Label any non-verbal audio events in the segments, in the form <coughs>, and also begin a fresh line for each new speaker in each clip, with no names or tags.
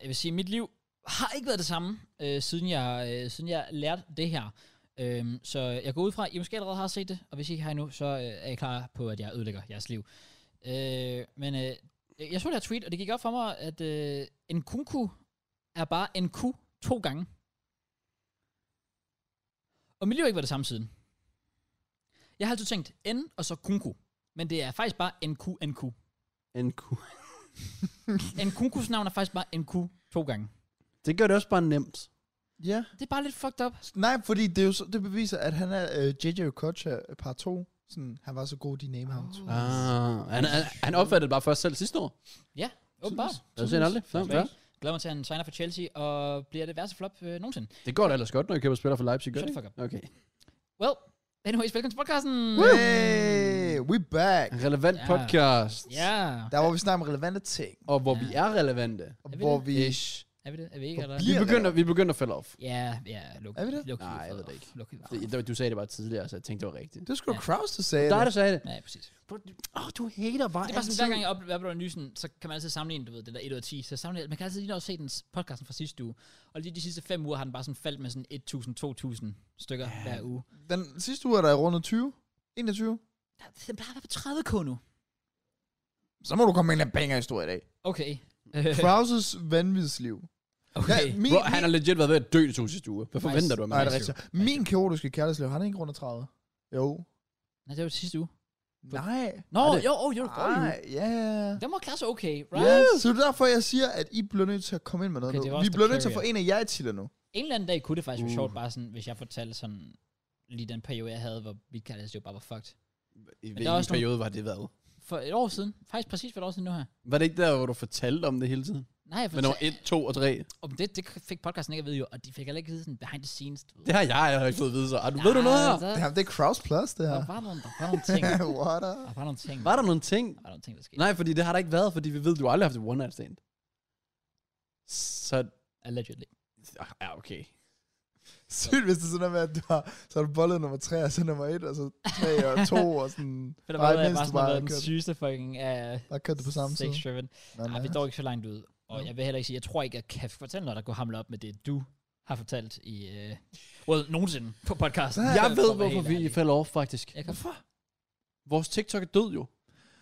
jeg vil sige, mit liv har ikke været det samme, øh, siden, jeg, øh, siden jeg lærte det her. Øhm, så jeg går ud fra, at I måske allerede har set det, og hvis I ikke har endnu, så øh, er jeg klar på, at jeg ødelægger jeres liv. Øh, men øh, jeg så det her tweet, og det gik op for mig, at øh, en kunku er bare en ku to gange. Og mit liv har ikke været det samme siden. Jeg har altid tænkt N og så kunku. Men det er faktisk bare NQ, NQ.
En ku. <laughs>
NQ's navn er faktisk bare NQ to gange.
Det gør det også bare nemt.
Mm.
Ja.
Det er bare lidt fucked up.
Nej, fordi det, er jo så, det beviser, at han er øh, J.J. Okocha par 2. Sådan, han var så god, de name ham.
Åh.
Oh.
Ah, han, han, han opfattede det bare først selv sidste år.
Åbenbart.
Jeg ser aldrig. Nå, ja.
Glæder mig til, at han signer for Chelsea, og bliver det værste flop øh, nogensinde.
Det går da ellers godt, når I køber spillere fra Leipzig, gør
Shut
det
the
ikke?
fuck up.
Okay.
Well, anyways, velkommen til podcasten.
Hey, we back.
En relevant
Ja.
podcast.
Ja.
Der hvor vi snakker om relevante ting.
Og hvor vi
Ja.
er relevante.
Og
Er vi
hvor
det?
vi...
Ish.
Er vi det? Er vi ikke? Eller?
Vi
Bliver
begynder, vi begynder at falde off.
Ja, ja. Luk,
Er vi det?
Luk,
Nej,
luk-
jeg ved det
luk-
ikke.
Luk, luk,
Det- det- Du sagde det bare tidligere, så jeg tænkte, det var rigtigt.
Det skulle
Ja.
ja. Kraus, der sagde
Der er
det.
der sagde det.
Nej, præcis.
Åh, oh, du hater bare
Det er bare sådan, hver gang jeg oplever en ny, sådan, så kan man altid sammenligne, du ved, det der 1 ud af 10. Så sammenligne, man kan altid lige nå at se den s- podcasten fra sidste uge. Og lige de sidste fem uger har den bare sådan faldt med sådan 1.000-2.000 stykker yeah. hver uge.
Den sidste uge er der rundet 20. 21.
Ja, Den plejer at være på 30 k nu.
Så må du komme med en eller anden banger-historie
<laughs>
i dag.
Okay. Øh,
Krauses vanvidsliv.
<laughs> okay.
min,
Bro, han har legit været ved at dø de to sidste uger. Hvad
Nice.
forventer du af mig?
Nej, det er rigtigt. Min kaotiske kærlighedsliv, han er ikke rundt 30. Jo.
Nej, det var det sidste uge.
Nej.
Nå,
Er det-
jo, oh, jo, det var
Nej, ja. Yeah.
Den var klare så okay, right?
Ja, så det er derfor, jeg siger, at I bliver nødt til at komme ind med noget
Okay, det var
nu. Vi
også
bliver
the
nødt til at få en af jer i titler nu.
En eller anden dag kunne det faktisk være
Uh.
sjovt, bare sådan, hvis jeg fortalte sådan lige den periode, jeg havde, hvor mit kærlighedsliv bare var fucked.
I
der er også
hvilken
nogle-
periode var det været?
For et år siden, faktisk præcis for et år siden nu her.
Var det ikke der, hvor du fortalte om det hele tiden?
Nej, jeg
Men nummer
fortalte,
1, 2 og 3.
om det, det fik podcasten ikke at vide jo, og de fik heller ikke at vide sådan behind the scenes. Du ved.
Det har jeg, jeg har ikke fået at vide så. Ah, du, ved du noget her?
Nej, der-
Det, her, det er Kraus Plus, det her.
Der var nogle, der var
<laughs>
nogle ting.
What up?
Der var nogle ting.
Var der nogle ting?
Der var nogle ting, der skete.
Nej, fordi det har der ikke været, fordi vi ved, du aldrig har haft et one night stand. Så...
Allegedly.
ah, Ja, okay.
Sygt, hvis det er sådan noget med, at du har, så har du bollet nummer 3, og så nummer 1, og så 3
<laughs>
og 2, og sådan...
Fedt, der
Ej,
var jeg
mindst
bare
du
sådan har
bare
været den
kørt-
sygeste fucking uh,
Bare kørt det på samme tid. øh,
sex-driven.
Nå,
Ej, vi
nej.
dog ikke så langt ud. Og
Nå.
jeg vil heller ikke sige, jeg tror ikke, jeg kan fortælle noget, der kunne hamle op med det, du har fortalt i... Uh, well, nogensinde på podcasten.
Nej,
Jeg ved,
For at være
hvorfor
helt
vi
ærlig.
falder off, faktisk.
Jeg kan for
Vores TikTok er død jo.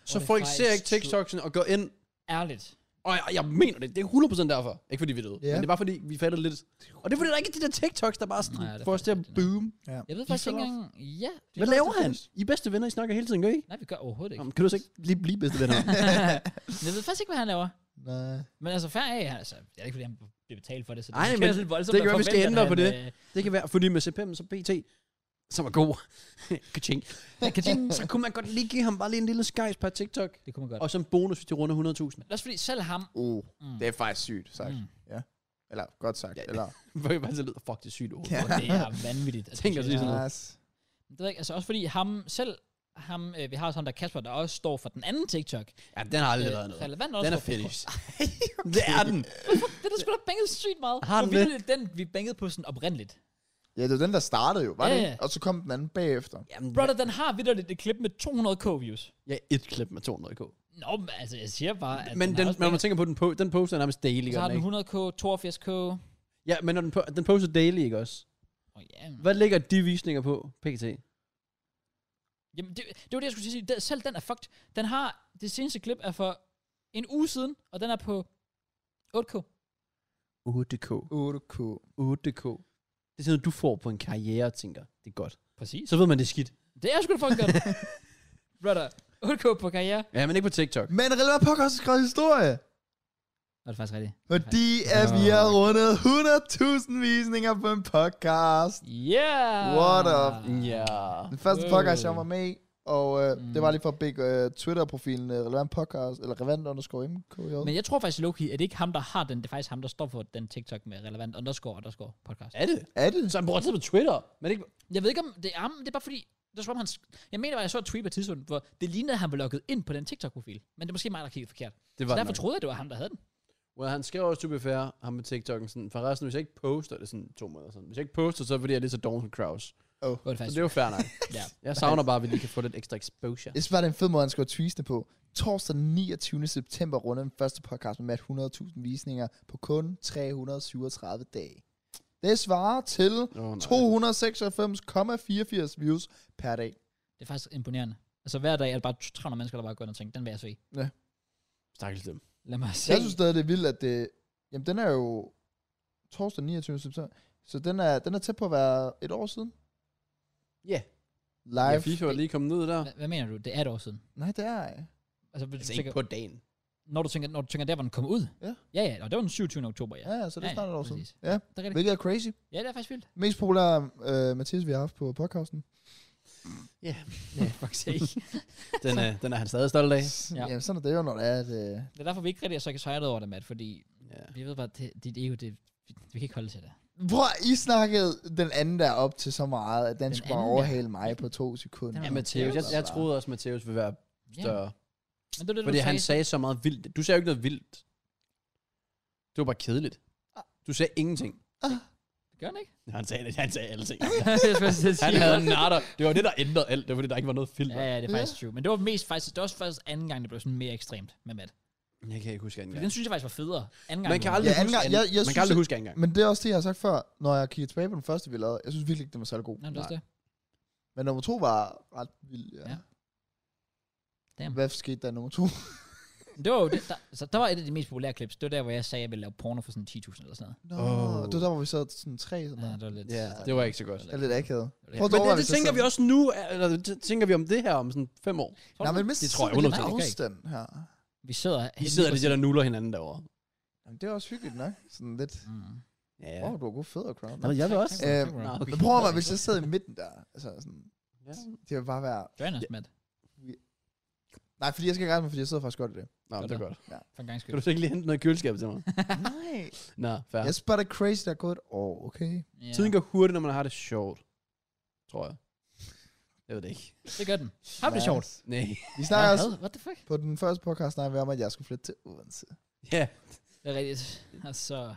Så
Hvor det
folk ser
faktisk
ikke TikToksen og går ind.
ærligt.
Og jeg, jeg mener det, det er 100% derfor. Ikke fordi vi er døde,
Ja.
men det er bare fordi, vi fattede lidt. Og det er fordi, der ikke er de der TikToks, der bare
Nej, det
sådan,
er
får os til at
faktisk rigtigt,
boom.
Jeg ved
De
faktisk ikke
falder
engang... Ja.
Hvad
er
laver
faktisk
han?
det
I er bedste venner, I snakker hele tiden, gør I?
Nej, vi gør overhovedet ikke.
Jamen, kan du så ikke lige blive bedste
<laughs>
venner?
Men jeg ved faktisk ikke, hvad han laver.
Nej.
Men altså, færdig af, altså, det er ikke, fordi han bliver betalt for det, så
Ej,
det
men
lidt voldsomt
det
at
kan være, vi skal
forvente, at
ændre på
han,
det.
øh,
det kan være, fordi med CPM så BT, som er god. <laughs> Kaching.
øh, <laughs>
Kaching. <laughs> Så kunne man godt lige give ham bare lige en lille skejs per TikTok.
Det kunne man godt.
Og som bonus, hvis de runder 100.000.
Også fordi selv ham...
Uh,
Mm.
det er faktisk sygt sagt.
Mm.
Eller godt sagt.
Ja.
<laughs>
Eller...
<laughs> Hvor jeg bare så lyder, fuck, det er sygt ord.
Ja.
Det
<laughs>
er vanvittigt. at
Tænk
du
at
siger det.
sige sådan noget.
Nice.
Det ved jeg ikke, altså også fordi ham selv, ham, øh, vi har også ham der Kasper, der også står for den anden TikTok.
Ja, den har aldrig
Øh,
været noget.
relevant også.
Den er
står for-
fetish. <laughs> det er den.
Det er sgu da bænket sygt meget.
Har den
det? var virkelig den, vi bænkede på sådan oprindeligt.
Ja, det var den, der startede jo, var
Ja,
det
ja.
ikke? Og så kom den anden bagefter.
Jamen,
Brother, den har vidderligt et klip med 200k views.
Ja, et klip med 200k.
Nå, men altså, jeg siger bare, at
Men
har
den,
også
når man
bænket.
tænker på den, po- den poster nærmest
så
daily, gør
har
den
den
ikke?
100k, 82k. Åh
Ja, men når den, po- den poster daily, ikke også?
oh, ja, men-
Hvad ligger de visninger på, PT?
Jamen, det, det var det, jeg skulle til at sige. Den, selv den er fucked. Den har, det seneste klip er for en uge siden, og den er på 8k.
8k.
8K.
8k. Det er sådan noget, du får på en karriere og tænker, det er godt.
Præcis.
Så ved man, det er skidt.
Det er sgu da fucking
<laughs>
godt. Brother, 8k på karriere.
Ja, men ikke på TikTok.
Men relevant podcast skrev historie.
Nå, det er faktisk rigtigt.
Fordi at vi har rundet 100.000 visninger på en podcast.
Yeah!
What up?
Ja.
Den første
Wow.
podcast, jeg var med i, og øh, mm.
Mm.
det var lige fra Big øh, Twitter-profilen øh, Relevant Podcast, eller Relevant underscore MKJ.
Men jeg tror faktisk, Loki, at det ikke ham, der har den. Det er faktisk ham, der står for den TikTok med relevant underscore underscore podcast.
Er det?
Er det?
Så han bruger tid på Twitter, men ikke...
Jeg ved ikke, om det er ham. Det er bare fordi, det er, som om han, sk- jeg mener, at jeg så et tweet på et tidspunkt, hvor det lignede, at han var logget ind på den TikTok-profil. Men det er måske mig, der kiggede forkert. Så
Det var det
derfor
nok.
troede jeg, det var ham, der havde den.
Well, han skrev også, to be fair, ham med TikTok'en, sådan, forresten, hvis jeg ikke poster, det er sådan to måneder sådan, hvis jeg ikke poster, så er det, fordi jeg er lige så doven som Kraus.
Oh.
Hvor er det
Så
faktisk.
det er jo fair nok.
<laughs> Ja.
Jeg savner bare, at vi lige kan få lidt ekstra exposure.
Jeg synes bare, det er en fed måde, han skriver tweetsene på. Torsdag den 29. september runder den første podcast med Matt 100.000 visninger på kun 337 dage. Det svarer til
Oh, nej.
296,84 views per dag.
Det er faktisk imponerende. Altså hver dag er det bare 300 mennesker, der bare går ind og tænker, den vil jeg se.
Stakkels dem.
Lad mig se.
Jeg synes stadig, det er vildt, at det... Jamen, den er jo torsdag den 29. september. Så den er, den er tæt på at være et år siden.
Ja. Ja,
Live.
FIFA er lige kommet ud der.
Hva- Hvad mener du? Det er et år siden.
Nej, det er jeg.
Altså, hvis du
Altså
tænker,
ikke på dagen.
når, du tænker, når du tænker der, hvor den kom ud.
Ja.
Ja, ja, og det var den 27. oktober, ja.
Ja, ja, så det er
Ja,
snart et
ja,
år siden.
præcis.
Ja,
Det er rigtigt.
hvilket er crazy.
Ja, det er faktisk vildt.
Mest populære øh, Mathias, vi har haft på podcasten.
Ja, faktisk ikke.
<laughs> Den er, den er han stadig stolt af.
Ja.
Ja. <laughs> Jamen, sådan er det jo, når det er, at... Øh,
Det er derfor, vi ikke rigtig er så excited over det, Matt, fordi
Ja.
vi ved bare, at det- dit ego, det, vi, vi kan ikke holde til det.
Prøv at- I snakkede den anden der op til så meget, at den,
Den
den skulle bare
anden
overhale mig på to sekunder.
Den
ja
var-
Matheus. Jeg, jeg troede også, Matheus ville være større.
Men det var det,
Fordi
du sagde.
han sagde så meget vildt. Du sagde jo ikke noget vildt. Det var bare kedeligt.
Ah.
Du sagde ingenting.
Gør han
<laughs>
ikke?
Han sagde, han sagde alting.
<laughs> Jeg skulle også til at
Han
sige.
havde natter. Det var det, der ændrede alt. Det var fordi, der ikke var noget filter.
Ja, ja, det er faktisk true. Men det var mest faktisk, det var også faktisk anden gang, det blev sådan mere ekstremt med Matt.
Jeg kan ikke huske
Fordi
anden
den synes jeg faktisk var federe. Anden gang.
Man kan
det var-
aldrig
Ja, anden
huske
gang-
anden.
jeg- jeg
Man kan
synes
aldrig
ikke-
huske anden gang.
Men det er også det, jeg har sagt før, når jeg kigger tilbage på den første, vi lavede. Jeg synes virkelig ikke, den var særlig god.
Jamen, det er også det.
Men nummer to var ret vild, ja.
Ja.
ja.
Damn.
Hvad skete der i nummer to? <laughs>
Det var jo det, der, så der var et af de mest populære klips. Det var der, hvor jeg sagde, at jeg ville lave porno for sådan 10.000 eller sådan noget.
Nå,
Åh.
oh. det var der, hvor vi sad sådan tre. Sådan
Ja,
noget.
det var lidt...
Ja, det var ikke så godt.
Det er lidt akavet.
Ja.
Prøv at
Men det,
overveje,
det
hvis jeg
tænker
sad-
vi også nu, eller det tænker vi om det her om sådan fem år.
Tror
Nej,
du-
men mindst
Det tror jeg
sidder vi
100%
lidt
ikke.
afstand her.
Vi sidder...
Vi sidder lige der og nuller hinanden derovre.
Jamen, det er også hyggeligt nok. Sådan lidt.
Mm.
Ja,
Åh, oh, du har god fædre, Crown.
men jeg vil også.
Tak, tak,
Øhm,
bro.
Nå, okay.
Men prøv at overveje, hvis jeg sad i midten der. Altså, sådan,
Ja.
det vil bare være...
Join us, Matt.
Nej, fordi jeg skal ikke rette mig, fordi jeg sidder faktisk godt i det.
Nå, det er godt.
For en gang skyld.
Kan du så ikke lige hente noget køleskab til mig?
Nej.
Nå, fair.
Jeg synes bare, det er crazy, der er gået et år, okay?
<laughs> Ja.
Tiden går hurtigt, når man har det sjovt. Tror jeg. Jeg ved det ikke. <laughs>
Det gør den. Har du det sjovt?
Nej.
Vi snakker også
What the fuck?
på den første podcast, snakker vi om, at jeg skulle flytte til Odense.
Ja,
Det er rigtigt. Altså...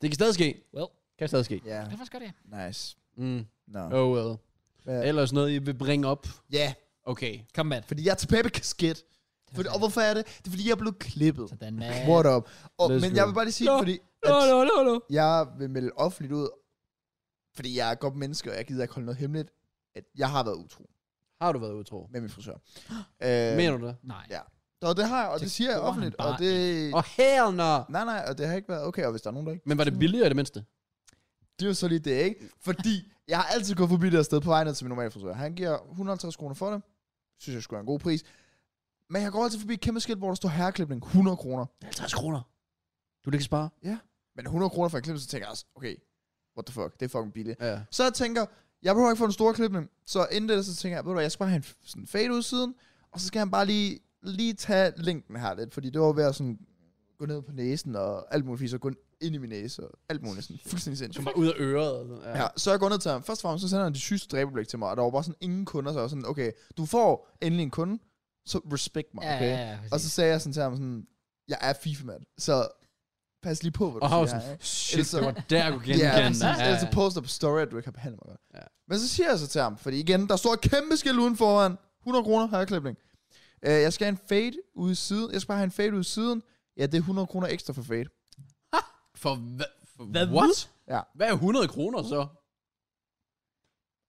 det kan stadig ske.
Well.
Kan stadig ske.
Ja,
Det er faktisk godt, ja.
nice.
Mm.
Nå.
Oh well.
Hvad-
Ellers noget, I vil bringe op.
Ja,
Okay.
Kom, Matt.
fordi jeg er tilbage med kasket. For, og hvorfor er det? Det er fordi, jeg er blevet klippet.
Sådan, Matt.
What up? Og,
Let's
men
go.
jeg vil bare lige sige,
Nå.
fordi
Nå,
at
nå, nå, nå.
jeg vil melde offentligt ud, fordi jeg er et godt menneske, og jeg gider ikke holde noget hemmeligt, at jeg har været utro
Har du været utro?
med min frisør. øh,
Mener du det?
Nej.
Ja. og det har jeg, og det siger jeg
gjorde han
offentligt, og
bare
det...
Og hell no!
Nej, nej, og det har ikke været okay, og hvis der er nogen, der ikke...
Men var det billigere i det mindste?
Det er jo så lige det, ikke? Fordi jeg har altid gået forbi det her sted på vej ned til min normale frisør. Han giver 150 kroner for det. Synes jeg skulle en god pris. Men jeg går altid forbi et kæmpe skilt, hvor der står herreklipning 100 kroner.
50 kroner. Du kan spare.
Men 100 kroner for en klip, så tænker jeg også, okay, what the fuck, det er fucking billigt.
Ja.
Så jeg tænker, jeg behøver ikke få en stor klipning. Så inden det, så tænker jeg, ved du hvad, jeg skal bare have en f- sådan en fade ud siden, og så skal han bare lige, lige tage længden her lidt, fordi det var ved at sådan gå ned på næsen og alt muligt, så gå ind i min næse og alt muligt sådan fuldstændig sindssygt.
Kommer ud af øret. og sådan.
Ja. så jeg går ned til ham. Først og fremmest, så sender han de sygeste dræbeblik til mig, og der var bare sådan ingen kunder, så jeg var sådan, okay, du får endelig en kunde, så respect mig,
Ja,
okay?
ja, ja.
Og så sagde jeg sådan til ham sådan, jeg er FIFA-mand, så pas lige på, hvad du
Og har jo
siger.
sådan,
ikke?
shit,
Ellers så-
det var der, jeg kunne
Ja,
genkende.
præcis. Ellers så poster på story, at du ikke har behandlet mig godt.
Ja.
Men så siger jeg så til ham, fordi igen, der står et kæmpe skilt uden foran. 100 kroner herreklipning. Øh, jeg skal have en fade ude i siden. Jeg skal bare have en fade ude i siden. Ja, det er 100 kroner ekstra for fade.
For, hva, for
Hvad?
what?
Ja.
Hvad er 100 kroner så?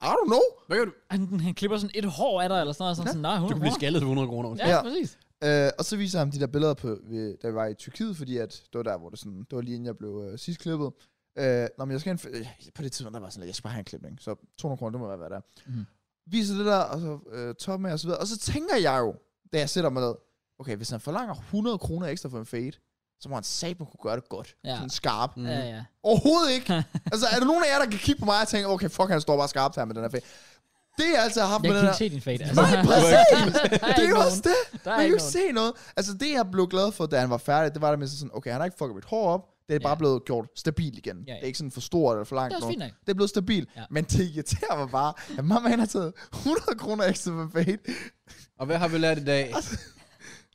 I don't know.
Hvad gør du?
Enten han klipper sådan et hår af dig, eller sådan noget, og sådan, sådan, nej, 100
Du kan blive skaldet for 100 kroner.
Ja,
Ja.
præcis.
Øh, og så viser jeg ham de der billeder på, ved, da vi var i Tyrkiet, fordi at det var der, hvor det sådan, det var lige inden jeg blev øh, sidst klippet. Øh, nå, men jeg skal have en, f- øh, på det tidspunkt, der var sådan, at jeg skal bare have en klipning, så 200 kroner, det må være, hvad det er.
Mhm.
Mm. Viser det der, og så øh, top med, og så videre. Og så tænker jeg jo, da jeg sætter mig ned, okay, hvis han forlanger 100 kroner ekstra for en fade, så må han satme kunne gøre det godt.
Ja.
Ja. Sådan skarp.
Mm.
Ja, ja.
Overhovedet ikke.
<laughs>
altså, er der nogen af jer, der kan kigge på mig og tænke, okay, fuck, han står bare skarpt her med den her fade. Det jeg altså har haft
Jeg
med
kan
den her...
ikke se din fade. <laughs>
Nej, præcis!
Der
det er
ikke
jo
nogen.
også det.
Der er
Man kan
ikke
jo ikke
nogen.
se noget. Altså det, jeg blev glad for, da han var færdig, det var det med sådan, okay, han har ikke fucket mit hår op. Det er
Ja.
bare blevet gjort stabilt igen.
ja.
Det er ikke sådan for stort eller for
Det
langt.
er også
nu.
fint nok.
det er blevet stabilt.
Ja.
Men det irriterer mig bare, at mamma han har taget 100 kroner ekstra for fade,
Og hvad har vi lært i dag?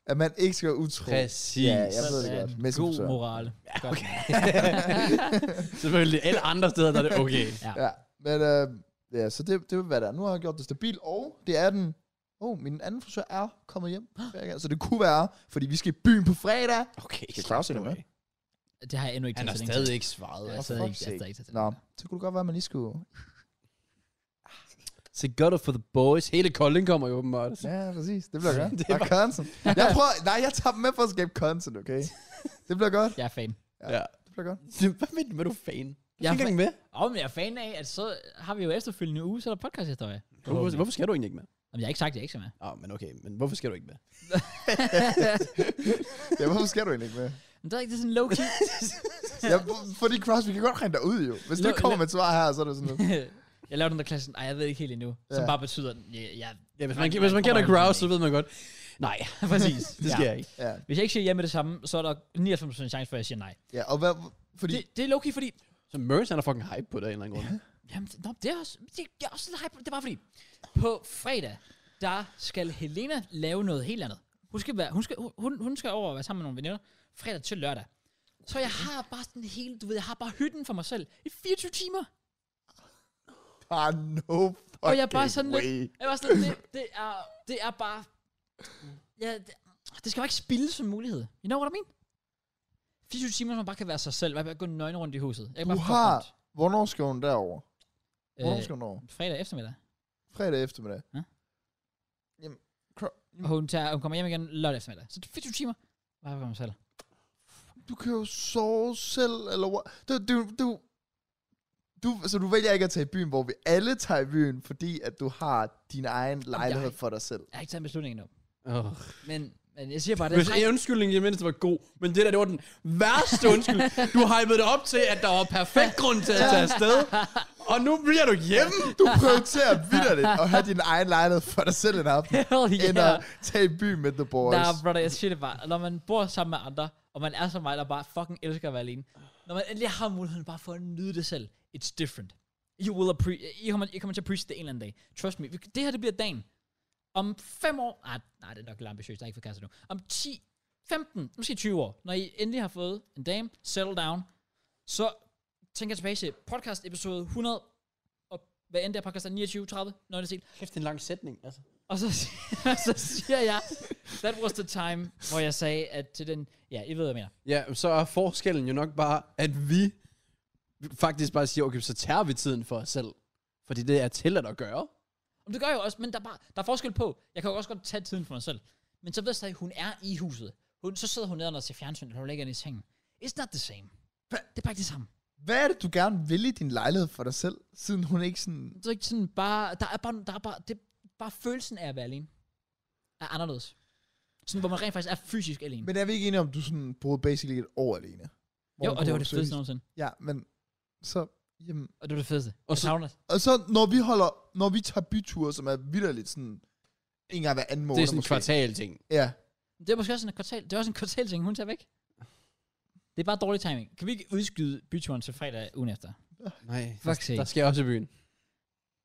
at man ikke skal være utro.
Præcis.
Ja, jeg ved det
Sådan.
godt. Med sin
God
frisør.
morale. Godt.
<laughs> Selvfølgelig. Alle andre steder, der er det okay.
Ja.
Ja, men øh, Ja, så det, det vil være der. Nu har jeg gjort det stabilt, og det er den... Åh, oh, min anden frisør er
<gasps>
kommet hjem. Så det kunne være, fordi vi skal i byen på fredag.
Okay.
Skal Claus ikke med?
Det har jeg endnu ikke
Han
taget
har
stilling
stadig
til.
ikke svaret.
Jeg
Ja.
har
for
stadig
fuck's
ikke, jeg har
sake.
stadig ikke taget stilling.
Nå, så kunne det godt være, at man lige skulle...
Together for the boys. Hele Kolding kommer jo åbenbart.
Ja, præcis.
<laughs>
Det bliver godt.
Det
det var... content. Jeg prøver... Nej, jeg tager dem med for at skabe content, okay? Det bliver godt.
Jeg er fan.
Ja.
Det bliver godt.
Hvad mener du med, du er fan? Du
Jeg
er
er
ikke engang med.
Og men jeg er fan af, at så har vi jo efterfølgende uge, så er der podcast historie.
Hvorfor, hvorfor skal du egentlig ikke med?
Jamen, jeg har ikke sagt, at jeg ikke skal med.
Ah, men okay. Men hvorfor skal du ikke med?
Ja, hvorfor skal du egentlig ikke med?
Men det er ikke det er sådan low-key.
Ja, fordi Cross, vi kan godt regne dig ud, jo. Hvis du
Nå,
ikke kommer
nå.
med et svar her, så er det sådan noget.
jeg lavede den der klasse, ej, jeg ved ikke helt endnu. Ja. Som
Ja.
bare betyder, at jeg, jeg,
Ja, hvis
Nej,
man,
nej,
hvis man
kommer
kender
ikke med.
Grouse, så ved man godt. Nej,
<laughs> præcis.
<laughs> det skal jeg ikke.
Ja,
Hvis jeg ikke siger ja med det samme, så er der 99% chance for, at jeg siger nej.
ja og hvad... Fordi...
Det, det er low-key, fordi...
Så Murs, han er fucking hype på det af en eller anden grund.
Jamen, det, nå, det er også, det, jeg er også lidt hype. Det er bare fordi, på fredag, der skal Helena lave noget helt andet. Hun skal, være, hun skal, hun, hun skal over og være sammen med nogle veninder fredag til lørdag. Så jeg har bare sådan hele, du ved, jeg har bare hytten for mig selv i 24 timer.
Ah, no
Og jeg er bare
fucking
sådan
way.
lidt, jeg var sådan, lidt, det, det, er, det er bare, ja, det, det skal bare ikke spilles som mulighed. You know what I mean? 24 timer, man bare kan være sig selv. Hvad med at gå nøgen rundt i huset? Jeg kan bare
Du
fuck
har-
rundt.
Hvornår skal hun derover? Hvornår
Øh,
skal hun over?
fredag eftermiddag.
Fredag eftermiddag. Mm.
Og hun, tager, hun kommer hjem igen lørdag eftermiddag. Så det er 24 timer. Bare for mig selv.
Du kan jo sove selv, eller hvad? Du, du, du, du, så du vælger ikke at tage i byen, hvor vi alle tager i byen, fordi at du har din egen lejlighed for dig selv.
Jeg har ikke taget en beslutning endnu.
Oh.
Men, men jeg siger bare, det
Hvis
er <laughs>
en undskyldning i det mindste var god, men det der, det var den værste undskyldning. Du hypede det op til, at der var perfekt grund til at
<laughs>
tage afsted, og nu bliver du hjemme.
Du prioriterer vidderligt at have din egen lejlighed for dig selv en aften,
Hell
end
yeah.
at tage i byen med The Boys.
Nej, brother, jeg siger det bare. Når man bor sammen med andre, og man er som mig, der bare fucking elsker at være alene. Når man endelig har muligheden bare for at nyde det selv. It's different. You will appre- I, kommer, I kommer til at appreciate det en eller anden dag. Trust me. Vi- Det her, det bliver dagen. Om fem år... Nej, nej det er nok lidt ambitiøst. Der er ikke forkastet nu. Om 10, 15, måske 20 år. Når I endelig har fået en dame, settle down, så tænker jeg tilbage til podcast episode 100, og hvad end der podcast er 29, 30, når det er set.
Kæft, det er en lang sætning, altså.
<laughs> Og så, siger- så siger jeg, that was the time, hvor jeg sagde, at til den, ja, I ved, hvad jeg mener.
Ja, så er forskellen jo nok bare, at vi faktisk bare siger, okay, så tager vi tiden for os selv. Fordi det er tilladt at gøre.
Men det gør jeg jo også, men der er, bare, der er forskel på. Jeg kan jo også godt tage tiden for mig selv. Men så ved jeg stadig, hun er i huset. Hun, så sidder hun nede og ser fjernsyn, eller hun ligger inde i sengen. It's not the same. Det er bare ikke det samme.
Hvad er det, du gerne vil i din lejlighed for dig selv, siden hun ikke sådan...
Det er ikke sådan bare, der er bare, der er bare, det er bare følelsen af at være alene. Er anderledes. Sådan, hvor man rent faktisk er fysisk alene.
Men er vi ikke enige om, du sådan boede basically et år alene? Hvor
jo,
du
og det var
boede
det fedeste
seriøst-
nogensinde.
Ja, men så... Jamen,
Og det var det fedeste.
Og
Og
så-
så, savner,
og så når vi holder... Når vi tager byture, som er vidderligt sådan... En gang hver anden måned
det er sådan en
måske.
kvartal-ting.
Ja.
Det er måske også en kvartal. Det er også en kvartalting, hun tager væk. Det er bare dårlig timing. Kan vi ikke udskyde byturen til fredag ugen efter?
Nej,
Fuck
der, der
sake.
skal jeg også i byen.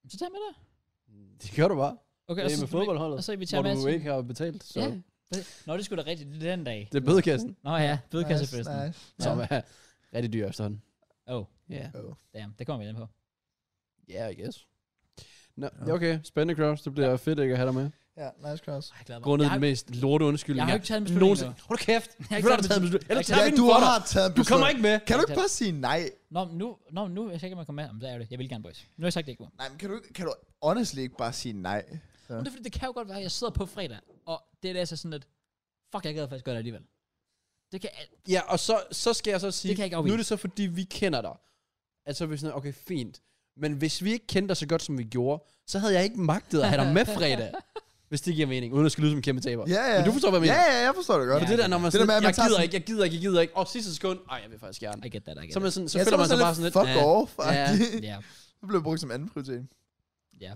Så tager med dig.
Det gør du bare.
Mm. Okay,
Det er med fodboldholdet,
Og så inviterer
hvor
Mads.
du ikke har betalt. Så
Ja. Nå, det skulle da rigtigt det er den dag.
det er bødekassen,
Nå ja, bødekassefesten.
Nice, nice.
Ja.
som er rigtig dyr efterhånden.
Oh,
Ja,
Oh.
damn. Det kommer vi ind på.
yeah, I guess. Nå, ja. okay. Spændende, Kraus. Det bliver fedt ikke at have dig med.
Ja, nice cross.
Ej, jeg glæder mig.
Grundet
jeg,
den
har,
mest lorte undskyldning.
jeg har jo ikke taget en beslutning
nogensinde.
endnu.
Hold kæft.
jeg har ikke
Hvorfor har du taget en beslutning? Ellers tager vi
Ja,
den
du
for dig.
har taget en
Du kommer
beslutning.
ikke med.
Kan du ikke bare sige nej?
Nå, men nu, nå, men nu er jeg sikker, at man kommer med. Jamen, der er jo det. Jeg vil gerne, boys. Nu har jeg sagt det ikke. nu.
Nej, men kan du, ikke- kan du honestly ikke bare sige nej?
Men det, er, fordi, det kan jo godt være, at jeg sidder på fredag, og det er der så sådan lidt, fuck, jeg gad faktisk godt alligevel. Det kan,
Ja, og så, så skal jeg så sige,
Det kan jeg ikke
nu
afvise.
er det så fordi, vi kender dig. Altså, hvis sådan, okay, fint. Men hvis vi ikke kendte dig så godt, som vi gjorde, så havde jeg ikke magtet at have dig med
<laughs>
fredag. hvis det giver mening, uden at skulle lyde som en kæmpe taber.
Ja, ja.
Men du forstår, hvad jeg mener.
Ja, ja, jeg forstår det godt.
For
Ja,
det der,
det
når man,
der
sådan,
med, at man
jeg,
tager
gider
sådan-
ikke, jeg gider ikke, jeg gider ikke. Og sidste sekund, ej, jeg vil faktisk gerne.
I get that, I get
Så,
that.
er man sådan, så
Ja,
føler man sig
lidt
bare sådan lidt,
Fuck
"Ja,
off, faktisk.
Ja, <laughs>
Du blev brugt som anden prioritet.
ja.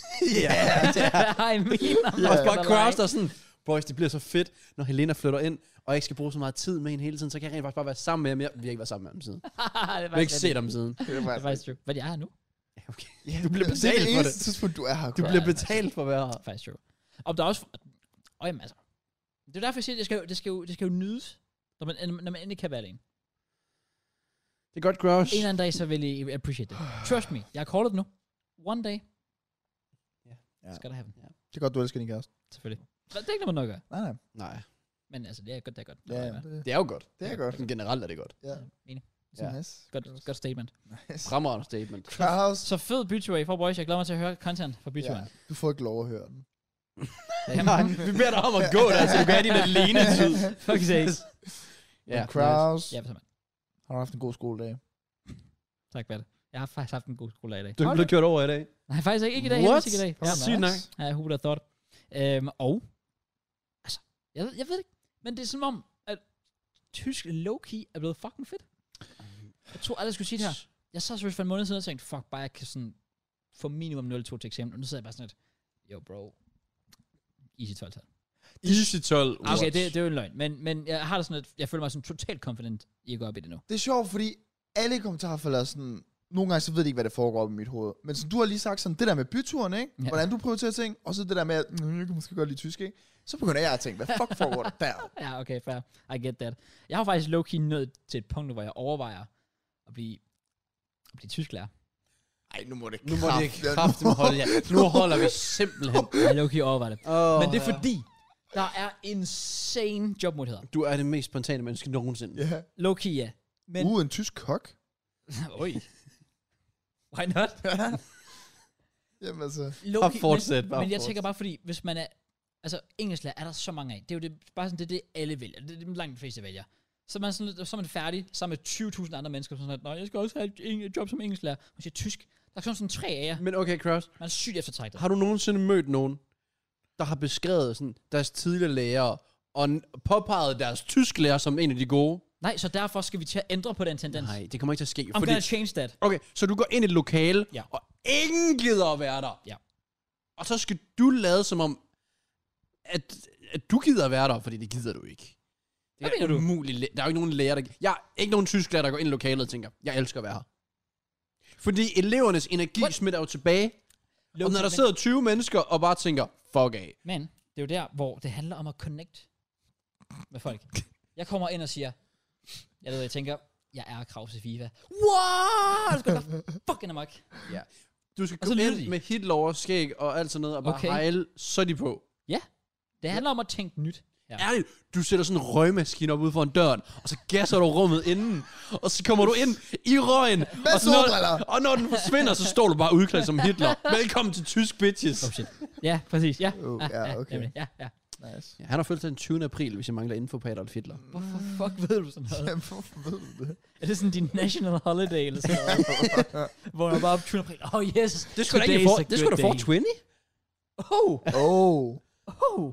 <laughs> Ja, det er.
I mean, I'm
Og
not
bare
gonna
Kraus,
lie. <laughs>
der er sådan, boys, det bliver så fedt, når Helena flytter ind, og jeg ikke skal bruge så meget tid med hende hele tiden, så kan jeg rent faktisk bare være sammen med ham. Jeg- Vi har ikke været sammen med ham siden. Vi
det
har ikke set ham siden.
Det er
Det er faktisk true. Hvad jeg er nu?
Okay. <laughs> Du bliver
det er
betalt
det
for
eneste
det.
tidspunkt, du er her.
Du
Craig.
bliver betalt for at være her.
Det er faktisk true. Og der er også... Og jamen, altså. Det er derfor, jeg siger, at det skal, jo- det skal, jo, det skal jo nydes, når man, når man endelig kan være alene.
Det er godt, Grouch.
En eller anden dag, så vil I appreciate det. Trust me, jeg har callet det nu. One day.
Ja.
Ja. Skal der have den,
Det er godt, du elsker din kæreste.
selvfølgelig. Men Det er ikke noget, man nok gør.
Nej, nej.
Nej,
Men altså, det er godt, det er godt.
Ja, ja.
ja.
Det,
det er jo godt.
det er godt.
Sådan Generelt er det godt.
Ja.
Enig.
Så
Ja.
Nice.
Godt, godt statement.
Nice.
Fremragende statement.
Kraus,
Så fed Beautyway for boys. Jeg glæder mig til at høre content fra Beautyway.
ja, du får ikke lov at høre den.
Nej, vi beder dig om at gå altså. der, så du kan
<laughs>
have din alene tid.
Fuck sakes.
Ja,
Ja, Kraus,
Ja, så man.
har du haft en god skoledag?
Tak, Bert. Jeg har faktisk haft en god skole i dag.
Du er blevet kørt over i dag.
Nej, faktisk ikke i dag.
What?
heldigvis Ikke i dag. Ja,
Nice.
Sygt nok.
Ja, who would have thought? Øhm, og, altså, jeg, ved- jeg ved det ikke, men det er som om, at tysk low-key er blevet fucking fedt. Jeg tror aldrig, jeg skulle sige det her. Jeg sad seriøst for en måned siden og tænkte, fuck, bare jeg kan sådan få minimum 0,2 til eksamen. Og nu sidder jeg bare sådan lidt, yo bro, easy 12 -tal.
Easy 12.
Okay, det, det er jo en løgn, men, men jeg har det sådan lidt, jeg føler mig sådan totalt confident i at gå op i det nu.
Det er sjovt, fordi alle kommentarfelter er sådan... Nogle gange så ved de ikke, hvad der foregår op i mit hoved. Men som du har lige sagt sådan, det der med byturen, ikke?
Ja.
Ja. Hvordan du prioriterer ting, og så det der med, at mm, jeg kan måske godt lide tysk, ikke? Så begynder jeg at tænke, hvad fuck foregår der der?
Ja, okay, fair. I get that. Jeg har faktisk low-key nået til et punkt, nu, hvor jeg overvejer at blive, at blive tysklærer.
Ej, nu må det
Nu må det
kraft-
kraftedeme holde jer. Nu holder vi simpelthen.
Jeg low-key overvejer det.
Oh,
Men det er fordi, der er insane jobmuligheder.
Du er det mest spontane menneske nogensinde.
Ja.
Low-key, ja. Men,
Uh, en tysk kok?
oj. Why not?
Jamen altså...
Low-key,
Bare fortsæt,
men,
bare
men jeg
fortsæt.
tænker bare, fordi hvis man er... Altså, engelsklærer er der så mange af. Det er jo det, bare sådan, det, er det alle vælger. Det er det, langt de fleste vælger. Så er man, sådan, lidt- så er man færdig sammen med 20.000 andre mennesker. Sådan at, Nå, jeg skal også have et en- et job som engelsklærer. Man siger tysk. Der er sådan, sådan tre af jer.
Men okay, Kraus.
Man er sygt eftertragtet.
Har du nogensinde mødt nogen, der har beskrevet sådan, deres tidligere lærere, og n- påpeget deres tysklærer som en af de gode?
Nej, så derfor skal vi til at ændre på den tendens.
Nej, det kommer ikke til at ske.
I'm
Fordi,
gonna change that.
okay, så du går ind i et lokale,
Ja.
og ingen gider at være der.
Ja.
Og så skal du lade som om, at, at du gider at være der, fordi det gider du ikke. Det
Hvad mener du?
Umuligt. læ- Der er jo ikke nogen lærer, der... Jeg er ikke nogen tysklærer, der går ind i lokalet og tænker, jeg elsker at være her. Fordi elevernes energi What?
What?
smitter jo tilbage.
Low-key,
Og når der
men-
sidder 20 mennesker og bare tænker, fuck af.
Men det er jo der, hvor det handler om at connect med folk. Jeg kommer ind og siger, jeg ved, jeg tænker, jeg er Kraus i FIFA. Wow! Du skal bare fucking amok.
Ja. Du skal
Og så
gå
lytter
ind
de.
med hitlov og skæg og alt sådan noget, og bare
Okay.
okay. hejle, så er de på.
Det handler om at tænke nyt. Ja.
Ærligt, du sætter sådan en røgmaskine op ude foran døren, og så gasser du rummet inden, og så kommer du ind i røgen.
Med
og, så
solbriller.
når, og når den forsvinder, så står du bare udklædt som Hitler. Velkommen til Tysk Bitches.
Oh shit. Ja, præcis. <laughs> Ja,
Uh, ja, okay.
nemlig. ja, ja.
Nice.
Ja, han har fødselsdag den 20. april, hvis jeg mangler info på Adolf Hitler.
Hvorfor fuck ved du sådan noget?
<laughs> Jamen, hvorfor ved du det?
<laughs>
<laughs>
Er det sådan din national holiday eller sådan noget? Hvor man bare op 20. april. Oh yes.
Det skulle da
Today
ikke
is
for,
a
det skulle da
good
for
day.
20.
Oh,
Oh.
oh.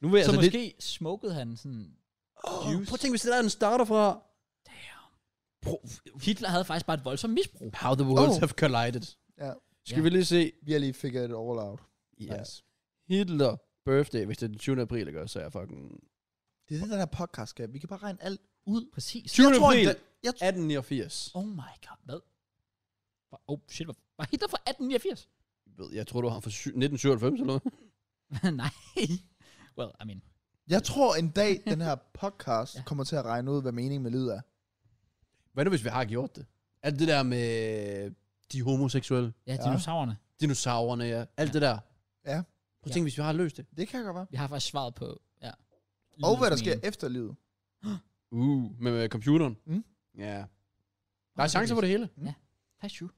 Nu vil jeg
Så
altså
måske smokede han sådan...
lidt... Oh, prøv at tænke, hvis det der er en starter fra...
Hitler havde faktisk bare et voldsomt misbrug.
How the worlds
Oh.
have collided.
Ja.
Skal
Ja.
vi lige se?
Vi har lige figured it all out.
Ja.
Nice.
Hitler birthday, hvis det er den 20. april, ikke? også, så er jeg fucking...
Det er det, den her podcast skal. Vi kan bare regne alt ud.
Præcis.
20.
tror,
april,
den- jeg t-
1889.
Oh my god, hvad? Hvor- Oh shit, hvor- var Hitler fra 1889?
ved, jeg tror, du har fra sy- 1997 eller noget.
Nej. Well, I mean,
Jeg tror en dag, den her
<laughs>
podcast
Ja.
kommer til at regne ud, hvad meningen med livet er.
Hvad nu, hvis vi har gjort det? Alt det der med de homoseksuelle,
ja, dinosaurerne.
dinosaurerne, ja. alt ja. det der. Prøv
Ja.
at tænke, hvis vi har løst det.
Det kan godt være.
Vi har faktisk svaret på, ja.
Og
livets
hvad der sker
mening.
efter livet.
Uh, med, med computeren.
Mm.
Ja. Der er chancer for det hele.
Faktisk jo.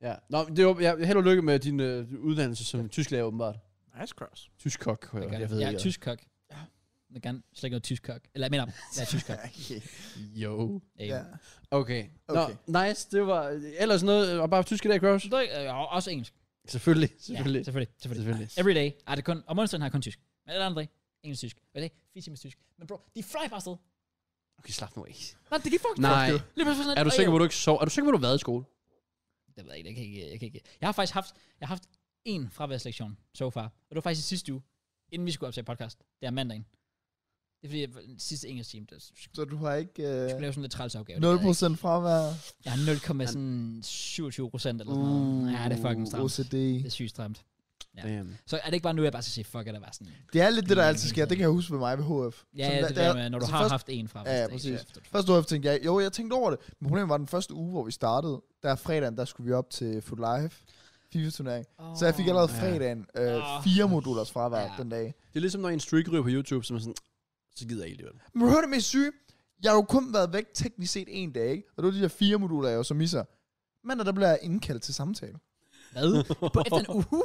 Ja. Nå, men det var, ja, held og lykke med din øh, uddannelse som ja. tysklærer, åbenbart.
Nice cross.
Tysk kok,
Det gør
jeg, jeg
det.
ved
Jeg
ikke.
er tysk kok. Jeg vil gerne slet ikke noget tysk kok. Eller jeg mener, jeg er
<laughs>
tysk kok.
Okay.
Jo.
Øhm,
Ja.
Okay.
Okay.
Nå, nice. Det var ellers noget, og bare tysk i dag, Cross.
så der- øh, Også engelsk.
Selvfølgelig,
Ja,
selvfølgelig. Ja,
selvfølgelig. Selvfølgelig.
selvfølgelig.
Every day. Ej, det er kun, om onsdagen har jeg kun tysk. Men alle andre dage, engelsk tysk. Hver dag, fire timers tysk. Men bro, de fly bare afsted.
Okay, slap nu af.
Nej, det gik fucking
Nej.
godt. Lige pludselig sådan,
Er du
"Øj,
sikker på,
jo."
du ikke sov? Er du sikker på, du har været i skole?
Det ved jeg ikke, jeg kan ikke, jeg kan ikke. Jeg har faktisk haft, jeg har haft en fraværslektion so far. Og det var faktisk i sidste uge, inden vi skulle optage podcast. Det er mandagen. Det er fordi, jeg, den sidste engelsk time, der skulle
Så du har ikke øh,
lave sådan lidt træls opgave.
0% fravær?
Jeg har 0,27 procent eller sådan noget.
Mm,
Ja, det er fucking stramt.
OCD.
Det er sygt stramt. Ja.
Damn.
Så er det ikke bare nu, jeg bare skal sige, fuck, eller bare sådan.
Det er lidt det, der altid sker. Det kan jeg huske ved mig ved HF.
Ja,
Sådan,
ja
der-
det
der-
der, med, når du
altså
har
først-
haft en
Ja, ja,
fraværslektion.
præcis.
så-
Første år tænkte jeg, jo, jeg tænkte over det. Men problemet var den første uge, hvor vi startede, der fredagen, der skulle vi op til Food Life. FIFA-turnering. Oh, så jeg fik allerede
Ja.
fredagen øh,
Åh.
fire modulers fravær
Ah. Ja.
ja. den dag.
Det er ligesom, når en streak ryger på YouTube, som er sådan, så gider jeg ikke alligevel.
Men hør det mest syge. Jeg har jo kun været væk teknisk set en dag, ikke? Og det var de der fire moduler, jeg jo så misser. Men der bliver jeg indkaldt til samtale.
Hvad? På efter en uge?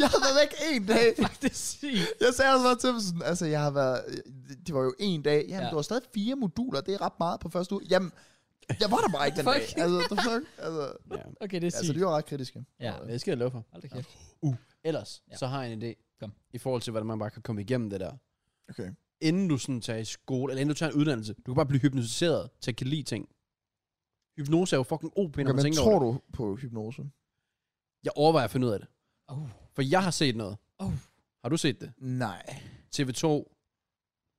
Jeg har været væk en dag.
det er sygt.
Jeg sagde også bare til dem sådan, altså jeg har været, det var jo en dag, jamen
Ja.
ja. du har stadig fire moduler, det er ret meget på første uge. Jamen, jeg var der bare ikke den dag.
Fuck.
Altså, the fuck? Altså,
Ja.
Okay, det er
altså
sygt.
de var ret kritiske. øh,
Ja.
Det skal jeg love for.
Hold da kæft.
Ellers,
Ja.
ja. så har jeg en idé
Kom.
i forhold til, hvordan man bare kan komme igennem det der.
Okay.
Inden du sådan tager i skole, eller inden du tager en uddannelse, du kan bare blive hypnotiseret til at kan lide ting. Hypnose er jo fucking OP, når
Okay,
man
men
tænker
tror
over det.
du på hypnose?
Jeg overvejer at finde ud af det.
Oh.
For jeg har set noget.
Oh.
Har du set det?
Nej.
TV2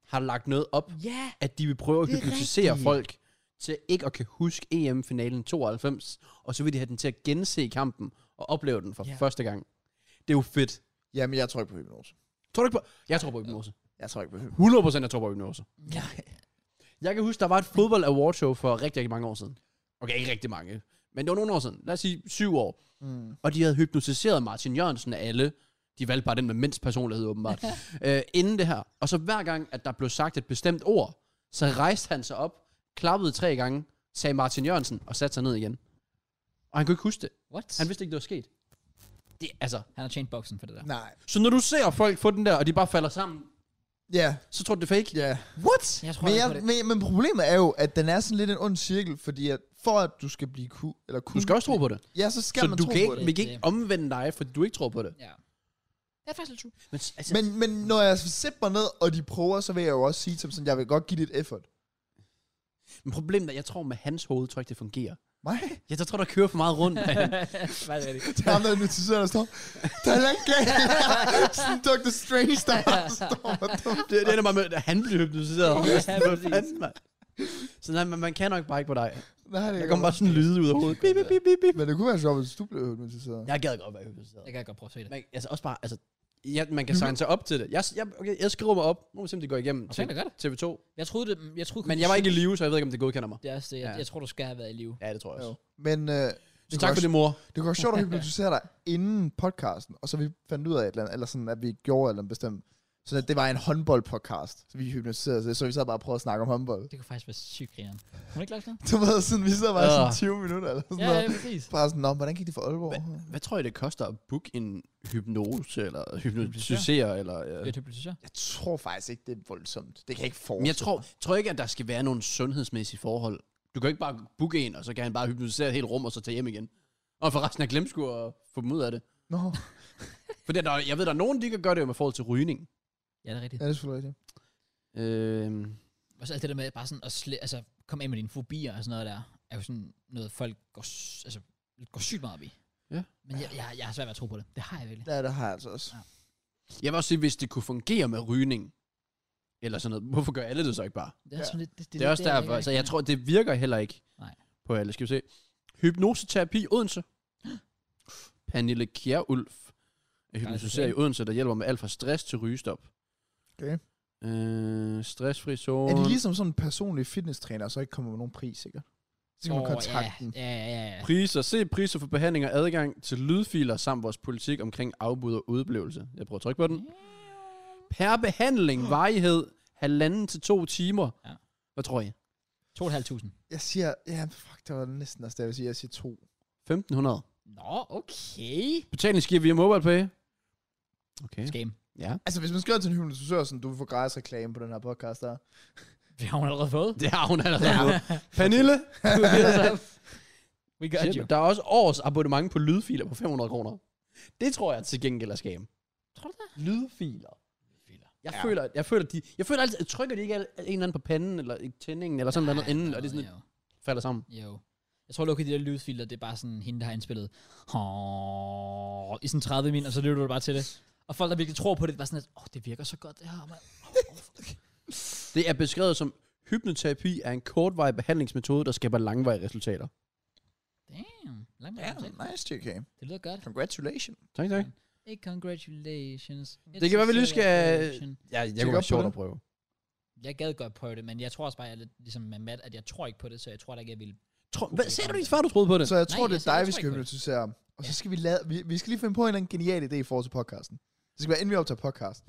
har lagt noget op,
Ja.
at de vil prøve at
Det er
hypnotisere
rigtigt.
folk til ikke at kan huske EM-finalen 92, og så vil de have den til at gense kampen og opleve den for
Ja.
yeah. første gang. Det er jo fedt.
Jamen, jeg tror ikke på hypnose.
Tror du ikke på... Jeg tror på hypnose.
Jeg tror ikke på hypnose.
100% jeg tror på hypnose.
ja.
Jeg kan huske, der var et fodbold award show for rigtig, rigtig mange år siden. Okay, ikke rigtig mange. Men det var nogle år siden. Lad os sige syv år.
Mm.
Og de havde hypnotiseret Martin Jørgensen af alle. De valgte bare den med mindst personlighed, åbenbart. <laughs> øh, inden det her. Og så hver gang, at der blev sagt et bestemt ord, så rejste han sig op, klappede tre gange, sagde Martin Jørgensen og satte sig ned igen. Og han kunne ikke huske det.
What?
Han vidste ikke, det var sket. Det, altså.
Han har tjent boksen for det der.
Nej.
Så når du ser folk få den der, og de bare falder sammen,
Ja,
så tror du, det er fake?
ja.
What?
Jeg tror
Men,
ikke
jeg,
på det.
men, men problemet er jo, at den er sådan lidt en ond cirkel, fordi at for at du skal blive ku, eller
Du
kun,
skal også tro på det.
ja, så Mm. skal
så
man
du
tro
kan
på
ikke,
det.
vi kan ikke omvende dig, fordi du ikke tror på det.
Ja. Det er faktisk <laughs> lidt true.
Men, s- altså,
Men, men når jeg sætter mig ned, og de prøver, så vil jeg jo også sige til dem sådan, jeg vil godt give det
<laughs>
et effort.
men problemet er, jeg tror med hans hoved, tror jeg ikke, det fungerer.
Nej.
Jeg tror, der kører for meget rundt.
Hvad er det?
Det er ham, der er notiseret, der står, der er ikke <laughs> Sådan Dr. Strange, der bare står og dumt.
<laughs> <laughs> det, det ender bare med, at han bliver hypnotiseret.
Ja,
<laughs>
præcis.
Så nej, man, man kan nok bare ikke på dig.
Nej, det
Der
er
kommer bare sådan lyde ud af hovedet. Bip, bip, bip, bip, bip.
Men det kunne være sjovt, hvis du blev hypnotiseret.
Jeg gad godt være hypnotiseret.
Jeg kan godt prøve at se det.
Man, altså også bare, altså, ja, man kan signe sig op til det. Jeg, jeg, okay, jeg skriver mig op. Nu må vi se, om det går igennem
Og
til
tænk, det gør det.
TV2.
Jeg troede det, jeg troede
Men jeg var ikke i live, så jeg ved ikke, om det godkender mig.
Det er også det, jeg,
Ja.
jeg tror, du skal have været i live.
Ja, det tror jeg
Jo.
også.
Men øh,
Så
kunne
tak for
også-
det, mor.
det kunne være sjovt at hypnotisere dig inden podcasten, og så vi fandt ud af et eller andet, eller sådan, at vi gjorde et eller andet bestemt. Så at det var en håndboldpodcast, så vi hypnotiserede sig, så vi sad bare og prøvede at snakke om håndbold. <laughs>
Det kunne faktisk være sygt grineren. Har du ikke lagt noget?
Du ved, sådan, vi sad bare i
Ah.
sådan 20 minutter eller sådan
Ja, ja,
noget.
præcis.
Bare sådan, nå, hvordan gik det for Aalborg?
Hvad tror I, det koster at booke en hypnose, eller hypnotisere, eller...
Det
Øh,
er hypnotisør.
Jeg tror faktisk ikke, det er voldsomt. Det kan jeg ikke forestille
Men jeg tror, tror ikke, at der skal være nogle sundhedsmæssige forhold. Du kan jo ikke bare booke en, og så kan han bare hypnotisere et helt rum, og så tage hjem igen. Og forresten jeg glemt sgu at få dem ud af det.
Nå,
For der, jeg ved, der er nogen, de kan gøre det med forhold til rygning.
Ja, det er rigtigt.
ja, det er selvfølgelig rigtigt.
Øh,
Og så alt det der med bare sådan at slæ- altså, komme ind med dine fobier og sådan noget der, er jo sådan noget, folk går, s- altså, går sygt meget op i.
Ja.
Men jeg, jeg, jeg har svært ved at tro på det. Det har jeg virkelig.
Ja, det har jeg altså også.
jeg vil også sige, hvis det kunne fungere med rygning, eller sådan noget, hvorfor gør alle det så ikke bare?
Det er,
Ja.
sådan lidt, det,
Det er
lidt
også
der, jeg
derfor,
ligger.
så jeg tror, det virker heller ikke
Nej.
på alle. Skal vi se. Hypnoseterapi Odense. <gasps> Pernille Kjærulf. Hypnotiserer i
Sane.
Odense, der hjælper med alt fra stress til rygestop.
Okay.
Øh, stressfri
Er
zone.
de ligesom sådan en personlig fitnesstræner, og så ikke kommer med nogen pris, sikkert? Så kan man
Åh,
kontakte
ja,
dem.
ja, ja, ja.
Priser. Se priser for behandling og adgang til lydfiler samt vores politik omkring afbud og udblivelse. Jeg prøver at trykke på den. Per behandling, varighed, halvanden til to timer.
Ja.
Hvad tror I?
2.500.
Jeg siger, ja, fuck, det var næsten også det, jeg ville sige. Jeg siger to.
1500.
Nå, okay.
Betaling sker via MobilePay. Okay.
Skam.
Ja.
Altså, hvis man skriver til en hypnotisør, sådan, du vil få gratis reklame på den her podcast der.
Det har hun allerede
<laughs>
fået.
Det har hun allerede fået. Pernille,
We got you.
Shit, der er også års abonnement på lydfiler på 500 kroner. Det tror jeg til gengæld er skam.
Tror du det?
Lydfiler.
Filer.
Jeg, ja. føler, jeg, føler, de, jeg føler altid, trykker de ikke al- en eller anden på panden, eller i tændingen, eller sådan noget andet inden, og det er sådan,
Jo.
lidt falder sammen.
jo. Jeg tror, at de der lydfiler, det er bare sådan hende, der har indspillet. Åh, I sådan 30 min, og så lytter du bare til det. Og folk, der virkelig tror på det, det er bare sådan, at åh, det virker så godt, det her, mand.
Det er beskrevet som, hypnoterapi er en kortvarig behandlingsmetode, der skaber langvarige resultater.
Damn. Langt
Ja,
yeah.
nice, JK.
Det lyder godt.
Congratulations.
Tak, tak.
Hey, congratulations.
Det kan
It's a
være, vi lige skal...
celebration.
Ja, jeg
Tjek
kunne
op
være
på
sjovt
det.
at prøve.
Jeg gad godt prøve det, men jeg tror også bare, jeg er lidt ligesom med Matt, at jeg tror ikke på det, så jeg tror da ikke, jeg vil
Tror, hvad, sagde du det, før du troede på det?
Så jeg
<laughs>
tror,
Nej,
det
jeg
er
siger,
dig,
jeg
vi
tror
skal
ikke på det.
hypnotisere. Og så skal vi lade, vi, vi skal lige finde på en eller anden genial idé i forhold til podcasten. Det skal være, inden vi optager podcast.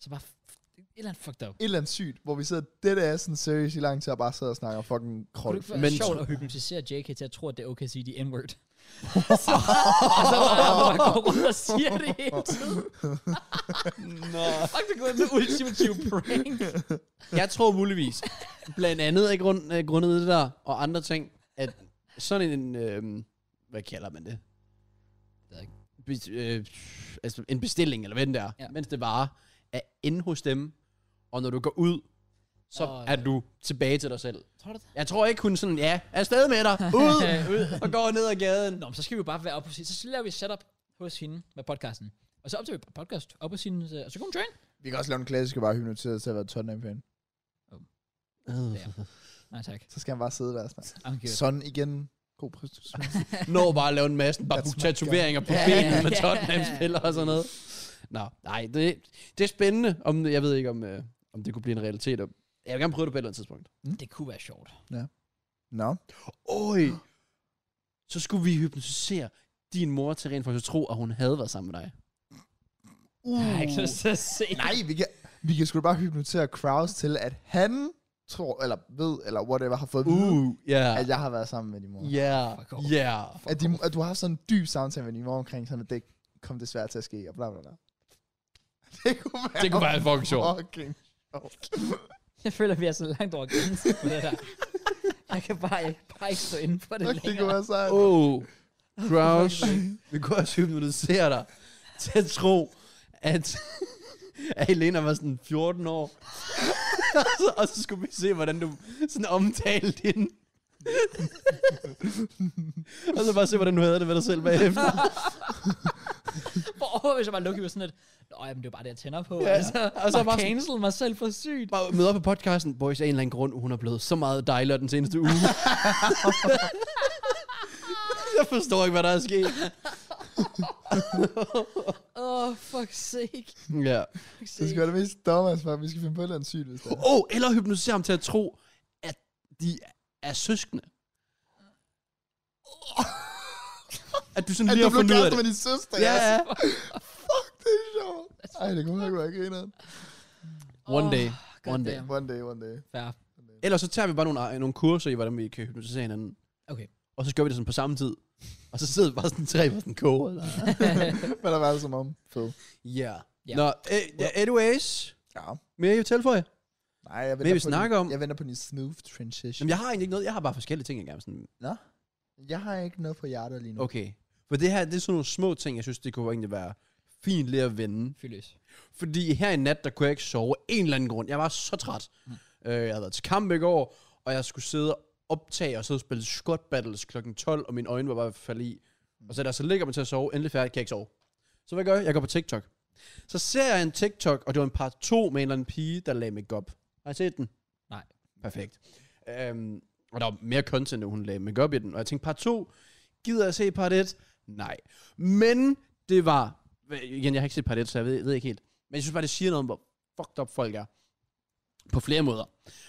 Så bare f- et eller andet fucked up.
Et eller andet sygt, hvor vi sidder, det der er sådan seriøst i lang tid, og bare sidder og snakker fucking
Kunne det
krøl.
ikke være
Men-
sjovt at hypnotisere JK til at tro, at det er okay at sige the n-word?
<laughs>
så, og så bare, bare går rundt og siger det hele tiden.
Nå.
Fuck, det er gået den <laughs> ultimative prank.
Jeg tror muligvis, blandt andet af grund, øh, grundet det der, og andre ting, at sådan en, øh, hvad kalder man det?
ved jeg ikke.
Be, øh, altså en bestilling, eller hvad den der,
Ja.
ja. mens det varer, er inde hos dem, og når du går ud, så
Åh,
oh,
ja.
er du tilbage til dig selv.
Tror du det?
Jeg tror ikke, hun sådan, ja, er afsted med dig,
<laughs>
ud, ud, og går ned ad gaden.
Nå, men så skal vi jo bare være op på sin... Så laver vi setup hos hende med podcasten. Og så optager vi podcast op på sin... øh, Og så kommer train.
Vi kan også lave en klassisk, og bare hypnotisere til at være Tottenham-fan.
Nej, tak.
Så skal han bare sidde der og snakke.
I'm <laughs> good.
Sådan igen. God præstation.
Når bare at lave en masse bare
That's my
tatoveringer på
guy.
benene
Ja,
med
ja,
Tottenham-spillere og sådan noget. Nå, nej, det, det er spændende. Om, jeg ved ikke, om, øh, om det kunne blive en realitet. Og Jeg vil gerne prøve det på et eller andet tidspunkt.
Det kunne være sjovt.
Nå.
Oj! Så skulle vi hypnotisere din mor til rent faktisk at tro, at hun havde været sammen med dig.
Uh.
Jeg har ikke lyst til at se.
Nej, vi kan, vi kan sgu da bare hypnotisere Kraus til, at han tror, eller ved, eller whatever, har fået at vide,
Uh.
ja.
at jeg har været sammen med din mor.
Ja,
Fuck off.
ja.
At, din, at du har haft sådan en dyb samtale med din mor omkring, sådan at det kom desværre til at ske, og bla bla <laughs> bla. Det kunne være,
Det kunne være fucking sjovt.
fucking sjovt.
Jeg føler, vi er så langt over grænsen på det der. Jeg kan bare, jeg kan bare ikke stå inde for det
Fuck, det
længere.
kunne være sejt.
Oh, Kraus, vi kunne også hypnotisere dig til at tro, at, at Helena var sådan 14 år. <laughs> og, så, og så skulle vi se, hvordan du sådan omtalte hende. og så bare se, hvordan du havde det ved dig selv bagefter.
Hvor hvis jeg bare lukkede med sådan et, Nå, jamen, det er jo bare det, jeg tænder på.
Ja,
Altså,
og så bare sådan-
cancel mig selv for sygt.
Bare møde op på podcasten, boys, af en eller anden grund, hun er blevet så meget dejligere den seneste uge. Jeg forstår ikke, hvad der er sket.
Åh, oh, fuck sake.
Ja.
Fuck
Det skal
sake.
være det mest dumme, altså, vi skal finde på et eller andet sygt, hvis det er.
Åh, oh, eller hypnotisere ham til at tro, at de er søskende. At du sådan
At
lige
du
har fundet
blev
ud af det.
kærester med din søster,
Ja,
altså.
ja.
Fuck, det er sjovt. Ej, det kunne ikke være grineren.
One day.
God
One day.
damn.
One day, one day.
Fair.
Ellers så tager vi bare nogle, øh, nogle kurser i, hvordan vi kan hypnotisere hinanden.
Okay.
Og så gør vi det sådan på samme tid. Og så sidder vi bare sådan tre på sådan en koge. eller-
Hvad der var det som om? Fed.
Ja.
Ja.
Yeah. Nå, øh, ja, anyways.
Ja.
Mere I vil tilføje?
Nej, jeg
Hvad
venter,
vi
på
snakker
din,
om?
jeg venter på din smooth transition.
Jamen, jeg har egentlig ikke noget. Jeg har bare forskellige ting, jeg gerne vil sådan...
Jeg har ikke noget på hjertet lige nu.
Okay. For det her, det er sådan nogle små ting, jeg synes, det kunne egentlig være fint lige at vende.
Fyld løs.
Fordi her i nat, der kunne jeg ikke sove af en eller anden grund. Jeg var så træt. Mm. Øh, jeg havde været til kamp i går, og jeg skulle sidde og optage og sidde og spille squat battles kl. 12, og mine øjne var bare ved at falde i. Og så der så ligger man til at sove, endelig færdig, kan jeg ikke sove. Så hvad gør jeg? Jeg går på TikTok. Så ser jeg en TikTok, og det var en part 2 med en eller anden pige, der lagde make op. Har I set den?
Nej.
Perfekt. Øhm, og der var mere content, end hun lagde make op i den. Og jeg tænkte, part 2, gider jeg se part 1? Nej. Men det var... Igen, jeg har ikke set part 1, så jeg ved, ved ikke helt. Men jeg synes bare, det siger noget om, hvor fucked up folk er. På flere måder.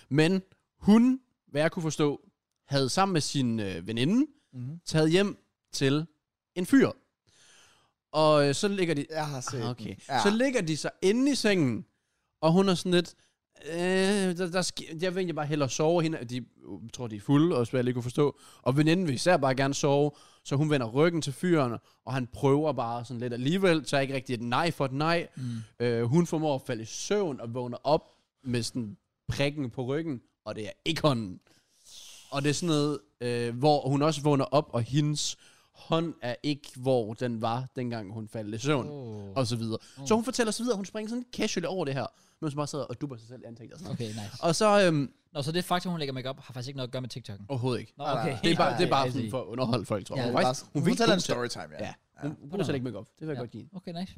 Men hun, hvad jeg kunne forstå, havde sammen med sin øh, veninde
Mhm.
mm-hmm. taget hjem til en fyr. Og øh, så ligger de...
Jeg har set
Ah, okay.
den.
Ja. Så ligger de så inde i sengen, og hun er sådan lidt... Øh, der, der sker, jeg vil egentlig bare hellere sove hende. De jeg tror, de er fulde, og hvad jeg lige kunne forstå. Og veninden vil især bare gerne sove, så hun vender ryggen til fyren, og han prøver bare sådan lidt alligevel, tager ikke rigtig et nej for et nej. Mm. Øh, hun formår at falde i søvn og vågner op med sådan prikken på ryggen, og det er ikke hånden. Og det er sådan noget, øh, hvor hun også vågner op, og hendes hånd er ikke, hvor den var, dengang hun faldt i søvn
Oh.
og så videre.
Mm.
Oh. Så hun fortæller så videre, hun springer sådan casual over det her, mens hun bare sidder og dupper sig selv i ansigtet og sådan noget.
Okay, nice.
Og så, øhm,
Nå, så det faktum, hun lægger makeup har faktisk ikke noget at gøre med TikTok'en.
overhovedet ikke.
Nå,
Nej, nej,
okay.
Det er bare, det er bare
I
sådan
see.
for at underholde folk, tror jeg.
Ja,
hun,
det er bare,
faktisk,
hun, hun
virkelig
fortæller en
god til-
storytime, ja.
Ja, hun bruger
Hvordan?
selv ikke make-up. Det vil jeg
Ja.
godt give hende.
Okay, nice.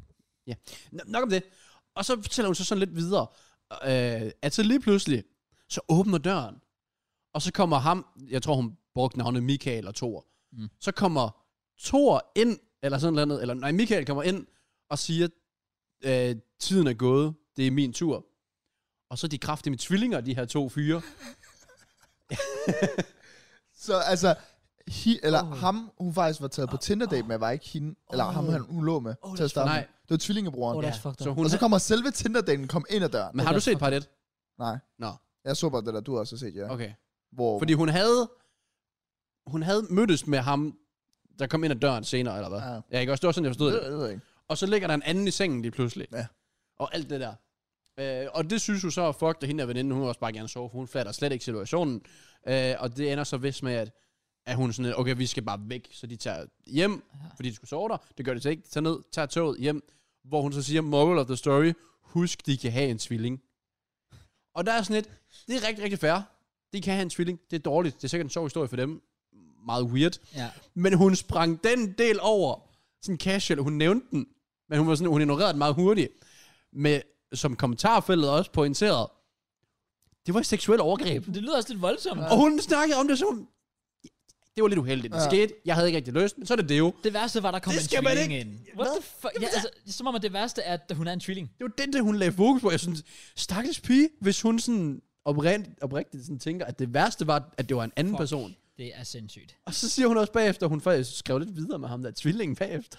N- nok om det. Og så fortæller hun så sådan lidt videre, øh, at så lige pludselig, så åbner døren, og så kommer ham, jeg tror hun brugte navnet Michael og Thor,
Mm.
mm. så kommer Thor ind, eller sådan noget, eller nej, Michael kommer ind og siger, øh, tiden er gået, det er min tur. Og så er de kraftige med tvillinger, de her to fyre.
Så altså, hi, eller
Oh.
oh. ham, hun faktisk var taget på Tinder-date med, var ikke hende, oh. eller ham,
Oh.
han, hun lå med
Oh,
oh, til at starte
Nej.
med. Det var tvillingebroren.
Oh,
Oh,
that's
Ja.
fucked
Så
up.
hun
og så kommer selve Tinder-daten kom ind ad døren.
Men har du set
Fuck.
Pardet?
Nej.
Nå.
Jeg så bare det der, du også har set, ja. Okay.
Okay.
Hvor,
Fordi hun havde, hun havde mødtes med ham, der kom ind ad døren senere, eller hvad?
Ja.
Ja, ikke også? Det var sådan, jeg forstod
det,
det.
det, ved jeg ikke.
Og så ligger der en anden i sengen lige pludselig.
Ja.
Og alt det der. Øh, og det synes hun så er fucked, og hende der veninde, hun vil også bare gerne sove, for hun fatter slet ikke situationen. Øh, og det ender så vist med, at, at hun sådan, okay, vi skal bare væk. Så de tager hjem,
Ja.
fordi de skulle sove der. Det gør de så ikke. Tag ned, tager toget hjem, hvor hun så siger, moral of the story, husk, de kan have en tvilling. Og der er sådan et, det er rigtig, rigtig fair. De kan have en tvilling. Det er dårligt. Det er sikkert en sjov historie for dem. Meget weird.
Ja.
Men hun sprang den del over, sådan casual, hun nævnte den, men hun, var sådan, hun ignorerede den meget hurtigt, med, som kommentarfeltet også pointerede, det var et seksuelt overgreb.
Det lyder også lidt voldsomt.
Og hun snakkede om det som, det var lidt uheldigt, det
Ja.
skete, jeg havde ikke rigtig lyst, men så er det det jo.
Det værste var, der kom
Det
en
skal man
tvilling
ikke.
ind. What the fuck? Ja, altså, som om at det værste er, at hun er en tvilling.
Det var den, der hun lagde fokus på. Jeg synes, stakkels pige, hvis hun sådan oprigtigt, oprigtigt sådan tænker, at det værste var, at det var en anden
Fuck.
Fuck. person.
Det er sindssygt.
Og så siger hun også bagefter, hun faktisk skrev lidt videre med ham der tvillingen bagefter,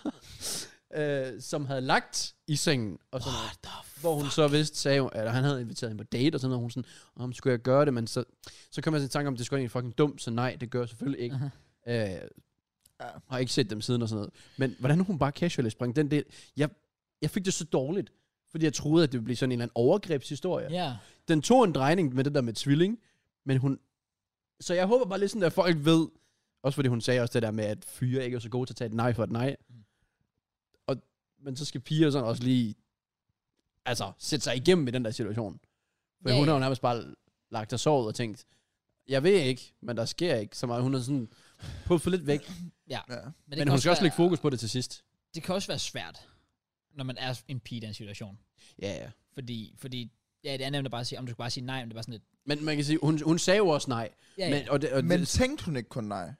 <laughs> øh, som havde lagt i sengen. Og sådan noget. Hvor hun så vist sagde, at han havde inviteret hende på date og sådan noget. Hun sådan, om skulle jeg gøre det? Men så, så kom jeg til en tanke om, at det skulle egentlig fucking dumt, så nej, det gør jeg selvfølgelig ikke. Uh-huh. Øh, har ikke set dem siden og sådan noget. Men hvordan hun bare casually sprang den del. Jeg, jeg fik det så dårligt, fordi jeg troede, at det ville blive sådan en eller anden overgrebshistorie.
Ja.
Den tog en drejning med det der med tvilling, men hun... Så jeg håber bare lidt sådan, at folk ved, også fordi hun sagde også det der med, at fyre ikke er så gode til at tage et nej for et nej. Og, men så skal piger sådan også lige, altså, sætte sig igennem i den der situation. For
Ja,
yeah. hun
ja.
har jo nærmest bare lagt sig såret og tænkt, jeg ved ikke, men der sker ikke så meget. Hun er sådan puffet lidt væk.
Ja.
det
Men
kan
hun skal også lægge
være-
fokus på det til sidst.
Det kan også være svært, når man er en pige i den situation.
Ja, ja.
Fordi, fordi ja, det er nemt at bare sige, om du skal bare sige nej, men det er bare sådan lidt...
Men man kan sige, hun, hun sagde jo også nej.
Ja, ja.
Men, og det, og
Men
det,
tænkte hun ikke kun nej?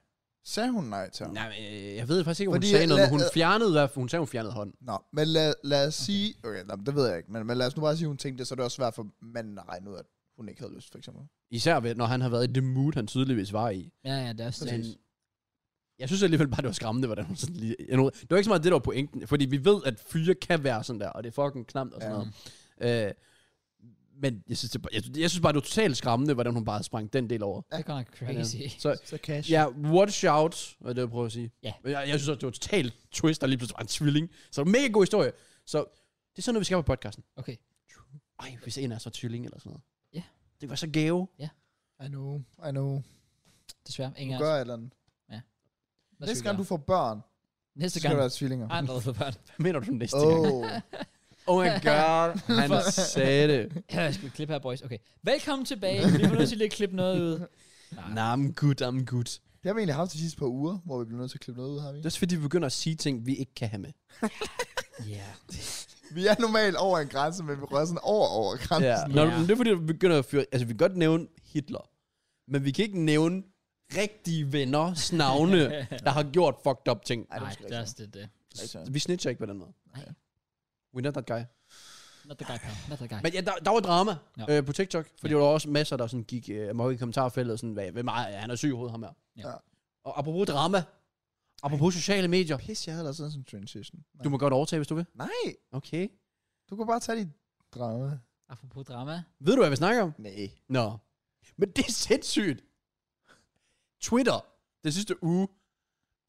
Sagde hun nej til ham?
nej, men, øh, jeg ved faktisk ikke, om hun
Fordi
sagde noget,
la-
men hun
la-
fjernede, i hvert fald- hun sagde, hun fjernede hånden.
Nå, men lad, lad os sige... Okay, nej, det ved jeg ikke, men, men lad os nu bare sige, hun tænkte det, så er det også svært for manden at regne ud, at hun ikke havde lyst, for eksempel.
Især ved, når han har været i det mood, han tydeligvis var i.
ja, ja, det er også
Men
det.
jeg synes alligevel bare, det var skræmmende, hvordan hun sådan lige... jeg nåede- Det var ikke så meget det, der var pointen. Fordi vi ved, at fyre kan være sådan der, og det er fucking knamt og sådan noget. Øh, men jeg synes, det, bare- jeg, jeg synes bare, det var totalt skræmmende, hvordan hun bare sprang den del over.
Det er godt nok crazy.
Så
Så cash.
ja, watch out, var det, jeg prøver at sige.
Ja.
Men Jeg, jeg synes også, det var totalt twist, der lige pludselig var en tvilling. Så mega god historie. Så det er sådan noget, vi skal have på podcasten.
Okay.
Ej, hvis en er så tvilling eller sådan noget.
Ja.
Det var så gave.
I know, I know.
Desværre.
Du
Ingen af os.
gør et eller andet.
Hvad skal
Næste
vi
gang du
gøre?
får børn, så
Næste
skal
gang. Ah,
du have tvillinger.
Andre for børn.
Hvad mener du næste gang?
Oh.
Oh my
<laughs>
god, han sagde det.
<coughs> Jeg skal vi klippe her, boys. Okay. Velkommen tilbage. Vi får nødt til lige at klippe noget ud.
Nej, I'm good, I'm good.
Det har vi egentlig haft de sidste par uger, hvor vi blev nødt til at klippe noget ud, har vi?
Det er
ikke?
også fordi, vi begynder at sige ting, vi ikke kan have med.
Ja.
Vi er normalt over en grænse, men vi rører sådan over over grænsen.
Ja.
Yeah.
Når,
Ja.
Det er fordi, vi begynder at fyre... Altså, vi kan godt nævne Hitler, men vi kan ikke nævne rigtige venner,
<laughs>
navne, der har gjort fucked up ting.
Nej,
måske
det er også øh, det. det.
Vi snitcher ikke på den måde.
Nej.
We're not that guy.
Not the guy, pal. Not the guy.
Men ja, der, der var drama
Ja.
ja. øh, på TikTok, fordi ja. der var også masser, der sådan gik øh, amok i kommentarfeltet, sådan, hvad, hvem er, han er syg i hovedet, ham her.
Ja.
Ja.
Og apropos drama, apropos sociale medier,
Pis, jeg havde ellers sådan en transition. Nej.
du må godt overtage, hvis du vil.
Nej,
Okay.
du kan bare tage dit drama.
Apropos drama.
Ved du, hvad vi snakker om?
Nej.
Nå. Men det er sindssygt. Twitter, det sidste uge,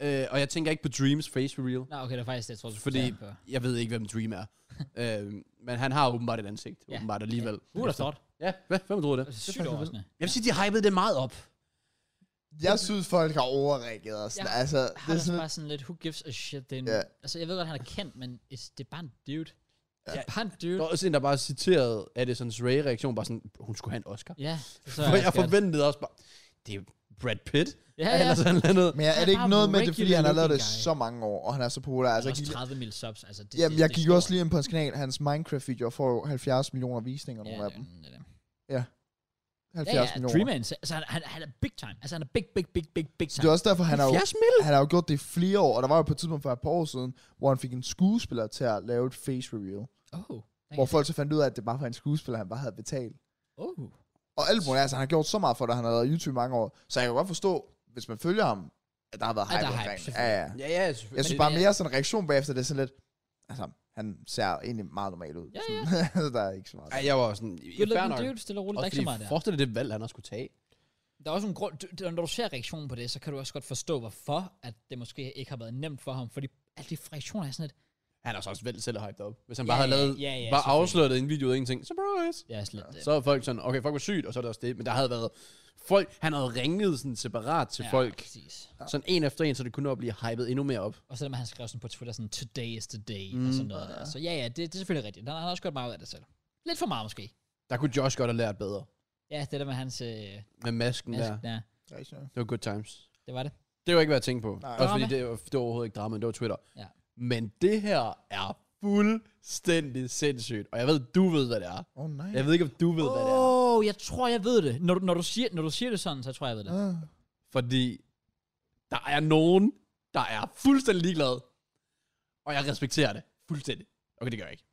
øh, og jeg tænker ikke på Dreams face reveal,
Nå, okay, det er faktisk det, jeg tror, du
Fordi-
skulle tage den
jeg ved ikke, hvem Dream
<laughs>
er. øh, men han har åbenbart et ansigt,
Ja.
ja. åbenbart alligevel.
på. Uh, der står det.
Ja, hvad, hvem troede det?
Det er Sygt overraskende.
Jeg vil sige, de hypede det meget op.
Jeg synes, folk har overreageret. og Sådan.
Jeg
altså,
Har
det er
det
sådan,
bare sådan lidt, who gives a shit? Det er en,
Ja.
Altså, jeg ved godt, han er kendt, men it's- det er bare en dude. Det
Ja.
er bare en
Der
dude.
var også en, der bare citerede Addisons Ray-reaktion, bare sådan, hun skulle have en Oscar.
Ja, det tror
For jeg
også godt.
forventede også bare, det er Brad Pitt,
Ja,
ja,
ja.
eller
Altså,
sådan noget andet.
men jeg,
Han
er
er
det ikke
bare
noget med det, fordi han har lavet det
regular guy.
så mange år, og han er så populær.
Altså,
Altså, jeg
også
gik,
30 mil subs. Altså, det,
jamen,
det,
jeg
det
gik
står-
også lige ind på hans kanal. Hans Minecraft-video får jo 70 millioner visninger,
Ja,
nogle af
det,
dem.
er- det, er-
70
ja, ja,
millioner.
Dreamman, altså han, han, han er big time. Altså han er big, big, big, big, big
Så det
time.
er også derfor, han har, jo,
70 mil?
han har jo gjort det i flere år, og der var jo på et tidspunkt for et par år siden, hvor han fik en skuespiller til at lave et face reveal.
Oh, der
Hvor
kan-
folk så fandt ud af, at det bare var en skuespiller, han bare havde betalt.
oh.
Og alt muligt, altså han har gjort så meget for det, han har lavet YouTube i mange år. Så jeg kan godt forstå, hvis man følger ham, der har været
Ja, der er
hype
hype,
omkring. det.
selvfølgelig.
ja, ja.
Ja, ja, selvfølgelig.
Jeg synes
Men-
bare mere sådan en reaktion bagefter, det er sådan lidt, altså, han ser egentlig meget normal ud.
Ja,
Sådan, altså, der er ikke <laughs> så meget.
Ej, jeg var sådan, i
Good
fair
looking
nok.
dude, stille og roligt, der er
Også
ikke så meget
fordi,
der.
forestil dig det valg, han også skulle tage.
Der er også en grund, du- du- når du ser reaktionen på det, så kan du også godt forstå, hvorfor at det måske ikke har været nemt for ham, fordi alle de reaktioner er sådan lidt,
Han er så også vel selv hyped op. Hvis han
Ja,
bare havde
ja,
lavet,
ja, ja,
bare
selvfølgelig.
afsløret en video ud af ingenting. Surprise!
ja, øh, slet, ja.
Så er folk sådan, okay, folk var sygt, og så er det også det. Men der havde været folk, han havde ringet sådan separat til
ja,
folk.
Præcis.
Sådan en efter en, så det kunne nå at blive hypet endnu mere op.
Og selvom han skrev sådan på Twitter, sådan, today is the day, mm, og sådan noget der. Så ja, ja, det, det er selvfølgelig rigtigt. Han, han har også gjort meget ud af det selv. Lidt for meget måske.
Der kunne Josh godt have lært bedre.
Ja, det der med hans... Øh,
Med masken
ja.
der.
ja,
Ja.
Det var good times.
det var det.
Det var ikke, hvad jeg tænkte på. Nej. Også fordi
Drama.
det var, det var overhovedet ikke drama, det var Twitter.
Ja.
Men det her er fuldstændig sindssygt. Og jeg ved, du ved, hvad det er.
Åh, oh, nej.
Jeg ved ikke, om du ved, hvad det er.
Åh, oh, jeg tror, jeg ved det. Når du, når, du siger, når du siger det sådan, så tror jeg, jeg ved
Øh.
det.
Ah.
Fordi der er nogen, der er fuldstændig ligeglade. Og jeg respekterer det fuldstændig. Okay, det gør jeg ikke.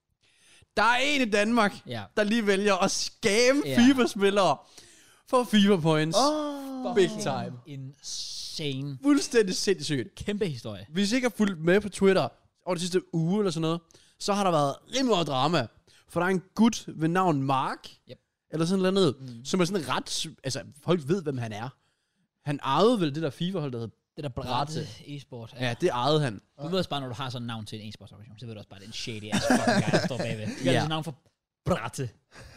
Der er en i Danmark,
Ja.
der lige vælger at skamme
Ja.
FIFA-spillere for FIFA-points.
Oh.
Big time.
Insane.
Fuldstændig sindssygt.
Kæmpe historie.
Hvis I ikke har fulgt med på Twitter over de sidste uge eller sådan noget, så har der været rimelig meget drama. For der er en gut ved navn Mark,
Yep.
eller sådan noget, mm. som er sådan ret... Altså, folk ved, hvem han er. Han ejede vel det der FIFA-hold, der hed...
Det der brætte
Bratte.
e-sport.
Ja, det ejede han.
Du ved også bare, når du har sådan et navn til en e-sportsorganisation, så ved du også bare, at det er en shady
<laughs>
ass fucking guy, der står bagved. Du
Ja.
gør yeah. navn for Bratte.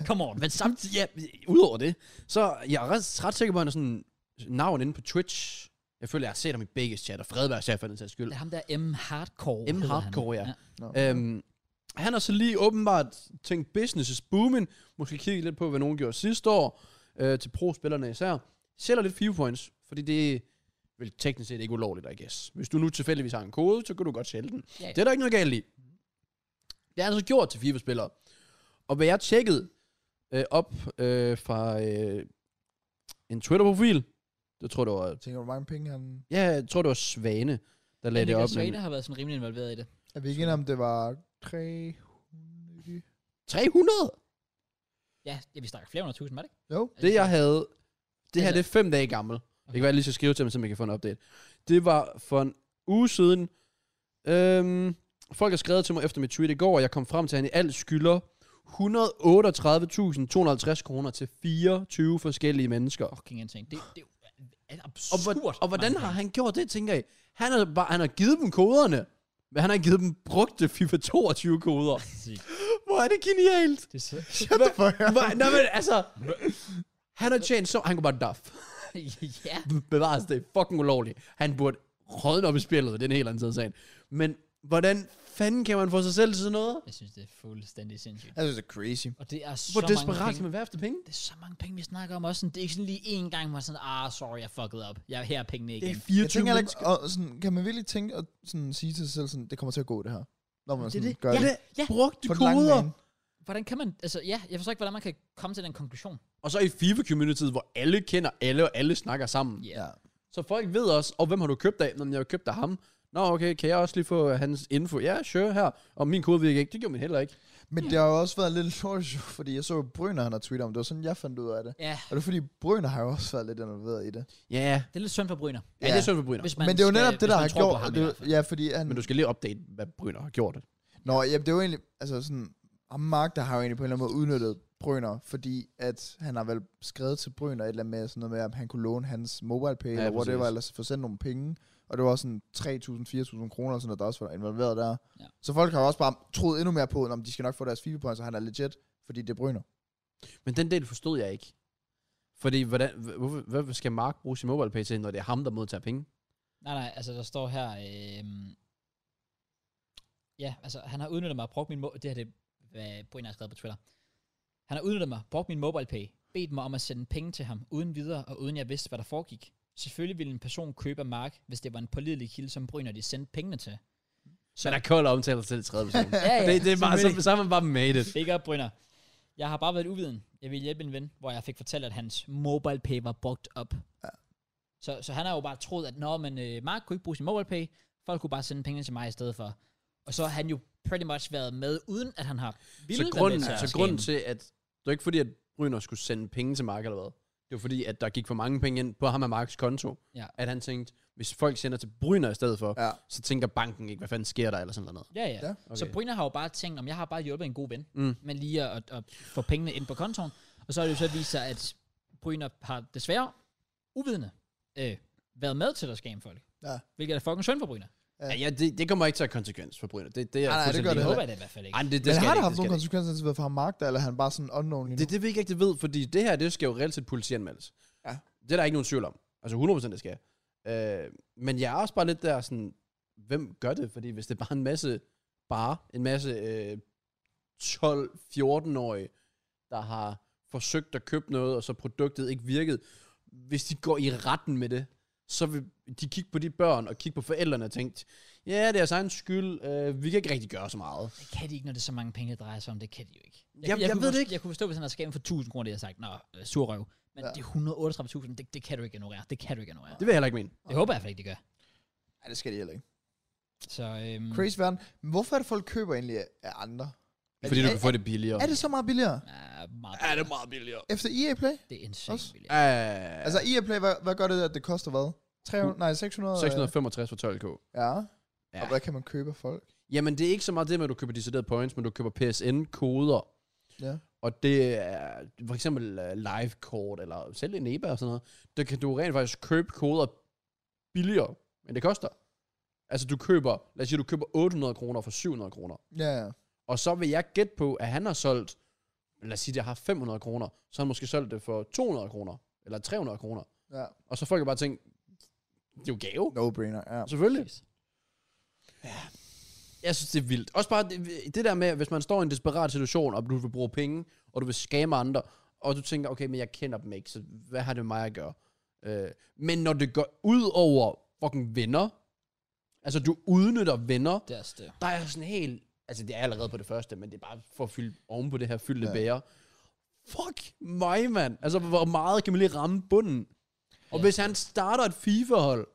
Come on.
Men samtidig, ja, udover det, så jeg er ret, ret sikker på, at han er sådan navn inde på Twitch. Jeg føler, jeg har set ham i begge chat, og Fredbergs chat for den sags skyld.
Det er ham der M Hardcore.
M.
hedder han.
Hardcore, ja.
Nå.
Øhm, han har så lige åbenbart tænkt business is booming. Måske kigge lidt på, hvad nogen gjorde sidste år øh, til pro-spillerne især. Sælger lidt FIFA points, fordi det er vel teknisk set ikke ulovligt, I guess. Hvis du nu tilfældigvis har en kode, så kan du godt sælge den.
Ja, ja.
Det er der ikke noget galt i. Det er altså gjort til FIFA-spillere. Og hvad jeg tjekkede øh, op øh, fra øh, en Twitter-profil, jeg tror det var,
Tænker du, hvor mange penge han...
ja, jeg tror det var Svane, der lagde det
Nick
op.
og Svane har været sådan rimelig involveret i det.
Er vi ikke enige om, det var 300?
300?
Ja, ja vi snakker flere hundrede tusind, var det ikke?
Jo.
Det jeg havde, det her
Eller-
det er fem dage gammel. Okay. Det
Okay.
kan være, jeg lige skal skrive til dem, så man kan få en update. Det var for en uge siden. Øhm, folk har skrevet til mig efter mit tweet i går, og jeg kom frem til, at han i alt skylder 138.250 kroner til 24 forskellige mennesker.
Fucking insane. Det, det er jo er absurd.
Og, hvor, og hvordan
mange
har
penge.
han gjort det, tænker jeg? Han har, bare, han har givet dem koderne, men han har givet dem brugte FIFA 22 koder.
Sygt.
Hvor er det genialt!
Det er så... <laughs>
Hvor, nej, men altså... Han har tjent så... Han kunne bare daf.
ja.
bevares, det er fucking ulovligt. Han burde rådne op i spillet, det er en helt anden side af sagen. Men hvordan fanden kan man få sig selv til sådan noget?
Jeg synes, det er fuldstændig sindssygt.
Jeg synes, det er crazy.
Og det er så
Hvor
mange
desperat
penge.
skal man være efter penge?
Det er så mange penge, vi snakker om også. Sådan, det er ikke sådan lige én gang, hvor jeg sådan, ah, sorry, jeg fucked up. Jeg, her er pengene
Det
igen.
er
Det,
24
Jeg tænker heller
mennesker.
ikke, og sådan, kan man virkelig tænke og sådan, sige til sig selv, sådan, det kommer til at gå det her. Når man
er
sådan,
det.
gør
Ja,
det.
ja.
Brugte
På den lange
koder.
bane.
hvordan kan man, altså ja, jeg forstår ikke, hvordan man kan komme til den konklusion.
Og så i FIFA-communityet, hvor alle kender alle, og alle snakker sammen.
Ja.
Ja.
Så folk ved også, og hvem har du købt af? Når jeg har købt af ham. Nå, okay, kan jeg også lige få hans info? Ja, sure, her. Og min kode virker ikke. Det gjorde min heller ikke.
Men det har jo også været lidt lort, jo, fordi jeg så jo Brøner, han har tweetet om det. Det var sådan, jeg fandt ud af det.
Ja,
Og det er fordi, Brøner har jo også været lidt involveret i det.
Ja, yeah.
det er lidt synd for Bryner.
ja, det er synd for Bryner.
Hvis man
Men det er jo
skal-
netop det,
hvis
der
man
har
tror
gjort...
på ham i
det,
hvert fald.
ja, fordi han...
Men du skal lige opdate, hvad Bryner har gjort.
Nå, ja, det er jo egentlig, altså sådan, ham Mark, der har jo egentlig på en eller anden måde udnyttet Brøner, fordi at han har vel skrevet til Brøner et eller andet med, sådan noget med, at han kunne låne hans mobile pay, ja, eller
præcis.
whatever, eller få sendt nogle penge. Og det var sådan 3.000-4.000 kroner, og sådan noget, der også var involveret der.
Ja.
Ja. Så folk har jo også bare troet endnu mere på, om de skal nok få deres FIFA points, og han er legit, fordi det er Brøner.
Men den del forstod jeg ikke. Fordi, hvordan, h- hvorfor, hvorfor skal Mark bruge sin mobile pay til, når det er ham, der modtager penge?
Nej, nej, altså der står her, øhm, ja, altså han har udnyttet mig og brugt min, mo- det her det, er, hvad Bryner har skrevet på Twitter. Han har udnyttet mig, brugt min mobile pay, bedt mig om at sende penge til ham, uden videre og uden jeg vidste, hvad der foregik. Selvfølgelig ville en person købe af Mark, hvis det var en pålidelig kilde, som Bryner de sendte pengene til.
Så der er kold omtale til tredje
<laughs>
person.
Ja, ja,
det, det er bare, så,
selvfølgelig.
så er man bare made it.
Big up, Brynner. Jeg har bare været uviden. Jeg ville hjælpe en ven, hvor jeg fik fortalt, at hans mobile pay var brugt op. Ja. Så, så han har jo bare troet, at når man øh, Mark kunne ikke bruge sin mobile pay, folk kunne bare sende penge til mig i stedet for. Og så har han jo pretty much været med, uden at han har ville
Så
være
grunden,
med til at
så
skabe.
grunden til, at det var ikke fordi, at Bryner skulle sende penge til Mark eller hvad. Det var fordi, at der gik for mange penge ind på ham og Marks konto.
Ja.
At han tænkte, hvis folk sender til Bryner i stedet for,
Ja.
så tænker banken ikke, hvad fanden sker der, eller sådan noget.
Ja, ja.
Ja,
ja okay. Så Bryner har jo bare tænkt, om jeg har bare hjulpet en god ven,
Mm.
men lige at, at, at få pengene ind på kontoen. Og så har det jo så vist sig, at Bryner har desværre uvidende øh, været med til at skamme folk.
Ja.
Hvilket er fucking synd for Bryner.
Ja, ja det, det, kommer ikke til at have konsekvens for Bryner. Det, det er
Nej, nej, det
fuldstændig
gør
Det
det
ligeglad.
håber jeg da i hvert fald ikke.
Ej, men det, det
Men
skal
har
det
det
ikke, det
haft nogle
skal det
konsekvenser til at være fra Mark der, eller er han bare sådan unknown lige
ikke.
nu?
Det, det vil jeg ikke rigtig ved, fordi det her, det skal jo reelt set politianmeldes.
Ja.
Det er der ikke nogen tvivl om. Altså 100% det skal. Øh, men jeg er også bare lidt der sådan, hvem gør det? Fordi hvis det er bare en masse, bare en masse øh, 12-14-årige, der har forsøgt at købe noget, og så produktet ikke virkede, hvis de går i retten med det, så vil de kigge på de børn og kigge på forældrene og tænke, ja, det er deres egen skyld, øh, vi kan ikke rigtig gøre så meget.
Det kan de ikke, når det er så mange penge, det drejer sig om. Det kan de jo ikke.
Jeg- jeg
kunne
ved det
forst-
ikke.
Jeg kunne forstå, hvis han havde skabt for 1000 kroner, det havde jeg sagt, nå, øh, surrøv. Men ja.
Ja.
det er 138.000, det, det kan du ikke ignorere. Det kan du ikke ignorere. Det,
Det vil jeg heller ikke mene.
det håber jeg i hvert fald ikke, de gør.
Nej, det skal de heller ikke.
Så, øhm,
Crazy verden. Men hvorfor er det, folk køber egentlig af andre? Er
Fordi
det-
du kan få det billigere.
Er det så meget billigere?
Ja, meget
er
det,
det meget billigere?
Efter EA Play?
det er insane.
Også?
billigt.
Uh,
Altså EA Play, hvad, hvad gør det, at det koster hvad? 300, nej, 600? øh,
665 for 12k.
Ja.
Ja.
Og hvad kan man købe af folk?
Jamen, det er ikke så meget det med, at du køber deciderede points, men du køber PSN-koder.
Ja.
Og det er for eksempel uh, live kort eller selv en EBA og sådan noget. Der kan du rent faktisk købe koder billigere, men det koster. Altså, du køber, lad os sige, du køber 800 kroner for 700 kroner.
Ja, ja.
Og så vil jeg gætte på, at han har solgt, lad os sige, det har 500 kroner, så har han måske solgt det for 200 kroner, eller 300 kroner.
ja.
Og så folk har bare tænkt, det er jo gave.
No-brainer, ja.
Selvfølgelig.
Præcis.
Jeg synes, det er vildt. Også bare det, det der med, hvis man står i en desperat situation, og du vil bruge penge, og du vil skamme andre, og du tænker, okay, men jeg kender dem ikke, så hvad har det med mig at gøre? Øh, men når det går ud over fucking venner, altså du udnytter venner,
Det er også det.
der er sådan helt, altså det er allerede på det første, men det er bare for at fylde oven på det her fyldte ja. bære. Fuck mig, mand. Altså, hvor meget kan man lige ramme bunden? Og
Ja.
hvis han starter et FIFA-hold,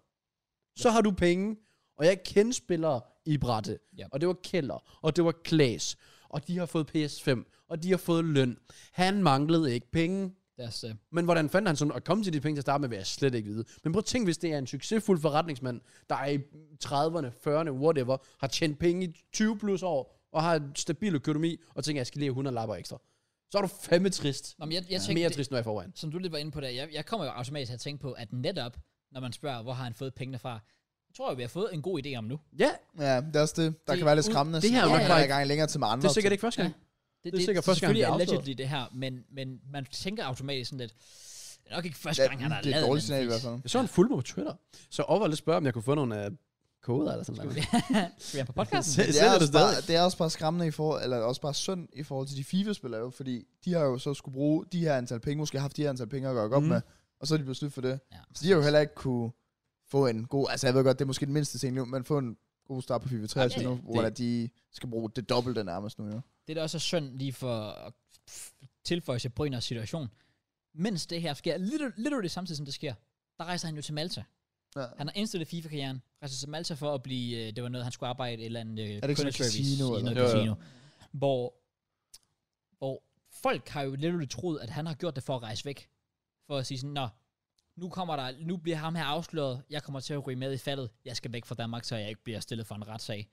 så har du penge, og jeg kender spillere i brætte.
Ja.
Og det var Keller, og det var Klaas, og de har fået PS5, og de har fået løn. Han manglede ikke penge.
Det er også det.
Men hvordan fandt han sådan at komme til de penge til at starte med, vil jeg slet ikke vide. Men prøv at tænke, hvis det er en succesfuld forretningsmand, der er i 30'erne, 40'erne, whatever, har tjent penge i 20 plus år, og har en stabil økonomi, og tænker, jeg skal lige have 100 lapper ekstra. Så er du fandme trist.
Nå, men jeg, jeg
Ja.
tænkte,
Mere
det-
trist, når jeg er forvejen.
som du lidt var inde på der, jeg, jeg kommer jo automatisk til at tænke på, at netop, når man spørger, hvor har han fået pengene fra, jeg tror jeg, vi har fået en god idé om nu.
Ja,
Ja, det er også det. Der
Det-
det, kan være lidt skræmmende.
det her er
sådan,
nok
"Åh,
bare
jeg er
ikke-
i gang længere til med andre.
det er sikkert ikke første gang.
Det,
er sikkert første gang,
selvfølgelig
det er afsløret.
allegedly det her, men, men man tænker automatisk sådan lidt, det er nok ikke første
Ja,
gang, han har
det er
lavet
et dårligt
en
signal i
fis.
hvert fald.
Jeg så en fuld på Twitter, så op og lidt spørge, om jeg kunne få nogle øh, koder eller sådan noget. <laughs>
Vi er på podcasten.
Selv-
Det er,
sælger du
også bare,
stadig?
det er også bare skræmmende i forhold, eller også bare synd i forhold til de FIFA-spillere jo, fordi de har jo så skulle bruge de her antal penge, måske haft de her antal penge at gøre op
Mhm.
mm. med, og så er de blevet snydt for det.
Ja.
Så de har jo heller ikke kunne få en god, altså jeg ved godt, det er måske den mindste ting nu, men få en god start på FIFA 23
Ja,
nu,
ja.
hvor at de skal bruge det dobbelte nærmest nu jo.
Det der også er synd lige for at tilføje til Bryners situation. Mens det her sker, literally, literally samtidig som det sker, der rejser han jo til Malta.
Ja.
Han har indstillet FIFA-karrieren, rejser til Malta for at blive, øh, det var noget, han skulle arbejde i et eller andet øh,
ikke sådan et
kundeservice
casino
i
eller
noget
noget?
casino,
Jo,
hvor, hvor folk har jo literally troet, at han har gjort det for at rejse væk. For at sige sådan, nå, nu, kommer der, nu bliver ham her afsløret, jeg kommer til at ryge med i faldet, jeg skal væk fra Danmark, så jeg ikke bliver stillet for en retssag.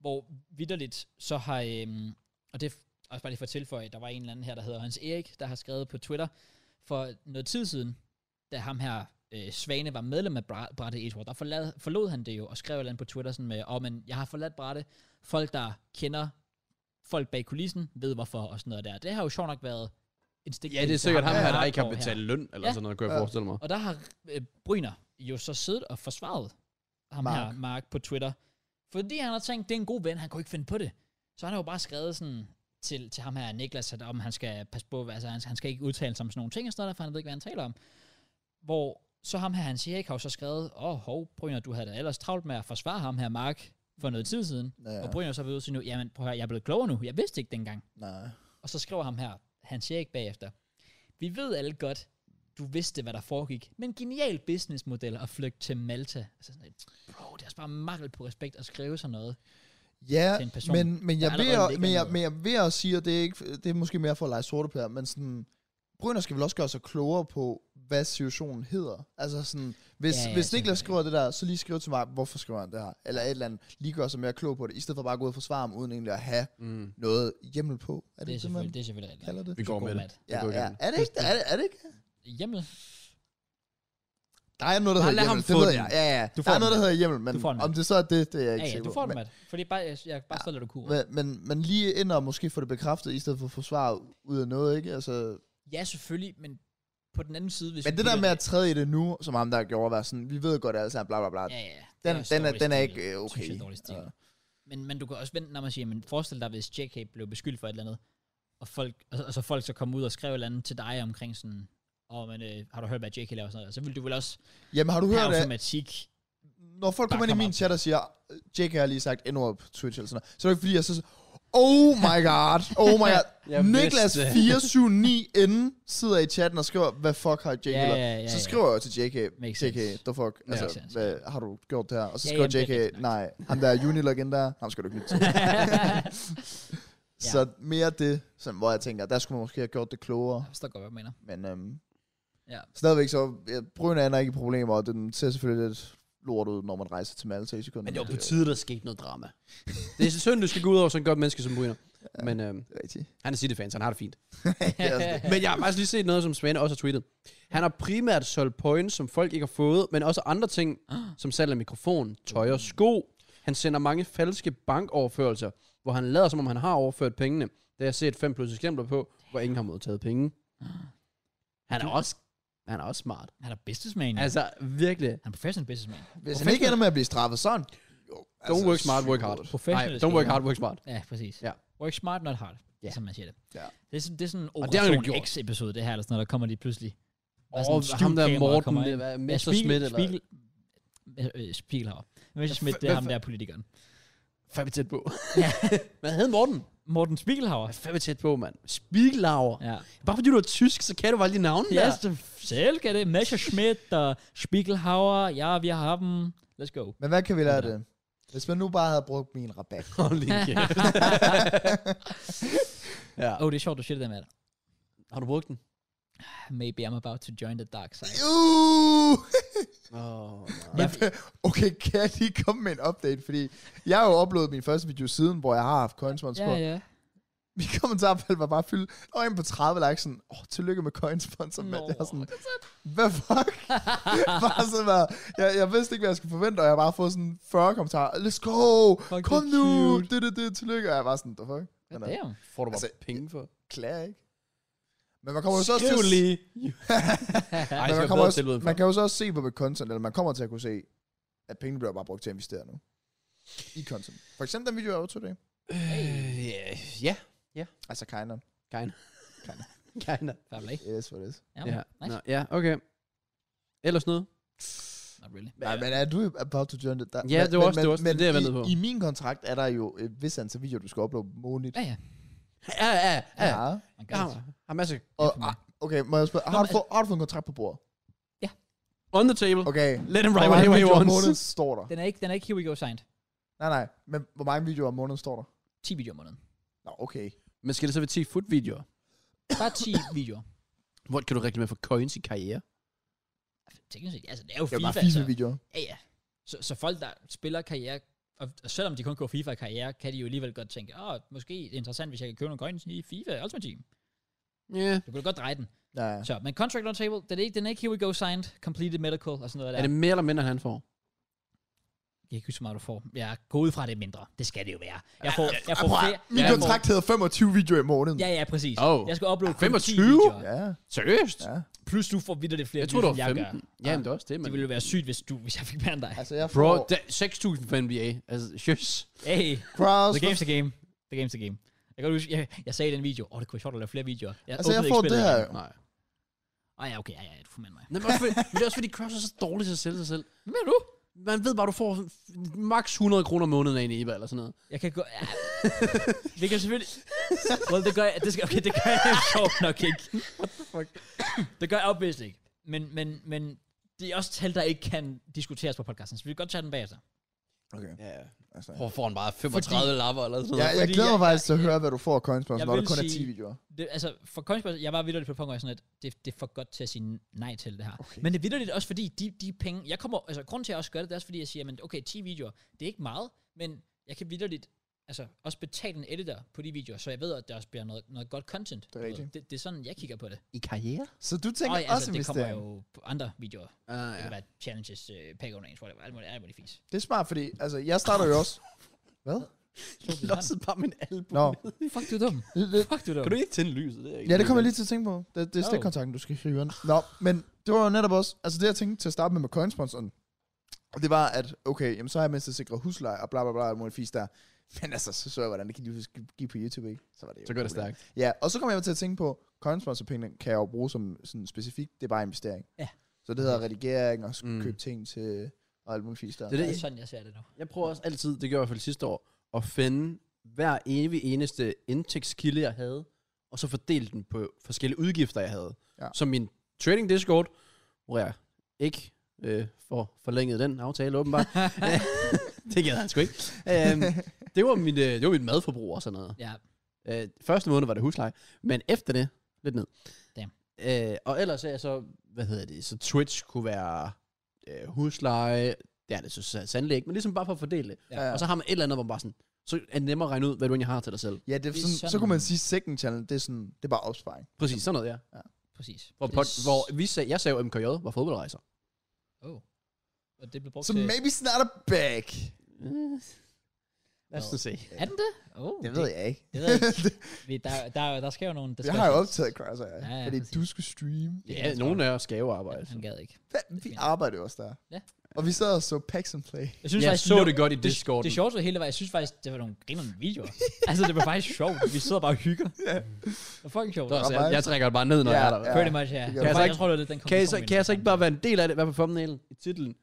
Hvor vidderligt, så har, øhm, og det er også bare lige for at tilføje, der var en eller anden her, der hedder Hans Erik, der har skrevet på Twitter for noget tid siden, da ham her øh, Svane var medlem af Bra- Bratte Esports, der forlad, forlod han det jo, og skrev et eller andet på Twitter sådan med, åh, oh, men jeg har forladt Bratte. Folk, der kender folk bag kulissen, ved hvorfor, og sådan noget der. Det har jo sjovt nok været en stik.
Ja, det er sikkert ham
der
her, der ikke har
hardcore her.
betalt løn, eller
Ja.
sådan noget, kunne jeg
Ja.
forestille mig.
Og der har øh, Bryner jo så siddet og forsvaret ham Mark.
Mark.
her, Mark, på Twitter. Fordi han har tænkt, det er en god ven, han kunne ikke finde på det. Så han har jo bare skrevet sådan til, til ham her, Niklas, at om han skal passe på, hvad- altså han, han skal ikke udtale sig om sådan nogle ting, og sådan noget, for han ved ikke, hvad han taler om. Hvor så ham her, han siger ikke, har jo så skrevet, åh, oh, hov, Bryner, du havde da ellers travlt med at forsvare ham her, Mark, for noget tid siden. Ja.
Ja,
Og Bryner så ved at sige nu, jamen prøv at høre, jeg er blevet klogere nu, jeg vidste ikke dengang.
nej.
Og så skriver ham her, han siger ikke bagefter. Vi ved alle godt, du vidste, hvad der foregik, men genial businessmodel at flygte til Malta. Altså sådan lidt, bro, det er også bare mangel på respekt at skrive sådan noget.
Ja,
til en person,
men, men,
der
jeg
allerede
ved,
ligger
men, jeg,
noget.
men jeg ved at sige, og det er, ikke, det er måske mere for at lege sorte pære, men sådan, Brynner skal vel også gøre sig klogere på, hvad situationen hedder. Altså sådan, hvis,
Ja,
ja,
ja,
ja, hvis
selvfølgelig.
Niklas skriver det der, så lige skriv til mig, hvorfor skriver han det her? Eller et eller andet, lige gør sig mere klog på det, i stedet for bare at gå ud og forsvare ham, uden egentlig at have
Mm.
noget hjemmel på.
Det
Er det,
er
det man
selvfølgelig, det er selvfølgelig rigtigt.
kalder det?
Vi går med det.
Mat.
går
Ja, ja.
igennem.
Er det ikke det? Er det, er det ikke?
Hjemmel.
Der er noget, der
Bare
hedder
lad ham
hjemmel. Det
få
ved
den.
jeg. Ja, ja.
Du
Du
får
der er
den,
noget, der
mand.
hedder hjemmel, men
Du får den,
om
mand.
det så er det, det er jeg ikke
Ja, ja,
sikker
du
på.
får det,
Men-
Matt. Fordi bare, jeg, jeg bare stiller dig kur.
Men, men, men lige ind og måske få det bekræftet, i stedet for at få svar ud af noget, ikke? Altså,
Ja, selvfølgelig, men på den anden side, hvis
men
vi
det der
kigger-
med at træde i det nu, som ham der gjorde, at være sådan, vi ved godt alle sammen, bla bla bla.
Ja, ja.
Den,
det også
den, er,
dårlig
den er
stil.
ikke øh, okay.
Synes jeg er dårlig stil.
Ja.
Men, men du kan også vente, når man siger, men forestil dig, hvis JK blev beskyldt for et eller andet, og folk, altså, altså folk så kom ud og skrev et eller andet til dig omkring sådan, åh, oh, men øh, har du hørt, hvad JK laver sådan noget? Så vil du vel også
Jamen har du
per
hørt det?
automatik...
Når folk kommer ind i
kommer
min
op.
chat og siger, JK har lige sagt endnu på Twitch eller sådan noget, så er det ikke fordi, jeg så siger, oh my god, oh my
<laughs>
god.
Jeg
Niklas
vidste det.
479 inden sidder i chatten og skriver, hvad fuck har JK
Ja,
lavet?"
ja, ja,
Så
ja. <laughs>
skriver jeg jo til JK,
Makes
JK,
sense.
the fuck, altså,
Makes sense,
hvad, har du gjort det her? Og så
Ja,
skriver
jamen, det er
JK,
rigtigt nok.
nej, ham der er Unilogin der, ham skal du ikke lytte
<laughs>
til. <laughs>
Ja.
Så mere det, sådan, hvor jeg tænker, der skulle man måske have gjort det klogere.
Jeg forstår godt, hvad du mener.
Men øhm,
Ja.
stadigvæk så, ja, Brøn er ikke i problemer, og den ser selvfølgelig lidt lort ud, når man rejser til Malta i sekunder.
Men det var på tide, der skete noget drama. Øh. <laughs> det er synd, du skal gå ud over sådan et godt menneske som Bryner. Men øh,
Det er rigtigt. <laughs>
han er City-fans, han har det fint.
Ja,
<laughs>
altså,
Men jeg har faktisk lige set noget, som Svane også har tweetet. Han har primært solgt points, som folk ikke har fået, men også andre ting, som salg af mikrofon, tøj og sko. Han sender mange falske bankoverførelser, hvor han lader, som om han har overført pengene. Det har jeg set fem plus eksempler på, hvor ingen har modtaget penge. Han er også, han er også smart.
Han er businessman. Altså,
Altså, virkelig.
han er professionel businessman.
Hvis han ikke ender med at blive straffet sådan, jo, altså,
Don't work smart, work hard. Nej,
Professionelle
don't work
spillere.
hard, work smart.
Ja, præcis.
Ja.
Work smart, not hard,
Ja.
ja. som man siger det.
Ja.
Det, er sådan, det er sådan en
det har han jo
Operation
gjort.
X-episode, det her, eller sådan noget, der kommer lige pludselig. Bare sådan en
Og
skjult
ham der
kamera
Morten,
kommer ind.
det var
Ja,
Mester
Spiegel,
Schmidt, eller...
Spiegel, øh, øh, Spiegel herovre. Messerschmidt, det er
hvad
ham
for-
der politikeren.
Fandme tæt på. <laughs> Hvad hed Morten?
Morten Spiegel herovre.
Hvad fandme tæt på, mand? Spiegelauer.
Ja.
Bare fordi du er tysk, så kan du bare lige navnet
Ja, yes, selv kan det. Messerschmidt og Spiegelhauer. Ja, vi har dem. Let's go.
Men hvad kan vi lære af det? Hvis man nu bare havde brugt min rabat.
Hold
<laughs>
lige kæft. ja.
Åh, oh, det er sjovt, du siger det der med.
Har du brugt den?
Maybe I'm about to join the dark side.
Uh! <laughs>
Oh,
Jeg,
Okay, <laughs> kan jeg lige komme med en update? Fordi jeg har jo uploadet min første video siden, hvor jeg har haft coinspons
ja,
på.
ja.
<laughs> Min kommentarfelt var bare fyldt. Og en på 30 likes sådan, åh, oh, tillykke med coinsponsor, mand. Jeg er sådan, hvad
<laughs>
fuck? <laughs> bare sådan bare, jeg, jeg vidste ikke, hvad jeg skulle forvente, og jeg har bare fået sådan 40 kommentarer. Let's go!
Fuck,
Fuck,
det
Kom
er
nu!
cute.
Det, det, det, tillykke. Og jeg var sådan, the fuck? Men, øh,
Damn.
Får du bare
Altså,
penge for?
Klager ikke. Men man kommer jo så også
Skriv
til, <laughs>
lige. Ej, det
men man,
var
kommer
bedre tilbud
også,
end
man
før.
kan jo så også se på mit content, eller man kommer til at kunne se, at pengene bliver bare brugt til at investere nu. I content. For eksempel den video, jeg overtog det.
Øh, Ja. Ja.
Altså, kind of.
Kinda.
Fair play.
Yes, for this.
Ja,
Ja.
nice.
Nå, ja, okay. Ellers noget?
Not really.
Nej, men er du about to join the...
Ja, det var også- det var også det, jeg ventede på.
I, I min kontrakt er der jo et vis antal videoer, du skal uploade månedligt.
Ja, ja.
Ja, ja, ja. ja.
Man kan
Jeg har,
altid.
har masser.
Og,
for mig.
ah, okay, må jeg spørge, har, du
men-
fået, har du fået en kontrakt på bordet?
On the table.
Okay.
Let him
Hvor
write
mange
whatever he
videoer om
wants.
måneden står der?
Den er ikke, den er ikke Here We Go signed.
Nej, nej, men hvor mange videoer om måneden står der?
10 videoer om måneden.
Nå, okay.
Men skal det så være 10 foot videoer?
Bare 10 videoer.
Hvor kan du reklamere for coins i karriere?
Teknisk set, altså det er jo
Det er
FIFA.
bare
altså.
FIFA-videoer.
Ja, ja. Så, så folk, der spiller karriere, og, og selvom de kun går FIFA-karriere, kan de jo alligevel godt tænke, åh, oh, måske det er interessant, hvis jeg kan købe nogle coins i FIFA Ultimate Team.
Ja.
Du kan da godt dreje den.
Ja, ja.
Så, men Contract on Table, den er ikke, den er ikke Here We Go signed, completed medical og sådan noget der.
Er det mere eller mindre, end han får?
Jeg kan ikke huske, hvor meget du får. Jeg går ud fra at det er mindre. Det skal det jo være. Jeg får, jeg får
Prøv at-
flere.
Min
jeg
kontrakt hedder 25 videoer i måneden.
Får, ja, ja, præcis.
Oh.
Jeg skal uploade kun 10
25?
videoer.
ja.
Seriøst?
ja.
Plus du får videre det flere
Jeg tror, det
views,
var
end
15.
gør.
Jamen, det er også det,
Det
men...
ville jo være sygt, hvis, du, hvis jeg fik mere end dig.
Altså, jeg får...
Bro, da- 6.000 for NBA. Altså, yes.
Hey,
Cross,
the game's the game. The game's the game. Jeg, kan godt huske, jeg, jeg sagde i den video, åh, oh, det kunne være sjovt at lave flere videoer. Jeg
altså, jeg
åbnede
får
ikke
det
spillet
her
igen.
jo.
Nej.
Ej, ja, okay, ja, ja, du får med mig.
Nej, men, også fordi, men det er også fordi, Crash er så dårlig til at sælge sig selv.
Hvad mener du?
Man ved bare, du får maks 100 kroner om måneden af en EBA eller sådan noget.
Jeg kan gå... Ja. det kan selvfølgelig... Well, det gør jeg... Det skal, okay, det gør jeg <laughs> sjovt nok ikke. What the fuck? <clears throat> det gør jeg obviously ikke. Men, men, men det er også tal, der ikke kan diskuteres på podcasten, så vi kan godt tage den bagefter.
Okay.
Ja, ja.
Altså,
Prøv foran bare 35 fordi... lapper eller sådan
ja,
noget.
fordi
jeg glæder mig
jeg-
faktisk til at
jeg-
høre, hvad du får af Coinspurs,
Jeg
når
vil
der kun er
sige-
10 videoer.
Det, altså, for Coinspiracy, jeg var vidderligt på det punkt, hvor jeg sådan, at det, det er for godt til at sige nej til det her.
Okay.
Okay. Men det er vidderligt også, fordi de, de penge, jeg kommer, altså grunden til, at jeg også gør det, det er også, fordi jeg siger, men okay, 10 videoer, det er ikke meget, men jeg kan vidderligt, altså også betale en editor på de videoer, så jeg ved, at der også bliver noget, noget godt content.
er rigtigt.
Det, det er sådan, jeg kigger på det.
I karriere?
Så du tænker
Og
Øj,
ja,
altså,
altså,
også
det kommer
investering.
jo på andre videoer.
Ah, ja.
Det kan være challenges, øh, pack under ens, whatever, alt muligt, alt muligt
<laughs>
fis.
Det er smart, fordi altså, jeg starter jo også... Hvad?
Jeg lossede bare min albu.
<laughs> Nå.
Fuck, du er dum. Fuck, du er dum.
Kan du ikke tænde lyset? Det er ikke
Ja, det kommer jeg lige til at tænke på. Det, det er
Oh.
stikkontakten, du skal hyre. Nå, men det var jo netop også... Altså det, jeg tænkte til at starte med med coinsponsoren, det var, at okay, jamen, så har jeg mindst at sikre husleje og bla bla bla, alt muligt fisk der. Men altså, så så jeg, hvordan det kan de jo give på YouTube, ikke? Så var det jo
Så går det
et problem.
stærkt.
Ja, og så kommer jeg til at tænke på, coinsponsorpengene kan jeg jo bruge som sådan specifikt, det er bare investering.
Ja.
Så det hedder redigering og mm.
Mm.
købe ting til og alt muligt fisk der.
Det er
Det
det,
er sådan, jeg ser
<laughs>
det nu.
Jeg prøver også altid, det gjorde jeg i hvert fald sidste år, at finde hver evig eneste indtægtskilde, jeg havde, og så fordele den på forskellige udgifter, jeg havde.
Ja.
Som min trading discord, hvor jeg ikke øh, får forlænget den aftale åbenbart. <laughs> Øh, det gad han sgu ikke. Øhm, det, var mit, øh, det var mit madforbrug og sådan noget.
Ja,
Øh, første måned var det husleje, men efter det, lidt ned.
Damn.
Øh, og ellers er jeg så, hvad hedder det, så Twitch kunne være øh, husleje, det er det så sa- sandelig ikke, men ligesom bare for at fordele det.
ja.
Ja. Og så har man et eller andet, hvor man bare sådan, så er det nemmere at regne ud, hvad du egentlig har til dig selv.
Ja, det er
Det er
sådan, så
sådan-
kunne man sige, second channel, det er, sådan, det er bare opsparing.
Præcis, sådan noget, ja.
præcis.
Hvor,
Det er
pot,
s-
hvor vi sag, jeg sagde jo MKJ var fodboldrejser.
Oh. Og det blev brugt
Så
til...
maybe it's not a bag.
Lad os nu se.
Er den det? Oh,
Det ved jeg ikke.
Det ved jeg ikke.
<laughs>
Vi, der, der, der sker jo nogle...
Jeg har jo optaget Crash, ja,
Ja, ja,
fordi
præcis.
du skulle streame.
Ja, nogen af os skal jo arbejde.
Han gad ikke.
Hvad? Vi
fint.
arbejder jo også der.
Ja.
Og vi sad og så Packs and Play.
Jeg synes
Jeg
faktisk,
så
no-
det godt i
det,
Discorden.
det sjoveste af hele var, jeg synes faktisk, det var nogle grinerende videoer. <laughs> altså, det var faktisk sjovt. Vi sidder bare og hygger. ja. Det var fucking sjovt. Altså,
Det var også,
Og
jeg,
mig.
jeg trækker det bare ned, når
Ja,
jeg er der.
ja.
Pretty much, ja.
Det
Det
gør
var,
det.
faktisk-
Kan
jeg tror, det var lidt den
Kan, I
konklusion,
så,
vi
kan jeg så
nåede
ikke bare være en del af det, hvad på thumbnailen, i titlen?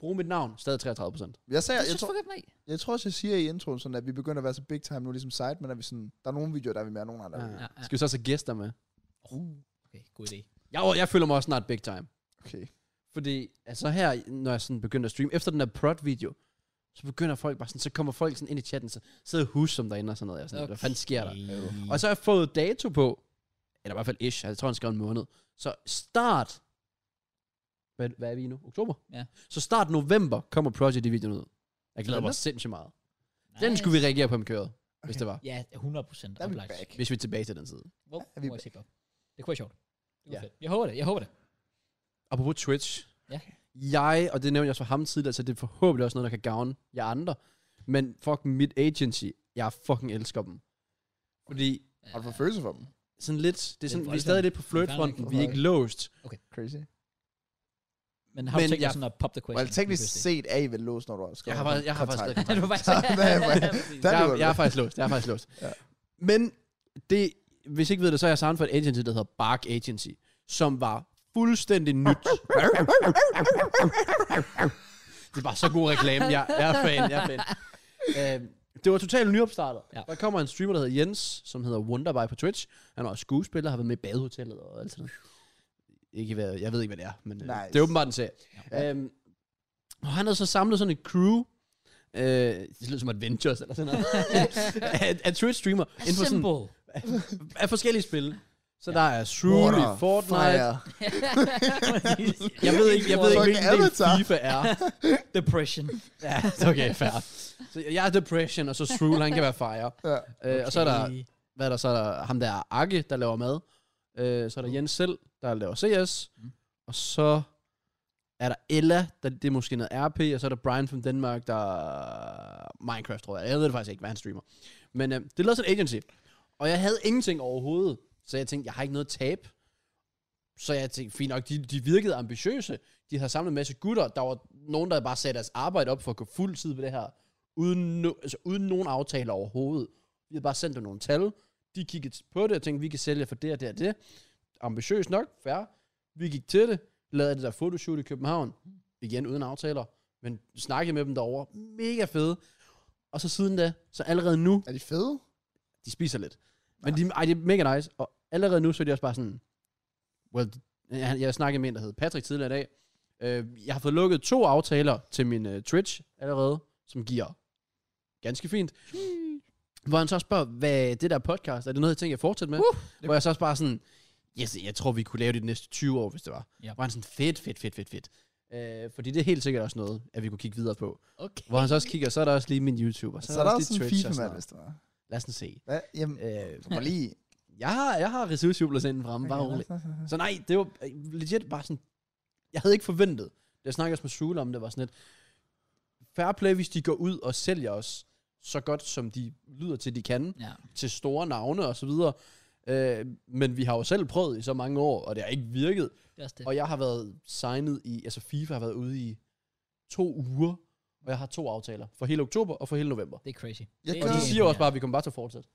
Brug mit navn, stadig 33 procent.
Jeg, sagde,
frem til? Det
jeg, tror,
synes jeg, nej.
jeg tror også, jeg siger i introen, sådan, at vi begynder at være så big time nu, ligesom site, men at vi sådan, der er nogle videoer, der er vi mere, og nogle andre.
Ja.
Ja.
Ja, ja.
Skal vi så så gæster med?
Uh, Okay, god idé.
Jeg, jeg føler mig også snart big time.
Okay.
Fordi altså her, når jeg sådan begyndte at streame, efter den der prod-video, så begynder folk bare sådan, så kommer folk sådan ind i chatten, så sidder hus som derinde og sådan noget. Jeg er sådan, okay. Hvad fanden sker der? Og så har jeg fået dato på, eller i hvert fald ish, jeg tror han skrev en måned. Så start, hvad, hvad er vi i nu? Oktober?
Ja.
Så start november kommer Project-videoen ud. Jeg glæder mig
Spændende.
sindssygt meget.
Nej.
Den skulle vi reagere på med køret, okay. hvis
Okay.
det var.
Ja, 100 procent.
Der er vi back.
Hvis vi er tilbage til den side.
Wow,
Er vi
vi... jeg op. Det kunne være sjovt. Det kunne
Ja.
være fedt. Jeg håber det, jeg håber det.
Apropos Twitch.
Ja.
Jeg, og det nævnte jeg for ham tidligere, så det er forhåbentlig også noget, der kan gavne jer andre. Men fucking mit agency, jeg fucking elsker dem. Fordi
Har du fået følelser for dem?
sådan lidt, det er sådan, vi er
voldsomt.
stadig lidt på
Det er fandme
flirtfronten,
ikke
vi er ikke låst.
Crazy.
Men har du
Men
tænkt dig
jeg-
sådan at pop the question?
Well, teknisk
lige pludselig?
set er I vel låst, når du har skrevet
Jeg har, bare- jeg har faktisk
kontrakt.
stadig kontrakt.
<laughs> Du var
Hvad er- hvad er-
faktisk...
Der er du
jeg,
vel.
jeg er faktisk låst, jeg er faktisk låst.
Ja.
Men det, hvis I ikke ved det, så er jeg sammen for et agency, der hedder Bark Agency, som var fuldstændig nyt. det var så god reklame, jeg, jeg er fan, jeg er fan. Øhm, det var totalt nyopstartet.
Ja.
Ja. Der kommer en streamer, der hedder Jens, som hedder Wonderby på Twitch. Han er også skuespiller, har været med i Badehotellet og alt sådan noget. Ikke hvad, jeg ved ikke, hvad det er, men nice.
Nice.
det er åbenbart en serie.
Ja.
Ja. Øhm, og han havde så samlet sådan et crew, øh, det lyder som Adventures eller sådan <laughs> noget, af, af Twitch-streamer, inden for sådan,
Simple.
af forskellige spil. Så ja. der er
Water,
Shrewy, Fortnite,
fire.
<laughs> jeg ved ikke, jeg ved ikke
Fucking
hvilken del
Avatar.
FIFA
<laughs>
er.
Depression.
Ja, okay,
<laughs>
fair. Så jeg er Depression, og så Shrew, han kan være Fire.
Ja.
Okay. Øh, og så er der, hvad er der så er der, ham der er Akke, der laver mad. Øh, så er der Jens selv, der laver CS.
Mm.
Mm. Og så er der Ella, der, det er måske noget RP. Og så er der Brian fra Danmark, der Minecraft, tror jeg. Jeg ved det faktisk ikke, hvad han streamer. Men øh, det lød sådan en agency. Og jeg havde ingenting overhovedet. Så jeg tænkte, jeg har ikke noget tab. Så jeg tænkte, fint nok, de, de virkede ambitiøse. De havde samlet en masse gutter. Der var nogen, der bare satte deres arbejde op for at gå fuld tid på det her. Uden, no, altså, uden nogen aftaler overhovedet. Vi havde bare sendt dem nogle tal. De kiggede på det og tænkte, vi kan sælge for det og det og det. Ambitiøst nok, fair. Vi gik til det, lavede det der fotoshoot i København. Igen uden aftaler. Men snakkede med dem derovre. Mega fede. Og så siden da, så allerede nu,
Er de fede?
de spiser lidt. Men de, ej, det er mega nice. Og allerede nu, så er de også bare sådan... Well, jeg, jeg snakkede med en, der hed Patrick tidligere i dag. Øh, jeg har fået lukket to aftaler til min uh, øh, Twitch allerede. som giver ganske fint. Hvor han så spørger, hvad det der podcast, er det noget, jeg tænker, jeg fortsætter med? Uh, hvor jeg så også bare sådan, yes, jeg tror, vi kunne lave det de næste 20 år, hvis det var.
Ja.
Hvor han sådan, fedt, fedt, fedt, fedt, fedt. Øh, fordi det er helt sikkert også noget, at vi kunne kigge videre på.
Okay.
Hvor han så også kigger, så er der også lige min YouTube, og så,
Så er der også
også
en
lige Twitch og
FIFA-mand,
sådan noget.
hvis det var.
Lad os den se.
Hvad? Jamen,
Øh,
du må lige...
jeg har, jeg har ressourcejublers inden fremme, bare rolig. Så nej, det var øh, legit bare sådan, jeg havde ikke forventet, da jeg snakkede også med Sule om det, var sådan lidt, fair play, hvis de går ud og sælger os så godt, som de lyder til, de kan,
Ja.
til store navne og så videre. Øh, men vi har jo selv prøvet i så mange år, og det har ikke virket.
Det er også det.
Og jeg har været signet i, altså FIFA har været ude i to uger, og jeg har to aftaler, for hele oktober og for hele november.
Det er crazy.
Jeg
det
gør-
Og
helt
de siger også
imponerende.
bare, at vi kommer bare til at fortsætte.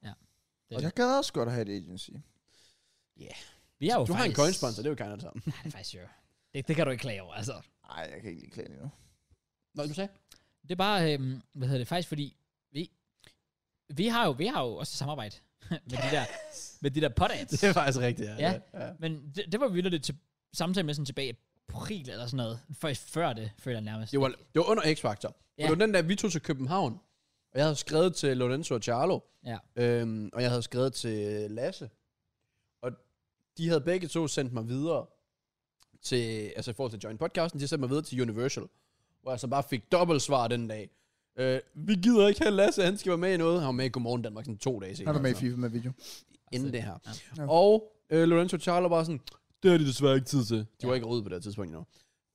Og jeg gad også godt at have et agency.
Vi har jo
Du har en
faktisk...
coinsponsor, det er jo gerne det samme.
Nej, det er faktisk jo. Det, det kan du ikke klage over, altså.
Nej, jeg kan ikke lige klage lige nu.
Nå, du sagde?
Det er bare, øhm, hvad hedder det, faktisk fordi, vi, vi har jo, vi har jo også et samarbejde <laughs> med de der, med de der potats.
<laughs> Det er faktisk rigtigt, ja.
Ja.
ja.
Men det, det var vi lidt til samtale med sådan tilbage i april eller sådan noget. Før, før det, føler jeg nærmest.
Det var, det var under X-Factor.
Ja.
Ja. Det var den der, vi tog til København, og jeg havde skrevet til Lorenzo og Charlo,
Ja.
øhm, og jeg havde skrevet til Lasse, og de havde begge to sendt mig videre til, altså i forhold til Join Podcasten, de sendte mig videre til Universal, hvor jeg så bare fik dobbelt svar den dag. Øh, vi gider ikke have Lasse, han skal være med i noget. Han var med i Godmorgen Danmark sådan to dage senere.
Han er med i
Altså,
FIFA med video.
Inden det her.
Ja.
Og øh, Lorenzo og Charlo var sådan, det har de desværre ikke tid til. De ja. var
Ja.
ikke ude på det her tidspunkt endnu.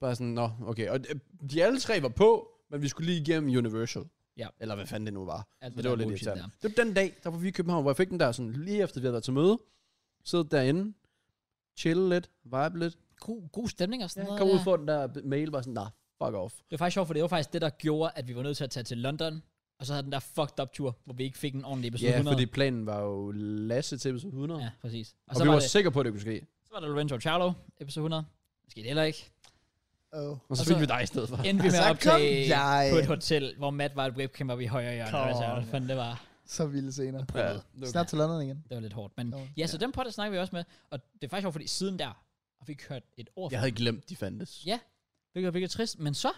Bare sådan, nå, okay. Og øh, de alle tre var på, men vi skulle lige igennem Universal.
Ja.
Eller hvad fanden det nu var.
Alt
Men det
der
var lidt
bullshit
irriterende. Det var den dag, der var vi i København, hvor jeg fik den der sådan, lige efter vi havde været til møde. Sidde derinde, chille lidt, vibe lidt.
der. God, god stemning og sådan
Ja,
noget.
kom ud
der.
for den der mail, bare sådan, nah, fuck off.
Det var faktisk sjovt, for det var faktisk det, der gjorde, at vi var nødt til at tage til London. Og så havde den der fucked up tur, hvor vi ikke fik en ordentlig episode
Ja,
100.
fordi planen var jo Lasse til episode 100. Ja.
Ja, præcis. Og,
Og,
så,
og vi
var
var
det,
sikre på, at det kunne ske.
så var der Lorenzo Charlo, episode 100. Måske det heller ikke.
Oh.
Og så,
Og
fik
så-
vi dig i stedet for.
Endte vi med
Så
at
kom
optage
Altså, jeg.
på et hotel, hvor Matt var et webcam op i højre hjørne.
Kom.
Altså, hvad fanden det var.
Så vildt senere.
Ja,
Prøvet.
det var
Snart til London igen.
Det var lidt hårdt. Men
Nå,
Mm. ja, så den podcast snakker vi også med. Og det er faktisk sjovt, fordi siden der har vi ikke hørt et ord
Jeg
fra
havde glemt, de fandtes.
Ja. Hvilket er virkelig trist. Men så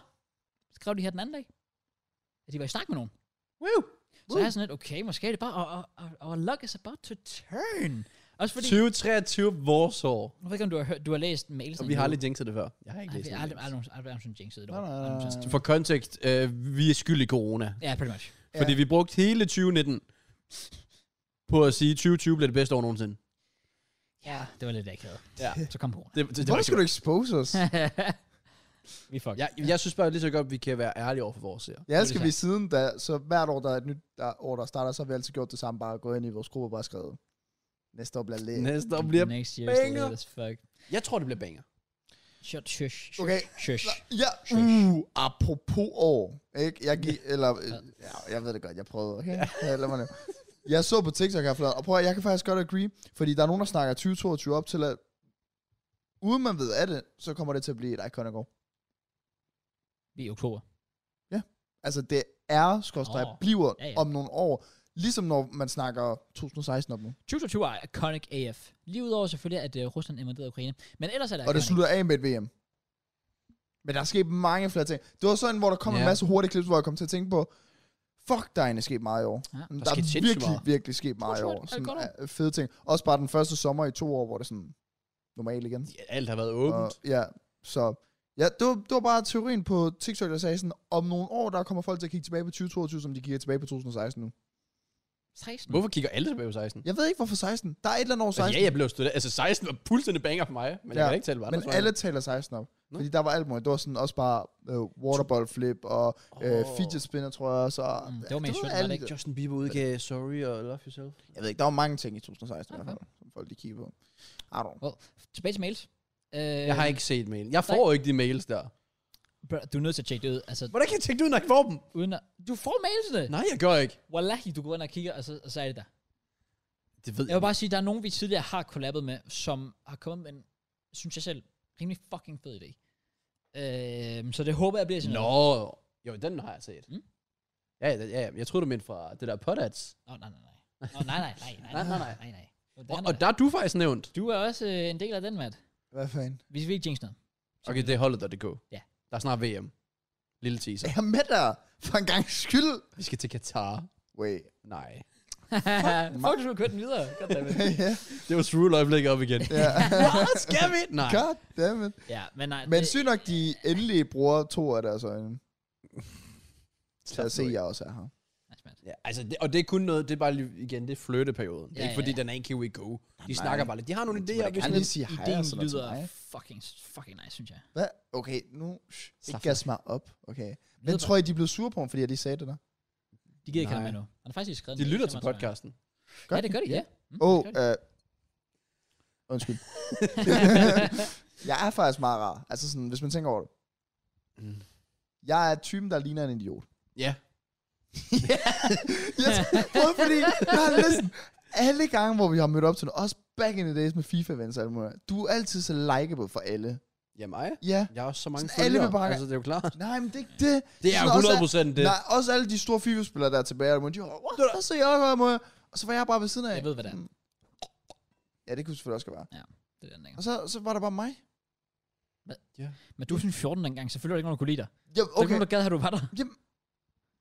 skrev de her den anden dag, at de var i snak med nogen.
Woo!
Så er jeg sådan lidt, okay, måske er det bare, og, og, og luck is about to turn. Også fordi,
2023 vores år.
jeg ved ikke, om du har, hørt, du har læst mails.
Og vi har aldrig jinxet det før. Jeg har ikke
Ej,
læst
vi har aldrig, aldrig, aldrig, aldrig, aldrig jinxet det.
Nej, nej, nej, nej.
For kontekst, øh, vi er skyld i corona.
Ja, pretty much.
Ja.
Fordi vi brugte hele 2019 på at sige, at 2020 blev det bedste år nogensinde.
Ja, det var lidt akavet.
Ja.
Så <laughs> kom corona.
Det, det, det var
Hvorfor
ikke
skal du expose
<laughs>
os?
vi fuck.
jeg, jeg synes bare lige så godt, vi kan være ærlige over for vores seere.
Jeg elsker,
Det er
at vi siden da, så hvert år, der er et nyt der, år, der starter, så har vi altid gjort det samme, bare gået ind i vores gruppe og bare skrevet, næste år bliver læg.
Næste år bliver...
Next year is
banger.
the as fuck.
Jeg tror, det bliver banger.
Shut, shush, shush,
Okay.
shush.
Ja, uh, apropos år, ikke? Jeg gik, eller, øh, ja, jeg ved det godt, jeg prøvede, okay? Ja, lad mig nu. Jeg så på TikTok her forleden, og prøv at, jeg kan faktisk godt agree, fordi der er nogen, der snakker 2022 op til, at uden man ved af det, så kommer det til at blive et iconic år.
Vi er i oktober.
Altså, det er, skorstræk,
Åh,
bliver
ja, ja.
om nogle år, ligesom når man snakker 2016 op nu.
2022 er iconic AF. Lige udover selvfølgelig, at øh, Rusland invaderede Ukraine. Men ellers er det
Og det
iconic.
slutter af med et VM. Men der er sket mange flere ting. Det var sådan, hvor der kom
Ja.
en masse hurtige klips, hvor jeg kom til at tænke på, fuck, der er egentlig sket meget i år.
Ja.
Ja, der,
sket
der er
sindssygt
virkelig,
meget.
virkelig sket meget i
tror, det
år.
er et
Sådan,
godt år.
øh, fede ting. Også bare den første sommer i to år, hvor det er sådan normalt igen.
Ja, Alt har været åbent.
Og, ja, så... Ja, det var, det var bare teorien på TikTok, der sagde sådan, om nogle år, der kommer folk til at kigge tilbage på 2022, som de kigger tilbage på 2016 nu.
16.
Hvorfor kigger alle tilbage på 16?
Jeg ved ikke, hvorfor 16. Der er et eller andet år 16.
Altså, ja, jeg blev studeret. Altså, 16 var fuldstændig banger for mig, men jeg
Ja,
kan da ikke tale på andre.
Men alle taler 16 op.
Nå.
Fordi der var alt muligt. Det var sådan også bare øh, waterball flip og øh, fidget spinner, tror jeg også. Og,
Mm, det var mere
du ved,
synd, var
alle
det
de-
ikke?
Justin Bieber udgav Sorry og Love Yourself.
Jeg ved ikke, der var mange ting i 2016 i
Okay.
hvert fald, som folk de kiggede på. I don't know.
Well, tilbage til mails. Øh,
Jeg har ikke set mailen. Jeg får jo ikke de mails der.
Bro, du er nødt til at tjekke det ud. Altså,
Hvordan kan jeg tænke det ud, når jeg ikke får dem?
uden at, du får mailsene.
Nej, jeg gør ikke.
Wallahi, du går ind og kigger, og så, og så er det der.
Det ved
Jeg vil bare sige, der er nogen, vi tidligere har kollabet med, som har kommet med en, synes jeg selv, rimelig fucking fed idé. Øh, så det håber jeg bliver sådan
Nå,
noget.
jo, den har jeg set.
Mm.
Ja, ja, ja, jeg troede, du mente fra det der Potats.
Nå, nej, nej, nej. Nå, nej, nej, nej, nej,
Nej, nej,
nej,
nej.
nej, nej. Og
Og,
den
og
er-
der er du faktisk nævnt.
Du er også øh, en del af den, Matt.
Hvad fanden?
Hvis vi ikke jinx noget.
Okay, det er holdet, der det går.
Ja.
Der er snart VM. Lille teaser.
Er jeg med dig? For en gang skyld.
Vi skal til Katar.
Wait.
Nej.
Fuck, du har kørt den videre. Goddammit.
<laughs> ja.
Det var Rule øjeblik op igen.
ja.
<laughs> Hvad skal vi? Nej.
<laughs> God damn it.
ja, men nej.
Men
det-
sygt nok, de endelig bruger to af deres øjne. Så jeg se,
ja.
jeg også er her.
Nej, smart.
ja altså det, og det er kun noget, det er bare lige- igen, det er fløteperioden. Det er
Ja,
ikke fordi,
ja, ja.
den er en kan we go. De snakker bare lidt. De har nogle
må da
idéer. hvis
gerne
man-
lige sige hej og sådan
Ideen
noget til
lyder
mig.
fucking, fucking nice, synes jeg.
Hvad? Okay, nu... Shh,
Slap
ikke gas mig op, okay. Men
Lyder
tror I, de blev sure på ham, fordi jeg lige sagde det der?
De gider ikke
Nej.
have med nu. Han har faktisk skrevet
De
en
lytter
mail
til
mig, tror jeg.
podcasten.
Ja, det gør de, ja. Mm,
Åh, oh,
det gør de.
øh,
<laughs>
undskyld. <laughs> jeg er faktisk meget rar. Altså sådan, hvis man tænker over det.
Mm.
Jeg er typen, der ligner en idiot.
Ja.
Yes, både fordi, jeg har næsten alle gange, hvor vi har mødt op til noget, også back in the days med FIFA-events og alt muligt, du er altid så likeable for alle.
Ja, mig.
Ja.
Jeg har også så mange
Sådan alle vil bare-
Altså, det er jo klart.
Nej, men det er ikke det.
Det er jo
Sådan også
100% det.
Nej, også alle de store FIFA-spillere, der er tilbage, og de var, what, hvad så jeg gør, må jeg? Og så var jeg bare ved siden af.
Jeg ved, hvad det er.
Mm. Ja, det kunne selvfølgelig også godt være.
Det er den længere.
Og så, så var der bare mig.
Men du er sådan 14 dengang, selvfølgelig er der ikke nogen, der kunne lide dig.
Ja,
Okay. Så kunne du gad, at du var der.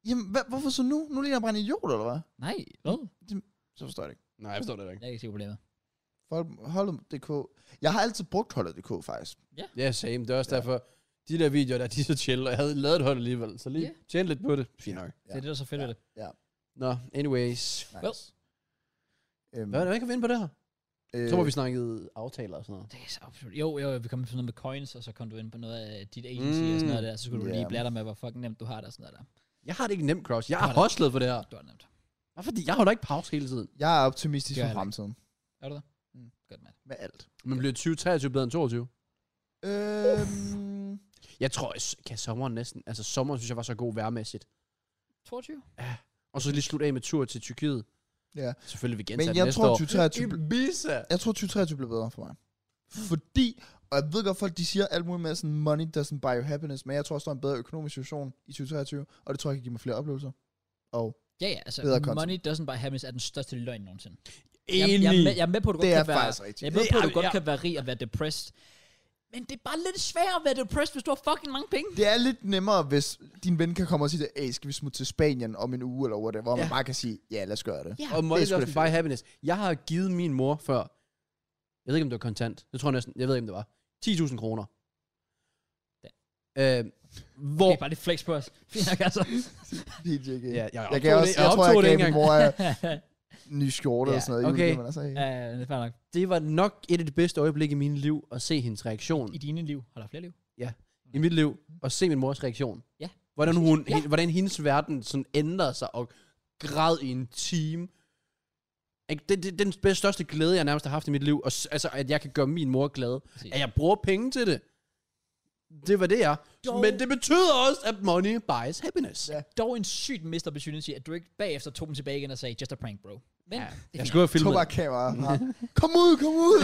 Jamen, hvad, hvorfor så nu? Nu ligner jeg bare en idiot, eller hvad?
Nej, Mm. hvad?
Så forstår jeg det ikke.
Nej, jeg forstår det da ikke.
Jeg kan ikke se problemet.
Hold, holdet.dk. Jeg har altid brugt holdet.dk, faktisk.
Ja, yeah, same. Det er også derfor, de der videoer der, de er så chill, og jeg havde lavet et hold alligevel. Så lige
Ja.
yeah. tjene lidt på det. Fint nok.
Det er det, der er så fedt ved det.
Nå, anyways.
Nice.
Well.
Øhm,
Hvad er det, vi kan vinde på det her?
øh,
Så må vi snakke aftaler og sådan noget.
Det er så absolut. Jo, jo, vi kom til sådan noget med coins, og så kom du ind på noget af dit agency mm. og sådan noget der. Så skulle du
Ja.
lige blære dig med, hvor fucking nemt du har det og sådan noget der.
Jeg har det ikke nemt, Kraus. Jeg
Har
har
det.
hostlet for det her.
Du har det nemt.
Bare fordi jeg holder ikke pause hele tiden.
Jeg er optimistisk
Det er
for
jeg
fremtiden.
Er du det?
Mm.
Godt, mand.
Med alt.
Men bliver 2023 bedre end 22?
Øhm,
Jeg tror, jeg s- kan sommeren næsten. Altså sommeren synes jeg var så god værmæssigt.
22?
Og så lige slutte af med tur til Tyrkiet.
Ja.
Selvfølgelig vi
men
gentager
jeg
det næste
tror,
år.
2023
Ibiza!
jeg tror, 2023 bliver bedre for mig. Fordi, og jeg ved godt, folk de siger alt muligt med sådan, money doesn't buy you happiness, men jeg tror også, der er en bedre økonomisk situation i 2023, og det tror jeg kan give mig flere oplevelser. Og
Ja, ja, altså
Bedre
Bedre
content.
money doesn't buy happiness er den største løgn nogensinde. Jeg, jeg, er
Enig!
med, jeg er med på, at du
det
godt
er
kan være,
faktisk rigtigt.
jeg er med på, at du
Ja,
godt
ja.
kan være rig og være depressed. Men det er bare lidt sværere at være depressed, hvis du har fucking mange penge.
Det er lidt nemmere, hvis din ven kan komme og sige, hey, skal vi smutte til Spanien om en uge eller whatever, hvor
Ja.
man bare kan sige, ja, lad os gøre det.
Ja,
Og
det
money
er sgu da
doesn't buy happiness. Jeg har givet min mor før, jeg ved ikke, om det var kontant. Det tror jeg næsten. Jeg ved ikke, om det var. 10.000 kroner.
Da.
Øh,
det
hvor...
er bare lidt flex på os. Fint nok, altså.
<laughs> Helt ikke.
Ja, jeg,
Jeg, gav også, jeg, jeg tror, jeg
optog det
gav
ikke
min
engang.
mor en ny
<laughs>
skjorte
Ja,
eller sådan noget. i
okay.
julegave, men altså, ja.
<laughs> Ja, ja, det er fair nok.
Det var nok et af de bedste øjeblikke i mit liv, at se hendes reaktion.
I
I,
dine liv. Har der flere liv?
I mit liv, og se min mors reaktion.
Ja.
Hvordan, hun, ja. hvordan hendes verden sådan ændrede sig, og græd i en time. Ikke? Det, det, det er den bedste, største glæde, jeg nærmest har haft i mit liv. Og, s- altså, at jeg kan gøre min mor glad.
Præcis.
At jeg bruger penge til det. Det var det, jeg.
Dog.
Men det betyder også, at money buys happiness.
Ja.
Dog en sygt missed opportunity, at du ikke bagefter tog dem tilbage igen og sagde, just a prank, bro. Men, ja. det er
Jeg
fint.
skulle have filmet.
Tobakkamera. Ja.
<laughs>
Kom ud, kom ud!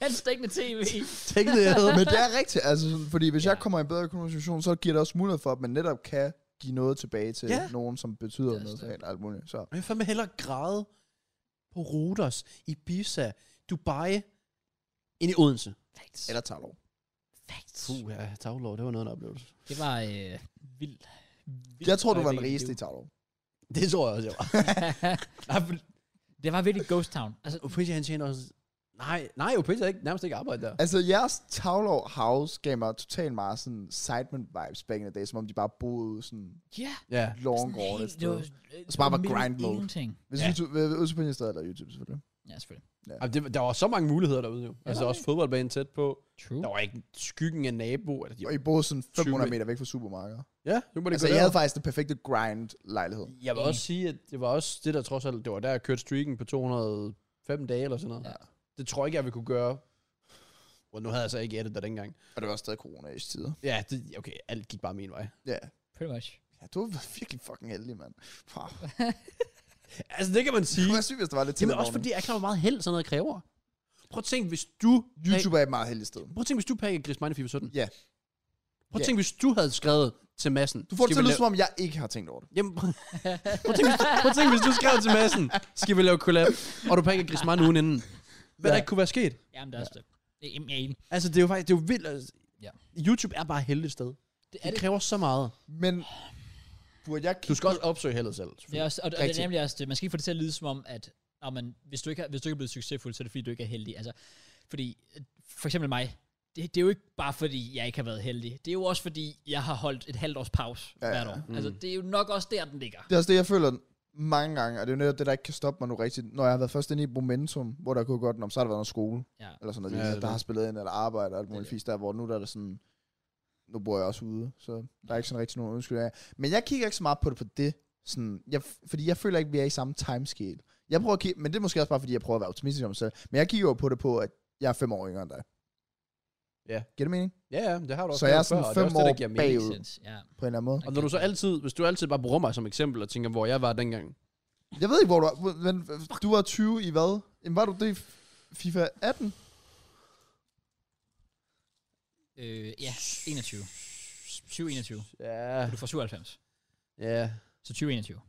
Landstækkende <laughs> tv.
Tænk det, jeg havde.
men det er rigtigt, altså, sådan, fordi hvis
Ja.
ja. jeg kommer i en bedre økonomisk situation, så giver det også mulighed for, at man netop kan give noget tilbage til
Ja.
ja. nogen, som
Det
betyder
er
noget
også
til en og alt muligt. Så
Jeg vil fandme hellere græde på Rhodos, Ibiza, Dubai, end i Odense.
Facts.
Eller tager lov.
Facts.
Puh, ja, taglov, det var noget af en oplevelse.
Det var øh, vildt.
Jeg tror, du var den rigeste i Tarlov.
<laughs> Det tror jeg også, jeg var. Nej, for
<laughs> det var virkelig ghost town. Altså,
Opinja, han tjener også... Nej, nej, Opinja ikke, nærmest ikke arbejde der.
Altså, jeres Tavlov House gav mig totalt meget sådan Sidemen vibes back in the day, som om de bare boede sådan
ja.
Ja.
Lorengården
helt-
et
det
sted.
var,
Og så bare var
midt i
grind mode.
Ingenting.
Hvis
Ja.
ja. YouTube, øh, øh, Udspil stadig eller YouTube selvfølgelig.
Ja, selvfølgelig.
Jamen, det, der var så mange muligheder derude jo. Altså,
Ja.
også fodboldbanen tæt på.
True.
Der var ikke skyggen af nabo. Eller de,
Og I boede sådan 500
20.
meter væk fra supermarkedet.
ja, nu må det
Altså,
gå
jeg havde
derover.
faktisk den perfekte grind-lejlighed.
Jeg vil også sige, at det var også det, der trods alt... Det var der, jeg kørte streaken på 205 dage eller sådan noget.
Ja.
Det tror jeg ikke, jeg ville kunne gøre. Well, nu havde jeg så ikke edit der dengang.
Og det var stadig corona i tider.
Ja, det, okay, alt gik bare min vej.
Ja.
Pretty much.
ja. du var virkelig fucking heldig, mand. Wow.
Altså, det kan man
Det
sige.
var sygt, hvis der var lidt til
Jamen, også fordi, jeg er klar, hvor meget held sådan noget kræver. Prøv at tænke, hvis du...
YouTube er et meget heldigt sted.
Prøv at tænke, hvis du pakker Chris Mine i FIFA 17. Prøv
Ja.
at
Ja.
tænke, hvis du havde skrevet til massen.
Du får det til at lyde, som om jeg ikke har tænkt over det.
Jamen, <laughs> prøv, prøv, at tænke, hvis, prøv at tænke, hvis du skrev til massen, skal vi lave collab, og du pakker Chris Mine ugen inden. Hvad ja. der
Ja.
ikke kunne være sket.
Jamen, det er også det. Det er- Jamen, jeg er enig.
Altså, det er jo faktisk, det er jo vildt. Altså,
Ja.
YouTube er bare et heldigt sted.
Det er
Det
det.
kræver så meget.
Men burde jeg
Du skal også opsøge heldet selv.
det er også, og, og det er
Rigtigt.
nemlig også det. Man skal ikke få det til at lyde som om, at når man, hvis, du ikke er, hvis du ikke er blevet succesfuld, så er det fordi, du ikke er heldig. Altså, fordi, øh, for eksempel mig, det, det er jo ikke bare fordi, jeg ikke har været heldig. Det er jo også fordi, jeg har holdt et halvt års pause ja,
ja.
hvert år. Mm. Altså, det er jo nok også der, den ligger.
Det er også det, jeg føler mange gange, og det er jo netop det, der ikke kan stoppe mig nu rigtigt, når jeg har været først inde i et momentum, hvor der kunne godt, om så har der været noget skole,
Ja.
eller sådan noget,
Ja,
ja, der
det er
har
det.
spillet ind, eller arbejde, og alt muligt
Det er
fisk der, hvor nu der er det sådan, nu bor jeg også ude, så der er ikke sådan rigtig nogen undskyldning af. Men jeg kigger ikke så meget på det på det, sådan, jeg, fordi jeg føler ikke, vi er i samme timescale. Jeg prøver at kigge, men det er måske også bare, fordi jeg prøver at være optimistisk om mig selv, men jeg kigger jo på det på, at jeg er fem år yngre end dig.
Ja.
Giver det mening?
Ja, ja, det har du også
Så jeg er
gjort
sådan
før, og det
fem
også det, der
år
giver mening.
Makes
bagud.
sense, Ja.
På en eller anden måde.
Og når du så altid, hvis du altid bare bruger mig som eksempel og tænker, hvor jeg var dengang.
Jeg ved ikke, hvor du var. Men øh, du var 20 i hvad? Jamen, var du det i FIFA 18?
Øh, ja, 21. 2021.
Ja,
Du får 97.
ja.
Så 2021.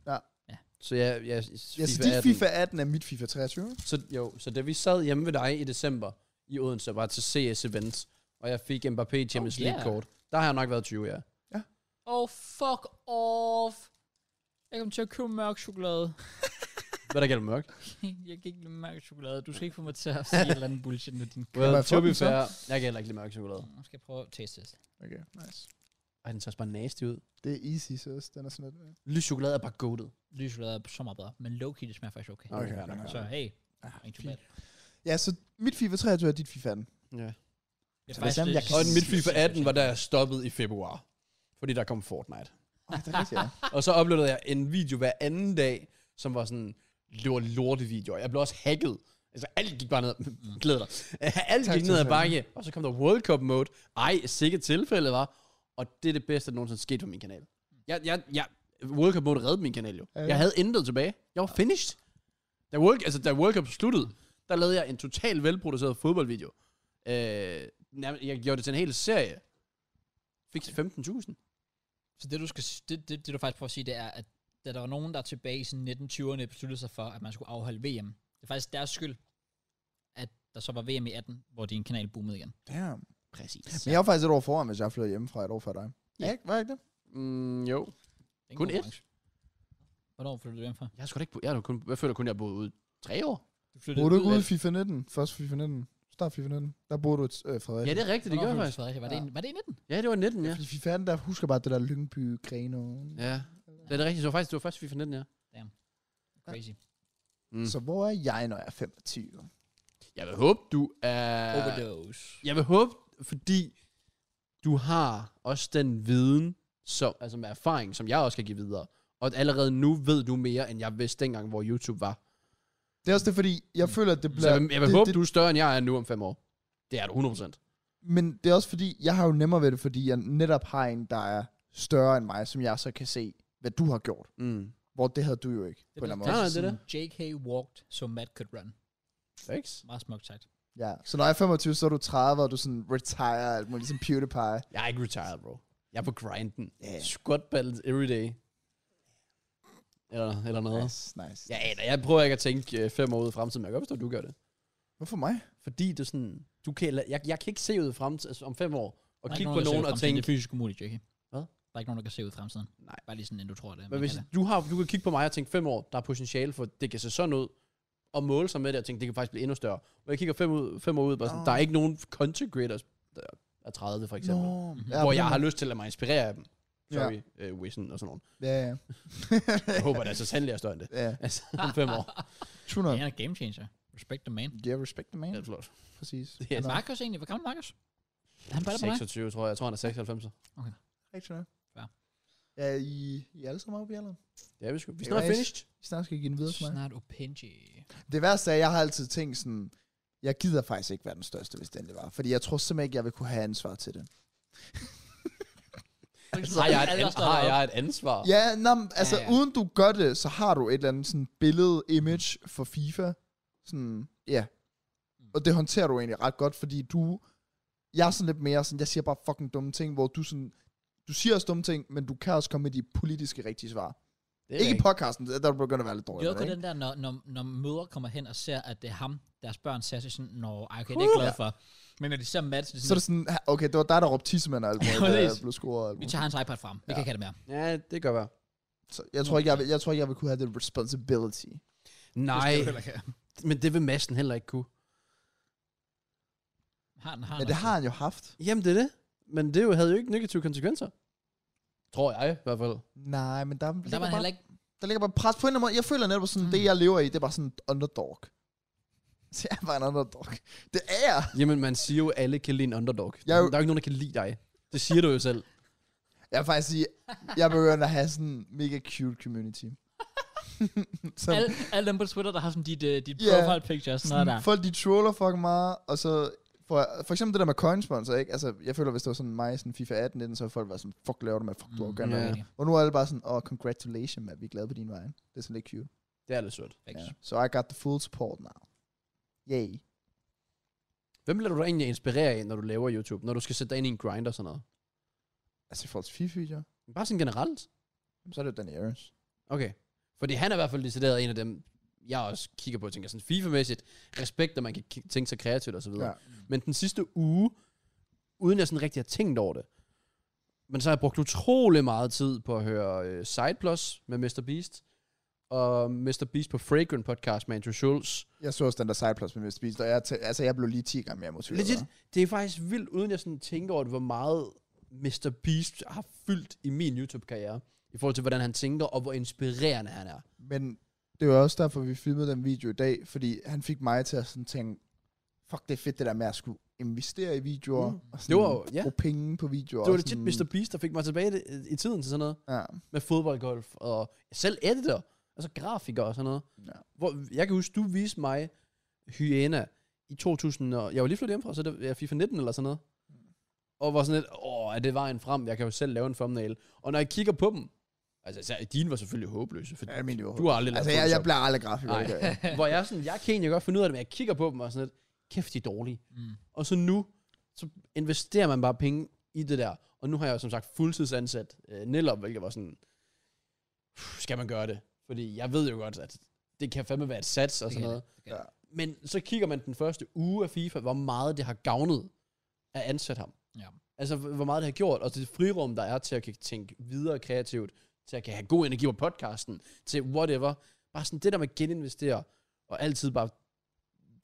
Så jeg, jeg,
Ja, så
FIFA
dit
18.
FIFA 18 er mit FIFA 23. ikke?
Så, jo, så da vi sad hjemme ved dig i december i Odense, var til CS Events, og jeg fik Mbappé Champions
Oh,
oh,
yeah.
League-kort, der har jeg nok været 20, ja.
Oh, fuck off. Jeg kom til at købe mørk chokolade.
Hvad der gælder
<laughs>
mørk?
<laughs> jeg kan ikke lide mørk chokolade. Du skal ikke få mig til at sige et eller andet bullshit med din
Well,
man få
to be
den så?
fair, jeg kan heller ikke lide mørk chokolade.
Nu skal jeg prøve at taste test.
Okay, nice.
Ej, den ser også bare nasty ud.
Det er easy, så den er sådan lidt...
Lys chokolade er bare goated.
Lys chokolade er så meget bedre, men low-key, det smager faktisk okay.
Okay,
Okay,
fair nok.
fair
Så hey, ikke too
fint.
bad.
Ja, så mit FIFA 23 er dit FIFA 18.
Ja.
Det er
Så
faktisk
det er
lidt-
sådan, jeg kan-
Og den mit FIFA 18 var da jeg stoppede i februar, fordi der kom Fortnite.
Ej, det er rigtigt, ja.
Og så uploadede jeg en video hver anden dag, som var sådan, det var lorte videoer. Jeg blev også hacket. Altså alt gik bare ned. <laughs> Glæd dig. alt
Tak
gik
til
ned ad
Søren.
bakke. Og så kom der World Cup mode. Ej, sikkert tilfælde var. Og det er det bedste, der nogensinde skete på min kanal. Jeg, jeg, jeg, World Cup mode reddede min kanal jo.
Ja, ja.
Jeg havde intet tilbage. Jeg var finished. Da World, altså, da World Cup sluttede, der lavede jeg en total velproduceret fodboldvideo. Øh, nærmest- jeg gjorde det til en hel serie. Fik 15.000.
Så det du, skal, s- det, det, det, du faktisk prøver at sige, det er, at da der var nogen, der tilbage i sådan 1920'erne besluttede sig for, at man skulle afholde VM, det er faktisk deres skyld, at der så var VM i 18, hvor din kanal boomede igen.
<laughs> Damn.
Præcis.
Men jeg var faktisk et år foran, hvis jeg er flyttet hjemmefra et år før dig. Ja, ikke? Var jeg ikke det?
Mm, jo.
Det er en
Kun
god
et?
branche. Hvornår flyttede du hjemmefra?
Jeg har sgu da ikke bo- jeg, har da kun, jeg føler kun, jeg har boet ude tre år.
Du flyttede
Boede du ikke ude i
af-
FIFA 19? Først FIFA 19. Start FIFA 19. Der boede du et øh, Frederik.
Ja, det er rigtigt, det
Hvornår
gjorde jeg
flyttede du
faktisk.
til Fredericia? Var, det
Ja.
en- var det i 19?
Ja, det var 19, ja. Mm.
Fordi FIFA 18, der husker bare det der Lyngby, Greno. Ja.
Ja, det er rigtigt. Det var faktisk, det var først FIFA 19, ja.
Crazy.
Mm.
Så hvor er jeg, når jeg er 25?
Jeg vil håbe, du er...
Overdose.
Jeg vil håbe, fordi du har også den viden, som, altså med erfaring, som jeg også kan give videre. Og allerede nu ved du mere, end jeg vidste dengang, hvor YouTube var.
Det er også det, fordi jeg føler, at det
Mm. Så
bliver...
jeg vil, jeg vil
det,
håbe,
det,
du er større, end jeg er nu om fem år. Det er du 100%.
Men det er også fordi, jeg har jo nemmere ved det, fordi jeg netop har en, der er større end mig, som jeg så kan se, hvad du har gjort.
Mm.
Hvor det havde du jo ikke,
Det
på en
er
eller
Ja,
anden
ja,
faktisk
det er
sådan, JK walked, so Matt could run.
Thanks.
Meget smukt sagt.
måde. Ja. Så når jeg er 25, så er du 30, og du sådan retire, og alt muligt, ligesom PewDiePie.
Jeg er ikke retired, bro. Jeg er på grinden.
Ja.
Squat battles every day. Eller, eller noget.
Nice, nice.
Jeg aner, jeg prøver ikke at tænke øh, fem år ud i fremtiden, men jeg kan godt forstå, at du gør det.
Hvorfor mig?
Fordi det er sådan, du kan, la- jeg, jeg kan ikke se ud i fremtiden, altså om fem år, og
Der er
kigge
ikke
på
der ser
nogen
ud i
og
fremtiden.
tænke,
Det er fysisk umuligt, JK.
Hvad?
Der er ikke nogen, der kan se ud i fremtiden.
Nej.
Bare lige sådan, inden du tror det.
men
man
hvis
kan det.
du, har, du kan kigge på mig og tænke fem år, der er potentiale for, det kan se sådan ud, og måle sig med det og tænke, det kan faktisk blive endnu større. Og jeg kigger fem, ud, fem år ud, bare sådan,
Nå.
der er ikke nogen content creators, der er 30 for eksempel, no.
ja,
hvor
på
jeg
den
har
måde.
lyst til at mig inspirere af dem.
Ja.
Sorry, ja. uh, Wissen og sådan noget.
Ja, ja.
Jeg håber, det er så sandelig er større end det.
ja.
Altså, <laughs> om fem år.
True nok.
Han er en game changer. Respect the man.
Yeah, respect the man.
Det er flot.
Præcis.
Ja,
Han er
Markus egentlig, hvor gammel er Markus? Er han bare der på mig?
26, tror jeg. Jeg tror, han er 96.
rigtig nok.
Ja.
Ja, I, I er alle sammen oppe i alderen.
Ja, vi, skal, vi
Det er
snart
nice.
finished.
I snart skal I give den videre til mig.
Snart Opinji.
Det værste er, at jeg har altid tænkt sådan, jeg gider faktisk ikke være den største, hvis det endelig var. Fordi jeg tror simpelthen ikke, jeg vil kunne have ansvar til det.
Har jeg, et, an- har jeg et ansvar?
Ja, nå, men, altså
Ja,
ja,
ja.
ja. uden du gør det, så har du et eller andet sådan billede image for FIFA. Sådan, ja.
Mm.
Og det håndterer du egentlig ret godt, fordi du... Jeg er sådan lidt mere sådan, jeg siger bare fucking dumme ting, hvor du sådan... Du siger også dumme ting, men du kan også komme med de politiske rigtige svar.
Det er
Ikke i
rigtigt.
podcasten, der er du begyndt at være lidt
Det
dårlig.
er
med det,
den der, når, når, når mødre kommer hen og ser, at det er ham, deres børn ser sig sådan, når okay, det er jeg glad for. Men når de ser Mads, så, er de
Så er
sådan,
det sådan, "Ha, okay, det var dig, der råbte tissemand og alt
<laughs>
muligt,
Ja,
da jeg
præcis.
blev scoret. og alt
vi
muligt."
tager hans iPad frem. Vi
Ja.
kan ikke have det mere.
Ja, det gør være.
Så jeg tror ikke, jeg, vil, jeg tror ikke, jeg vil kunne have den responsibility.
Nej,
Det skal du heller ikke have.
men det vil Madsen heller ikke kunne.
Har den, har
Men
den
det
også.
har han jo haft.
Jamen, det er det. Men det jo havde jo ikke negative konsekvenser. Tror jeg i hvert fald.
Nej, men der,
Men Der var
ligger
han
bare,
heller ikke...
der ligger bare pres på en eller anden måde. Jeg føler netop sådan,
Mm.
det jeg lever i, det er bare sådan en underdog. <laughs> Så jeg er bare en underdog. Det er jeg.
Jamen, man siger jo, alle kan lide en underdog.
Jeg
Jeg...
er
Der
jo-
er jo ikke nogen, der kan lide dig. Det siger du jo selv.
Jeg vil faktisk sige, jeg begynder at have sådan en mega cute community. <laughs> Som-
Alle, alle dem på Twitter, der har sådan dit, øh, dit
Ja.
profile picture og sådan noget der.
Sådan, folk de troller fucking meget, og så for, for eksempel det der med coinsponsor, ikke? Altså, jeg føler, hvis det var sådan mig, sådan FIFA 18, 19, så ville folk var sådan, fuck laver du, man, fuck du
Mm,
mm, yeah.
ja.
rigtig.
Og nu er det bare sådan, oh, congratulations, man, vi er glade på din vej. Det er sådan lidt cute.
Det er lidt sødt.
Rigtig.
Ja. So I got the full support now. Yay.
Hvem lader du dig egentlig inspirere af, når du laver YouTube? Når du skal sætte dig ind i en grind og sådan noget?
Altså, i forhold til FIFA, ja.
Bare sådan generelt?
så er det jo Danny Aarons.
Okay. Fordi han er i hvert fald decideret en af dem, jeg også kigger på og tænker sådan FIFA-mæssigt. Respekt, at man kan ki- tænke sig kreativt og så videre.
Ja.
Ja. Men den sidste uge, uden jeg sådan rigtig har tænkt over det, men så har jeg brugt utrolig meget tid på at høre øh, Sideplus med Mr. Beast, og Mr. Beast på Fragrant podcast med Andrew Schulz.
Jeg så også den der sideplads med Mr. Beast, og jeg, tæ- altså, jeg blev lige 10 gange mere motiveret.
Legit, det er faktisk vildt, uden jeg sådan tænker over det, hvor meget Mr. Beast har fyldt i min YouTube-karriere, i forhold til, hvordan han tænker, og hvor inspirerende han er.
Men det var også derfor, vi filmede den video i dag, fordi han fik mig til at sådan tænke, fuck, det er fedt det der med at skulle investere i videoer, mm. og sådan
Det var jo- ja.
bruge penge på videoer.
Det var
og
legit
sådan,
Mr. Beast, der fik mig tilbage i det- i tiden til sådan noget,
Ja.
med fodboldgolf, og selv editor, altså grafiker og sådan noget.
Ja.
Hvor, jeg kan huske, du viste mig Hyena i 2000, og jeg var lige flyttet hjemmefra, så det var FIFA 19 eller sådan noget. Og var sådan lidt, åh, er det vejen frem? Jeg kan jo selv lave en thumbnail. Og når jeg kigger på dem, altså især dine var selvfølgelig håbløse, for
Ja, min, det var
du har aldrig lavet
Altså, jeg, jeg
Photoshop.
bliver aldrig grafiker.
Nej.
det
<laughs>
gør jeg ikke.
Hvor jeg er sådan, jeg kan egentlig godt finde ud af det, men jeg kigger på dem og sådan lidt, kæft, de er dårlige.
Mm.
Og så nu, så investerer man bare penge i det der. Og nu har jeg jo som sagt fuldtidsansat øh, Nellop, hvilket var sådan, "Puh, skal man gøre det? Fordi jeg ved jo godt, at det kan fandme være et sats og
Det
sådan
kan
noget.
det. Det kan
Ja.
Men så kigger man den første uge af FIFA, hvor meget det har gavnet at ansætte ham.
Ja.
Altså, h- hvor meget det har gjort, og det frirum, der er til at kan tænke videre kreativt, til at kan have god energi på podcasten, til whatever. Bare sådan det der med at geninvestere, og altid bare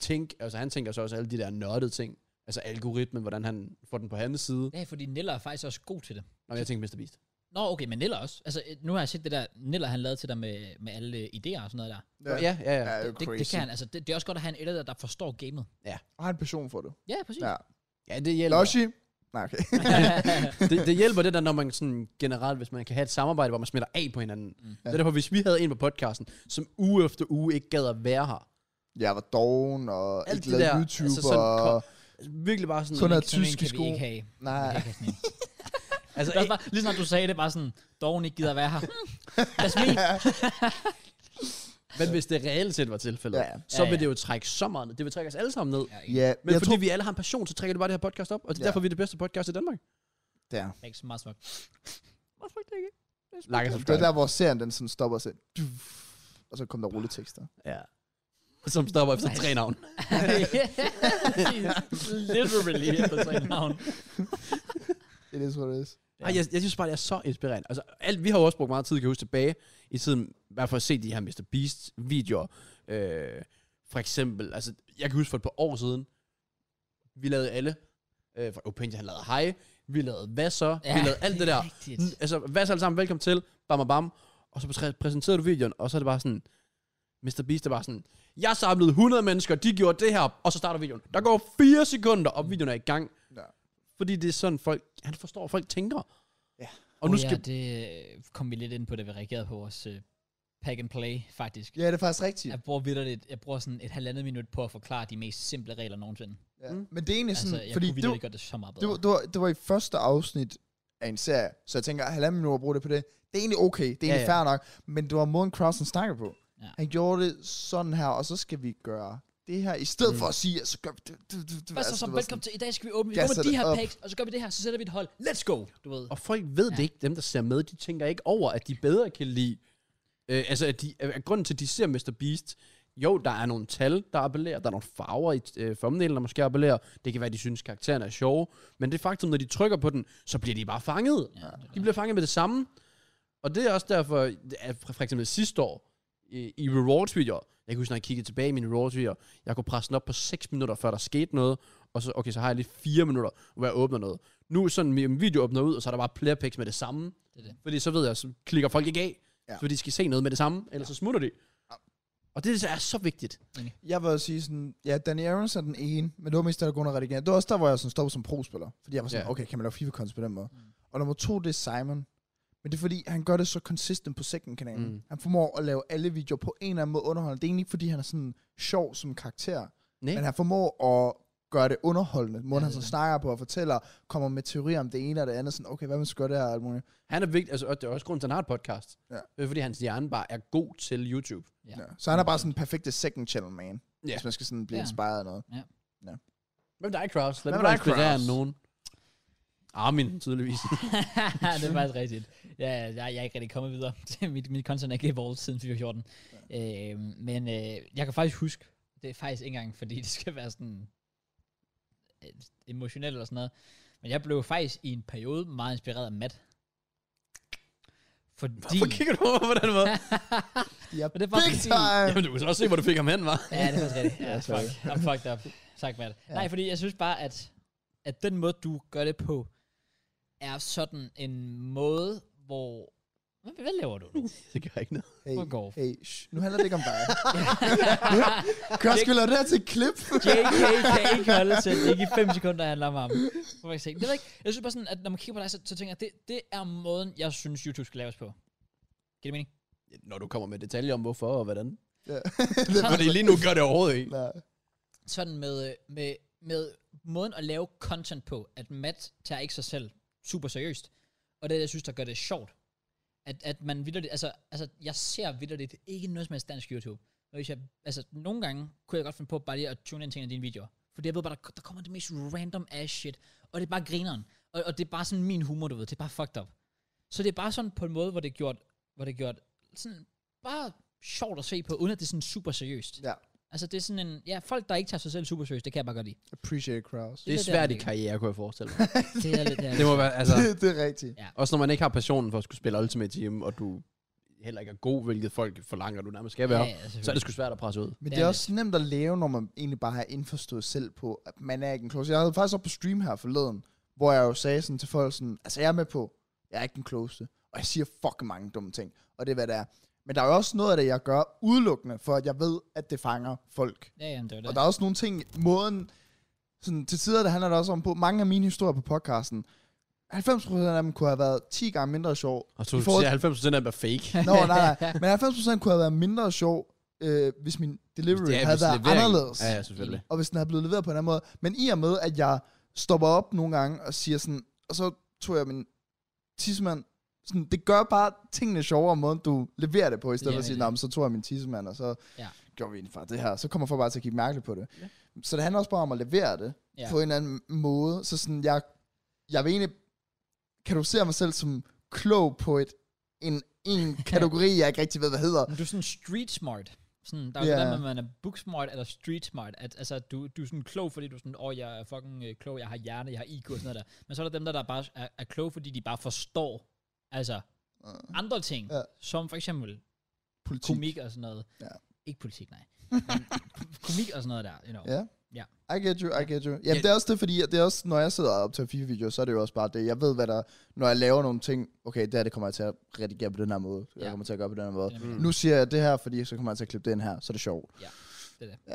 tænke, altså han tænker så også alle de der nørdede ting, altså algoritmen, hvordan han får den på hans side.
Ja, fordi Niller er faktisk også god til det.
Nå, jeg tænker Mr. Beast.
Nå, okay, men Niller også. Altså, øh, nu har jeg set det der, Niller han lavede til dig med, med alle øh, idéer og sådan noget der.
Ja, ja, ja.
Ja,
ja.
det, er
Det,
crazy.
det kan han, altså, det, det er også godt at have en editor, der forstår gamet.
Og har en passion for det.
Ja, præcis.
Ja.
ja det hjælper.
Loshi? Nej, okay.
<laughs>
<laughs>
det, det hjælper det der, når man sådan generelt, hvis man kan have et samarbejde, hvor man smitter af på hinanden. Mm. Det er derfor, hvis vi havde en på podcasten, som uge efter uge ikke gad at være her.
Jeg var doven, og
Alt
ikke
det
lavet
der,
YouTube,
altså
altså
sådan
og...
Altså, Virkelig bare sådan,
Sådan noget
Sådan en
tysk
kan
i
vi
sko.
ikke have.
Nej.
Vi kan ikke have sådan en.
<laughs> altså,
Det er også bare, lige snart du sagde det, bare sådan, dogen ikke gider
<laughs>
være her. Lad os min.
men hvis det reelt set var tilfældet,
Ja,
ja,
ja.
ja. så
Ja,
vil
ja.
det jo trække så meget ned. Det vil trække os alle sammen ned. Ja.
Ja,
Men
jeg
fordi
tror...
vi alle har en passion, så trækker det bare det her podcast op, og det er
Ja.
ja. derfor, vi er det bedste podcast i Danmark.
Der.
Det er ikke så meget <laughs> smukt.
Hvorfor ikke det ikke? Like og
Det er
subscribe.
der, hvor serien den sådan stopper sig. Og så kom der rulletekster.
Ja. Som stopper efter tre navn.
<laughs>
<laughs> Literally efter tre navn.
It is what it is.
Ej, jeg, jeg synes bare, det er så inspirerende. Altså, alt, vi har jo også brugt meget tid, kan jeg huske, tilbage i tiden, i hvert fald at se de her Mr. Beast-videoer. Øh, for eksempel, altså, jeg kan huske for et par år siden, vi lavede alle. Øh, for Opinja, han lavede hej. Vi lavede hvad så? Ja, vi lavede alt det
er
der.
rigtigt.
N- altså, hvad så alle sammen? Velkommen til. Bam og bam. Og så præ- præsenterede du videoen, og så er det bare sådan, Mr. Beast er bare sådan, jeg samlede 100 mennesker, de gjorde det her, og så starter videoen. Der går 4 sekunder, og videoen er i gang.
Ja.
Fordi det er sådan, folk, han forstår, at folk tænker.
Ja.
Og nu
Oh
skal,
ja, det øh, kom vi lidt ind på, da vi reagerede på vores øh, pack and play, faktisk.
Ja, det er faktisk rigtigt.
Jeg bruger vidderligt, jeg bruger sådan et halvandet minut på at forklare de mest simple regler nogensinde.
Ja. Mm. Men det er egentlig
Altså,
sådan,
jeg
fordi
kunne
det,
vidderligt gøre det så meget
det,
bedre.
var, det, var, det var i første afsnit af en serie, så jeg tænker, at halvanden minut at bruge det på det, det er egentlig okay, det er egentlig ja,
ja.
fair nok, men det var måden Krausen snakker på.
Ja.
Ja. Han gjorde det sådan her, og så skal vi gøre det her, i stedet mm. for at sige, at så gør vi det. Du, du, du,
Hvad så
altså,
som
det var
velkommen til, i dag skal vi åbne, vi
Gasser
åbner de
det
her
op.
packs, og så gør vi det her, så sætter vi et hold. Let's go, du ved.
og folk ved ja. det ikke, dem der ser med, de tænker ikke over, at de bedre kan lide, øh, altså at de, at grunden til, at de ser Mr. Beast, Jo, der er nogle tal, der appellerer. Der er nogle farver i øh, thumbnail, der måske appellerer. Det kan være, de synes, karaktererne er sjove. Men det faktum, når de trykker på den, så bliver de bare fanget.
Ja, det er
De bliver fanget med det samme. Og det er også derfor, at for eksempel sidste år, i, i rewards-videoer, jeg kan huske, når jeg kiggede tilbage i mine rewards-videoer, jeg kunne presse den op på 6 minutter, før der skete noget, og så, okay, så har jeg lige 4 minutter, hvor jeg åbner noget. Nu er sådan, min video åbner ud, og så er der bare playerpicks med det samme.
Det er det.
Fordi så ved jeg, så klikker folk ikke af,
Ja.
ja. fordi de skal se noget med det samme, ellers ja. så smutter de. Og det er så vigtigt.
Jeg vil også sige sådan, ja, Danny Aarons er den ene, men det var mest der, der kunne redigere. Det var også der, hvor jeg sådan stoppede som pro-spiller. Fordi jeg var sådan,
Ja.
okay, kan man lave fifa cons på den måde? Mm. Og nummer to, det er Simon. Men det er fordi, han gør det så consistent på second-kanalen. Mm.
Mm.
Han formår at lave alle videoer på en eller anden måde underholdende. Det er egentlig ikke, fordi han er sådan sjov som karakter.
Nej.
Men han formår at gøre det underholdende. Måden
Ja,
han
det
så
er det.
snakker på og fortæller, kommer med teorier om det ene og det andet. Sådan, okay, hvad man skal gøre det her og alt muligt.
Han er vigtig, altså og det er også grunden til, at han har et podcast.
Ja.
Det er fordi, hans hjerne bare er god til YouTube.
Ja.
Ja. Så han er bare sådan en perfekte second channel man.
Ja.
Hvis man skal sådan blive
Ja.
ja. inspireret af noget.
Hvem der er Kraus? Lad
Hvem
mig
er
bare
dig,
inspirere
Kraus?
nogen. Armin, tydeligvis.
det er faktisk rigtigt. Ja, jeg, jeg er ikke rigtig kommet videre. <laughs> mit, mit content er ikke evolved siden 2014. Ja. Øh, men øh, jeg kan faktisk huske, det er faktisk ikke engang, fordi det skal være sådan øh, emotionelt eller sådan noget. Men jeg blev faktisk i en periode meget inspireret af Matt. Fordi...
Hvorfor kigger du på mig på den <laughs> måde?
Ja,
Men det er bare
big
fordi-
time!
Jamen, du kan så også se, hvor du fik ham hen, var.
Ja, det er faktisk rigtigt. Ja,
Ja, sorry.
fuck. I'm fucked up. Tak, Matt. Ja.
Ja.
Nej, fordi jeg synes bare, at, at den måde, du gør det på, er sådan en måde, hvor... Hvad, hvad laver du nu?
<laughs> Det gør ikke noget.
Hey,
Fuck off.
hey, shh. Nu handler det ikke om dig. Kan også lave det her til et klip?
<laughs> JK kan ikke holde til, at det ikke i 5 sekunder handler om ham. Hvorfor ikke se? Det ved jeg ikke. Jeg synes bare sådan, at når man kigger på dig, så, så tænker jeg, det, det er måden, jeg synes, YouTube skal laves på. Giver det mening?
<laughs> Når du kommer med detaljer om, hvorfor og hvordan.
Ja.
<laughs> Fordi lige nu gør <laughs> det overhovedet ikke.
Nej.
sådan med, øh, med, med måden at lave content på, at Matt tager ikke sig selv super seriøst. Og det er det, jeg synes, der gør det sjovt. At, at man vidderligt, altså, altså jeg ser vidderligt ikke noget som helst dansk YouTube. Og hvis jeg, altså nogle gange kunne jeg godt finde på bare lige at tune ind til en af dine videoer. Fordi jeg ved bare, der, der kommer det mest random ass shit. Og det er bare grineren. Og, og det er bare sådan min humor, du ved. Det er bare fucked up. Så det er bare sådan på en måde, hvor det er gjort, hvor det er gjort sådan bare sjovt at se på, uden at det er sådan super seriøst.
Ja.
Altså det er sådan en, ja, folk der ikke tager sig selv super seriøst, det kan jeg bare godt
<laughs>
lide.
Appreciate crowds.
Det er
lidt
svært i
ærgerligt.
karriere, kunne jeg <laughs> forestille mig.
Det er lidt, det er
Det må være, altså...
<laughs>
<laughs>
det er rigtigt.
Også når man ikke har passionen for at skulle spille Ultimate Team, og du heller ikke er god, hvilket folk forlanger, du nærmest skal være, ja,
ja,
så er det sgu svært at presse ud.
Men
Det
det er
er
også nemt at lave, når man egentlig bare har indforstået selv på, at man er ikke en close. Jeg havde faktisk op på stream her forleden, hvor jeg jo sagde sådan til folk sådan, altså jeg er med på, jeg er ikke den klogeste, og jeg siger fucking mange dumme ting, og det er hvad det er. Men der er jo også noget af det, jeg gør udelukkende, for at jeg ved, at det fanger folk.
Ja, ja, men det var
Og
det.
der er også nogle ting, måden, sådan, til tider, der handler det også om på, mange af mine historier på podcasten, 90% af dem kunne have været 10 gange mindre sjov.
Og så
i
du
forhold-
siger 90 af dem er fake.
Nå, nej,
<laughs>
nej. Men 90% kunne have været mindre sjov, øh, hvis min delivery
Det er,
ja, havde
hvis
været
leveringen-
anderledes.
Ja, ja, selvfølgelig.
Og hvis den havde blevet leveret på en anden måde. Men i og med, at jeg stopper op nogle gange og siger sådan, og så tog jeg min tissemand. Sådan, det gør bare tingene sjovere, måden du leverer det på, i stedet
Ja,
for at sige,
det er
"Nå, men så tog jeg min tissemand, og så
Ja.
ja. gjorde vi en far det her. Så kommer folk bare til at kigge mærkeligt på det. Ja. Så det handler også bare om at levere det
Ja.
ja. på en eller anden måde. Så sådan, jeg, jeg vil egentlig kategorisere mig selv som klog på et, en, en
<laughs>
kategori, jeg ikke rigtig ved, hvad hedder.
Men du er sådan street smart. Sådan, der er jo
Ja.
yeah. det der med, at man er book smart eller street smart. At, altså, du, du er sådan klog, fordi du er sådan, åh, oh, jeg er fucking øh, klog, jeg har hjerne, jeg har IQ og sådan noget der. Men så er der dem, der, der bare er, er klog, fordi de bare forstår, altså, andre ting,
Ah. Ja.
som for eksempel
Politik.
komik og sådan noget.
Ja.
Ikke politik, nej. Men komik og sådan noget der, you know.
Ja.
Ja.
I get you, I get you. Jamen,
Ja.
det er også det, fordi at det er også, når jeg sidder op til FIFA-videoer, så er det jo også bare det. Jeg ved, hvad der, når jeg laver nogle ting, okay, det her, det kommer jeg til at redigere på den her måde.
Ja.
Jeg kommer til at gøre på den her måde.
Det er
Nu siger jeg det her, fordi så kommer jeg til at klippe det ind her, så er det sjovt.
Mm.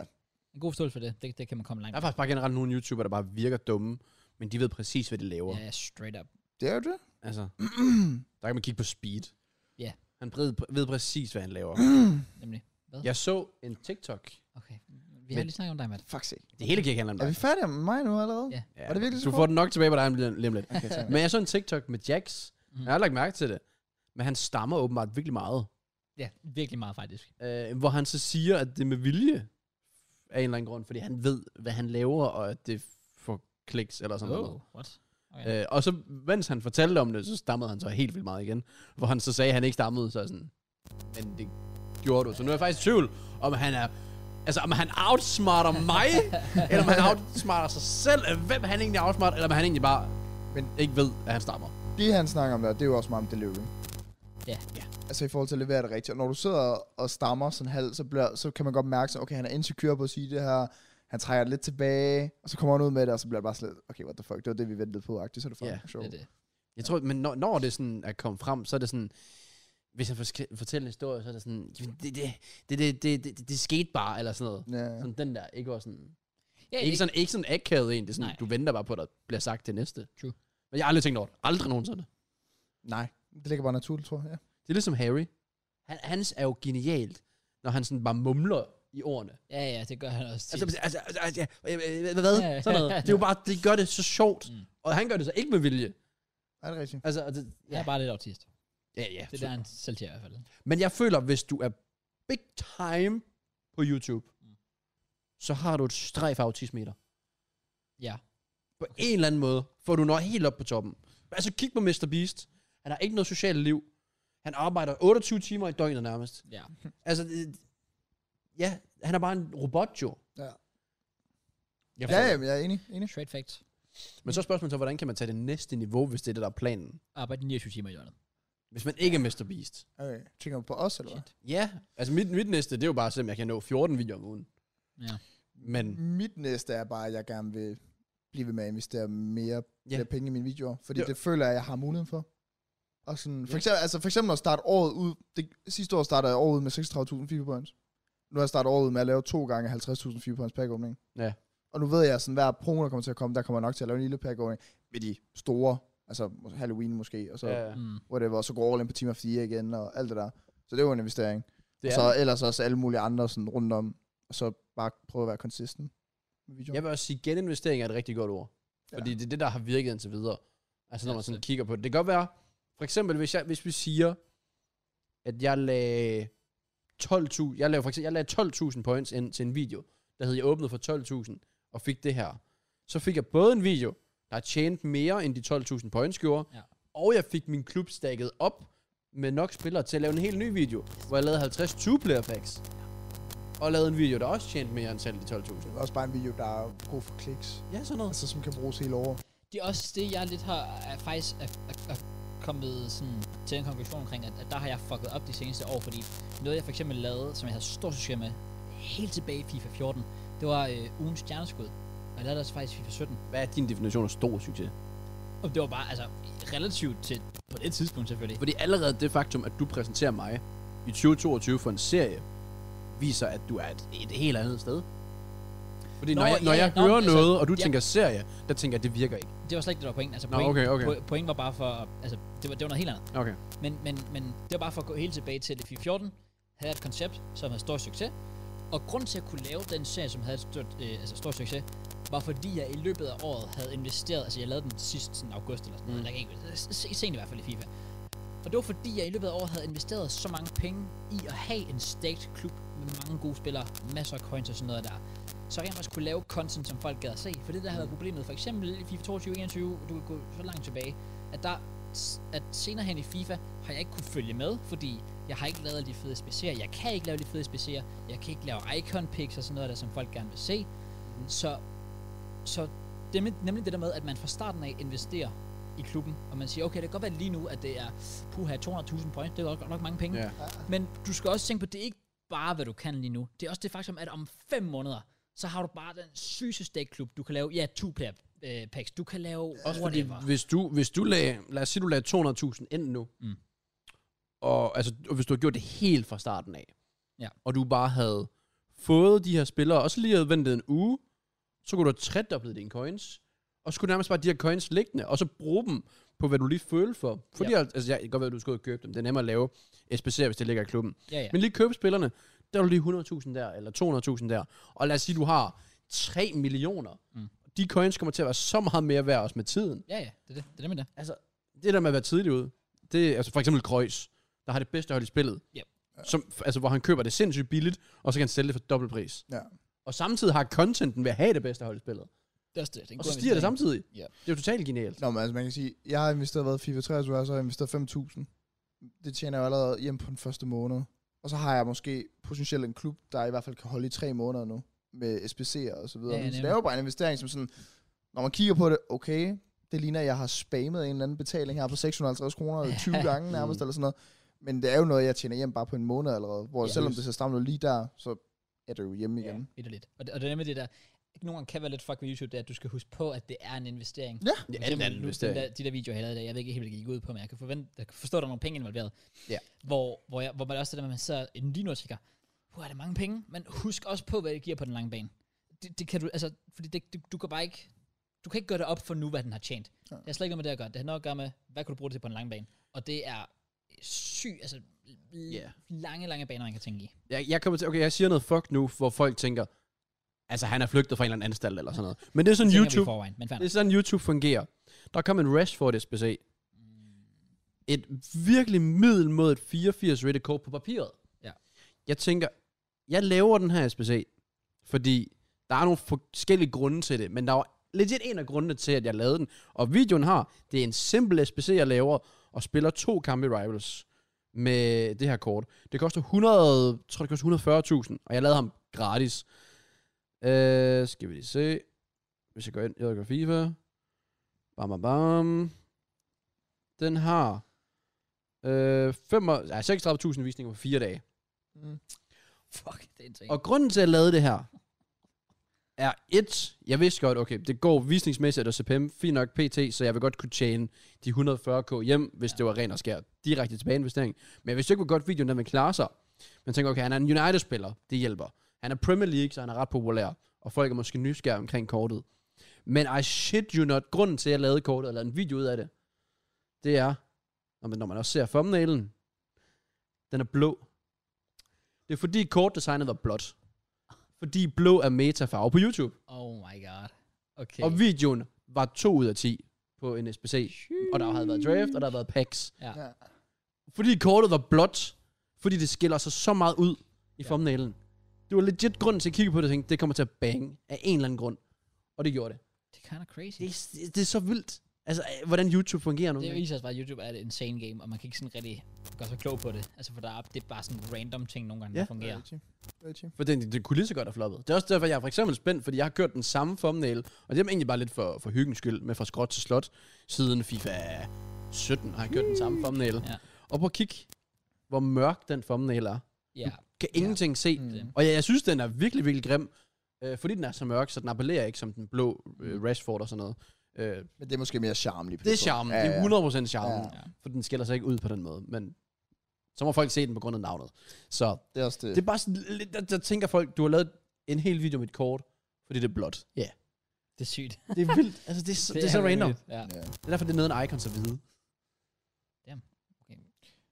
En god forståelse for det. det, det kan man komme langt
Der er faktisk bare generelt nogle YouTubere, der bare virker dumme, men de ved præcis, hvad de laver.
med. Ja, straight up.
Det er jo det. <clears throat>
Altså, der kan man kigge på Speed.
Ja.
Han ved, ved præcis, hvad han
<clears throat>
laver.
Nemlig.
Jeg så en TikTok.
Okay. Vi har
Men-
lige snakket om dig, Matt.
Fuck se.
Det hele gik handler om
Er vi
dig.
færdige med mig nu allerede?
Ja.
Ja,
var det virkelig så
Du
godt?
får den nok tilbage på dig lige om lidt. <laughs>
Okay, tak.
Men jeg så en TikTok med Jax.
Mhm.
Jeg har lagt mærke til det. Men han stammer åbenbart virkelig meget.
Ja, virkelig meget faktisk.
øh, hvor han så siger, at det er med vilje af en eller anden grund, fordi han ved, hvad han laver, og at det får kliks eller sådan noget.
what? Okay.
Øh, og så, mens han fortalte om det, så stammede han så helt vildt meget igen. Hvor han så sagde, at han ikke stammede, så er jeg sådan, men det gjorde du. Så nu er jeg faktisk i tvivl, om han er Altså, om han outsmarter <laughs> mig, eller om han outsmarter sig selv, øh, hvem han egentlig outsmarter, eller om han egentlig bare
Men-
Men, ikke ved, at han stammer.
Det, han snakker om der, det er jo også meget om delivery.
Ja.
Altså i forhold til at levere det rigtigt. Og når du sidder og stammer sådan halvt, så, bliver, så kan man godt mærke, at okay, han er insecure på at sige det her. Han trækker det lidt tilbage, og så kommer han ud med det, og så bliver det bare slet, okay, what the fuck, det var det, vi ventede på, agtigt, så er det fucking
Ja,
yeah, sjovt.
Det, er det.
Jeg tror, men når, når det sådan er kommet frem, så er det sådan, hvis han forske- fortæller en historie, så er det sådan, "Jamen, det, det, det, det, det, det, det skete bare, eller sådan noget.
Ja.
Sådan den der, ikke også sådan,
Ja,
ikke sådan, ikke sådan akavet en, det er sådan,
Nej.
Nej. du venter bare på, at der bliver sagt det næste.
True.
Men jeg har aldrig tænkt over det. Aldrig nogensinde.
Nej, det ligger bare naturligt, tror jeg. Ja.
Det er ligesom Harry. Han, hans er jo genialt, når han sådan bare mumler i ordene.
ja, ja, det gør han også tit.
Altså, altså, altså, altså ja, øh, øh, hvad?
Ja, ja.
Sådan noget. Det er jo bare, det gør det så sjovt.
Mm.
Mm. Og han gør det så ikke med vilje.
Er det rigtigt?
Altså, og det,
Jeg
ja,
er bare lidt autist.
ja, ja.
Det er der, han selv siger i hvert fald.
Men jeg føler, hvis du er big time på YouTube,
Mm.
så har du et strejf af autismeter.
Ja.
På okay. en eller anden måde, får du når helt op på toppen. Altså kig på Mr. Beast. Han har ikke noget socialt liv. Han arbejder 28 timer i døgnet nærmest.
Ja.
Altså, det- ja, han er bare en robot jo.
Ja.
Jeg
Ja,
forstår
ja,
det.
men jeg er enig. enig.
Straight facts.
Men så er spørgsmålet så, hvordan kan man tage det næste niveau, hvis det er det, der er planen?
Arbejde 29 timer i døgnet.
Hvis man ikke er Mr. Beast.
Okay. Tænker du på os, eller hvad?
Ja, altså mit, mit næste, det er jo bare at se, om jeg kan nå 14 videoer om ugen.
Ja.
Men
Mit næste er bare, at jeg gerne vil blive ved med at investere mere
Ja.
yeah. penge i mine videoer, fordi
Det-
det føler jeg, jeg har muligheden for. Og sådan, for,
Ja.
eksempel, altså for eksempel at starte året ud, det, sidste år startede jeg året ud med 36.000 figurepoints. Nu har jeg startet året ud med at lave to gange 50.000 figurepoints pack opening.
Ja.
Og nu ved jeg, sådan hver promo, der kommer til at komme, der kommer jeg nok til at lave en lille pack opening med de store, altså Halloween måske, og så yeah.
ja,
Mm.
whatever, og så går all in på Team of the Year igen, og alt det der. Så det er jo en investering.
det
Og
er
så ellers også alle mulige andre sådan rundt om, og så bare prøve at være consistent med videoer.
Jeg vil også sige, geninvestering er et rigtig godt ord.
Ja.
Fordi det er det, der har virket indtil videre. Altså når
Ja,
man sådan
så-
kigger på det. Det kan godt være, for eksempel hvis, jeg, hvis vi siger, at jeg lagde 12.000, jeg lavede for eksempel, jeg lagde 12.000 points ind til en video, der hed jeg åbnet for 12.000 og fik det her. Så fik jeg både en video, der tjente mere end de 12.000 points gjorde,
Ja.
og jeg fik min klub stakket op med nok spillere til at lave en helt ny video, hvor jeg lavede 50 2-player packs. Og lavede en video, der også tjente mere end selv de 12.000.
Det er også bare en video, der er god for kliks.
Ja, sådan noget.
Altså, som kan bruges hele året.
Det er også det, jeg lidt har er, faktisk er, er, er kommet sådan, til en konklusion omkring, at, at der har jeg fucket op de seneste år, fordi noget, jeg for eksempel lavede, som jeg havde stor succes med, helt tilbage i FIFA 14, det var øh, ugens stjerneskud. Og jeg lavede også faktisk i FIFA 17.
Hvad er din definition af stor succes?
Og det var bare, altså, relativt til, på det tidspunkt selvfølgelig.
Fordi allerede det faktum, at du præsenterer mig i 2022 for en serie, viser, at du er et, et helt andet sted. Fordi
Nå,
når jeg, når
ja,
jeg
nå,
hører
altså,
noget, og du
ja.
tænker serie, der tænker jeg, det virker ikke.
Det var slet ikke det, der var pointen. Altså,
Nå,
pointen,
okay, okay.
po- pointen var bare for, altså, det var, det var noget helt andet.
Okay.
Men, men, men det var bare for at gå helt tilbage til at FIFA 14 havde et koncept, som havde stor succes. Og grund til at kunne lave den serie, som havde et stort, øh, altså stor succes, var fordi jeg i løbet af året havde investeret, altså jeg lavede den sidst sådan august eller sådan noget,
Mm.
eller ikke, s- s- sent i hvert fald i FIFA. Og det var fordi jeg i løbet af året havde investeret så mange penge i at have en staked klub med mange gode spillere, masser af coins og sådan noget der. Så jeg også kunne lave content, som folk gad at se. For det der havde været problemet, for eksempel i FIFA 22, 21, du kan gå så langt tilbage, at der at senere hen i FIFA har jeg ikke kunne følge med, fordi jeg har ikke lavet alle de fede spacerier. Jeg kan ikke lave de fede spacerier. Jeg kan ikke lave icon picks og sådan noget der, som folk gerne vil se. Så, så det er nemlig- nemlig det der med, at man fra starten af investerer i klubben, og man siger, okay, det kan godt være lige nu, at det er puha 200.000 points, det er godt nok mange penge.
Ja.
Men du skal også tænke på, at det er ikke bare, hvad du kan lige nu. Det er også det faktum, at om fem måneder, så har du bare den sygeste stakklub. Du kan lave, ja, two-player øh, packs. Du kan lave
Også fordi,
whatever.
hvis du, hvis du lagde, lad os sige, du lagde 200.000 ind nu,
Mm.
og, altså, og hvis du har gjort det helt fra starten af,
Ja.
og du bare havde fået de her spillere, og så lige havde ventet en uge, så kunne du have tredoblet dine coins, og så kunne du nærmest bare have de her coins liggende, og så bruge dem på, hvad du lige føler for. Fordi, ja. altså, jeg kan godt være, at du skal ud og købe dem. Det er nemmere at lave SPC'er, hvis det ligger i klubben.
Ja, ja.
Men lige købe spillerne, der er du lige 100.000 der, eller 200.000 der. Og lad os sige, du har 3 millioner.
Mm.
Mm. De coins kommer til at være så meget mere værd også med tiden.
Ja, ja, det er det. Det er det med det.
Altså, det der med at være tidlig ude, det er altså for eksempel Kreuz, der har det bedste hold i spillet.
Yep.
Som, altså, hvor han køber det sindssygt billigt, og så kan han sælge det for dobbelt pris.
Ja.
Og samtidig har contenten ved at have det bedste hold i spillet.
Det er også det. det er en
Og
god
så stiger det
investering.
samtidig.
Ja.
Det er jo totalt genialt.
Nå, men altså, man kan sige, jeg har investeret, hvad, FIFA 23, og så har jeg investeret 5.000. Det tjener jeg jo allerede hjem på den første måned. Og så har jeg måske potentielt en klub, der i hvert fald kan holde i tre måneder nu, med SPC'er og så videre.
Ja,
Ja,
ja,
så det er
nemlig.
jo bare en investering, som sådan, når man kigger på det, okay, det ligner, at jeg har spammet en eller anden betaling her på 650 kroner 20
Ja.
gange nærmest, eller sådan noget. Men det er jo noget, jeg tjener hjem bare på en måned allerede, hvor
Ja.
ja, selvom det ser stramt ud lige der, så er det jo hjemme igen.
Ja, lidt. Og det, og det er med det der, nogle gange kan være lidt fuck med YouTube, det er, at du skal huske på, at det er en investering.
Ja.
For
Det er
eksempel
en anden
nu,
investering.
den Der, de der videoer, jeg lavede der, jeg ved ikke helt, hvad det gik ud på, men jeg kan, forvente, jeg kan forstå, at der er nogle penge involveret.
Ja.
Hvor, hvor, jeg, hvor man også det der, med, at man så lige nu og tænker, hvor er det mange penge, men husk også på, hvad det giver på den lange bane. Det, det kan du, altså, fordi det, du, du kan bare ikke, du kan ikke gøre det op for nu, hvad den har tjent. Ja.
Nej.
Det har slet ikke noget med det at gøre. Det har noget at gøre med, hvad kan du bruge det til på den lange bane. Og det er syg, altså
Ja.
yeah. lange, lange baner, man kan tænke i.
Jeg, jeg kommer til, okay, jeg siger noget fuck nu, hvor folk tænker, altså han er flygtet fra en eller anden anstalt eller sådan noget. Men det er sådan
Tænker vi i
YouTube,
Forvejen, men
<laughs> det er
fandme.
sådan YouTube fungerer. Der kom en Rashford SBC. Et virkelig middel mod et 84 rated kort på papiret.
Ja.
Jeg tænker, jeg laver den her SBC, fordi der er nogle forskellige grunde til det, men der var legit en af grundene til, at jeg lavede den. Og videoen har, det er en simpel SBC, jeg laver, og spiller to kampe i Rivals med det her kort. Det koster 100, jeg tror det koster 140.000, og jeg lavede ham gratis. Øh, skal vi lige se. Hvis jeg går ind, jeg går FIFA. Bam, bam, bam. Den har øh, fem- nej, 36.000 visninger på fire dage.
Mm.
Fuck, det er en ting.
Og grunden til, at jeg lavede det her, er et, jeg vidste godt, okay, det går visningsmæssigt og CPM fint nok pt, så jeg vil godt kunne tjene de 140k hjem, hvis ja. det var ren og skær direkte tilbage investering. Men jeg vidste ikke, hvor godt videoen der man klarer sig. Man tænker, okay, han er en United-spiller, det hjælper. Han er Premier League, så han er ret populær, og folk er måske nysgerrige omkring kortet. Men I shit you not, grunden til, at jeg lavede kortet og lavede en video ud af det, det er, når man- når man også ser thumbnailen, den er blå. Det er fordi kortdesignet var blåt. Fordi blå er metafarve på YouTube.
Oh my god. Okay.
Okay. Og videoen var 2 ud af 10 på en SBC. Og der havde været draft, og der havde været packs.
Ja.
Ja.
Fordi kortet var blåt. Fordi det skiller sig så meget ud i
Ja.
thumbnailen. Det var legit grunden til at kigge på det og tænke, det kommer til at bange af en eller anden grund. Og det gjorde det.
Det er kind of crazy.
Det er, det er så vildt. Altså, øh, hvordan YouTube fungerer nu.
Det viser også bare, at YouTube er et insane game, og man kan ikke sådan rigtig gøre sig klog på det. Altså, for der er, det er bare sådan random ting nogle gange,
Ja.
der fungerer.
Det er rigtigt.
For den, det kunne lige så godt have floppet. Det er også derfor, jeg er for eksempel spændt, fordi jeg har kørt den samme thumbnail, og det er egentlig bare lidt for, for hyggens skyld, med fra skråt til slot, siden FIFA 17 har jeg kørt den samme thumbnail.
Ja.
Og på kig, hvor mørk den thumbnail er.
Ja.
Kan ingenting se.
Mm.
Det-
Og jeg, jeg synes, den er virkelig, virkelig grim, øh, fordi den er så mørk, så den appellerer ikke som den blå øh, Rashford og sådan noget. Øh,
Men det er måske mere charme lige på
det er
tidspunkt.
charmen. Ja, ja. Det er 100% charmen. Ja.
Ja.
ja.
For den skiller sig ikke ud på den måde. Men så må folk se den på grund af navnet. Så
Det er også det.
det er bare sådan lidt, der, der tænker folk, du har lavet en hel video med et kort, fordi det er blåt. Ja. Yeah.
Det er sygt.
Det er vildt. altså, det er,
<laughs>
så- det er så random.
vanvittigt. Ja.
Ja.
Det er derfor, det er noget, en icon så vide.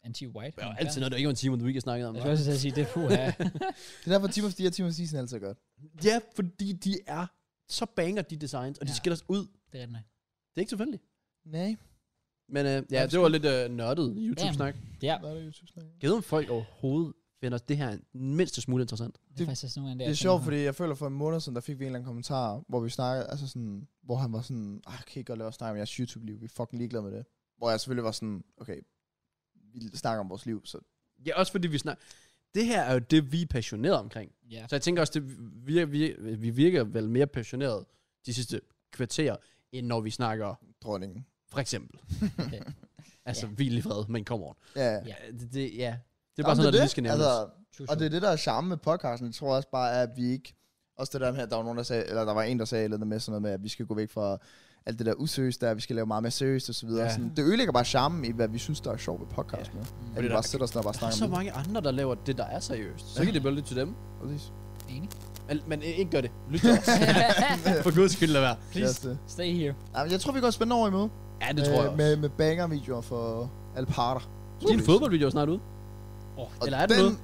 Anti-white.
Det er jo altid noget, der ikke var en time, du ikke har snakket om.
Jeg skal også til at sige, det
<laughs>
er puha.
Det er derfor, Team of the Year, Team of Season er altid godt.
hva'? Ja, fordi de er så banger, de designs, og de
Ja.
skiller sig ud.
det er rigtig nok.
Det er ikke tilfældigt.
Nej.
Men øh, ja, det var lidt øh, nørdet YouTube-snak.
Ja,
Hvad er det, YouTube snakker om?
Jeg ved, om folk overhovedet finder det her en mindste smule interessant.
det er faktisk også nogle gange der.
Det er
jeg
sjovt,
tænker,
fordi jeg føler for en måned siden, der fik vi en eller anden kommentar, hvor vi snakkede, altså sådan, hvor han var sådan, ah, kan I godt lade os snakke om jeres YouTube-liv, vi er fucking ligeglade med det. Hvor jeg selvfølgelig var sådan, okay, vi snakker om vores liv, så
Ja, også fordi vi snakker... Det her er jo det, vi er passionerede omkring.
Ja.
Så jeg tænker også, det vi, vi, vi virker vel mere passionerede de sidste kvarter, end når vi snakker
dronningen.
For eksempel.
Okay.
<laughs> altså,
Ja.
ja. hvil i fred, men kom on.
Ja.
Ja.
Ja. Det, det, ja. det er bare sådan noget, der lige skal nævnes. Altså,
Altså, og det er det, der er charme med podcasten, jeg tror også bare, at vi ikke, også det der med, at der var, nogen, der, sagde, eller der var en, der sagde lidt med sådan noget med, at vi skal gå væk fra alt det der useriøst der, vi skal lave meget mere seriøst og så videre.
Ja.
Ja. Sådan, det ødelægger bare charmen i, hvad vi synes, der er sjovt ved podcasten. Ja.
Mm.
At vi bare sætter os ned og bare
der er
snakker
så
om det.
mange andre, der laver det, der er seriøst. Så kan det bare lytte til dem.
Præcis.
Enig.
Al- Men øh, ikke gør det. Lyt til os. For guds skyld, lad være.
Please. Øh,
Please, <laughs> stay here.
Nej, men jeg tror, vi går spændende over imod.
Ja, det tror jeg også.
Med, med banger-videoer for alle parter.
Din fodboldvideo er snart ude.
Åh,
Eller er den,
den,
ude?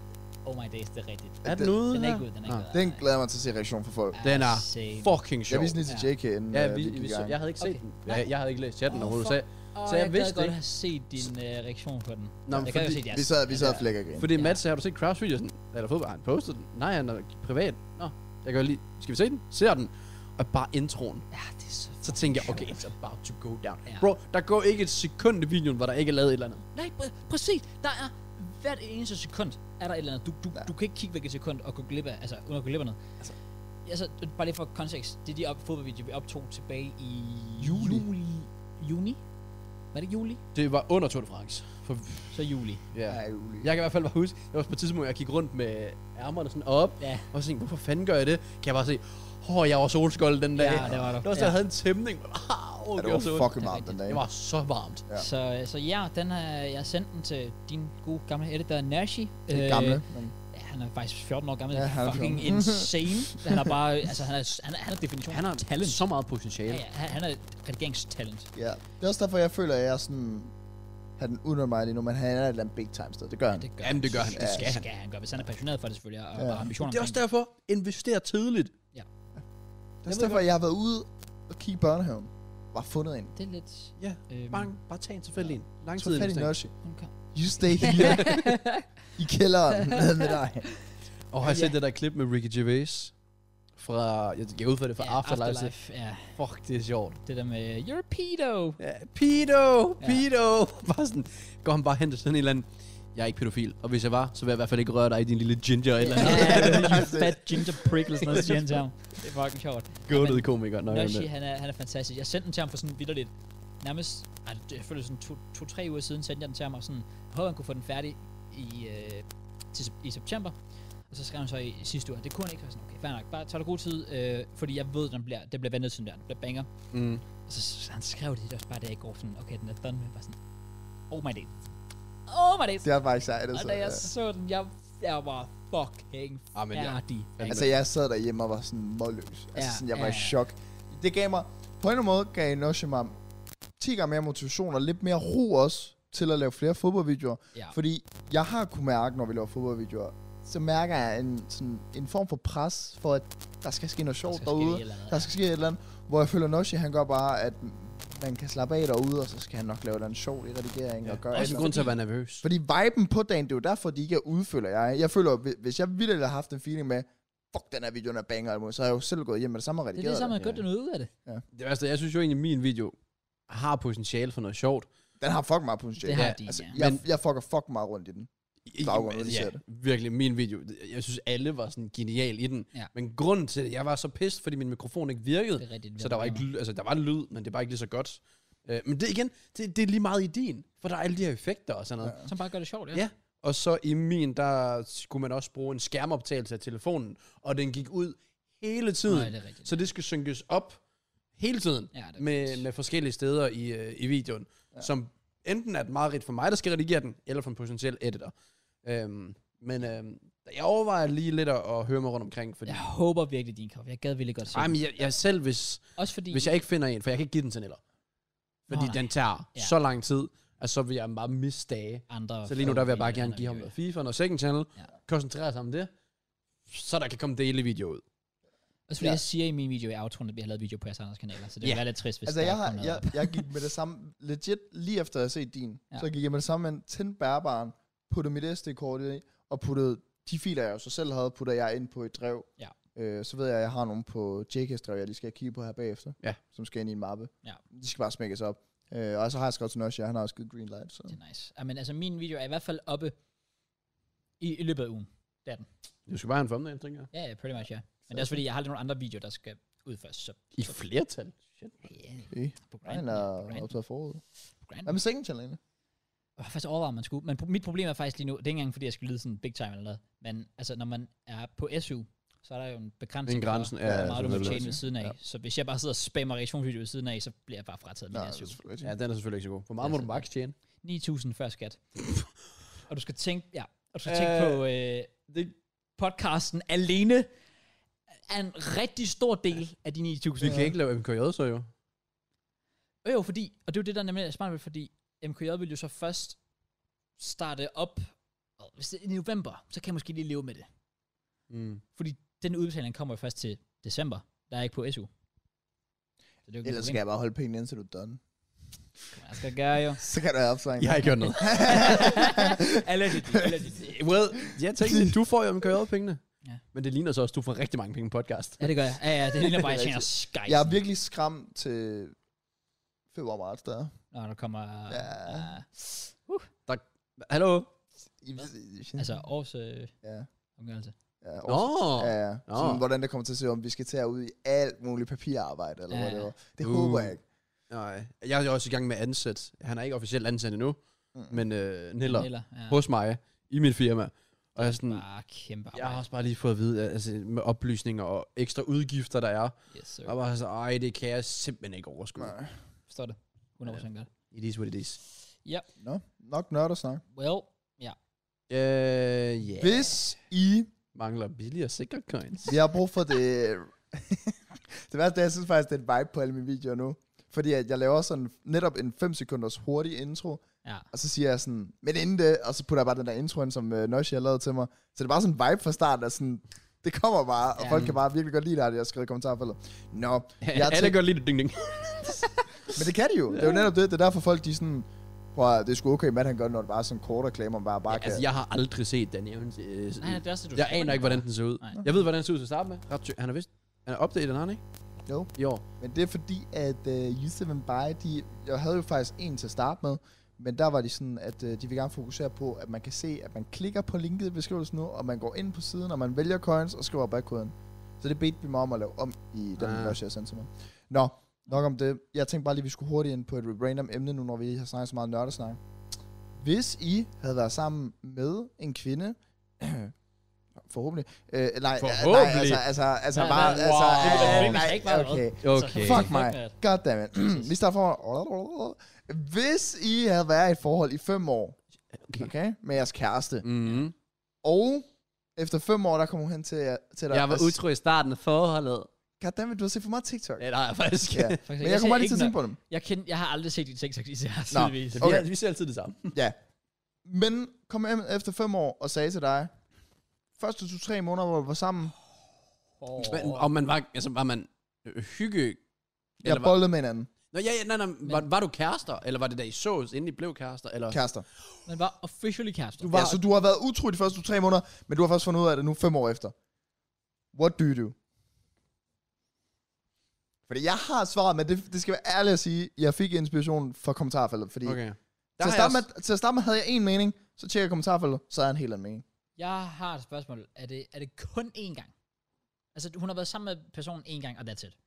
Oh my days, det er rigtigt.
Er den ude?
Den er
her?
ikke god, den er ikke
Ah.
god.
den glæder jeg mig til at se reaktion fra folk.
Den er
Insane.
fucking
Jeg
sjov.
viste den lige til
Ja.
JK, inden
Ja,
øh,
vi,
vi,
vi,
gik i
så-
gang.
jeg havde ikke set
Okay.
den. Jeg, jeg havde ikke læst chatten
Åh,
overhovedet.
fuck.
Så,
Åh,
så jeg
gad
vidste
godt
ikke.
have set din øh, reaktion på den.
Nå,
jeg
men
kan jo
fordi-
se, at jeg altså,
vi sad, vi
den
sad og
der-
flækker igen.
fordi
Ja.
Mads sagde, har du set Kraus videoen? Eller fodbold, har han postet den? Nej, han er privat. Nå, jeg kan lige, skal vi se den? Ser den? Og bare introen.
Ja, det er så
Så tænker jeg, okay, it's about to go down.
Ja.
Ja. Bro, der går ikke et sekund i videoen, hvor der ikke er lavet et eller andet.
Nej, præ- præcis. Der er hvert eneste sekund er der et eller andet. Du, du, ja. du kan ikke kigge væk et sekund og gå glip af, altså uden at gå glip af noget. Altså, altså bare lige for kontekst, det er de op, fodboldvideo, vi optog tilbage i
Juli.
juli juni? Var det ikke juli?
Det var under Tour de France. For,
Så juli.
ja.
Ja, Julie.
Jeg kan i hvert fald bare huske, jeg var på et tidspunkt, jeg gik rundt med ærmerne sådan op,
Ja.
og så tænkte, hvorfor fanden gør jeg det? Kan jeg bare se, åh, oh, jeg var solskold den dag.
Ja, det var du.
Det var sådan,
Ja.
jeg havde en tæmning. men, Ah, oh,
Ja,
det,
det
var så,
var fucking varmt den dag.
det var så varmt.
Ja.
Ja.
Så, øh, så ja, den har jeg sendt den til din gode gamle editor, Nashi. Øh,
Det er gamle.
Øh,
Men,
Ja, han er faktisk 14 år gammel.
Ja,
Ja,
han
han
er
fucking
14.
insane. Han er bare, altså han er, han er, han er definitionen
Han har
af talent.
så meget potentiale.
Ja, ja, han han er et redigeringstalent.
ja. Det er også derfor, jeg føler, at jeg er sådan... Har den uden mig lige nu, men han er et eller andet big time sted. Det gør han.
Det gør
Jamen, det gør han.
Ja,
Det
det
skal
skal han gøre, hvis han er passioneret for det selvfølgelig, og
Ja.
ja. ambitioner
Det er også derfor, invester tidligt.
Det er også derfor, jeg har været ude og kigge i børnehaven. Bare fundet en.
det er lidt...
Ja,
Øhm, <laughs>
bang, bare tag en tilfældig en. Lang
Så
tid
fat i
investering.
Nørsi.
Hun kom.
You stay
<laughs>
here. I kælderen. Ned med dig.
Og har jeg
Ja.
set det der klip med Ricky Gervais? Fra, jeg jeg ud for det, fra
Ja,
Afterlife.
Afterlife. Ja,
Fuck, det er sjovt.
det der med, you're a pedo.
Ja, pedo,
Ja.
pedo. <laughs> Bare sådan, går han bare hen til sådan en eller anden, jeg er ikke pædofil, og hvis jeg var, så vil jeg i hvert fald ikke røre dig i din lille ginger eller <laughs> andet.
Ja, you fat ginger prick, eller sådan noget, siger han
<laughs>
til ham. Det er fucking sjovt.
Gullet komiker. Nå, jamen,
Nashi, han er, han er fantastisk. Jeg sendte den til ham for sådan vidderligt. Nærmest, ej, det- jeg føler sådan to-tre to, tre uger siden, sendte jeg den til ham, og sådan, jeg håber, han kunne få den færdig i, øh, til, sep- i september. Og så skrev han så i sidste uge, det kunne han ikke. Så var jeg sådan, okay, fair nok, bare tag dig god tid, øh, fordi jeg ved, den bliver, den bliver vandet sådan der, den bliver banger.
Mm.
Og så, så han skrev det også bare der i går, sådan, okay, den er done, men bare sådan, oh my days. Oh my days.
Det er faktisk sejt.
Og
Altså.
da jeg så den, jeg, jeg var fucking
Ah, men ja.
færdig.
Ja,
Altså, jeg sad derhjemme og var sådan målløs. Altså,
Ja,
sådan, jeg var
ja,
i
ja.
chok. Det gav mig, på en eller anden måde, gav Noshi mig 10 gange mere motivation og lidt mere ro også til at lave flere fodboldvideoer.
Ja.
Fordi jeg har kunnet mærke, når vi laver fodboldvideoer, så mærker jeg en, sådan, en form for pres for, at der skal ske noget sjovt
Altså, skal ske et
derude.
eller andet,
der
ja.
skal ske et eller andet. Hvor jeg føler, Noshi, han gør bare, at man kan slappe af derude, og så skal han nok lave et eller andet sjovt i redigeringen. Ja. Og gøre
Der er også
et eller
en
andet.
grund til at være nervøs.
Fordi viben på dagen, det er jo derfor, de ikke er ude, føler jeg. Jeg føler, hvi- hvis jeg ville have haft en feeling med, fuck, den her video, den er banger, og alt muligt, så har jeg jo selv gået hjem med det samme og
Det er det
redigeret det.
samme,
det.
at godt den ud af det.
Det værste, jeg synes jo egentlig, min video har potentiale for noget sjovt.
Den har fucking meget potentiale.
Det
Ja,
har de,
Altså,
ja.
jeg,
Men-
jeg fucker fucking meget rundt i den. Baggrunden, når de
ja,
ser det.
virkelig, min video. Jeg synes, alle var sådan genial i den.
Ja.
Men grunden til det, jeg var så pissed, fordi min mikrofon ikke virkede.
Det er rigtigt,
Så der var, ikke, lyd- altså, der var lyd, men det var ikke lige så godt. Øh, men det igen, det, det er lige meget i din, for der er alle de her effekter og sådan noget. Ja.
Som bare gør det sjovt, ja.
Ja. Og så i min, der skulle man også bruge en skærmoptagelse af telefonen, og den gik ud hele tiden.
Nej, det er rigtigt.
Så det skal synkes op hele tiden
Ja, det er
med,
rigtigt.
med forskellige steder i, øh, i videoen, ja. som enten er et mareridt for mig, der skal redigere den, eller for en potentiel editor. Øhm, men øhm, jeg overvejer lige lidt at, at høre mig rundt omkring, fordi...
Jeg
Ja.
håber virkelig, din kaffe. Jeg gad virkelig godt se
Ej,
den.
men jeg, jeg selv, hvis,
Også fordi...
hvis jeg ikke finder en, for jeg kan ikke give den til en eller. Fordi
Nå, nej.
den tager
Ja.
ja. så lang tid, at så vil jeg bare miste dage.
andre...
Så lige nu, der vil jeg bare
andre
gerne give ham
miljøer.
noget FIFA, noget second channel,
Ja.
ja. koncentrere sig om det, så der kan komme dele video ud.
Også fordi
Ja.
jeg siger i min video i outroen, at vi har lavet video på jeres andres kanaler, så det
Ja.
vil være lidt trist, hvis
altså,
der
jeg,
ikke
har,
kommer
jeg,
noget
jeg gik med det samme, <laughs> legit lige efter jeg havde set din,
Ja.
ja. så gik jeg med det samme, men tændte bærbaren, puttede mit SD-kort i, og puttede de filer, jeg jo så selv havde, puttede jeg ind på et drev.
Ja.
Øh, så ved jeg, at jeg har nogle på JK's drev, jeg lige skal kigge på her bagefter,
Ja.
som skal ind i en mappe.
Ja.
De skal bare smækkes op. Øh, og så har jeg skrevet til Noshi, og han har også givet green light. Så.
op. Det er nice. Ej, men altså, min video er i hvert fald oppe i, i løbet af ugen.
Du skal bare have en thumbnail, tænker jeg.
Ja, ja, pretty much, ja. Men det er også fordi, jeg har lidt nogle andre videoer, der skal ud først, så...
I flertal. Shit.
Ja,
Okay.
på
Ryan
grinden, ja, på
er
grinden,
optaget forud.
på grinden.
Hvad med second channel egentlig?
Jeg har faktisk overvejet, om man skulle. Men pro- mit problem er faktisk lige nu, det er ikke engang, fordi jeg skal lide sådan big time eller noget. Men altså, når man er på SU, så er der jo en begrænsning
En grænsen,
for,
ja,
hvor meget du må
selvfølgelig.
tjene ved siden af. Ja. Så hvis jeg bare sidder og spammer reaktionsvideoer ved siden af, så bliver jeg bare frataget min
Nej,
SU.
selvfølgelig
Ja,
ikke.
den er selvfølgelig ikke så god. Hvor meget
Ja,
må
så-
du max tjene?
9.000 før skat. og du skal tænke, ja, og du skal tænke på øh, det, podcasten alene er en rigtig stor del af de 9.000.
Vi kan ikke lave MKJ, så jo.
Jo, jo, fordi, og det er jo det, der nemlig er smart ved, fordi MKJ vil jo så først starte op, og hvis det er i november, så kan jeg måske lige leve med det.
Mm.
Fordi den udbetaling kommer jo først til december. Der er ikke på SU. Så det er jo ikke
Ellers
noget
skal jeg bare holde pengene ind, til du er done. <laughs>
problem. Jeg skal gøre jo.
Så kan du have opsang.
Jeg har ikke gjort noget.
Allegedly, allegedly.
well, jeg tænkte, <laughs> du får jo MKJ-pengene.
Ja.
Ja. Men det ligner så også, at du får rigtig mange penge på podcast.
Ja, det gør jeg. Ja, ja, det ligner bare, at jeg
Det
tjener
er <laughs>
Skype.
Jeg er virkelig skræmt til februar marts der.
Nå, der kommer...
Ja.
Ja.
Hallo?
Altså, års øh,
ja,
omgørelse.
ja,
Nå,
også- Ja, ja.
Nå.
Sådan, hvordan det kommer til at se, om vi skal tage ud i alt muligt papirarbejde, eller
Ja.
ja. whatever. Det
Uh.
uh. håber jeg ikke.
nej. Jeg er også i gang med ansæt. Han er ikke officielt ansat endnu,
Mm.
men øh, Niller
Eller, ja.
hos mig i mit firma. Og jeg er sådan,
Bare kæmpe
jeg har
arbejde.
også bare lige fået at vide, altså med oplysninger og ekstra udgifter, der er.
Yes, sir.
Og bare så, ej, det kan jeg simpelthen ikke overskue.
Nej.
Forstår det. 100% godt.
It is what it is.
Nå, nok nørder snak.
Well,
Øh, ja. Yeah.
Hvis I...
Mangler billigere sikre <laughs> coins.
Vi har brug for det... <laughs> det værste er, jeg synes faktisk, det er en vibe på alle mine videoer nu. Fordi at jeg laver sådan netop en 5 sekunders hurtig intro,
ja.
og så siger jeg sådan, men inden det, og så putter jeg bare den der intro ind, som øh, Noshi har lavet til mig. Så det er bare sådan en vibe fra starten, at sådan, det kommer bare, og
Ja.
folk kan bare virkelig godt lide det, at jeg har skrevet i kommentarfeltet. Nå,
Jeg
jeg
Alle gør lige det ding ding.
Men det kan de jo. Det er jo netop det. Det er derfor folk, de sådan... Prøv at, høre, det er sgu okay, Matt han gør, når det bare er sådan kort reklamer, bare bare
Ja,
ja, kan...
altså, jeg har aldrig set den. Jeg, øh,
Nej, det er også det, du
jeg
siger.
aner ikke, hvordan den ser ud.
Nej.
Jeg ved, hvordan den ser ud til at starte med. Ret ty- han er vist. Han er opdateret, han har ikke?
Jo.
I år.
Men det er fordi, at uh, Yusuf and Bai, de... Jeg havde jo faktisk en til at starte med, men der var de sådan, at uh, de vil gerne fokusere på, at man kan se, at man klikker på linket i beskrivelsen nu, og man går ind på siden, og man vælger coins og skriver rabatkoden. Så det bedte vi mig om at lave om i den
Ah.
ah. jeg sendte til mig. Nå, nok om det. Jeg tænkte bare lige, at vi skulle hurtigt ind på et random emne nu, når vi lige har snakket så meget nørdesnak. Hvis I havde været sammen med en kvinde, <clears throat> Forhåbentlig. Øh, nej,
Forhåbentlig?
nej, altså, altså, altså,
Nej,
bare,
nej,
altså,
wow.
altså,
Det er
nej,
ikke meget
okay.
Okay.
Fuck mig.
Matt.
Goddammit. <clears throat> Vi starter for Hvis I havde været i et forhold i fem år,
Okay.
okay, med jeres kæreste,
Mm-hmm.
og efter fem år, der kom hun hen til, jer- til dig.
Jeg var
og s-
utro i starten af forholdet.
Goddammit, du har set for meget TikTok.
Ja, der er jeg faktisk.
Ja.
Faktisk,
Men jeg
ser
kommer bare lige til
ikke
at
noget-
tænke på dem.
Jeg, kender, jeg har aldrig set de TikToks, I ser,
Nå.
sidevis.
<laughs> Så vi,
Okay.
er, vi ser altid det samme.
Ja. Men kom hjem efter fem år og sagde til dig, første to-tre måneder, hvor vi var sammen,
Oh.
Men, og man var, altså, var man øh, hygge...
jeg
Eller var,
bollede med hinanden.
Nå, ja, ja, nej, nej, var, var, du kærester? Eller var det da I sås, inden I blev kærester? Eller?
Kærester.
Man var officially kærester.
Du var, ja, så du har været utro de første to-tre måneder, men du har først fundet ud af det nu fem år efter. What do you do? Fordi jeg har svaret, men det, det skal være ærligt at sige, jeg fik inspiration fra kommentarfeltet. Fordi okay.
Okay.
til,
har
at
jeg
starte med, til at starte med havde jeg en mening, så tjekker jeg kommentarfeltet, så er jeg en helt anden mening.
Jeg har et spørgsmål. Er det, er det kun én gang? Altså, hun har været sammen med personen én gang, og that's it.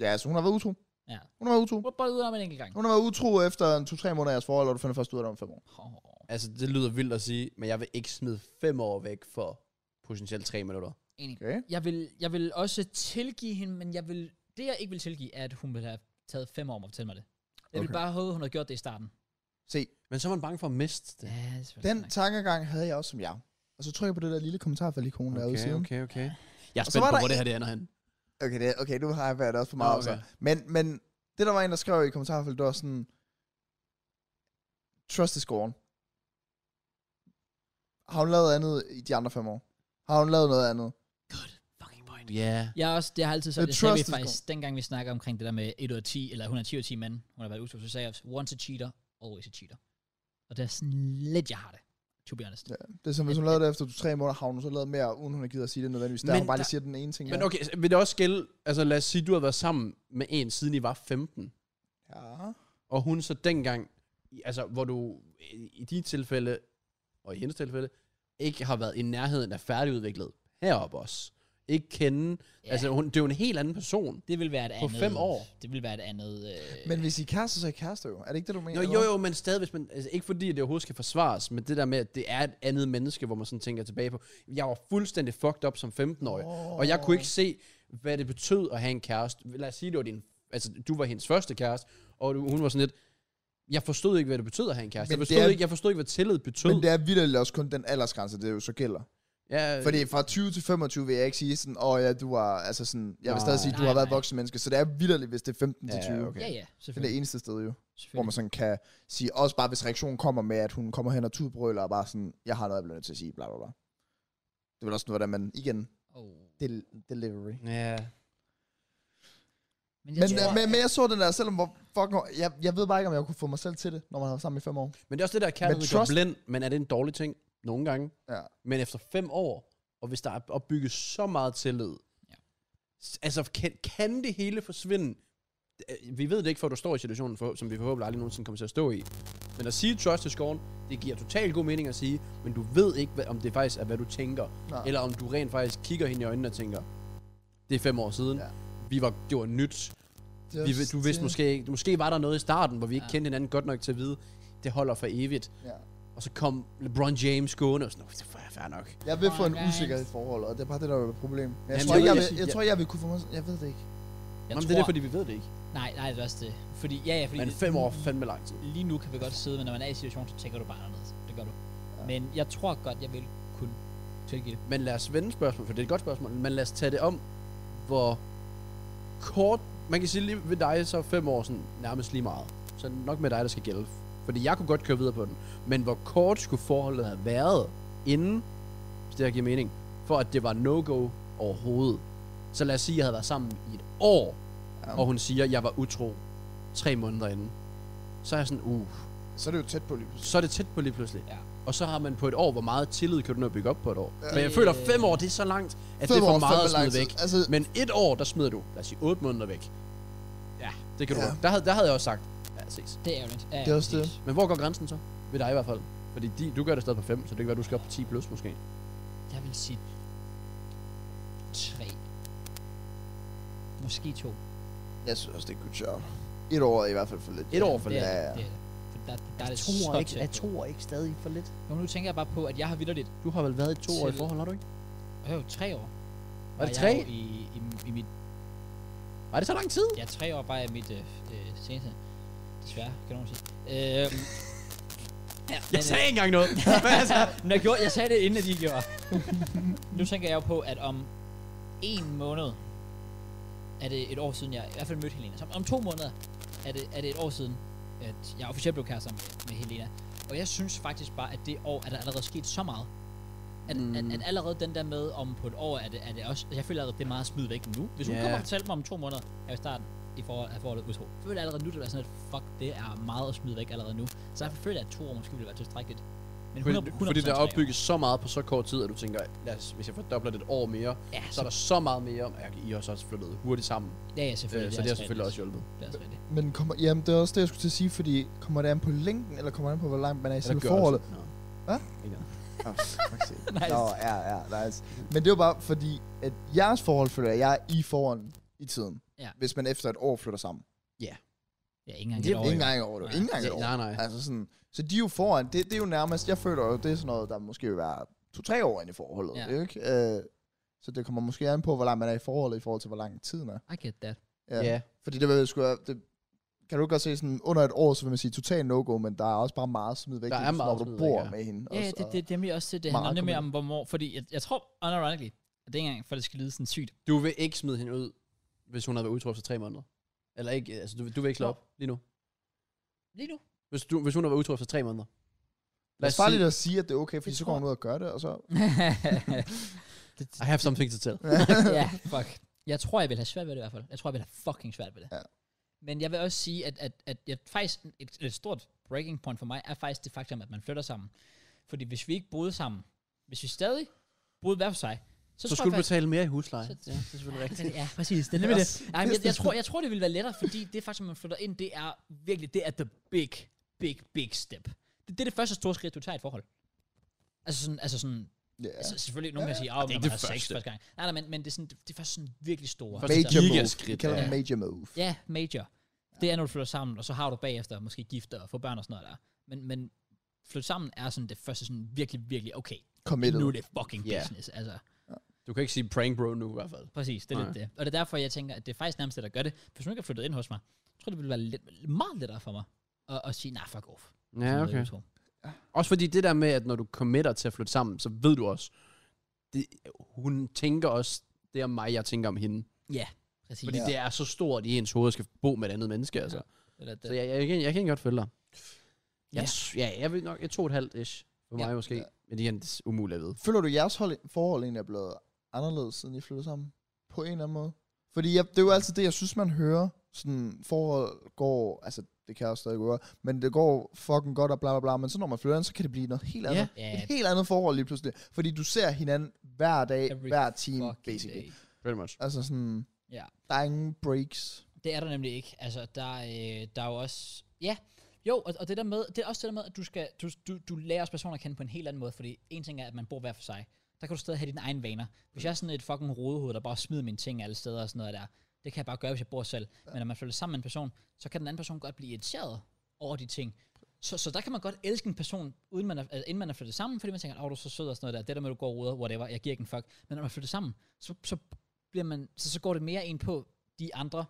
Ja, altså hun har været utro.
Ja.
Hun har været utro.
Hvor bare ud af en enkelt gang?
Hun har været utro efter en to-tre måneder af jeres forhold, og du finder først ud af det om fem år.
Oh.
Altså, det lyder vildt at sige, men jeg vil ikke smide fem år væk for potentielt tre minutter.
Enig.
Okay?
Jeg vil, jeg vil også tilgive hende, men jeg vil, det jeg ikke vil tilgive, er, at hun ville have taget fem år om at fortælle mig det. Jeg okay. vil
Okay.
bare håbe, hun havde gjort det i starten.
Se,
Men så er man bange for at miste det.
Ja, det er
den tankegang havde jeg også som jeg. Og så trykker jeg på det der lille kommentarfelt-ikon okay, derude i
Okay,
siden. Okay.
okay, okay. Jeg er
Og så
spændt
var
på,
der
hvor det her det ender hen.
Okay, det, okay, nu har jeg været også for meget.
Nå,
Okay.
okay.
Men, men det, der var en, der skrev i kommentarfeltet, det var sådan, trust is gone. Har hun lavet andet i de andre fem år? Har hun lavet noget andet?
fucking point.
Ja.
Jeg, er også, det har altid sagt,
The
det sagde vi
trust is
faktisk, dengang vi snakker omkring det der med 1 ud af 10, eller 110 ud af 10 mænd, hun har været utro, så sagde jeg, once a cheater, always a cheater. Og det er sådan lidt, jeg har det, to be honest.
Ja, det er som, hvis hun lavede det efter tre måneder, har hun så lavet mere, uden hun har givet at sige det nødvendigvis. Der
Men
hun bare lige
der-
siger den ene ting.
Men
der.
okay, så vil det også gælde, altså lad os sige, du har været sammen med en, siden I var 15,
Ja.
og hun så dengang, i- altså hvor du i- i dit tilfælde, og i hendes tilfælde, ikke har været i nærheden af færdigudviklet heroppe også. Ikke kende,
Ja.
altså hun, det er jo en helt anden person.
Det vil være et
På
andet...
fem år?
Det vil være et andet... Øh,
Men hvis I er kærester, så er I kærester jo. Er det ikke det, du mener?
Jo,
eller
jo,
hvad?
jo, men stadig, hvis man, altså, ikke fordi det overhovedet skal forsvares, men det der med, at det er et andet menneske, hvor man sådan tænker tilbage på, jeg var fuldstændig fucked up som 15-årig, oh. og jeg kunne ikke se, hvad det betød at have en kæreste. Lad os sige, det var din, altså, du var hendes første kæreste, og du, hun var sådan lidt, jeg forstod ikke, hvad det betød at have en kæreste. Jeg
Men det
forstod,
er-
ikke, jeg forstod ikke, hvad tillid betød.
Men det er vidderligt også kun den aldersgrænse, det jo så gælder.
ja, øh,
Fordi fra 20 til 25 vil jeg ikke sige sådan, åh oh, ja, du var, altså sådan, jeg vil stadig
Nej.
sige, du
Nej,
har været
nej.
voksen menneske, så det er vidderligt, hvis det er 15 til
Ja,
20.
okay.
Ja, ja,
Det er det
selvfølgelig.
eneste sted jo, hvor man
selvfølgelig.
sådan kan sige, også bare hvis reaktionen kommer med, at hun kommer hen og tudbrøler og bare sådan, jeg har noget, jeg bliver nødt til at sige, bla bla bla. Det er vel også noget, hvordan man, igen,
Oh.
del- delivery.
ja.
Men,
Men, ja. men, men jeg så den der, selvom hvor fucking, jeg, jeg ved bare ikke, om jeg kunne få mig selv til det, når man har været sammen i fem år.
men det er også det der, kærlighed
Men
gør
trust-
blind, men er det en dårlig ting? Nogle gange.
Ja.
Men efter fem år, og hvis der er opbygget så meget tillid,
Ja.
ja. altså kan, kan det hele forsvinde øh, vi ved det ikke, før du står i situationen, for, som vi forhåbentlig aldrig nogensinde kommer til at stå i. Men at sige trust is gone, det giver totalt god mening at sige, men du ved ikke, hvad, om det faktisk er, hvad du tænker.
Nej.
Eller om du rent faktisk kigger hende i øjnene og tænker, det er fem år siden.
Ja.
Vi var, det var nyt. Vi,
Just
du vidste
det.
måske ikke. Måske var der noget i starten, hvor vi ikke
Ja.
kendte hinanden godt nok til at vide, det holder for evigt.
Ja.
Og så kom LeBron James gående og sådan, "Nå, det er fair nok.
Jeg vil få en
Alright.
usikkerhed i forhold, og det er bare det, der er et problem. Jeg,
Jamen,
tror,
jeg
jeg, jeg,
ved-
vil, jeg,
jeg-
tror, jeg vil kunne få mig... Jeg ved det ikke.
Jeg
Jamen,
tror,
det er det, fordi vi ved det ikke.
Nej, nej, det er også det. Fordi, ja, ja, fordi
Men
det-
fem år er fandme lang tid.
lige nu kan vi godt sidde, men når man er i situationen, så tænker du bare anderledes. Det gør du. Ja. Men jeg tror godt, jeg vil kunne tilgive det.
Men lad os vende spørgsmålet, for det er et godt spørgsmål, men lad os tage det om, hvor kort, man kan sige lige ved dig, så er fem år sådan, nærmest lige meget. Så nok med dig, der skal gælde. Fordi jeg kunne godt køre videre på den. Men hvor kort skulle forholdet have været, inden, hvis det her giver mening, for at det var no-go overhovedet. Så lad os sige, at jeg havde været sammen i et år, ja. og hun siger, at jeg var utro tre måneder inden. Så er jeg sådan, uh,
Så er det jo tæt på lige
så er det tæt på lige pludselig.
Ja.
Og så har man på et år, hvor meget tillid kan du nå at bygge op på et år. Ja. Men jeg
Det-
føler, at fem år, det er så langt, at det
Fem
er
år
for
er
meget
fandme
at
lang
smide
tid.
væk.
Altså-
Men et år, der smider du, lad os sige, otte måneder væk. Ja, det kan du
Ja.
godt. Der havde, der havde jeg også sagt, ja, ses.
Det er ærgerligt. Ja,
Det er også det.
præcis.
Men hvor går grænsen så? Ved dig i hvert fald. Fordi de, du gør det stadig på 5, så det kan være, du skal op på 10 plus måske.
Jeg vil sige tre. Måske to.
Jeg synes også, det er good job. Et år er i hvert fald for lidt.
Et år for
det.
lidt.
Er,
Ja,
det
ja.
er, det. For der, der er det
To
så
år ikke, er
tæt på.
to år ikke stadig for lidt?
Jo, nu tænker jeg bare på, at jeg har vidderligt
Du har vel været i to år i
Til-
forhold, har du ikke?
øh, tre år.
Var det
jeg
tre?
jo I, i, i mit,
Var det så lang tid?
ja, tre år bare i mit øh, øh, seneste. Desværre, kan nogen sige.
<laughs>
Øh, ja, men,
Jeg sagde ikke engang <laughs> noget. Altså,
Men jeg, gjorde, jeg sagde det, inden at de gjorde. nu tænker jeg jo på, at om en måned er det et år siden, jeg i hvert fald mødte Helena. Så om to måneder er det, er det et år siden, at jeg officielt blev kærester med, med Helena. Og jeg synes faktisk bare, at det år er der allerede sket så meget. At, mm. at, at allerede den der med, om på et år er det, er det også... Jeg føler allerede, det er meget smidt væk nu. Hvis hun
Ja.
yeah. kommer og fortæller mig om to måneder, at jeg starten i forhold, af forholdet utro. Jeg føler allerede nu, det er sådan, at fuck, det er meget at smide væk allerede nu. Så jeg føler, at to år måske ville være tilstrækkeligt. Men 100,
Fordi,
100
fordi der
tre
er
år.
opbygget så meget på så kort tid, at du tænker, lad os, hvis jeg fordobler det et år mere,
Ja,
så er der så meget mere om, at I også også flyttet hurtigt sammen.
Ja, ja,
Øh, så
selvfølgelig.
det har selvfølgelig også
rigtigt.
hjulpet.
Det er også <laughs> rigtigt.
Men kommer, jamen, det er også det, jeg skulle til at sige, fordi kommer det an på længden, eller kommer det an på, hvor langt man er i selve
gør
forholdet?
også- Nå.
Hvad?
Ikke noget.
Oh, nice.
Nice.
Nå, ja, ja, nice. Men det er jo bare fordi, at jeres forhold føler jeg, jeg er i foran i tiden.
Ja.
Hvis man efter et år flytter sammen.
Ja, ikke engang
Det
det
er
år.
Ikke
jo.
engang et år, du.
Nej.
Ikke engang et
Ja,
år.
nej, nej.
Altså sådan, så de er jo foran. Det, det er jo nærmest, jeg føler jo, det er sådan noget, der måske vil være to-tre år ind i forholdet.
Ja.
Ja. Ikke? Øh, så det kommer måske an på, hvor langt man er i forholdet, i forhold til, hvor lang tiden er.
I get that.
Ja. ja.
Fordi det vil sgu være- det, kan du godt se sådan, under et år, så vil man sige total no-go, men der er også bare meget smidt væk,
Der er
ligesom,
meget
når du
smidt
bor
væk, ja.
med hende.
Ja,
også,
det,
og-
det, det er nemlig også det, det
Meget
handler nemlig om,
kommet.
hvor mor... Fordi jeg, jeg tror, unironically, at det er ikke engang, for det skal lyde sådan sygt.
Du vil ikke smide hende ud, hvis hun havde været utro for tre måneder. Eller ikke, altså du, du vil ikke slå
Nå.
op lige nu.
Lige <laughs> nu.
Hvis, du, hvis hun havde været utro for tre måneder.
Det er farligt at sige, at det er okay, fordi
Det
så
tror
går hun ud og gør det, og så...
I have something to tell.
ja, <laughs> fuck. Jeg tror, jeg vil have svært ved det i hvert fald. Jeg tror, jeg vil have fucking svært ved det.
Ja.
Men jeg vil også sige, at, at, at jeg, faktisk et, et stort breaking point for mig er faktisk det faktum, at man flytter sammen. Fordi hvis vi ikke boede sammen, hvis vi stadig boede hver for sig, så,
Så
tror
skulle
jeg
du betale mere i husleje.
Så-
Ja, det er selvfølgelig
<laughs>
rigtigt.
Ja, præcis. Det er nemlig det. Nej, men jeg, jeg, tror, jeg tror, det ville være lettere, fordi det faktisk, at man flytter ind, det er virkelig, det er the big, big, big step. Det, det er det første store skridt, du tager i et forhold. Altså sådan, altså sådan,
Ja.
ja. altså selvfølgelig, nogen kan sige, at oh,
det er
man
ikke
har
det
sex
første.
første gang. Nej, nej, men, men det er sådan, det, det er først sådan virkelig store.
Først-
Major
Giga
move. Vi
skridt,
kalder det
ja.
major move.
Ja, major. Det er, når du flytter sammen, og så har du bagefter måske gifter og få børn og sådan noget der. Men, men flytte sammen er sådan det første sådan virkelig, virkelig, okay,
Committed.
nu er det fucking
Ja.
business, altså.
Du kan ikke sige prank bro nu i hvert fald.
Præcis, det er lidt det. Og det er derfor, jeg tænker, at det er faktisk nærmest det, der gør det. Hvis hun ikke er flyttet ind hos mig, jeg tror, det ville være lidt, meget lettere for mig at, at sige, nej, nah, fuck off.
Ja,
Sådan noget,
okay.
jeg tror.
Også fordi det der med, at når du committer til at flytte sammen, så ved du også, det, hun tænker også, det er mig, jeg tænker om hende.
Ja, præcis.
Fordi ja. det er så stort i ens hoved, at skal bo med et andet menneske, altså.
Eller det.
Så jeg, jeg, kan, jeg kan godt følge dig.
Ja.
Jeg, t- ja, jeg vil nok, jeg to og et halvt ish, for
Ja.
mig måske.
Ja.
Men igen, det er umuligt at vide.
Føler du, jeres hold, forhold egentlig er blevet anderledes, siden I flyttede sammen? På en eller anden måde? Fordi jeg, det er jo altid det, jeg synes, man hører. Sådan, forhold går... Altså, det kan jeg også stadig gøre. Men det går fucking godt og bla bla bla. Men så når man flytter ind, så kan det blive noget helt andet.
Ja.
Et helt andet forhold lige pludselig. Fordi du ser hinanden hver dag,
Every
hver time,
Fucking
basically.
day.
Pretty much.
Altså sådan...
Ja.
Der er ingen breaks.
Det er der nemlig ikke. Altså, der, øh, der er jo også... Ja, jo, og, og det, der med, det er også det der med, at du, skal, du, du, du lærer også personer at kende på en helt anden måde, fordi en ting er, at man bor hver for sig. Der kan du stadig have dine egne vaner. Hvis jeg er sådan et fucking rodehoved, der bare smider mine ting alle steder og sådan noget der, det kan jeg bare gøre, hvis jeg bor selv. Men når man flytter sammen med en person, så kan den anden person godt blive irriteret over de ting. Så, så der kan man godt elske en person, uden man er, altså, inden man er flyttet sammen, fordi man tænker, åh, oh, du er så sød og sådan noget der, det der med, at du går og ruder, whatever, jeg giver ikke en fuck. Men når man flytter sammen, så, så, bliver man, så, så går det mere ind på de andre,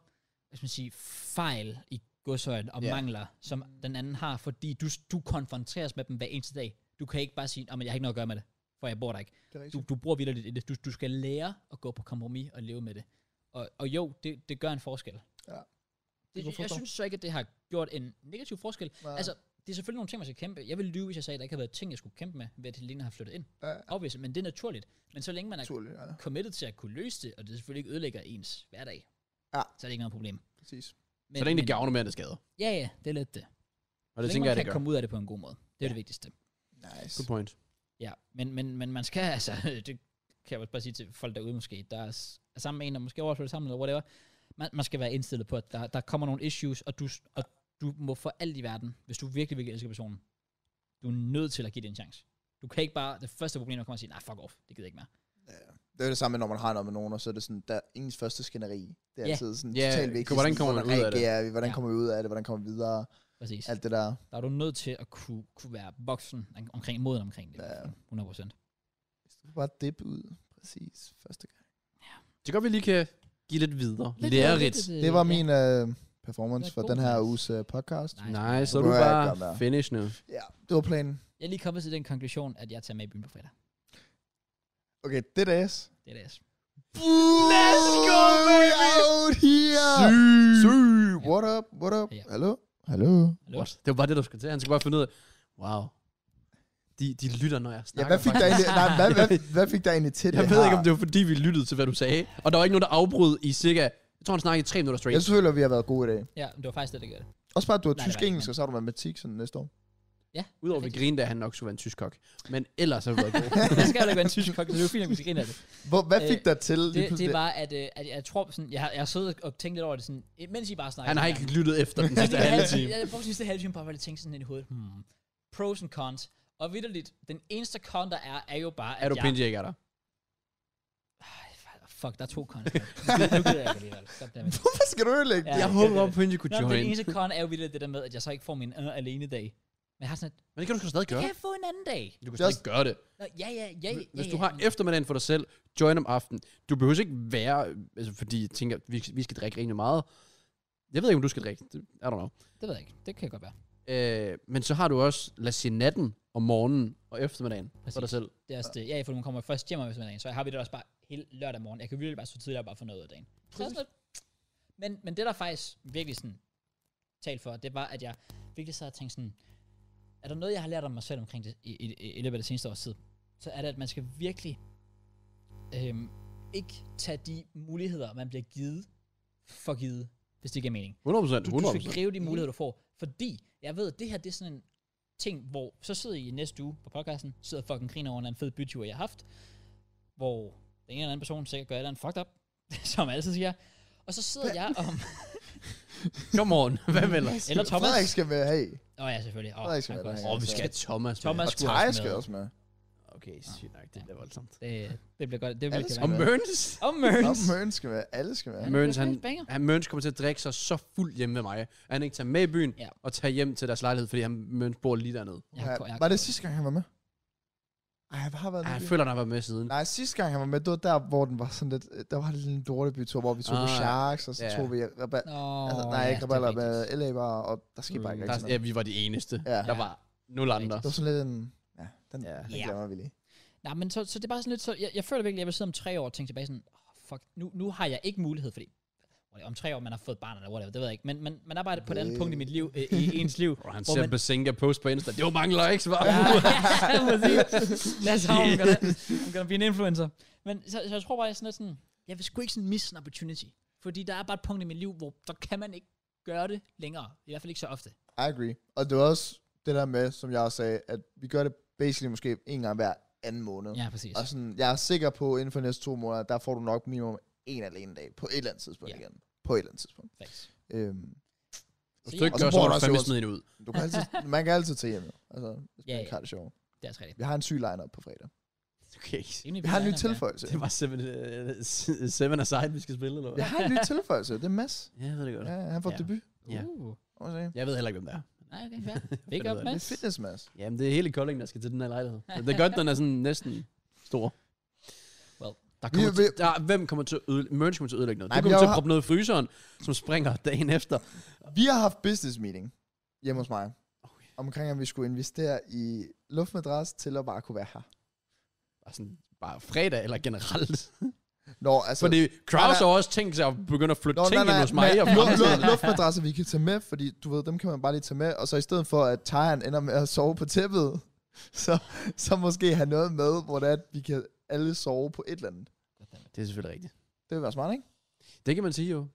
hvad skal man sige, fejl i godsøjen og
Ja.
yeah. mangler, som den anden har, fordi du, du konfronteres med dem hver eneste dag. Du kan ikke bare sige, at jeg har ikke noget at gøre med det, for jeg bor der ikke.
Det er rigtigt.
Du, du bruger vildt i det. Du, du skal lære at gå på kompromis og leve med det. Og, og jo, det, det gør en forskel.
Ja. Det
Det, jeg,
kan
jeg
forstå.
synes så ikke, at det har gjort en negativ forskel.
Nej.
Altså, det er selvfølgelig nogle ting, man skal kæmpe. Jeg ville lyve, hvis jeg sagde, at der ikke har været ting, jeg skulle kæmpe med, ved at Helena har flyttet ind.
Ja.
Obviously, men det er naturligt. Men så længe man er
Naturligt, ja.
committed til at kunne løse det, og det selvfølgelig ikke ødelægger ens hverdag,
Ja.
så er det ikke noget problem.
Præcis.
Men,
Så længe
men-
det gavner mere, end det skader.
Ja, ja, det er lidt det.
Og
Så
det
længe
tænker
man
jeg,
kan
det gør.
komme ud af det på en god måde. Det er ja. det vigtigste.
Nice.
Good point.
Ja, men, men, men man skal <laughs> altså, det kan jeg også bare sige til folk derude måske, der er s- er sammen med en, der måske overflytter sammen, eller whatever, man, man skal være indstillet på, at der, der kommer nogle issues, og du, s- og du må for alt i verden, hvis du virkelig, virkelig elsker personen, du er nødt til at give det en chance. Du kan ikke bare, det første problem, der kommer og sige, nej, fuck off, det gider jeg ikke mere.
Det er jo det samme, når man har noget med nogen, og så er det sådan, der er ingens første skænderi. Det er
Ja.
altid sådan
Ja,
totalt vigtigt.
hvordan
sådan,
kommer man ud af det?
reagerer Vi, hvordan
Ja.
kommer vi ud af det? Hvordan kommer vi videre?
Præcis.
Alt det der.
Der er du nødt til at kunne, kunne være voksen om- omkring, moden omkring det.
Ja.
100%.
Bare dip ud. Præcis. Første gang.
Det gør, vi lige kan give lidt videre. Lærerigt.
Det var min øh, performance
Det var
for
god
den her
plads.
uges øh, podcast.
Nej.
Nej, så er
Det
du
må jeg ikke gøre
bare
mere.
finish nu.
Ja, det var planen.
Jeg er lige kommet til den konklusion, at jeg tager med i byen på fredag.
Okay, det er dags.
Det er det, altså.
Let's go,
We
baby!
out here! Syg. What up? What up?
Ja.
Hallo? Hallo?
Hallo?
What? Det var bare det, du skulle til. Han skulle bare finde ud af, wow, de, de lytter, når jeg
Ja,
snakker.
hvad fik der
faktisk.
egentlig, nej, hvad, hvad, hvad fik der egentlig til det Ah.
Jeg ved
her?
ikke, om det var fordi, vi lyttede til, hvad du sagde. Og der var ikke nogen, der afbrød i cirka... Jeg tror, han snakkede i tre minutter
Jeg
straight.
føler, vi har været gode i dag.
Ja, det var faktisk det, der gjorde det.
Også bare, at du har
Nej, det var
tysk-engelsk,
ikke,
og så har du matematik sådan næste år.
Udover vi grinede, at han nok skulle være en tysk kok. Men ellers har vi
<laughs>
været gode.
det skal jo ikke være en tysk kok, så det er jo fint, at vi skal grine af det.
Hvor, hvad fik
Øh,
der til? lige
Det,
pludselig?
det var, at, øh, at jeg tror, sådan, jeg, har, jeg har siddet og tænkt lidt over det, sådan, eh, mens I bare snakker.
Han har ikke lyttet efter den sidste halve time.
Jeg brugte sidste halve time bare for at tænke sådan ind i hovedet. Hmm. Pros and cons. Og vidderligt, den eneste con, der er, er jo bare, at
Er du
jeg...
pinjækker der?
Ej, Fuck, der er to cons. nu. Nu gider jeg ikke alligevel. Goddammit.
<laughs> Hvorfor skal du ødelægge
Ja,
det?
Jeg
det-
håber,
det-
at Pinje kunne
Nå, men den
join.
eneste con er jo vildt det der med, at jeg så ikke får min øh, alene dag. Men jeg har sådan, at,
Men det kan du sgu stadig
kan
gøre.
jeg få en anden dag?
Du kan
Just-
stadig gøre det.
Nå, ja, ja, ja, ja,
Hvis
ja, ja.
du har eftermiddagen for dig selv, join om aftenen. Du behøver ikke være... Altså, fordi jeg tænker, vi, vi skal drikke rigtig meget. Jeg ved ikke, om du skal drikke. Det- I don't know.
Det ved jeg ikke. Det kan jeg godt være.
Øh, men så har du også, lad os sige, natten om morgenen og eftermiddagen for dig
Præcis.
selv.
Det er også det. Ja, for man kommer først hjem om eftermiddagen, så jeg har vi det også bare hele lørdag morgen. Jeg kan virkelig bare så tidligere bare få noget ud af dagen. Så jeg er sådan lidt- Men, men det, der faktisk virkelig sådan talt for, det var, at jeg virkelig sad og tænkte sådan, er der noget, jeg har lært om mig selv omkring det i, i, i løbet af det seneste års tid, så er det, at man skal virkelig øhm, ikke tage de muligheder, man bliver givet, for givet, hvis det giver mening
100%.
du, du
100%.
skal gribe de muligheder, du får. Fordi, jeg ved, at det her, det er sådan en ting, hvor så sidder I næste uge på podcasten, sidder og fucking griner over en eller anden fed bytur, jeg har haft, hvor den ene eller anden person sikkert gør et eller andet fucked up, <laughs> som jeg altid siger. Og så sidder jeg om...
<laughs>
Come <laughs> on. Hvem ellers?
Eller Thomas.
Frederik skal med, hey.
Åh oh, ja, selvfølgelig. Åh,
Frederik skal
han
være
kunne
der,
Åh,
også-
vi skal have Thomas. med.
Thomas
Og
skulle
Thaj
også
skal
med.
også med.
Okay, sygt nok. Det er voldsomt.
Det, det bliver godt. Det bliver
Alle
godt.
skal
Og
være.
med.
Mørns.
Og Mørns.
Og Mørn skal med. Alle skal med.
Ja, det
Mørns,
bliver
han-
faktisk banger.
Han Mørns kommer til at drikke sig så fuld hjemme ved mig, at han ikke tager med i byen
Ja.
og tager hjem til deres lejlighed, fordi han Mørns bor lige dernede.
Jeg har- jeg har-
Var det sidste gang, han var med? Ej, jeg har været
Ej,
lidt-
Ah, jeg føler, han har været med siden.
Nej, sidste gang han var med, det var der, hvor den var sådan lidt, der var lidt en dårligbytur, hvor vi tog på
Ah, ja.
Sharks, og så
Ja.
tog vi Rebel,
Nå,
altså,
ja,
nej, ikke
det er
Rebeller,
rigtigt.
med LA bare, og der skete bare ikke
Der,
rigtig
ja,
noget.
vi var de eneste.
Ja.
Der var nul andre.
Det var sådan lidt en, ja, den,
Ja.
den
Ja.
glemmer vi lige.
Nej, men så, så det er bare sådan lidt, så jeg, jeg føler virkelig, at jeg vil sidde om tre år og tænke tilbage sådan, oh, fuck, nu, nu har jeg ikke mulighed, fordi om tre år, man har fået barn eller whatever, det ved jeg ikke, men, men man er bare på et andet punkt i mit liv, øh, i ens
<laughs>
liv.
Og han
Hvor
ser
man-
Basinga post på Insta. Det var mange likes, var.
ja, <laughs> ja, præcis. That's how I'm gonna, I'm gonna be an influencer. Men så, så jeg tror bare, jeg er sådan lidt sådan, jeg vil sgu ikke sådan miss an opportunity, fordi der er bare et punkt i mit liv, hvor der kan man ikke gøre det længere, i hvert fald ikke så ofte.
I agree. Og det var også det der med, som jeg også sagde, at vi gør det basically måske en gang hver anden måned.
Ja, præcis.
Og sådan, jeg er sikker på, at inden for de næste to måneder, der får du nok minimum en alene dag på et eller andet tidspunkt
Ja.
igen. på et eller andet tidspunkt.
Facts.
Øhm,
Hvis du ikke
Og så
gør, så
bruger
må
du
du
også
fandme
Jonas.
smide det ud.
du
<laughs>
kan altid, man kan altid tage hjem, jo. altså, hvis
Ja,
man
ja.
ikke har det sjovt.
Det er altså rigtigt.
Vi har en syg line-up på fredag. <laughs>
Okay.
Rimelig
Vi har en ny
vild lineup, ja.
tilføjelse.
Det var seven, uh, seven aside, vi skal spille, eller hvad?
Jeg har en ny tilføjelse, det er Mads.
Ja, jeg ved det godt.
Ja, han får
Ja.
ja. debut.
Ja.
Uh.
må man sige.
Jeg ved heller ikke, hvem det er.
Nej, okay, fair. Big up,
Det er
Det
Mads.
er fitness, Mads.
Jamen, det er hele Kolding, der skal til den her lejlighed. Så Det er godt, den er sådan næsten stor.
Well.
Der kommer
Vi-
til,
vi-
der, hvem kommer til at ødelægge, Merch kommer til at ødelægge noget.
Nej,
du
vi
kommer
har
til
jo
at
har-
proppe noget i fryseren, som springer dagen efter.
Vi har haft business meeting hjemme hos mig. Omkring, om vi skulle investere i luftmadras til at bare kunne være her.
Bare, sådan, bare fredag eller generelt.
Nå, altså...
Fordi Kraus
nej.
har også tænkt sig at begynde at flytte
Nå,
ting ind hos mig. og
men lu-
fremtiden.
lu- luftmadrasser, vi kan tage med, fordi du ved, dem kan man bare lige tage med. Og så i stedet for, at Tyron ender med at sove på tæppet, så, så måske have noget med, hvor det er, at vi kan alle sove på et eller andet.
Det er selvfølgelig rigtigt.
Det vil være smart, ikke?
Det kan man sige jo.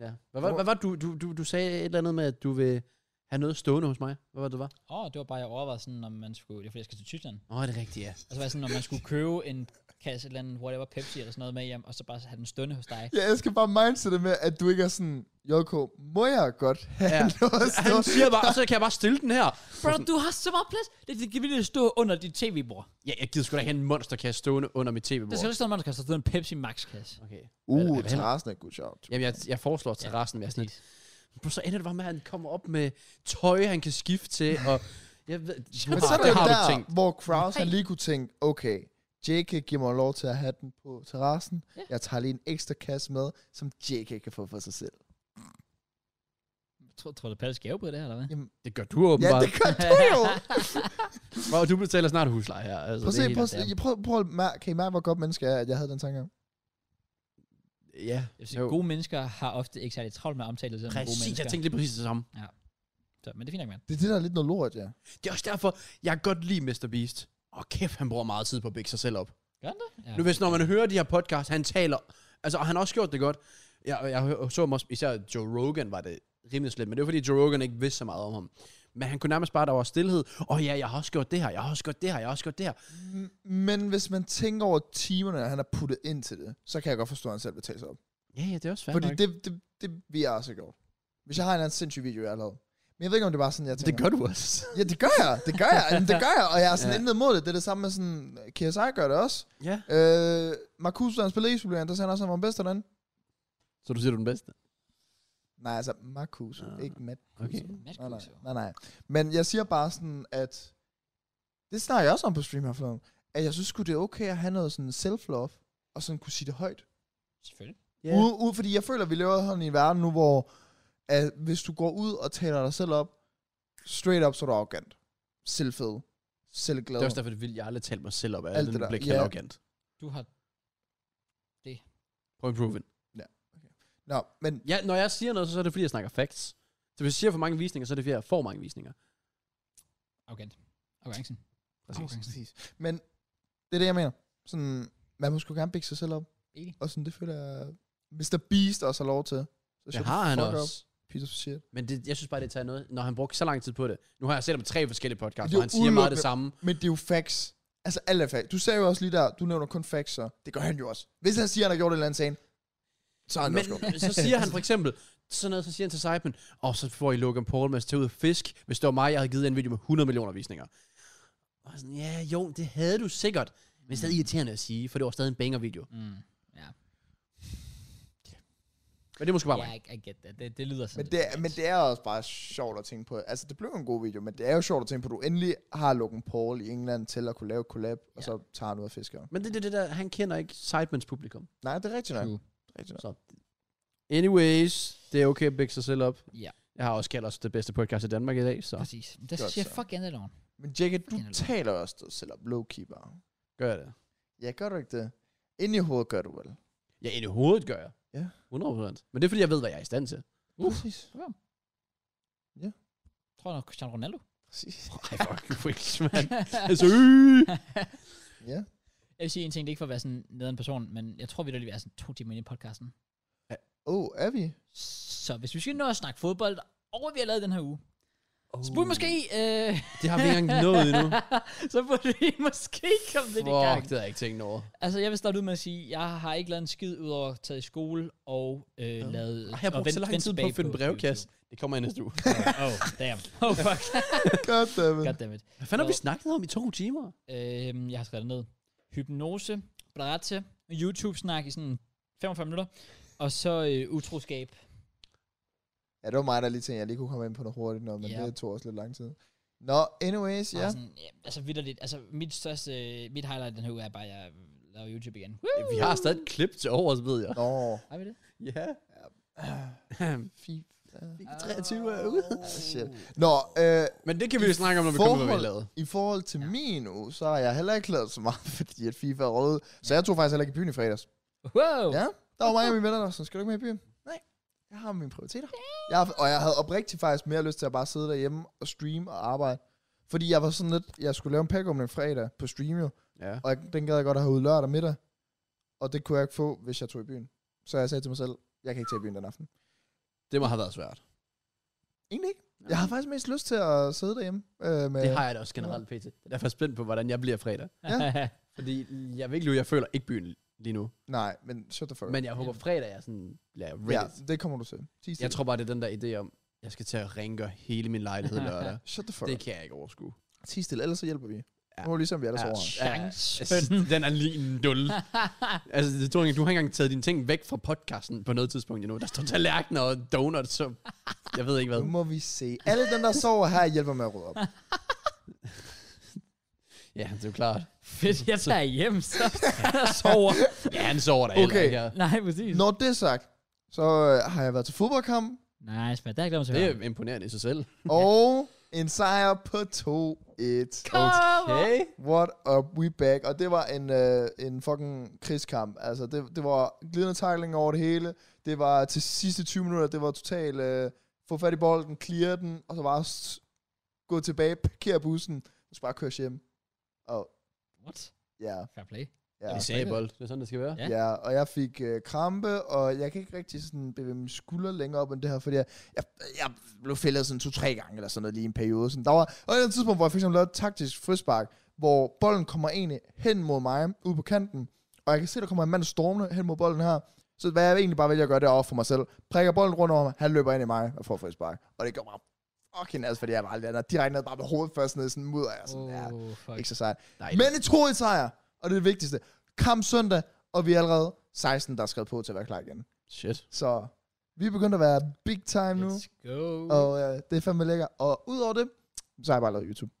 Ja. Hvad var,
Hvor-
hvad var du, du, du, du sagde et eller andet med, at du vil have noget stående hos mig? Hvad var det, det var?
Åh, oh, det var bare, jeg overvejede sådan, om man skulle... Det er fordi, jeg skal til Tyskland.
Åh, oh, det er rigtigt, ja.
Altså, var jeg sådan, om man skulle købe en kasse, et eller andet, whatever, Pepsi eller sådan noget med hjem, og så bare have den stående hos dig.
Ja, jeg skal bare mindset det med, at du ikke er sådan, JK, må jeg godt have
Ja.
ja. <laughs> noget at stå?
Han siger bare, så kan jeg bare stille den her.
Bro, du har så meget plads. Det, det kan vi stå under dit tv-bord.
Ja, jeg gider sgu da ikke have en monsterkasse stående under mit
Der skal
tv-bord.
ikke stå en mandskasse, der står en Pepsi Max-kasse.
Okay.
Uh,
Eller-
terrassen er et godt sjovt.
Jamen, jeg, jeg foreslår
Ja,
terrassen, ja, sådan lidt. Bro, så ender det bare med, at han kommer op med tøj, han kan skifte til, og... Jeg
<laughs>
ved,
Men
Wow,
så er det,
det
jo
har du
der,
tænkt.
hvor Kraus han
Hey.
lige kunne tænke, okay, JK giver mig lov til at have den på terrassen.
Ja.
Ja. Jeg tager lige en ekstra kasse med, som JK kan få for sig selv.
Tror, tror du, Palle skal på det her, eller hvad?
Det gør du
Ja,
åbenbart.
det gør du
<laughs>
jo!
Ja, og du betaler snart husleje her. Altså,
Prøv at
det er
se,
helt-
prøv at se, I prøv, prøv at mærke, kan I mærke, hvor godt menneske jeg er, at jeg havde den tanke om?
Ja,
<laughs> Jeg vil sige, gode mennesker har ofte ikke særlig travlt med at omtale sig som gode
Præcis,
mennesker.
jeg tænkte lige præcis det samme.
Så, men det er fint nok, mand.
Det er det, der er lidt noget lort, ja.
Det er også derfor, jeg kan godt lide Mr. Beast. Og kæft, han bruger meget tid på at bække sig selv op.
Gør han det? Ja.
Nu hvis når man hører de her podcast, han taler, altså og han har også gjort det godt. Jeg, jeg hø- så ham også, især Joe Rogan var det rimelig slet, men det var fordi Joe Rogan ikke vidste så meget om ham. Men han kunne nærmest bare, der var stillhed. Og ja, jeg har også gjort det her, jeg har også gjort det her, jeg har også gjort det her.
M- Men hvis man tænker over timerne, han har puttet ind til det, så kan jeg godt forstå, at han selv vil tage sig op.
Ja, ja, det er også fair
Fordi
nok.
det, det, det vil jeg også have gjort. Hvis jeg har en eller anden sindssyg video, jeg har lavet. Men jeg ved ikke, om det er bare sådan, jeg tænker.
det gør du også.
Ja, det gør jeg. Det gør
<laughs>
jeg. Jamen, det gør jeg. Og jeg er sådan
Ja.
ja. intet mod det. Det er det samme med sådan... KSI gør det også.
ja.
Øh, Marcus, der spillede isproblerende, der sagde han også, at han var den bedste derinde.
Så du siger, du er den bedste?
Nej, altså Marcus,
Ah,
ikke Matt.
Okay.
Mads
Nej, nej,
Kruse.
nej, nej. Men jeg siger bare sådan, at... Det snakker jeg også om på stream her forleden. At jeg synes sgu, det er okay at have noget sådan self-love. Og sådan kunne sige det højt.
Selvfølgelig.
Ja.
Yeah. Ude, ude, fordi jeg føler, at vi lever sådan i en verden nu, hvor at hvis du går ud og taler dig selv op, straight up, så er du arrogant. Selvfed. Selvglad.
Det er også derfor, det er vildt. Jeg har aldrig talt mig selv op af,
Alt
at
det
den
der,
bliver
ja.
kaldt yeah.
Du har...
Prøv at improve it.
Nå, men
Ja, når jeg siger noget, så er det fordi, jeg snakker facts. Så hvis jeg siger for mange visninger, så er det fordi, jeg får mange visninger.
Arrogant. Arrogancen.
Præcis.
Arrogancen.
Præcis. Men det er det, jeg mener. Sådan, man må sgu gerne bække sig selv op.
Enig.
Og sådan, det føler jeg, Mr. Beast også har lov til. Så
Det
shut
har
the
han
fuck
også.
Up, piece of shit.
Men det, jeg synes bare, det tager noget, når han brugte så lang tid på det. Nu har jeg set ham i tre forskellige
Det
podcasts,
er
og han siger meget det
udelukkende-
samme.
Men det er jo facts. Altså, alle er facts. Du sagde jo også lige der, du nævner kun facts, så det gør han jo også. Hvis han siger, han har gjort et eller andet sagen, så er han også gjort det.
Men så siger han for eksempel, sådan noget, så siger han til Simon, og oh, så får I Logan Paul med at tage ud og fisk, hvis det var mig, jeg havde givet en video med 100 millioner visninger. Og jeg er sådan, ja, jo, det havde du sikkert, men
Mm.
stadig irriterende at sige, for det var stadig en banger-video.
Mm. Ja.
Men det er måske bare
Ja,
mig.
I, I get that. Det, det lyder sådan. lidt
Men det, er,
arrogant.
men det er også bare sjovt at tænke på. Altså, det blev en god video, men det er jo sjovt at tænke på, at du endelig har Logan Paul i England til at kunne lave et collab, ja. og så tager han ud og fisker.
Men det er det, det der, han kender ikke Sidemans publikum.
Nej, det er rigtigt nok.
True.
Det er rigtigt nok.
Så. Anyways, det er okay at bække sig selv op.
Ja.
Jeg har også kaldt os det bedste podcast i Danmark i dag, så
Præcis. Der
Godt
siger jeg
så.
fuck andet loven.
Men Jackie, du
Fucking helvede.
taler også dig selv op low-key bare.
gør jeg det.
Ja, gør du ikke det? Inde i hovedet gør du vel?
Ja, ind i hovedet gør jeg.
Ja.
100%. Men det er, fordi jeg ved, hvad jeg er i stand til.
Uh.
Præcis.
Tror du, Cristiano
<laughs>
Ronaldo?
Præcis.
<laughs> Ej, fuck, Wix, mand. <laughs>
<laughs>
Altså, øh.
Ja.
Jeg vil sige en ting, det er ikke for at være sådan nederen person, men jeg tror, vi der lige er sådan to timer inde i podcasten.
Oh, er vi?
Så hvis vi skal nå at snakke fodbold, og vi har lavet den her uge, Oh. Så burde vi måske, øh, <laughs>
Det har vi ikke engang nået endnu.
så burde vi måske komme lidt i gang.
Fuck, <laughs> det har jeg ikke tænkt over.
Altså, jeg vil starte ud med at sige, jeg har ikke lavet en skid ud over at tage i skole og øh, ja. lavet...
Ej, jeg har
og
brugt
vendt-
så lang
vendt
tid på
tilbage
at finde brevkasse. Det kommer i næste uge.
YouTube. oh, oh, damn. <laughs> Oh, fuck.
Goddammit.
Goddammit.
Hvad fanden har vi snakket om i to timer?
Øhm, jeg har skrevet det ned. Hypnose, Bratte, YouTube-snak i sådan 45 minutter, og så øh, utroskab.
Ja, det var mig, der lige tænkte, at jeg lige kunne komme ind på noget hurtigt, noget, men
Ja.
yeah. det tog også lidt lang tid. Nå, anyways, ja.
Ja. Sådan, ja, altså vidderligt. Altså mit største, øh, mit highlight den her uge er bare, at jeg laver YouTube igen. Woo!
Øh, Vi har stadig et klip til overs, ved jeg.
Nå, <sighs>
Har vi det?
<laughs> Ja.
fy...
Vi er 23 er ude.
Shit. Nå, øh,
<laughs> Men det kan vi jo snakke om, når vi
Forhold-
kommer, hvad vi har lavet.
i forhold til min uge, så har jeg heller ikke lavet så meget, <laughs> fordi at FIFA er røde. Så jeg tog faktisk heller ikke i byen i fredags.
Wow!
Ja, der var mange af mine venner, der sådan, skal du ikke med i byen? Nej, jeg har mine prioriteter. Jeg, har- og jeg havde oprigtigt faktisk mere lyst til at bare sidde derhjemme og streame og arbejde. Fordi jeg var sådan lidt, jeg skulle lave en pack om den fredag på stream jo,
Ja.
og jeg, den gad jeg godt at have ud lørdag middag. Og det kunne jeg ikke få, hvis jeg tog i byen. Så jeg sagde til mig selv, jeg kan ikke tage i byen den aften.
Det må have været svært.
Egentlig ikke. Jeg har faktisk mest lyst til at sidde derhjemme. Øh, med,
Det har jeg da også generelt, PT. Det er derfor jeg er spændt på, hvordan jeg bliver fredag.
Ja.
Fordi jeg vil ikke lyve, jeg føler ikke byen lige nu.
Nej, men shut the fuck up.
Men jeg håber, fredag er sådan, ja,
ja,
Reddit.
det kommer du til. Tis
Jeg tror bare, det er den der idé om, jeg skal til at rengøre hele min lejlighed <laughs> lørdag.
Shut the fuck
Det
up.
kan jeg ikke overskue.
Tis stille, ellers så hjælper vi.
Ja.
Ja. Nu er ligesom vi ellers
Ja,
ja. over.
shit.
Chancen.
Den er lige en
<laughs>
nul. altså, det tror jeg, du har ikke engang taget dine ting væk fra podcasten på noget tidspunkt endnu. Der står tallerkener og donuts, så jeg ved ikke hvad.
Nu må vi se. Alle dem, der sover her, hjælper med
<laughs>
at rydde op.
Ja, det er jo klart.
<laughs> Fedt, jeg tager hjem, så jeg sover.
Ja, han sover der heller
Okay.
ikke. Ja.
Nej, præcis.
Når det er sagt, så øh, har jeg været til fodboldkamp,
Nice, man. Der er jeg glemt til at
Det
høre.
er imponerende i sig selv.
og en sejr på 2-1.
Okay.
What up, we back. Og det var en, øh, en fucking krigskamp. Altså, det, det var glidende takling over det hele. Det var til sidste 20 minutter, det var totalt øh, få fat i bolden, clear den, og så bare s- gå tilbage, parkere bussen, og så bare køre hjem. Og
What?
ja,
Fair play.
ja.
Det sagde bold. Det er sådan, det skal være.
Ja.
Ja, og jeg fik øh, krampe, og jeg kan ikke rigtig sådan bevæge mine skuldre længere op end det her, fordi jeg, jeg, jeg blev fældet sådan to-tre gange eller sådan noget lige i en periode. Sådan, der var og et tidspunkt, hvor jeg for eksempel lavede et taktisk frispark, hvor bolden kommer egentlig hen mod mig, ude på kanten, og jeg kan se, der kommer en mand stormende hen mod bolden her. Så hvad jeg egentlig bare vælger at gøre, det er over for mig selv. Prikker bolden rundt over mig, han løber ind i mig og får frispark. Og det gør mig fucking altså, fordi jeg bare lander direkte ned, bare med hovedet først ned, sådan mudder jeg sådan, ja,
Oh, fuck.
ikke så sejt.
Nej,
Men en 2 sejr, og det er det vigtigste. Kamp søndag, og vi er allerede 16, der er skrevet på til at være klar igen.
shit.
Så vi er begyndt at være big time nu,
Let's go.
og øh, det er fandme lækker. Og udover det, så har jeg bare lavet YouTube.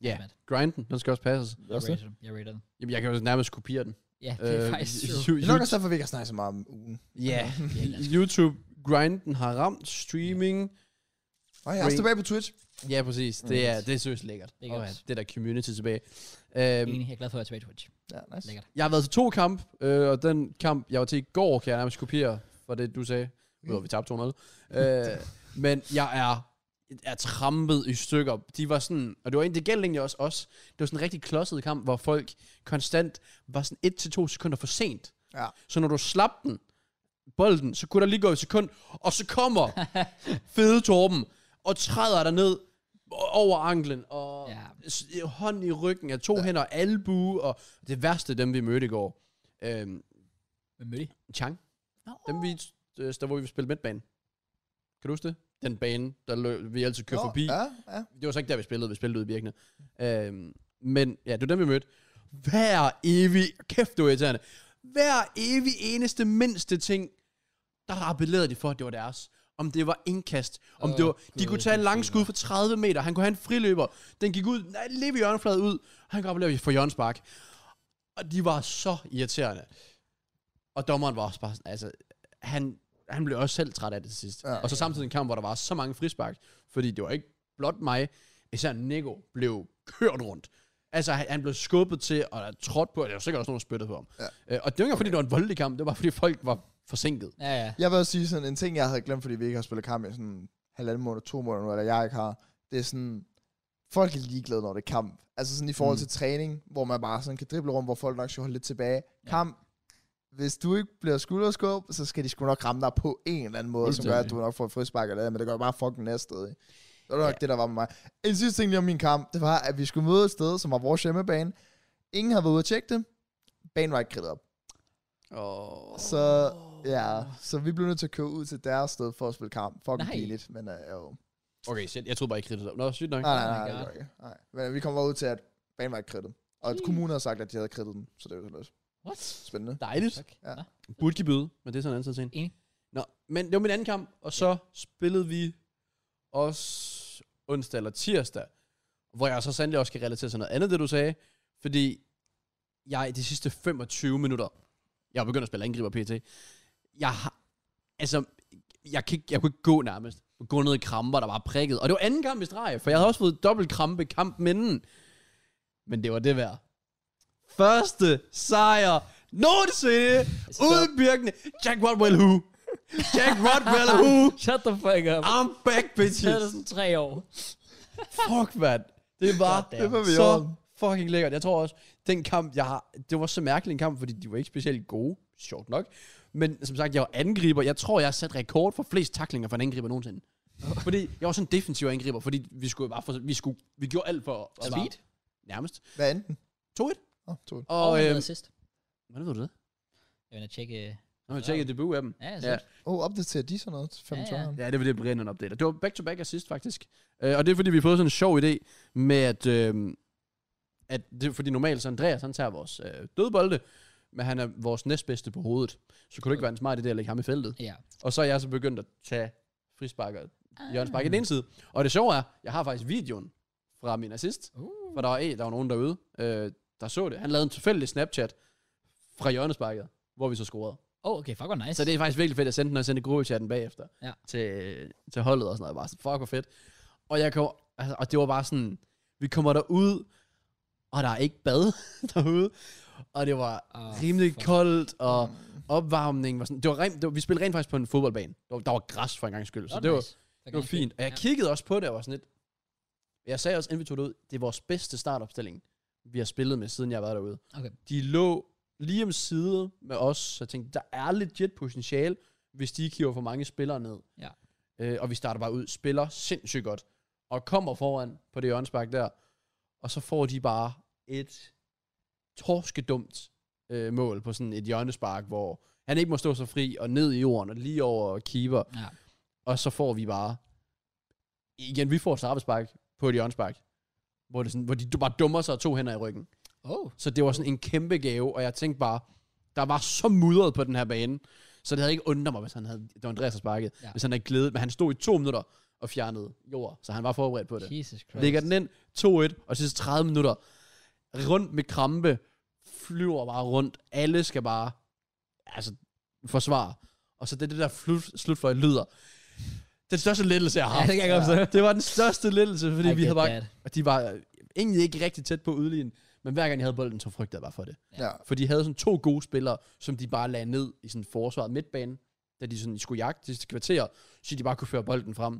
Ja, grinden, den skal også passes.
Jeg rater dem. Jeg rater dem.
Jamen, jeg kan jo nærmest kopiere den.
Ja, det er
Øh,
faktisk
ju- <laughs>
true.
Det er nok
ju-
også derfor, vi ikke har snakket så meget om ugen.
Ja,
Ja, lad os-
YouTube grinden har ramt streaming.
Og jeg er også
Free.
tilbage på Twitch.
Ja, præcis. Det er det er seriøst lækkert.
Det er godt.
Åh, ja, Det der community tilbage. Øhm,
Enig, jeg er glad for at være tilbage i Twitch.
Ja, nice.
Lækkert.
jeg har været til to kamp, øh, og den kamp, jeg var til i går, kan jeg nærmest kopiere for det, du sagde.
Mm.
Udover, vi tabte 200. Øh, men jeg er, er trampet i stykker. De var sådan, og det var egentlig det gæld egentlig også os. Det var sådan en rigtig klodset kamp, hvor folk konstant var sådan 1 til to sekunder for sent.
Ja.
Så når du slap den, bolden, så kunne der lige gå et sekund, og så kommer fede Torben og træder dig ned over anklen, og
Ja.
s- hånd i ryggen, og to ja. hænder, albu, og det værste dem, vi mødte i går. Øhm,
Hvem mødte I?
Chang.
Nå.
Dem vi, øh, der hvor vi spillede midtbane. Kan du huske det? Den bane, der løb, vi altid kører
Nå,
forbi.
Ja, ja.
Det var så ikke der, vi spillede. Vi spillede ude i Birkene. Øhm, men ja, det var dem, vi mødte. Hver evig... Kæft, det var irriterende. Hver evig eneste mindste ting, der appellerede de for, at det var deres. Om det var indkast, om
Åh,
det var... De
Gud,
kunne tage en
det er
lang skud for 30 meter. Han kunne have en friløber. Den gik ud, nej, lige ved hjørnefladet ud. Han kunne appellere for Jørgens Park. Og de var så irriterende. Og dommeren var også bare sådan, altså, han, han blev også selv træt af det til sidst. Ja,
Ja.
og så samtidig en kamp, hvor der var så mange frispark, fordi det var ikke blot mig, især Nico blev kørt rundt. Altså, han, han blev skubbet til, og der trådt på, og der var sikkert også nogen, der spyttede på ham. Ja.
Ja.
Øh, og det var ikke, fordi det var en voldelig kamp, det var, fordi folk var forsinket.
Ja, ja.
Jeg vil også sige sådan en ting, jeg havde glemt, fordi vi ikke har spillet kamp i sådan halvanden måned, to måneder nu, eller jeg ikke har. Det er sådan, folk er ligeglade, når det er kamp. Altså sådan i forhold
Mm.
mm. til træning, hvor man bare sådan kan drible rundt, hvor folk nok skal holde lidt tilbage. Ja. Kamp, hvis du ikke bliver skulderskub, så skal de sgu nok ramme dig på en eller anden måde, som gør, at
Fuldstændig.
du nok får et frispark eller andet, men det gør bare fucking næstet. Det var nok
Ja.
det, der var med mig. En sidste ting lige om min kamp, det var, at vi skulle møde et sted, som var vores hjemmebane. Ingen havde været ude at tjekke det. Banen var ikke grillet op.
Oh.
Så, ja, så vi blev nødt til at køre ud til deres sted for at spille kamp. Fucking
Nej.
pinligt, men øh, jo.
Okay, shit. Jeg troede bare, I kridtede det op. Nå, sygt nok.
Nej, nej,
Oh my
nej, det
God.
var ikke. nej. Men øh, vi kom bare ud til, at banen var ikke kridtet. Og at kommunen havde sagt, at de havde kridtet den, så det var sådan lidt
What?
spændende.
Dejligt.
Fuck.
Ja.
Nå.
Burde give byde, men det er sådan en anden side
Enig.
scene. Nå, men det var min anden kamp, og så spillede vi også onsdag eller tirsdag, hvor jeg så sandelig også kan relatere til noget andet, det du sagde, fordi jeg i de sidste 25 minutter, jeg er begyndt at spille angriber PT, jeg har, altså, jeg, kan ikke, jeg kunne ikke gå nærmest. Jeg kunne gå ned i kramper, der var prikket. Og det var anden kamp i streg, for jeg havde også fået dobbelt krampe i kampen inden. Men det var det værd. Første sejr nogensinde
Altså,
Uden Birkene. Jack Rodwell who? Jack Rodwell
<laughs>
who?
Shut the fuck up.
I'm back,
Det er
bitches.
sådan tre år.
Fuck, mand. Det var
Goddamn. Det
var vi
så
over.
fucking lækkert. Jeg tror også, den kamp, jeg har... Det var så mærkelig en kamp, fordi de var ikke specielt gode. Sjovt nok. Men som sagt, jeg var angriber. Jeg tror, jeg har sat rekord for flest taklinger for en angriber nogensinde. fordi jeg var sådan en defensiv angriber, fordi vi skulle bare for, vi skulle, vi gjorde alt for at
Sweet.
Bare, nærmest.
Hvad endte den?
2-1.
Åh, oh,
Og,
Og,
han
øhm,
lavede assist.
hvordan ved du det?
Jeg vil da tjekke... øh,
Nå, jeg tjekkede debut af dem.
Ja,
Ja.
ja.
oh, opdaterer de sådan noget? 5
Ja, ja.
ja, ja.
Ja, det var det, Brian han opdater. Det var back-to-back assist, faktisk. Øh, og det er, fordi vi har fået sådan en sjov idé med, at, øh, at det er, fordi normalt så Andreas, han tager vores øh, døde bolde, men han er vores næstbedste på hovedet. Så kunne det ikke være en smart idé at lægge ham i feltet.
ja.
Og så er jeg så begyndt at tage frisparker,
Ah.
Jørgens Bakke i den ene side. Og det sjove er, jeg har faktisk videoen fra min assist,
Uh.
for der var, eh, der var nogen derude, øh, der så det. Han lavede en tilfældig Snapchat fra Jørgens Bakke, hvor vi så scorede.
Oh, okay, fuck, hvor nice.
Så det er faktisk virkelig fedt at sende den og sende gruppechatten bagefter
Ja.
til, til holdet og sådan noget. Bare sådan, fuck hvor fedt. Og, jeg kom, altså, og det var bare sådan, vi kommer derud, og der er ikke bad <laughs> derude. Og det var
Ah,
oh, rimelig
fuck. Mm.
fuck. koldt, og opvarmningen var sådan. Det var rent, det var, vi spillede rent faktisk på en fodboldbane. Der var, der var græs for en gang skyld, så det var,
nice.
det var fint. Og jeg kiggede også på det, og var sådan lidt... Jeg sagde også, inden vi tog det ud, det er vores bedste startopstilling, vi har spillet med, siden jeg har været derude.
Okay.
De lå lige om side med os, så jeg tænkte, der er legit potentiale, hvis de ikke hiver for mange spillere ned.
Ja.
Øh, og vi starter bare ud, spiller sindssygt godt, og kommer foran på det hjørnespark der, og så får de bare et torskedumt øh, mål på sådan et hjørnespark, hvor han ikke må stå så fri, og ned i jorden, og lige over keeper.
Ja.
Og så får vi bare... Igen, vi får et straffespark på et hjørnespark, hvor, det sådan, hvor de bare dummer sig og to hænder i ryggen.
Oh,
Så det var sådan en kæmpe gave, og jeg tænkte bare, der var så mudret på den her bane, så det havde ikke undret mig, hvis han havde, det var Andreas, der sparket,
Ja.
ja. hvis han havde glædet, men han stod i to minutter og fjernede jord, så han var forberedt på det.
Jesus Christ.
Lægger den ind, 2-1, og de sidste 30 minutter, rundt med krampe, flyver bare rundt, alle skal bare, altså, forsvare. Og så det, det der flut, slutfløj lyder, den største lettelse, jeg har
Ja,
haft.
det kan jeg godt forstå.
det var den største lettelse, fordi
I
vi
get
havde bare
that.
og de var øh, egentlig ikke rigtig tæt på udlignen, men hver gang jeg havde bolden, så frygtede jeg bare for det.
ja.
For de havde sådan to gode spillere, som de bare lagde ned i sådan forsvaret midtbane, da de sådan skulle jagte de sidste kvarter, så de bare kunne føre bolden frem.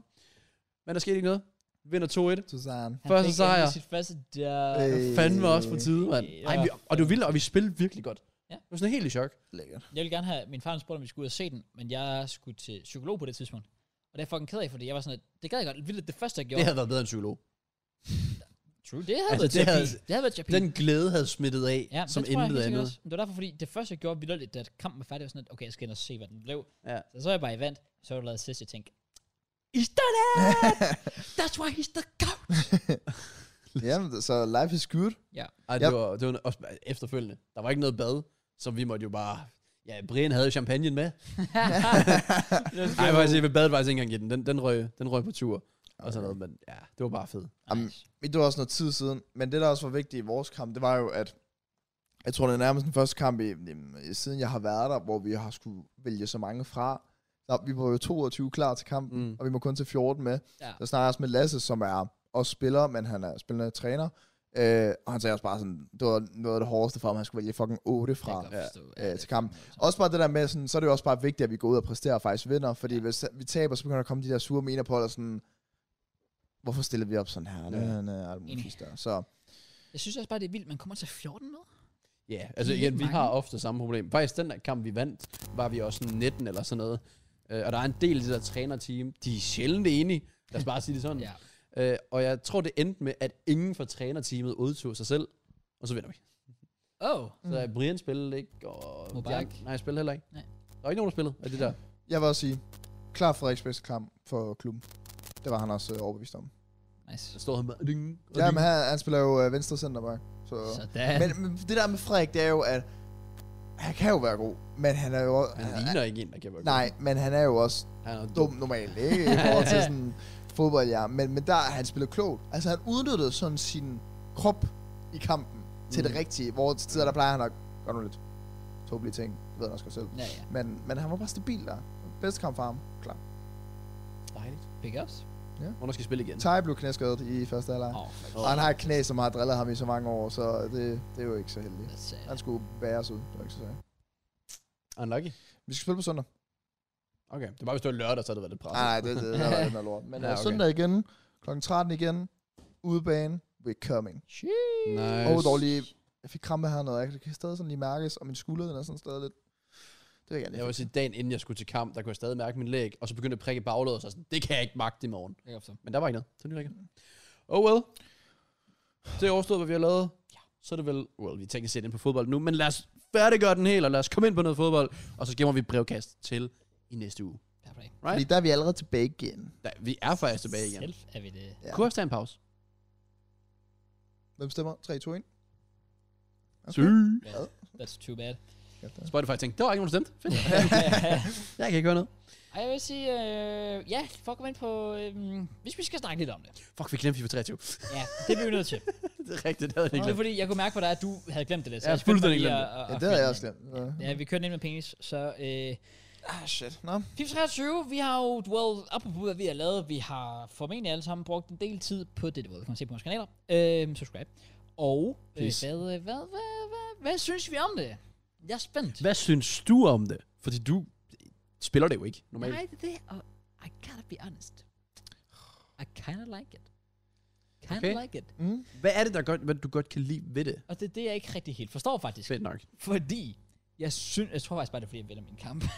Men der skete ikke noget. Vinder 2-1.
Susanne.
Han
Første
fik
sejr.
endelig sit første der...
Øh.
Fanden var også på tide, mand. Ej, vi, og det var vildt, og vi spillede virkelig godt.
Ja.
Det var sådan helt i chok.
Lækkert.
Jeg ville gerne have... Min far han spurgte, om vi skulle ud og se den, men jeg skulle til psykolog på det tidspunkt. Og det er jeg fucking ked af, fordi jeg var sådan, at det gad jeg godt. Vildt, det første, jeg gjorde.
Det havde været bedre end psykolog.
True, det havde
Altså,
været
det
terapi.
havde-
Det havde været terapi.
Den glæde havde smittet af, ja,
men
som
det tror jeg
intet
helt sikkert
andet.
også. Men Det var derfor, fordi det første, jeg gjorde vildt, da kampen var færdig, var sådan, at okay, jeg skal ind og se, hvad den blev.
Ja.
Så så er jeg bare i vand, så var der lavet sidst, jeg tænkte, He's done
<laughs>
it! That's why he's the goat!
<laughs> Jamen, så life is
<laughs>
good. <laughs>
Ej,
Ja.
det, var, det var også efterfølgende. Der var ikke noget bad, så vi måtte jo bare... Ja, Brian havde jo champagne med. Nej, jeg vil faktisk sige, ved badet faktisk ikke engang i den. Den, den, røg, den røg på tur og sådan noget, men ja, det var bare fedt.
Jamen, det var også noget tid siden, men det, der også var vigtigt i vores kamp, det var jo, at jeg tror, det er nærmest den første kamp, i, i- siden jeg har været der, hvor vi har skulle vælge så mange fra. Så vi var jo 22 klar til kampen, mm.
Mm.
og vi må kun til 14 med.
Ja.
Der snakker jeg også med Lasse, som er også spiller, men han er spillende træner. Øh, og han sagde også bare sådan, det var noget af det hårdeste for ham, han skulle vælge fucking 8 fra. øh, til kampen. Også bare det der med, sådan, så er det jo også bare vigtigt, at vi går ud og præsterer og faktisk vinder, fordi ja. hvis vi taber, så begynder der at komme de der sure mener på, og sådan, hvorfor stiller vi op sådan her? Ja. Næ, næ, alt muligt
Enig.
fisk der. Så
Jeg synes også bare, det er vildt, man kommer til 14 med.
Ja, yeah, altså
Det er
igen, vi
mange.
har ofte samme problem. Faktisk den der kamp, vi vandt, var vi også sådan 19 eller sådan noget. Øh, og der er en del af det der trænerteam, de er sjældent enige. Lad os bare sige det sådan.
Ja.
Øh, og jeg tror, det endte med, at ingen fra trænerteamet udtog sig selv, og så vinder vi.
Oh.
Mm. Så Brian spillede ikke, og
Mubarak.
Bjarke- nej, jeg spillede heller ikke.
Nej.
Der var ikke nogen, der spillede af det der.
Jeg vil også sige, klar Frederiks bedste kamp for klubben. Det var han også øh, overbevist om.
Nice.
Der stod han med... Ding, og
Ja,
ding.
men han, han spiller jo øh, venstre centerback. Så.
Sådan.
Men, men det der med Frederik, det er jo, at han kan jo være god, men han er jo...
han ligner ikke en, der kan være god.
Nej, men han er jo også
Han er
dum normalt, ikke? I forhold til sådan fodbold, ja. Men, men der han spillet klogt. Altså, han udnyttede sådan sin krop i kampen til det
Mm.
rigtige. Hvor til tider, der plejer han at gøre nogle lidt tåbelige ting. Det ved han også godt selv.
Ja, ja.
Men, men han var bare stabil der. Bedste kamp for ham, klar.
Dejligt.
Big ups.
Hvornår skal I spille igen?
Tai blev knæskadet i første halvleg.
Åh, oh,
Åh.
Og han har et knæ, som har drillet ham i så mange år, så det, det er jo ikke så heldigt.
that's sad.
Han skulle bæres ud, det var ikke så sejt.
Unlucky.
Vi skal spille på søndag.
Okay. Det var, hvis det var lørdag, så havde det været lidt presset.
Nej, det, det, det, det, det er lort. Men
Ja,
ja, okay.
okay.
søndag igen, kl. 13 igen, udebane, we're coming.
Sheesh.
Nice.
Og dårlige, jeg fik krampe her noget, jeg kan stadig sådan lige mærkes, og min skulder, den er sådan stadig lidt... Det vil jeg
Jeg
gerne
vil
lige.
sige, dagen inden jeg skulle til kamp, der kunne jeg stadig mærke min læg, og så begyndte jeg at prikke i baglåret, og så sådan, det kan jeg ikke magte i morgen.
Big ups.
Men der var ikke noget. Så nytter ikke. Oh well. Det er overstået, hvad vi har lavet. Så er det vel, well, vi tænker set ind på fodbold nu, men lad os færdiggøre den helt, og lad os komme ind på noget fodbold, og så gemmer vi brevkast til i næste uge.
Fair play.
sige-
Fordi der er vi allerede tilbage igen.
Da, vi er faktisk tilbage igen.
Selv er vi det.
Ja.
Kunne også tage en pause.
Hvem stemmer? 3, 2, 1.
Syg.
Well, that's too bad.
Spotify tænkte, der var ikke nogen, der stemte. <laughs> Fedt. <laughs> jeg kan ikke gøre noget.
<laughs> Ej, jeg vil sige, øh, ja, for at komme ind på, øh, hvis vi skal snakke lidt om det.
Fuck, vi glemte FIFA 23.
Ja, det bliver vi nødt
<laughs>
til.
<laughs> det er rigtigt, det havde jeg ikke
Det er
glemt.
fordi, jeg kunne mærke på dig, at du havde glemt det lidt. så
Jeg
skyndte mig
fuldstændig
lige
glemt
at- at-
Ja,
at
det havde
finde
jeg også
den.
glemt. Ja.
Ja, vi kørte ind med penis, så... Øh,
Ah, shit. Nå.
FIFA 23, vi har jo, well, apropos hvad vi har lavet, vi har formentlig alle sammen brugt en del tid på det, du ved, kan man se på vores kanaler. Øhm, subscribe. Og øh,
Please.
hvad, øh, hvad, hvad, hvad, hvad, synes vi om det? Jeg er spændt.
Hvad synes du om det? Fordi du spiller det jo ikke normalt.
Nej, det er det, og I gotta be honest. I kinda like it. Kinda
Okay.
like it.
Mm.
Hvad er det, der godt, hvad du godt kan lide ved det?
Og det er det, jeg ikke rigtig helt forstår faktisk.
Fedt nok.
Fordi, jeg synes, jeg tror faktisk bare, det er fordi, jeg vælger min kamp. <laughs>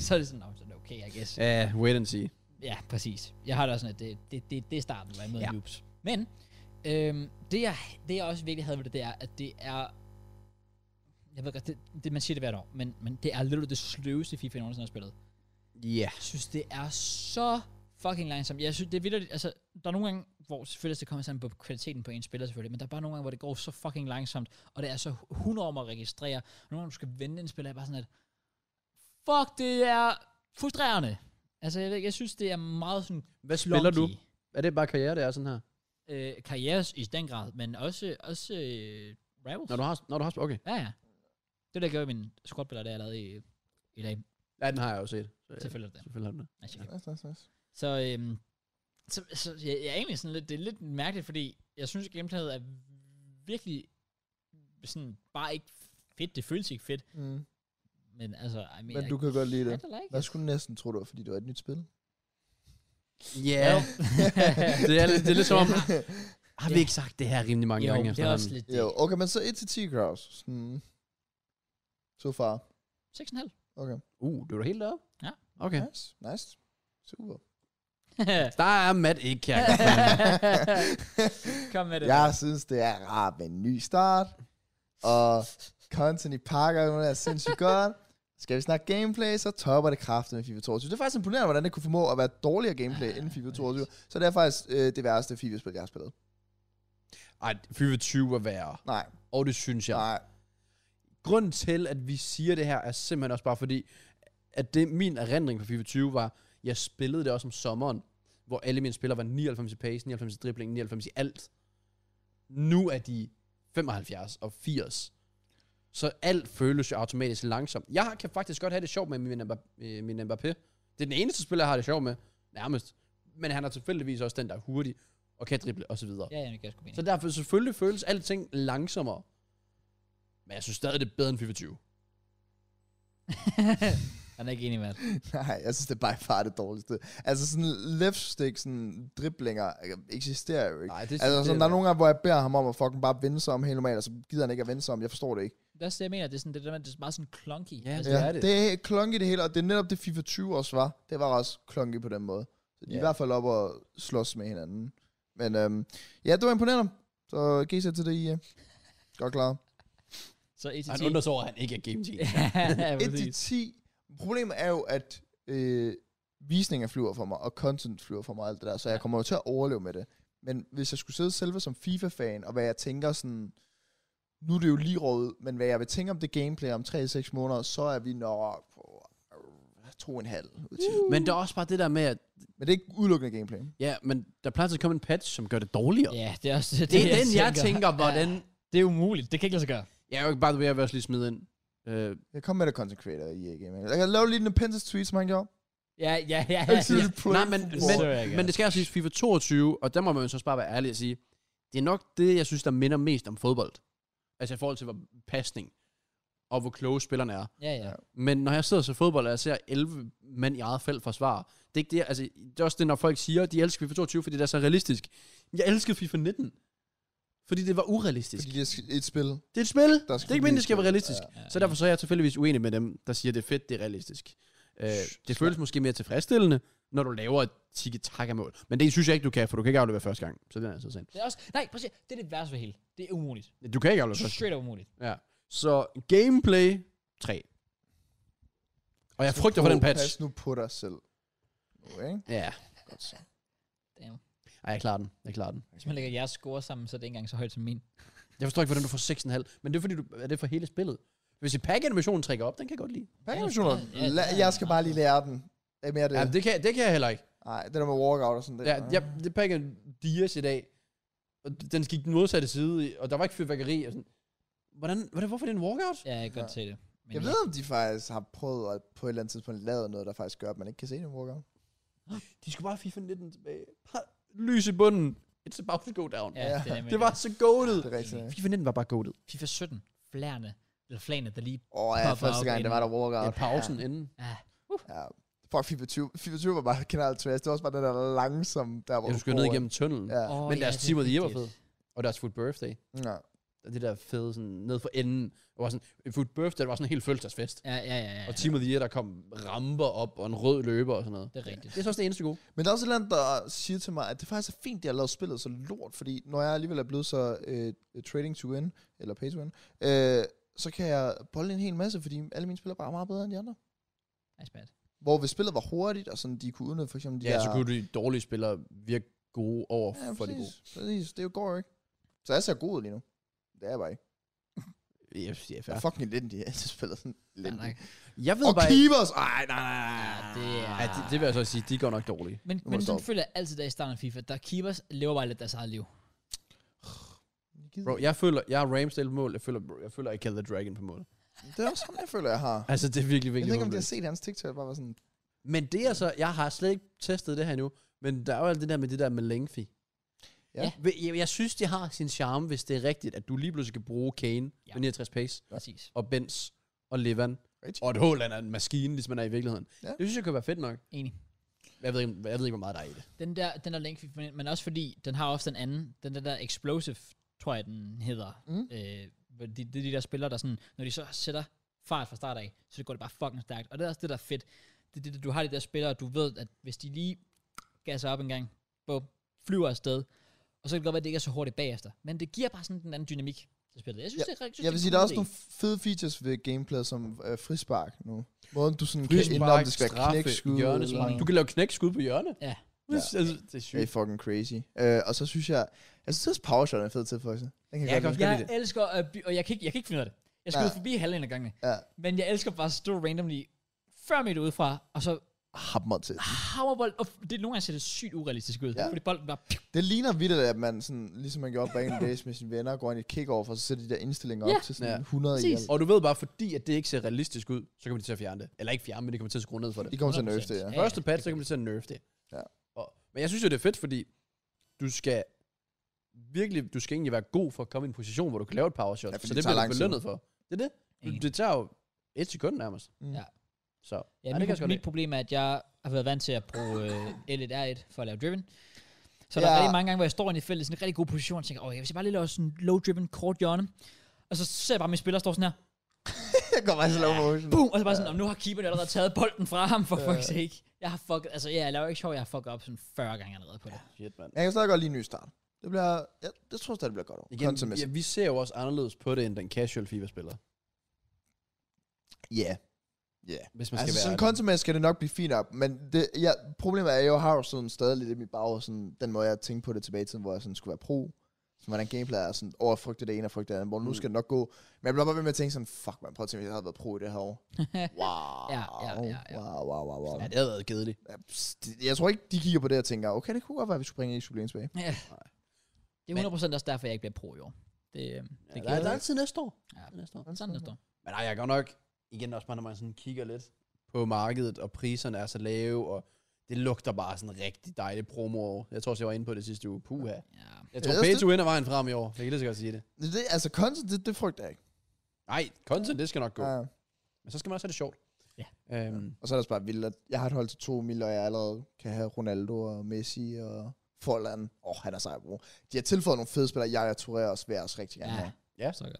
så er det sådan, "Nå, så er det okay, I guess.
Ja, uh, wait and see.
Ja, præcis. Jeg har det også sådan, at det, det, det, det er starten, hvor jeg møder
Ja.
ja. noobs. Men, øhm, det, jeg, det jeg også virkelig havde ved det, det er, at det er... Jeg ved godt, det, det, man siger det hvert år, men, men det er lidt det sløveste FIFA, jeg nogensinde har spillet.
Ja.
Jeg synes, det er så fucking langsomt. Jeg synes, det er vildt, altså, der er nogle gange, hvor selvfølgelig det kommer sådan på kvaliteten på en spiller selvfølgelig, men der er bare nogle gange, hvor det går så fucking langsomt, og det er så 100 om at registrere. Og nogle gange, du skal vente en spiller, er bare sådan, at fuck, det er frustrerende. Altså, jeg, ved ikke, jeg synes, det er meget sådan
Hvad spiller du?
clunky.
Er det bare karriere, det er sådan her?
Øh, karriere i den grad, men også, også øh, rivals.
Når du har, når du har okay.
Ja, ja. Det var det, jeg gjorde i min squadbiller, der jeg lavede i, i dag.
Ja, den har jeg jo set. Så, øh,
Selvfølgelig er det.
Selvfølgelig har den det.
Altså,
Nice, nice, nice.
Så, øhm, så, så jeg, jeg er egentlig sådan lidt, det er lidt mærkeligt, fordi jeg synes, at gameplayet er virkelig sådan bare ikke fedt. Det føles ikke fedt,
Mm.
men altså, I mean,
Men du kan godt lide det.
Like
Jeg skulle næsten tro, det var, fordi det var et nyt spil.
Ja.
<laughs>
Yeah. <laughs> det, er, lidt- det er lidt som om, har vi
Ja.
ikke sagt det her rimelig mange
jo,
gange?
det er også
efterhånden?
lidt
<laughs> Jo,
det.
okay, men så 1-10, Kraus. Sådan. So far.
6,5.
Okay.
Uh, det var helt deroppe?
Ja.
Okay.
Nice. Nice. Super.
Der er Matt ikke, kan jeg godt fornemme.
Kom med det.
Jeg synes, det er rart med en ny start. Og content i pakker, nu er sindssygt godt. Skal vi snakke gameplay, så topper det kraften med FIFA 22. Det er faktisk imponerende, hvordan det kunne formå at være dårligere gameplay end FIFA 22. Så det er faktisk øh, det værste FIFA-spil, jeg har spillet.
Ej, FIFA 20 var værre.
Nej,
Og det synes jeg.
nej. <laughs>
grunden til, at vi siger det her, er simpelthen også bare fordi, at det min erindring på FIFA 20 var, jeg spillede det også om sommeren, hvor alle mine spillere var 99 i pace, 99 i dribling, 99 i alt. Nu er de 75 og 80. Så alt føles jo automatisk langsomt. Jeg kan faktisk godt have det sjovt med min, Mba- øh, min Mbappé. Det er den eneste spiller, jeg har det sjovt med, nærmest. Men han er tilfældigvis også den, der er hurtig og kan drible osv.
<laughs> Ja, ja, det gør jeg sgu mening.
Så derfor selvfølgelig føles alting langsommere. Men jeg synes stadig, det er bedre end FIFA 20.
<laughs> Han er ikke enig med det.
Nej, jeg synes, det er by far det dårligste. Altså sådan left stick, sådan driblinger, øh, eksisterer jo ikke.
Nej, det
Altså sådan, der er nogle gange, hvor jeg beder ham om at fucking bare vende sig om helt normalt, og så gider han ikke at vende sig om. Jeg forstår det ikke.
Det er også det, jeg mener. Det er, sådan, det, der, med, det er meget sådan clunky.
Ja,
altså,
det
ja.
er det.
Det er klonke det hele, og det er netop det FIFA 20 også var. Det var også klonke på den måde. Så de er
Ja.
i hvert fald op og slås med hinanden. Men øhm, ja, det var imponerende. Så GC til det i. øh, Godt klaret.
Så 1 til
Han
10.
undrer sig over, at han ikke er game team.
<laughs>
<laughs>
ja,
1 til
præcis.
10. Problemet er jo, at øh, visninger flyver for mig, og content flyver for mig, og alt det der, så jeg kommer jo til at overleve med det. Men hvis jeg skulle sidde selve som FIFA-fan, og hvad jeg tænker sådan, nu er det jo lige råd, men hvad jeg vil tænke om det gameplay om 3-6 måneder, så er vi nok på øh, to og en halv ud af 10.
Men der er også bare det der med, at
Men det er ikke udelukkende gameplay.
ja, men der plejer altid at komme en patch, som gør det dårligere.
Ja, det er også det,
Det er den, jeg tænker, hvordan...
Det er umuligt. Det kan ikke lade sig gøre.
Jeg er jo ikke bare ved at være også lige smide ind. Øh,
Jeg kom med det content creator i EA Gaming. Jeg kan lave lige en Pentas tweet, som han gjorde.
Ja, ja, ja. ja.
Altid play
nej, men,
football.
men,
Så jeg ikke.
men det skal også sige FIFA 22, og der må man jo så også bare være ærlig og sige, det er nok det, jeg synes, der minder mest om fodbold. Altså i forhold til hvor pasning, og hvor kloge spillerne er.
Ja, ja.
Men når jeg sidder til fodbold, og jeg ser 11 mænd i eget felt forsvare, det er ikke det, altså, det er også det, når folk siger, de elsker FIFA 22, fordi det er så realistisk. Jeg elskede FIFA 19, fordi det var urealistisk.
Fordi det er et spil.
Det er et spil. Det er
skulle
ikke meningen,
blive
det skal
et
være
spil.
realistisk. Ja,
Ja,
Så derfor så er jeg tilfældigvis uenig med dem, der siger, det er fedt, det er realistisk. Øh, det føles måske mere tilfredsstillende, når du laver et tiki taka mål Men det synes jeg ikke, du kan, for du kan ikke aflevere første gang. Så det er altså sandt.
Det er også, nej, præcis. Det er det værste ved hele. Det er umuligt.
Du kan ikke aflevere første
Straight up umuligt.
Ja. Så gameplay 3. Og jeg frygter for den patch.
Pas nu på dig selv. Okay.
Ja.
Godt så.
Damn.
Ej, jeg klarer den. Jeg klarer den.
Hvis man lægger jeres score sammen, så er det ikke engang så højt som min.
Jeg forstår ikke, hvordan du får 6,5. Men det er fordi, du, er det for hele spillet? Hvis et pack-animationen trækker op, den kan jeg godt lide.
Packanimationer.
Ja, ja, ja.
Jeg skal bare lige lære den. Det er mere det.
Ja, det kan, det kan jeg heller ikke.
Nej, det der med walkout og sådan det.
Ja, jeg, det pakker Dias i dag, og d- den gik den modsatte side, i, og der var ikke fyrværkeri. Og sådan. Hvordan, hvordan, hvorfor er det en walkout?
Ja, jeg kan godt
Ja.
se det. Men øh,
jeg ved, om de faktisk har prøvet at på et eller andet tidspunkt lave noget, der faktisk gør, at man ikke kan se den walkout.
De skulle bare FIFA 19 tilbage. Bare lys i bunden. It's about to go down.
Ja,
Ja,
ja,
Ja.
det, er
det var så goated.
Det er rigtigt.
FIFA 19 var bare goated.
FIFA 17. Flærene. Eller flagene, der lige...
Åh, oh, ja,
Pop
første
out
gang, det var der
Det
walkout.
er pausen ja. inden.
Ah,
Ja. Fuck, FIFA 20. FIFA 20 var bare <laughs> generelt trash. Det var også bare den der langsomme, der hvor
Ja, du skal ned igennem tunnelen. Ja.
Ja.
åh,
Men deres
det er
timer, de var
rigtigt.
fede. Og deres food birthday.
ja.
Og det der fede, sådan, ned for enden. Det var sådan, food birthday, det var sådan en helt følelsesfest.
Ja, ja, ja. ja.
Og Team of the Year, der kom ramper op, og en rød løber og sådan noget.
Det er rigtigt.
Det er så også det eneste gode.
Men der er også et eller andet, der siger til mig, at det faktisk er fint, de har lavet spillet så lort, fordi når jeg alligevel er blevet så øh, trading to win, eller pay to win, øh, så kan jeg bolde en hel masse, fordi alle mine spillere bare er meget bedre end de andre.
That's bad.
Hvor hvis spillet var hurtigt, og sådan, de kunne udnytte for eksempel de
Ja,
der...
så kunne de dårlige spillere virke gode over
ja,
ja, for de gode.
præcis, præcis. Det går jo ikke. Så jeg ser god ud lige nu. Det er jeg bare ikke.
Ja, ja,
Jeg
fair.
er fucking elendig. Jeg spiller sådan
Ja,
elendig.
nej.
Jeg ved
og
bare ikke...
keepers! Ej, nej, nej, nej.
Ja, det er...
Ja, det, det, vil jeg så sige, de går nok dårlige.
Men,
må
men
du
sådan
stoppe.
føler jeg altid, der i starten af FIFA, der keepers lever bare lidt deres eget liv.
Bro, jeg føler, jeg har Ramsdale på mål, jeg føler, jeg føler, jeg kalder Dragon på mål.
Det er også sådan, jeg føler, jeg har.
Altså, det er virkelig,
Jeg ved
virkelig
ikke, om de
håbløst.
har set hans TikTok, bare var sådan...
Men det er så, jeg har slet ikke testet det her endnu, men der er jo alt det der med det der med Lengthy.
Ja.
Ja.
Ved- Jeg, jeg synes, det har sin charme, hvis det er rigtigt, at du lige pludselig kan bruge Kane
Ja.
ja. med 69 pace,
Præcis.
og Benz, og Levan,
Rigtig.
og at Haaland er en maskine, ligesom man er i virkeligheden.
Ja.
Ja. Det synes jeg kunne være fedt nok.
Enig.
Jeg ved, ikke, jeg ved ikke, hvor meget der er i det.
Den der, den der link, vi fornemmer, men også fordi, den har ofte en anden, den der, der explosive, tror jeg, den hedder.
Mm.
Øh, hvor de, det er de der spillere, der sådan, når de så sætter fart fra start af, så det går det bare fucking stærkt. Og det er også det, der er fedt. Det, er det, du har de der spillere, du ved, at hvis de lige gasser op en gang, bum, flyver afsted, og så kan det godt være, at det ikke er så hurtigt bagefter. Men det giver bare sådan den anden dynamik til spillet. Jeg synes, det er rigtig
Jeg vil sige, der er også nogle fede features ved gameplay som øh, frispark nu. Måden du sådan kan indre,
Frispark,
om det skal være
straffe,
knækskud.
hjørnespark.
eller-
Du kan lave knækskud på hjørne.
Ja.
Det, er- <laughs> altså, det er
Det er
sygt.
fucking crazy. Øh, og så synes jeg, jeg synes også Powershot er en fed tilføjelse. Den kan
Ja, jeg
jeg godt lide.
kan
Jeg
lide
elsker, at by- og jeg kan, ikke, jeg kan ikke finde ud af det. Jeg skal
Nej.
ud forbi halvdelen af gangene.
Ja,
Men jeg elsker bare at stå randomly 40 meter udefra, og så
hammer til.
hammerbold, og f- det er nogle gange ser det sygt urealistisk ud, ja.
Ja.
fordi bolden bare...
Det ligner vildt, at man sådan, ligesom man gjorde back in the days med sine venner, går ind i et kick-off, og så sætter de der indstillinger op
Ja.
til sådan
Ja.
100 i
Præcis.
alt.
Og du ved bare, fordi at det ikke ser realistisk ud, så kommer de til at fjerne det. Eller ikke fjerne, men de kommer til at skrue ned for det.
De kommer til at nerfe det, ja.
100%.
Første patch, så kommer de til at nerf det.
Ja.
Og, men jeg synes jo, det er fedt, fordi du skal virkelig, du skal egentlig være god for at komme i en position, hvor du kan lave et power shot.
Ja,
Ja,
fordi
så
det
det
tager
bliver
lang
du
tid.
belønnet for. Det er det.
Enig.
Du, det tager jo et sekund nærmest.
Mm.
Ja.
Så
Ja,
Ej, det kan jeg
mit,
sgu
mit
lide.
problem er, at jeg har været vant til at bruge øh, L1 R1 for at lave driven. Så der
Ja.
er rigtig mange gange, hvor jeg står inde i feltet i sådan en rigtig god position, og tænker, åh, jeg vil bare lige lave sådan en low driven, kort hjørne. Og så ser jeg bare, at min spiller står sådan her,
<laughs> Jeg går bare i slow motion.
boom, og så bare sådan, om nu har keeperen allerede taget bolden fra ham, for fuck's sake. Jeg har fucket, altså ja, jeg laver ikke sjov, jeg har fucket op sådan 40 gange allerede på det.
Shit, mand.
Jeg kan stadig godt lide en ny start. Det bliver, ja, det tror jeg stadig bliver godt over.
Igen, ja,
Content-mæssigt.
vi ser jo også anderledes på det, end den casual FIFA-spiller.
Ja. Ja.
Hvis man skal
Altså,
være
sådan
ærlig.
kontomæssigt skal det nok blive fint op, men det, ja, problemet er, at jeg har jo sådan stadig lidt i mit bag, sådan, den måde, jeg tænkte på det tilbage i tiden, hvor jeg sådan skulle være pro, sådan, hvordan gameplay er, sådan, over at frygte det ene og frygte det andet, hvor nu
Mm.
skal det nok gå. Men jeg blev bare ved med at tænke sådan, fuck man, prøv at tænke, hvis jeg havde været pro i det her
<laughs>
år. Wow,
Ja, ja, ja, ja.
wow, wow, wow, wow.
Ja, det havde været kedeligt.
Ja, pst, det- Jeg tror ikke, de kigger på det og tænker, okay, det kunne godt være, at vi skulle bringe Ace Julian tilbage.
Ja. Det er 100% også derfor, jeg ikke bliver pro i år. Det, øh,
Ja,
det
der, er, der
giver
er altid næste år.
Ja.
Der er Næste år.
sådan, det står.
Men nej, jeg er godt nok, igen også bare, når man sådan kigger lidt på markedet, og priserne er så lave, og det lugter bare sådan rigtig dejligt promo. Jeg tror også, jeg var inde på det sidste uge. Puha.
Ja.
Jeg tror,
Ellers
pay
det-
to win er vejen frem i år. Jeg kan lige så godt sige det.
Det, det, altså, content, det, det frygter jeg ikke.
Nej, content, det skal nok gå.
Ja.
Men så skal man også have det sjovt.
Ja.
Øhm,
Og så er det også bare vildt, at jeg har et hold til to mil, og jeg allerede kan have Ronaldo og Messi og Forland. Åh, oh, han er sej at bruge. De har tilføjet nogle fede spillere. Jeg og Touré også vil jeg også rigtig gerne
Ja.
have.
ja.
Ja.
Så godt.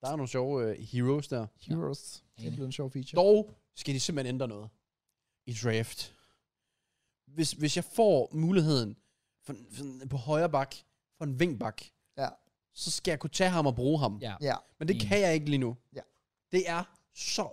der er nogle sjove øh, heroes der.
Heroes. Det er
Enig.
blevet en sjov feature.
Dog skal de simpelthen ændre noget i draft. Hvis, hvis jeg får muligheden for, for, på højre bak for en vingbak,
Ja.
så skal jeg kunne tage ham og bruge ham.
Ja.
Ja.
Men det
Enig.
kan jeg ikke lige nu.
Ja.
Det er så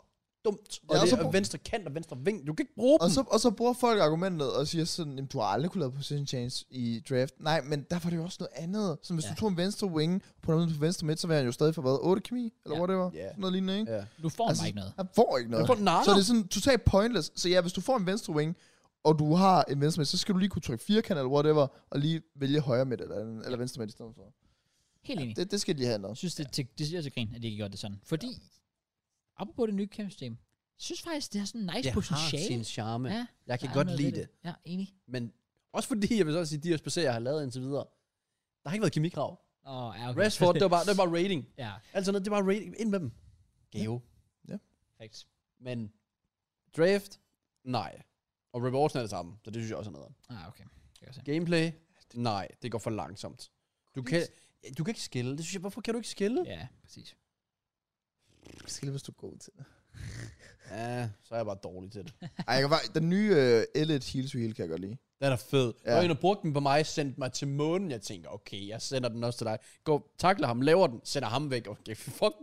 dumt. Og
er
det
så
er
brug-
venstre kant og venstre ving. Du kan ikke bruge
Og
dem.
så, og så bruger folk argumentet og siger sådan, jamen, du har aldrig kunne lave position change i draft. Nej, men der var det jo også noget andet. Så hvis
Ja.
ja. du tog en venstre wing på noget på venstre midt, så var han jo stadig for hvad? 8 kemi?
Ja.
Eller ja. whatever?
Ja.
Sådan noget lignende, ikke?
Ja.
Du får altså,
Altså,
mig ikke noget.
Han får ikke
Jeg
noget.
får den
Ah.
Så
natter.
er det sådan totalt pointless. Så ja, hvis du får en venstre wing, og du har en venstre midt, så skal du lige kunne trykke firkant eller whatever, og lige vælge højre midt eller, eller venstre midt i stedet for.
Helt enig.
Det, det skal de lige have
Jeg
noget.
synes, det, er til, det er til grin, at de ikke gjorde det sådan. Fordi, apropos det nye kampsystem, jeg synes faktisk, det har sådan en nice
Det har
potentiale.
sin charme.
Ja,
Jeg kan
der er
godt
noget
lide
ved
det.
Ja, enig.
Men også fordi, jeg vil så også sige, de her spacerer, jeg har lavet indtil videre, der har ikke været kemikrav.
Åh, oh, ja, okay.
Rashford, det var bare, det var bare <laughs> rating.
ja,
Alt sådan noget, det var rating. Ind med dem. Gave.
perfekt.
Men draft, nej. Og rewards er det samme, så det synes jeg også er noget.
Ah, okay. Det kan jeg se.
Gameplay, nej, det går for langsomt. Du kan, du kan ikke skille. Det synes jeg, hvorfor kan du ikke skille?
Ja, præcis.
Skal hvis du er god til det.
Ja, så er jeg bare dårlig til det.
Ej, jeg kan bare, den nye uh, Elite Heal to Heal kan jeg godt lide.
Den er fed.
Ja.
Ja. Og en, der brugte den på mig, sendte mig til månen. Jeg tænker, okay, jeg sender den også til dig. Gå, takler ham, laver den, sender ham væk. Okay, fuck.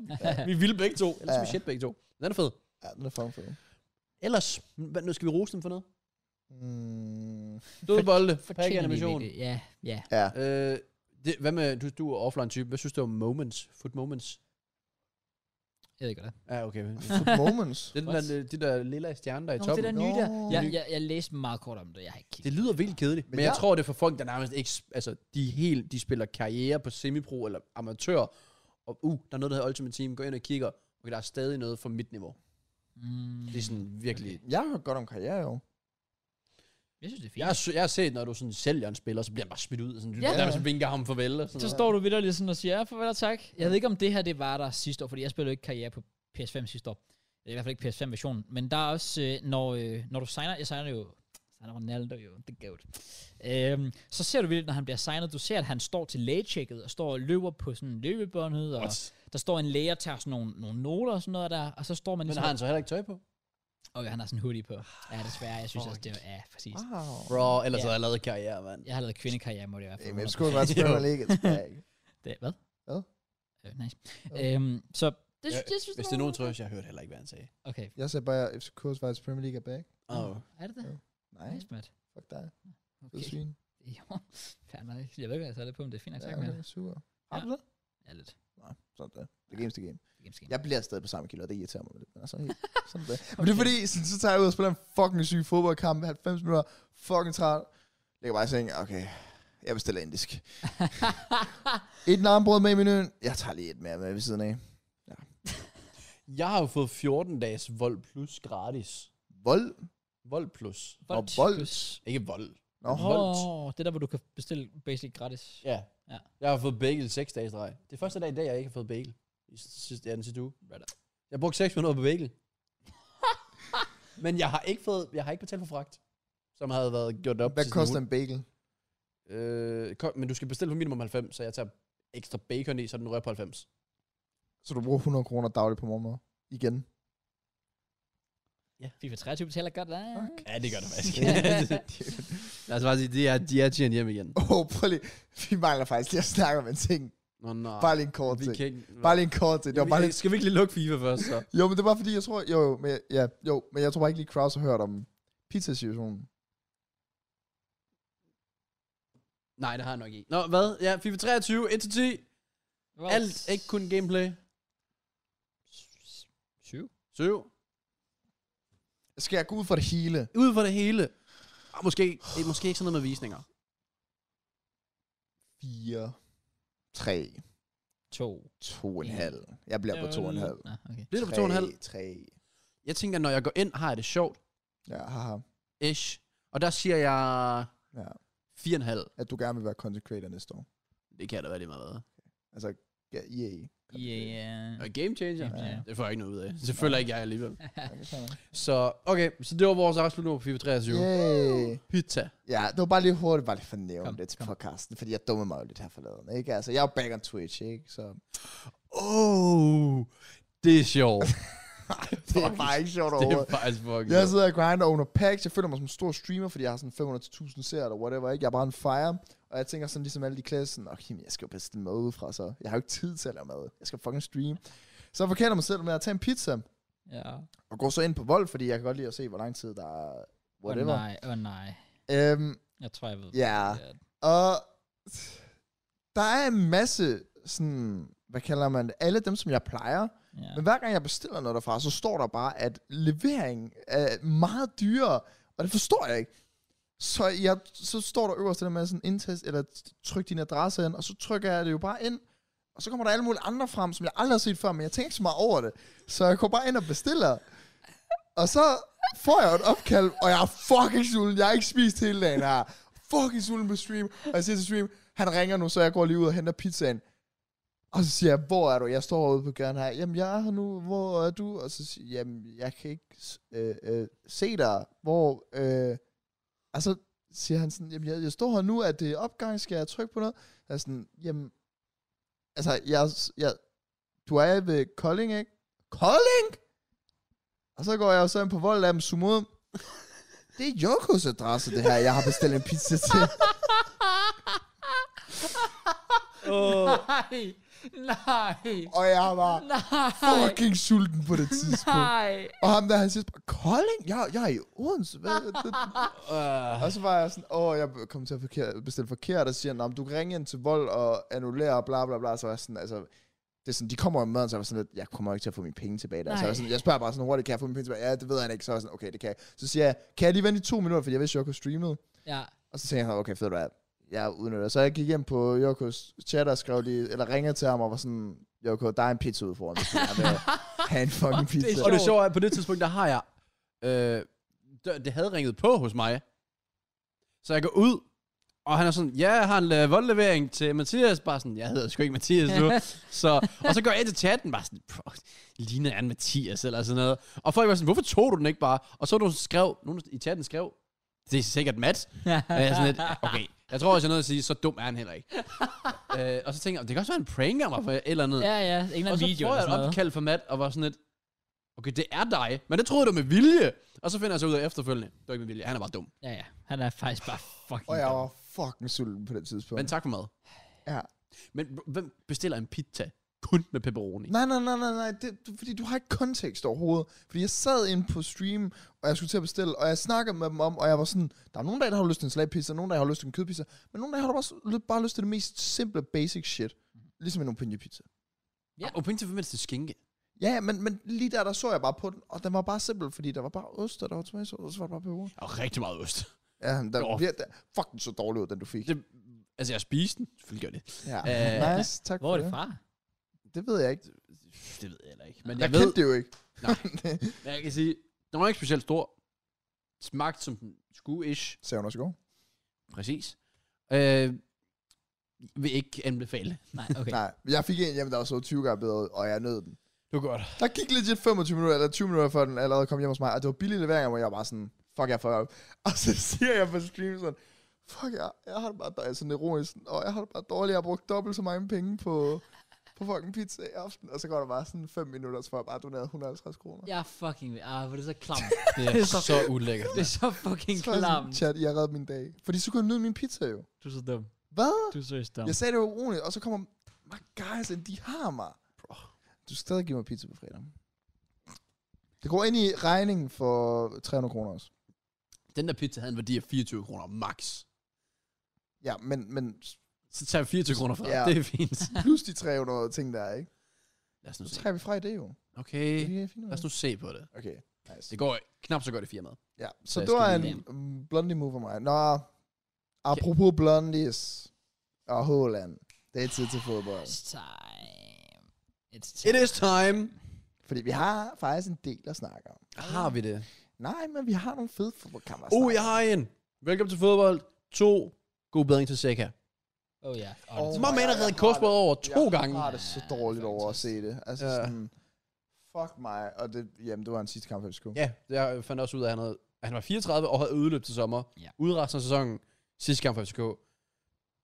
vi er vilde begge to. Ellers ja. er vi
Ja.
shit begge to. Den er fed.
Ja, den er fucking fed.
Ellers, hvad, nu skal vi rose dem for noget.
Mm,
Døde bolde, pakke
Fortjener de
animation.
virkelig- Ja, ja.
ja.
Øh, det, hvad med, du, du er offline type. Hvad synes du om moments? Foot moments?
Jeg ved godt det.
Ja, ah, okay. det
<laughs>
Foot moments.
er den der, det der lilla stjerne, der er i
Nå,
toppen.
det der nye der.
Nå.
Jeg, jeg, jeg læste meget kort om det, jeg har ikke kigget.
Det lyder vildt kedeligt, men,
Men
jeg
jeg-
tror, det er for folk, der nærmest ikke... s- Altså, de, er helt, de spiller karriere på semipro eller amatør, og uh, der er noget, der hedder Ultimate Team. Gå ind og kigger, okay, der er stadig noget for mit niveau.
Mm,
Det er sådan virkelig...
Jeg har hørt godt om karriere, jo.
jeg synes, det er fint.
Jeg har, s- jeg har set, når du sådan sælger en spiller, så bliver han bare smidt ud, og sådan,
Ja.
ja. nærmest vinker ham farvel. Og sådan
Så
noget.
står du vidderligt sådan og siger, ja, farvel og tak. Jeg ved ikke, om det her det var der sidste år, fordi jeg spillede jo ikke karriere på PS5 sidste år. Det er i hvert fald ikke PS5-versionen. Men der er også, øh, når, øh, når du signer, jeg signer jo, signer Ronaldo jo, det gav øhm, så ser du vildt, når han bliver signet, du ser, at han står til lægechecket og står og løber på sådan en løbebåndet, og
What?
der står en læge og tager sådan nogle, nogle noter og sådan noget der, og så står man
Men
ligesom,
har han så heller ikke tøj på?
og han har sådan en hoodie på. Ja, desværre, jeg synes også, det er, ja, præcis.
Wow.
Bro, ellers
Ja.
havde jeg lavet karriere, mand.
Jeg har lavet kvindekarriere, må det være.
Jamen, jeg skulle
<laughs>
godt spille mig ikke.
Det, hvad?
Hvad?
Øh, nice.
Hvad?
Øhm, så det,
Ja,
synes- jeg synes,
Hvis det er nogen trøst, jeg hørte heller ikke, hvad han sagde.
Okay.
Jeg sagde bare, at FCK's var Premier League er back.
Oh.
Er det det?
Nej,
Nice, Matt.
fuck dig. Du er
<laughs> Okay.
svin.
Jo, fair nok. Jeg ved ikke, hvad jeg sagde det på, men det er fint nok.
Ja,
Tak med
okay,
det.
super. Har du det?
Ja, lidt.
Sådan der. The game's the game.
Det er games game. <laughs>
Jeg bliver stadig på samme kilo, og det irriterer mig lidt. Men altså, helt, sådan er det.
<laughs>
Men det er fordi, sådan, så tager jeg ud og spiller en fucking syg fodboldkamp, 90 minutter, fucking træt. Ligger bare i sengen, okay, jeg bestiller indisk. Et narmbrød med i menuen, jeg tager lige et mere med ved siden af.
Jeg har jo fået 14 dages Vold Plus gratis.
Vold?
Vold Plus.
Volt
Og Volt.
plus.
Ikke Vold.
Nå,
Åh,
Volt.
oh, det er der, hvor du kan bestille basic gratis.
Ja.
Ja.
ja. Jeg har fået bagel seks dage i streg. Det er første dag i dag, jeg ikke har fået bagel. I s- sidste, ja, den sidste uge. Jeg brugte 6 minutter på bagel. <laughs> Men jeg har ikke fået, jeg har ikke betalt for fragt, som havde været gjort op.
Hvad
til sådan
koster
en
en bagel?
uge. Øh, ko- men du skal bestille for minimum 90, så jeg tager ekstra bacon i, så den rører på 90.
Så du bruger 100 kroner dagligt på morgenmad. Igen.
Ja.
FIFA 23 betaler godt, da. Okay.
<laughs> Ja, det gør det faktisk. <laughs> Lad os bare sige, de er, de er tjent hjem igen.
<laughs> Åh, oh, prøv lige. Vi mangler faktisk lige at snakke om en ting.
Nå, nej.
Bare lige en kort ting.
kan ikke...
Bare lige en kort ting. Det var bare lige...
Skal vi ikke lige lukke FIFA først, så?
Jo, men det var fordi, jeg tror... Jo, jo, men, ja, jo, men jeg tror bare ikke lige, Kraus har hørt om pizza-situationen.
Nej, det har jeg nok ikke. Nå, hvad? Ja, FIFA 23, 1-10. Alt, ikke kun gameplay.
7.
7.
Skal jeg gå ud for det hele?
Ud for det hele. Og måske, det er måske ikke sådan noget med visninger.
4, 3,
2.
2,5. Jeg bliver på 2,5.
Nå, okay.
Øh, Bliver det på 2,5?
3.
Jeg tænker, når jeg går ind, har jeg det sjovt.
Ja, haha.
Ish. Og der siger jeg
Ja.
4,5.
At du gerne vil være content creator næste år.
Det kan da være lige meget. hvad.
Altså, ja, yay.
E
Yeah.
Og game changer?
Ja.
Det får jeg ikke noget ud af. Det føler ikke jeg alligevel.
Okay, fair nok.
<laughs> Så, okay. Så det var vores afslutning på FIFA 23.
Yay.
Pizza.
Ja, det var bare lige hurtigt, bare lige for at nævne
Kom,
det til
kom.
podcasten, fordi jeg dummede mig jo lidt her forleden, ikke? Altså, jeg er jo back on Twitch, ikke? Så
Oh, det er sjovt.
det er bare ikke sjovt
det er
overhovedet.
faktisk fucking
Jeg
yes.
sidder og grinder under packs, jeg føler mig som en stor streamer, fordi jeg har sådan 500.000 seere eller whatever, ikke? Jeg er bare en fire, og jeg tænker sådan ligesom alle de klasse, sådan, okay, men jeg skal jo bestille mad udefra, så jeg har jo ikke tid til at lave mad. Jeg skal fucking streame. Så jeg forkender mig selv med at tage en pizza,
Ja.
og går så ind på vold, fordi jeg kan godt lide at se, hvor lang tid der er
Åh oh,
whatever.
nej, åh oh, nej.
Øhm,
Jeg tror, jeg ved.
ja,
Ja.
og der er en masse sådan, hvad kalder man det, alle dem, som jeg plejer,
ja.
men hver gang jeg bestiller noget derfra, så står der bare, at leveringen er meget dyrere, og det forstår jeg ikke. Så, jeg, så står der øverst det der med sådan indtast, eller tryk din adresse ind, og så trykker jeg det jo bare ind, og så kommer der alle mulige andre frem, som jeg aldrig har set før, men jeg tænker ikke så meget over det. Så jeg går bare ind og bestiller, og så får jeg et opkald, og jeg er fucking sulten, jeg har ikke spist hele dagen her. Fucking sulten på stream, og jeg siger til stream, han ringer nu, så jeg går lige ud og henter pizzaen. Og så siger jeg, hvor er du? Jeg står ude på gaden her. Jamen, jeg er her nu. Hvor er du? Og så siger jeg, jamen, jeg kan ikke s- øh, øh, se dig. Hvor, øh, og så siger han sådan, jamen, jeg, jeg står her nu. Er det opgang? Skal jeg trykke på noget? Jeg er sådan, jamen, altså, jeg, jeg, du er ved Kolding, ikke? Kolding? Og så går jeg jo så ind på vold af dem, zoom ud. Det er Jokos adresse, det her, jeg har bestilt en pizza til.
Oh, Nej, nej,
Og jeg var
nej,
fucking sulten på det tidspunkt.
nej.
Og ham der, han siger bare, Kolding? Jeg, jeg er i Odense. Hvad? Det- det-
Uh,
og så var jeg sådan, åh, jeg kom til at forkert, bestille forkert, og så siger han, "Nå, men du kan ringe ind til vold og annullere, og bla bla bla. Så var jeg sådan, altså, det er sådan, de kommer om maden, så jeg var sådan lidt, jeg kommer ikke til at få mine penge tilbage. Der. Så jeg,
Nej.
var sådan, jeg spørger bare sådan hurtigt, kan jeg få mine penge tilbage? Ja, det ved han ikke. Så var jeg sådan, okay, det kan jeg. Så siger jeg, kan jeg lige vente i to minutter, fordi jeg vidste, at jeg kunne streame.
Ja,
Og så tænkte jeg, okay, fedt, hvad jeg udnytter. Så jeg gik hjem på Jokos chat og skrev lige, eller ringede til ham og var sådan, Joko, der er en pizza ude foran, hvis du gerne
<laughs>
vil have en fucking pizza.
og det sjove er, på det tidspunkt, der har jeg... Øh, det, det havde ringet på hos mig. Så jeg går ud, og han er sådan, ja, jeg har en øh, voldlevering til Mathias. Bare sådan, jeg hedder sgu ikke Mathias <laughs> nu. så, og så går jeg ind til chatten, bare sådan, "Bro, ligner han Mathias eller sådan noget. Og folk var sådan, hvorfor tog du den ikke bare? Og så var der nogen, der skrev, nogen i chatten skrev, det er sikkert Matt. Og jeg er sådan lidt, okay, jeg tror også, jeg er nødt til at sige, så dum er han heller <laughs> ikke. øh, og så tænker jeg, det kan også være en prank af mig for et eller andet.
ja, ja. En eller
Og
anden
så
video
får
eller
jeg et
sådan noget.
opkald fra Matt, og var sådan lidt, okay, det er dig, men det troede du med vilje. Og så finder jeg så ud af efterfølgende, det var ikke med vilje, han er bare dum.
Ja, ja. Han er faktisk bare fucking
Og jeg
dum.
var fucking sulten på det tidspunkt.
Men tak for mad.
Ja.
Men hvem bestiller en pizza kun med pepperoni?
Nej, nej, nej, nej, nej, det, du, fordi du har ikke kontekst overhovedet. Fordi jeg sad inde på stream, og jeg skulle til at bestille, og jeg snakkede med dem om, og jeg var sådan, der er nogle dage, der har lyst til en slagpizza, nogle dage har lyst til en kødpizza, men nogle dage har du bare, bare lyst til det mest simple basic shit.
Mhm.
Ligesom en opinion pizza.
Ja.
Ja. Og penge til hvem til skinke.
Ja, men, men lige der, der så jeg bare på den, og den var bare simpel, fordi der var bare ost, og der var tomater, og så var der bare peber.
Og rigtig meget ost.
Ja, der,
Nå.
oh. der, fucking så dårlig ud, den du fik.
Det, altså, jeg spiste den. Selvfølgelig gør jeg det.
Ja,
Øh,
nice, tak
Hvor
for
er det fra?
Det ved jeg ikke.
Det ved jeg heller ikke. Men
Jeg,
jeg,
kendte
ved,
det jo ikke.
men jeg kan sige, den var ikke specielt stor. Smagte som den skulle ish.
Sagde hun også i går.
Præcis. Øh, vil ikke anbefale.
Nej, okay.
Nej, jeg fik en hjem, der var så 20 gange bedre, og jeg nød den.
Det var godt.
Der gik legit 25 minutter, eller 20 minutter, før den allerede kom hjem hos mig, og det var billige leveringer, hvor jeg var sådan, fuck, jeg fuck op. Og så siger jeg på stream sådan, fuck, jeg, jeg har det bare dårligt, sådan ironisk, og jeg har det bare dårligt, jeg har brugt dobbelt så mange penge på, på fucking pizza i aften. Og så går der bare sådan 5 minutter, så får jeg bare doneret 150 kroner.
Jeg er fucking ved. Ah, hvor er det så klamt.
Det er <laughs> så ulækkert.
det er så fucking
Så er jeg sådan,
klamt.
chat, jeg redde min dag. Fordi så kunne jeg nyde min pizza jo.
Du er så dum.
Hvad?
Du er så dum.
Jeg sagde det jo roligt, og så kommer... My guys, and de har mig. Bro. Du skal stadig give mig pizza på fredag. Det går ind i regningen for 300 kroner også.
Den der pizza havde en værdi af 24 kroner max.
Ja, men, men
Så tager vi 24 kroner fra.
Ja.
Det er fint.
plus de 300 ting, der er, ikke?
Lad os nu
Så
se.
trækker vi fra i det jo.
Okay,
Det er lige fint.
lad os nu se på det.
Okay, nice.
Det går knap så godt i firmaet.
Ja, så,
Så jeg
det var
skal
en
lige
mm, blondie move for mig. Nå, apropos blondies og Håland. Det er tid til fodbold.
It's time. It's time.
It is time.
Fordi vi har faktisk en del at snakke om.
Har vi det?
Nej, men vi har nogle fede fodboldkammer at
Oh,
snakke
jeg har en. Velkommen til fodbold. To. God bedring til Seca.
Oh ja.
om.
Oh,
Og
My man har
jeg
reddet
har
korsbåd
det-
over to
jeg
gange.
Jeg har det så
Ja,
dårligt
det er
over at
faktisk-
se det. Altså
Ja.
ja. sådan, fuck mig. Og det, jamen, det var en sidste kamp, jeg skulle.
Ja, jeg fandt også ud af, at han, havde, at han var 34 og havde udløb til sommer.
Ja.
Ude resten af sæsonen. Sidste kamp for FCK.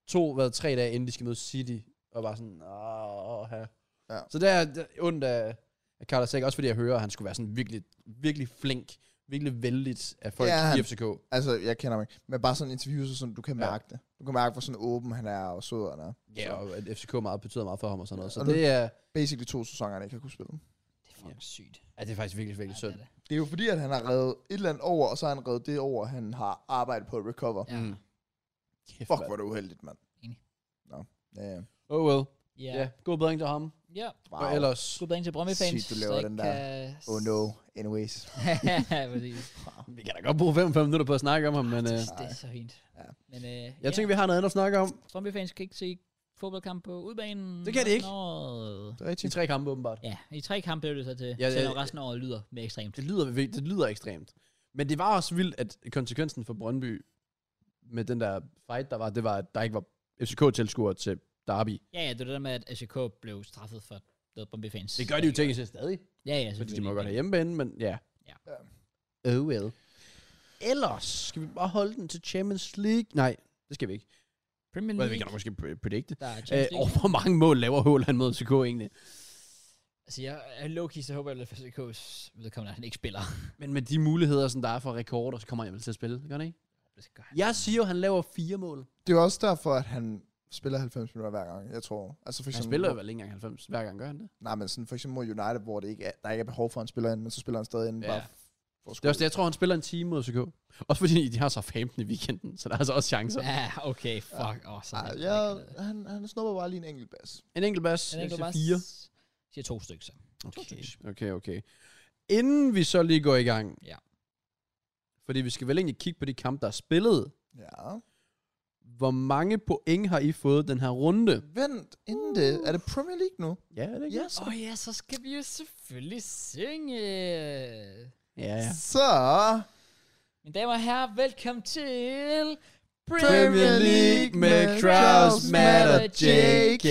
To, hvad, tre dage inden de skal møde City. Og bare sådan, åh, ja.
Ja.
Så det er, det er ondt af, af Carlos Sæk. Også fordi jeg hører, at han skulle være sådan virkelig, virkelig flink. Virkelig vældigt af folk
Det er
ja, i
han.
FCK.
Altså, jeg kender mig. ikke. Men bare sådan interviews, og sådan, du kan
Ja.
mærke det. Du kan mærke, hvor sådan åben han er, og sød han er.
Ja, og at FCK meget betyder meget for ham og sådan noget. Så
Og nu-
det er,
Basically to sæsoner, han ikke har kunne spille.
det er fucking sygt.
ja, det er faktisk virkelig, virkelig
Ja,
synd.
det er det.
Det er jo fordi, at han har reddet et eller andet over, og så har han reddet det over, han har arbejdet på at recover.
Ja.
Mm. Kæft,
Fuck,
mand.
hvor er det uheldigt, mand.
Enig.
Nå, ja, ja.
Oh well.
Ja.
Ja, yeah. god bedring til ham.
Ja.
Wow. Og ellers,
Skud dagen til Brøndby-fans.
Sygt, du laver den der. Oh no, anyways.
<laughs> ja, præcis.
vi kan da godt bruge 5-5 minutter på at snakke om ham, <laughs> men
det,
øh,
det er så fint.
Ja.
Men øh,
jeg tænker, vi har noget andet at snakke om.
Brøndby-fans kan ikke se fodboldkamp på udbanen.
Det kan de ikke.
Nå.
Det er
De
rigtigt.
tre kampe, åbenbart.
Ja, i tre kampe blev det så til, ja,
ja,
selvom
ja.
resten af året lyder mere ekstremt.
Det lyder, vildt- det lyder ekstremt. Men det var også vildt, at konsekvensen for Brøndby med den der fight, der var, det var, at der ikke var FCK-tilskuere til Derby.
Ja, ja, det er det der med, at SK blev straffet for noget Brøndby-fans.
Det gør de jo teknisk set stadig,
Ja, ja,
fordi de
selvfølgelig.
må godt have hjemmebane, men ja.
Ja.
Oh well. Ellers skal vi bare holde den til Champions League. Nej, det skal vi ikke.
Premier
Well, vi kan
League,
da måske pre- predicte.
der er
Øh,
Champions
og
League.
hvor mange mål laver Håland mod FCK egentlig?
Altså, jeg er low-key, så håber jeg, at FCK's vedkommende, at han ikke
<laughs>
spiller.
Men med de muligheder, som der er for rekorder, så kommer han vel til at spille, gør han ikke?
Det gør han.
Jeg siger jo, han laver fire mål.
Det er jo også derfor, at han spiller 90 minutter hver gang, jeg tror. Altså for
Han
eksempel,
spiller jo vel ikke engang 90, hver gang gør han det.
Nej, men sådan for eksempel mod United, hvor det ikke er, der ikke er behov for, at han spiller ind, men så spiller han stadig ind.
Ja.
Ja. Bare for at
Det er også det, jeg tror, han spiller en time mod CK. Også fordi de har så 15 i weekenden, så der er altså også chancer. Ja.
Ja, okay, fuck. Åh, så er
Nej,
han
ja,
ikke noget.
han, han snupper bare lige en enkelt bas.
En enkelt bas,
Er det
en
ikke
til
bare
fire.
s- Siger to stykker, så.
Okay. okay, okay. Inden vi så lige går i gang.
Ja.
Fordi vi skal vel egentlig kigge på de kampe, der er spillet.
Ja.
Hvor mange point har I fået den her runde?
Vent, inden det. Er det Premier League nu?
Ja, er det ikke?
Ja, så,
Åh oh, ja, så skal vi jo selvfølgelig synge.
Ja, ja.
så
Mine damer og herrer, velkommen til
Premier League med Kraus, Matt og JK.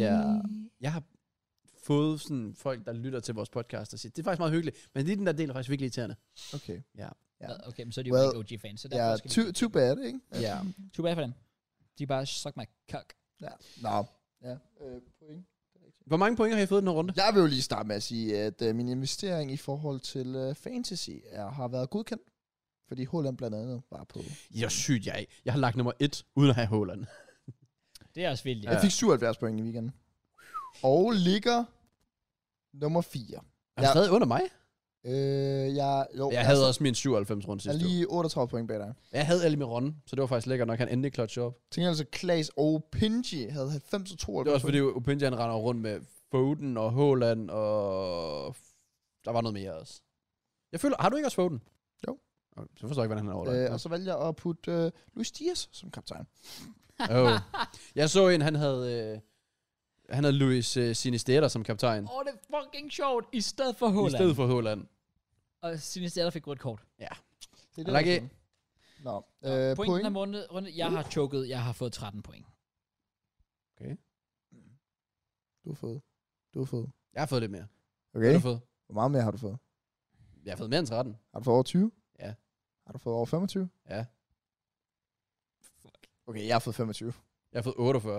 Ja. Jeg har fået sådan folk, der lytter til vores podcast og siger, det er faktisk meget hyggeligt, men lige den der del er faktisk virkelig irriterende.
Okay. Ja.
Ja. Okay, men så er de jo
Well,
ikke OG-fans, så
Ja,
derfor skal
too, too bad, ikke?
Ja.
Too bad for dem. De er bare suck my cock.
Ja. Nå. Ja. Øh, point.
Hvor mange point har I fået den her runde?
Jeg vil jo lige starte med at sige, at øh, min investering i forhold til øh, fantasy er, har været godkendt. Fordi Holland blandt andet var på.
Jeg er sygt, jeg ikke. Jeg har lagt nummer et, uden at have Håland.
Det er også vildt.
Jeg fik 77 point i weekenden. Og ligger nummer 4.
Er du
Ja.
stadig under mig?
Øh, jeg, jo,
Jeg havde også min 97 runde
jeg er
sidste lige...
lige 38 point bag dig.
Jeg havde alle mine runde, så det var faktisk lækkert nok, han endelig clutch op.
Tænk altså, Klaas og Pinji havde 90 og 92.
Det var også fordi, Opinja han render rundt med Foden og Håland og... Der var noget mere også. Jeg føler... Har du ikke også Foden?
Jo.
Okay, så forstår jeg ikke, hvordan han har Håland.
Øh, og så valgte jeg at putte øh, Luis Diaz som kaptajn.
oh. Jeg så en, han havde... Øh... Han havde Luis øh, Sinisterra som kaptajn.
Åh, oh, det er fucking sjovt. I stedet for
I
Holland.
stedet for Håland.
Og Sinisterra fik rødt kort.
Det
Er der ikke-
sådan. Nå,
Øh, Pointen
øh,
point.
point.
er runde, runde. Jeg har choket. Jeg har fået 13 point. <laughs>
Du har fået. Du har fået.
Jeg har fået lidt mere.
Okay.
Hvad har du fået?
Hvor meget mere har du fået?
Jeg har fået mere end 13.
Har du fået over 20?
Ja.
Har du fået over 25?
Ja.
Okay, jeg har fået 25.
Jeg har fået 48.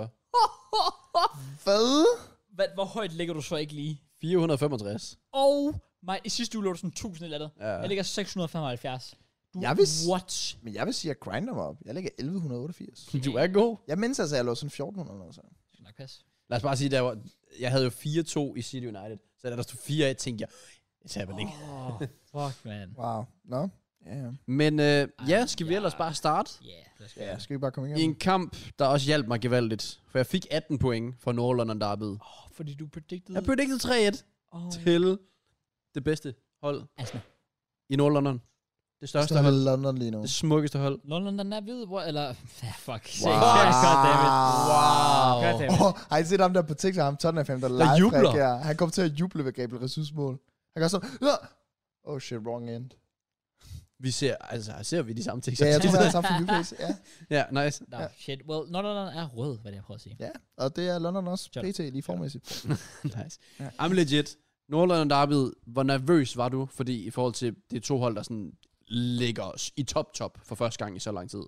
Hvad?
Hvad, hvor højt ligger du så ikke lige?
465.
Og mig, i sidste uge lå du sådan 1000 eller andet.
Ja.
Jeg ligger 675. Du,
Jeg vidste-
What?
Men jeg vil sige, at jeg grinder mig op. Jeg ligger
<laughs>
1188.
Du er god.
Jeg mindes altså, at jeg lå sådan 1400 eller sådan.
Det skal nok passe.
Lad os bare sige, der var, jeg havde jo 4-2 i City United. Så da der stod 4-1, tænkte jeg, det taber ikke.
Oh, fuck, man.
Wow. Nå. Ja, ja.
Men øh, ja,
Ej,
skal vi
ja.
ellers bare starte?
Yeah, lad os gøre
Ja,
det.
skal vi bare komme
I
igennem?
en kamp, der også hjalp mig gevaldigt. For jeg fik 18 point fra Nordlondon Derby.
Åh, fordi du predicted...
Jeg predicted 3-1
oh.
til det bedste hold
Altså,
i Nordlondon. Det største
Største
hold.
London lige nu.
Det smukkeste hold.
London, den er hvid, hvor... Eller... Ja, fuck.
Wow.
Goddammit.
Wow.
Goddammit.
Åh, <laughs> har I set ham der på TikTok, ham Tottenham fan, der,
Der
live
jubler.
reagerer? Han kom til at juble ved Gabriel Jesus mål. Han gør sådan, "Åh, oh shit, wrong end.
Vi ser, altså, ser vi de samme ting.
Ja,
<laughs>
jeg tror, det er sammen for UK. Ja.
ja, nice.
Nå, shit. Well, London er rød, hvad det er, jeg prøver at sige.
ja, og det er London også
Sådan.
pt. lige formæssigt.
nice.
Ja.
I'm legit. Nordlondon Derby, hvor nervøs var du? Fordi i forhold til de to hold, der sådan ligger os i top-top for første gang i så lang tid.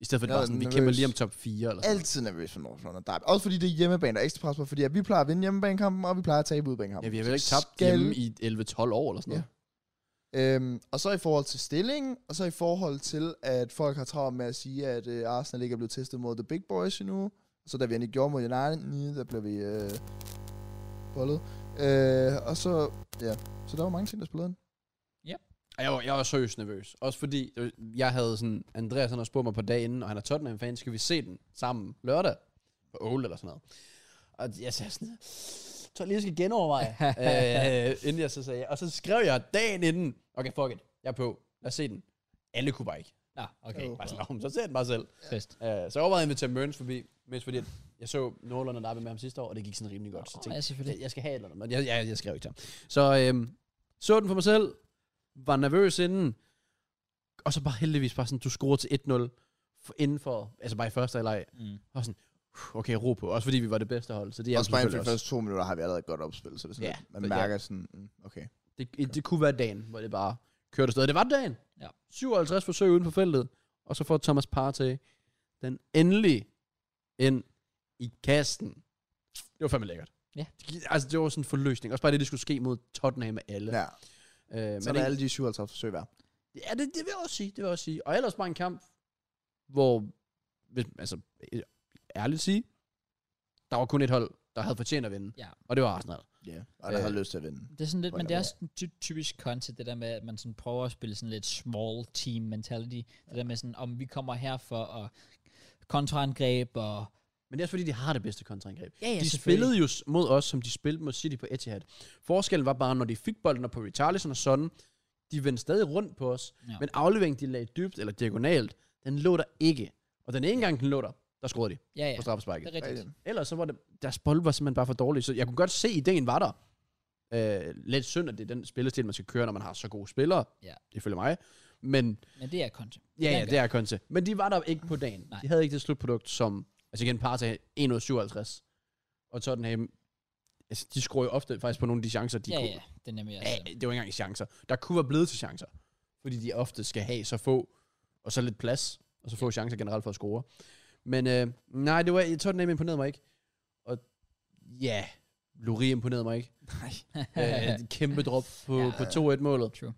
I stedet for, at det
Jeg
var
er
sådan, vi
nervøs.
kæmper lige om top 4. Eller sådan.
Altid nervøs for North London Derby. Også fordi det er hjemmebane, der er ekstra pres på, fordi at vi plejer at vinde hjemmebanekampen, og vi plejer at tabe
Ja,
udbanekampen.
vi har vel ikke tabt
Skal-
hjemme i 11-12 år eller sådan noget.
Øhm, og så i forhold til stillingen, og så i forhold til, at folk har travlt med at sige, at øh, Arsenal ikke er blevet testet mod The Big Boys endnu. Så da vi endelig gjorde mod United, nye, der blev vi øh, bollet. Øh, og så, ja, så der var mange ting, der spillede ind.
Og Jeg var, jeg var seriøst nervøs. Også fordi, øh, jeg havde sådan, Andreas han har spurgt mig på dagen inden, og han er Tottenham-fan, skal vi se den sammen lørdag? På Ole eller sådan noget. Og jeg sagde sådan, jeg tror lige, jeg skal genoverveje, øh, inden jeg så sagde. Og så skrev jeg dagen inden, okay, fuck it, jeg er på, lad os se den. Alle kunne bare ikke.
Nå, okay.
Jo.
Bare sådan, "Nå, så ser jeg den bare selv.
Trist.
Øh, så jeg overvejede at invitere Mørns forbi, mest fordi at jeg så Nordland og Derby med ham sidste år, og det gik sådan rimelig godt. Så
Åh,
tænkte,
ja,
jeg,
selvfølgelig.
jeg, jeg skal have et eller andet, men jeg, jeg, jeg skrev ikke til ham. Så øhm, så den for mig selv, var nervøs inden, og så bare heldigvis bare sådan, du scorer til 1-0 for- inden for, altså bare i første halvleg,
Mm.
og sådan, "Puh, okay, ro på, også fordi vi var det bedste hold, så det er
også bare inden for de
selvfølgelig også.
første to minutter har vi allerede et godt opspil, så det er sådan,
Ja,
yeah. man
så ja.
mærker sådan, mm, okay.
Det, det kunne være dagen, hvor det bare kørte afsted, og det var dagen.
Ja.
57 forsøg uden for feltet, og så får Thomas Partey den endelig ind i kasten. Det var fandme lækkert.
Ja.
Det- Altså, det var sådan en forløsning. Også bare det, det skulle ske mod Tottenham med alle.
Ja,
Øh, men
så er der alle de 57 forsøg værd.
Ja, det, det vil jeg også sige. Det vil jeg også sige. Og ellers bare en kamp, hvor, hvis, altså, øh, ærligt sige, der var kun et hold, der havde fortjent at vinde.
Ja.
Og det var Arsenal.
Ja, og der
Øh.
har lyst til at vinde.
Det er sådan lidt,
Hvor
men
jeg
det er
var.
også sådan ty- typisk content, det der med, at man sådan prøver at spille sådan lidt small team mentality. Det der med sådan, om vi kommer her for at kontraangreb og...
Men det er også fordi, de har det bedste kontraangreb.
Ja, ja,
de spillede jo s- mod os, som de spillede mod City på Etihad. Forskellen var bare, når de fik bolden op på Richarlison og sådan, de vendte stadig rundt på os,
Ja.
ja. men afleveringen, de lagde dybt eller diagonalt, den lå der ikke. Og den ene gang, den lå der, der scorede de
Ja,
ja.
ja.
på
Det
straffesparket.
er rigtigt.
Ellers så var det, deres bold var simpelthen bare for dårlig, så jeg kunne godt se, at ideen var der. Øh, lidt synd, at det er den spillestil, man skal køre, når man har så gode spillere,
Ja.
ifølge mig. Men
Men det er content.
ja, ja,
Langt
det er Conte. Men de var der ikke på dagen.
Nej.
Nej. De havde ikke det slutprodukt, som... Altså igen, Partey 1,57. Og Tottenham, altså, de scorer jo ofte faktisk på nogle af de chancer, de
ja,
kunne.
ja, det er nemlig også.
Ja, det var ikke engang chancer. Der kunne være blevet til chancer. Fordi de ofte skal have så få, og så lidt plads, og så få chancer generelt for at score. Men øh, nej, det var, jeg tror, den imponerede mig ikke. Og ja, Lurie imponerede mig <laughs> ikke.
<laughs>
Øh, et kæmpe drop på,
Ja.
ja, på 2-1-målet.
True.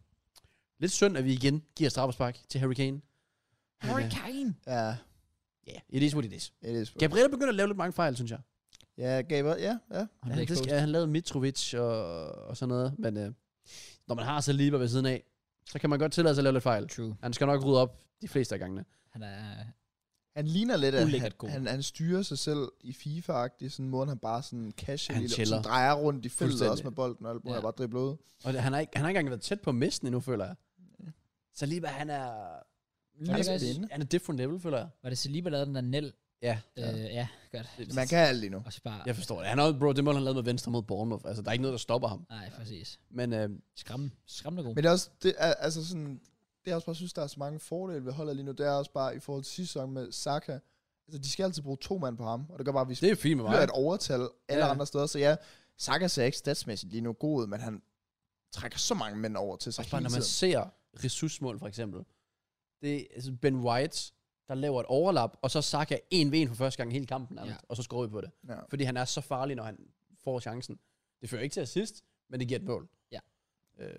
Lidt synd, at vi igen giver straffespark til Harry Kane.
Harry Kane.
Ja,
Ja, yeah, it is what it is.
it is.
Gabriel begynder at lave lidt mange fejl, synes jeg.
Ja, Gabriel, ja, ja.
Han
Ja,
blev
det
exposed.
skal, ja, han lavede Mitrovic og, og sådan noget, men øh, når man har Saliba ved siden af, så kan man godt tillade sig at lave lidt fejl.
True.
Han skal nok rydde op de fleste af gangene.
Han er...
Han ligner lidt, at han,
Ulækkert god.
han, han styrer sig selv i FIFA-agtig, sådan en måde, han bare sådan cash
Han
han
chiller.
sådan drejer rundt i feltet
Fuldstændig.
også med bolden, og alt muligt,
Ja.
ja. bare dribler ud.
Og det, han, har ikke, han har ikke engang været tæt på misten endnu, føler jeg. Saliba, han er...
Var det,
er
guys?
spændende.
Han er different level, føler jeg.
var det Saliba, der lavede den der Nel?
Ja.
Ja, øh, ja godt.
Man kan alt lige nu.
Også bare...
Jeg forstår det. Han har også, bro, det mål, han lavede med venstre mod Bournemouth. Altså, der er ikke noget, der stopper ham.
Nej, præcis.
Men øh,
Skræmmende. Skræmmende god.
Men det er også, det er, altså sådan, det er også bare, jeg synes, der er så mange fordele ved holdet lige nu. Det er også bare i forhold til sidste sæson med Saka. Altså, de skal altid bruge to mand på ham, og det gør bare, at vi
det er fint med mig.
bliver et overtal alle
Ja.
andre steder. Så ja, Saka ser ikke statsmæssigt lige nu god ud, men han trækker så mange mænd over til sig
Også bare,
hele
når man
tiden.
ser ressourcemål, for eksempel. Det er altså Ben White, der laver et overlap, og så Saka en ved en for første gang i hele kampen, nærmest,
Ja.
og så skruer vi på det.
Ja.
Fordi han er så farlig, når han får chancen. Det fører ikke til assist, men det giver et mål.
Ja.
Øh,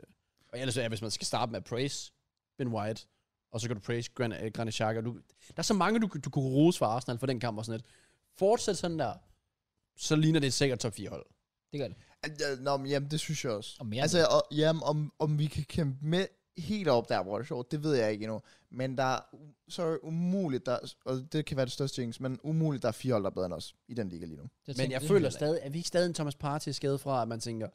og ellers, ja, hvis man skal starte med at praise Ben White, og så kan du praise Gran, øh, Granit Xhaka. Du, der er så mange, du, du kunne rose for Arsenal for den kamp og sådan lidt. Fortsæt sådan der, så ligner det et sikkert top 4 hold.
Det gør det.
Ja, Nå, men jamen, det synes jeg også.
Og mere
altså, og, jamen, om, om vi kan kæmpe med helt op der, hvor det er sjovt, det ved jeg ikke endnu. Men der er, u- så er det umuligt, der, og det kan være det største ting, men umuligt, der er fire hold, der er bedre end os i den liga lige nu.
Det
Men
tænker
jeg
vi
føler
heller ikke.
stadig, at vi ikke stadig en Thomas Partey skade fra, at man tænker,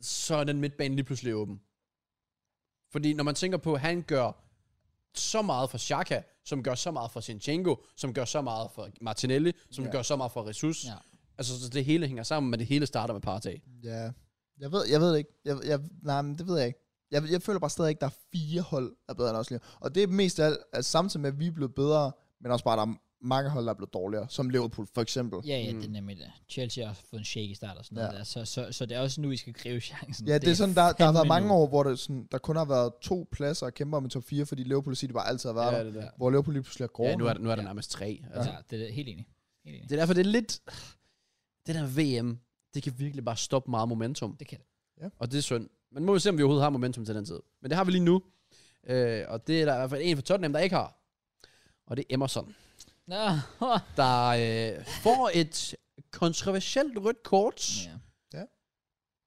så er den midtbane lige pludselig åben. Fordi når man tænker på, at han gør så meget for Xhaka, som gør så meget for Sinchenko, som gør så meget for Martinelli, som
Ja.
gør så meget for Jesus.
Ja.
Altså, så det hele hænger sammen, men det hele starter med Partey.
Ja. Jeg ved, jeg ved det ikke. Jeg, jeg, nej, men det ved jeg ikke. Jeg, jeg føler bare stadig ikke, der er fire hold, der er bedre end os lige nu. Og det er mest af alt, at samtidig med, at vi er blevet bedre, men også bare, der er mange hold, der er blevet dårligere, som Liverpool for eksempel.
Ja, ja,
Mm.
det er nemlig det. Chelsea har fået en shake i start og sådan noget.
Ja.
Der. Så, så, så det er også nu, I skal gribe
Mm.
chancen.
Ja, det, det er sådan, der, der har været
fandme
mange
nu.
år, hvor det sådan, der kun har været to pladser at kæmpe om i top 4, fordi Liverpool og City bare altid har været ja, der.
det der.
Hvor Liverpool lige pludselig er grå.
Ja, nu er der, nu er der
Ja.
nærmest tre. Altså,
Altså, det er helt enig. Helt enig.
Det er derfor, det er lidt... Det der VM, det kan virkelig bare stoppe meget momentum.
Det kan det.
Og det er synd. Man må jo se, om vi overhovedet har momentum til den tid. Men det har vi lige nu. Øh, og det er der i hvert fald en fra Tottenham, der ikke har. Og det er Emerson,
Nå, <laughs>
der øh, får et kontroversielt rødt kort.
ja.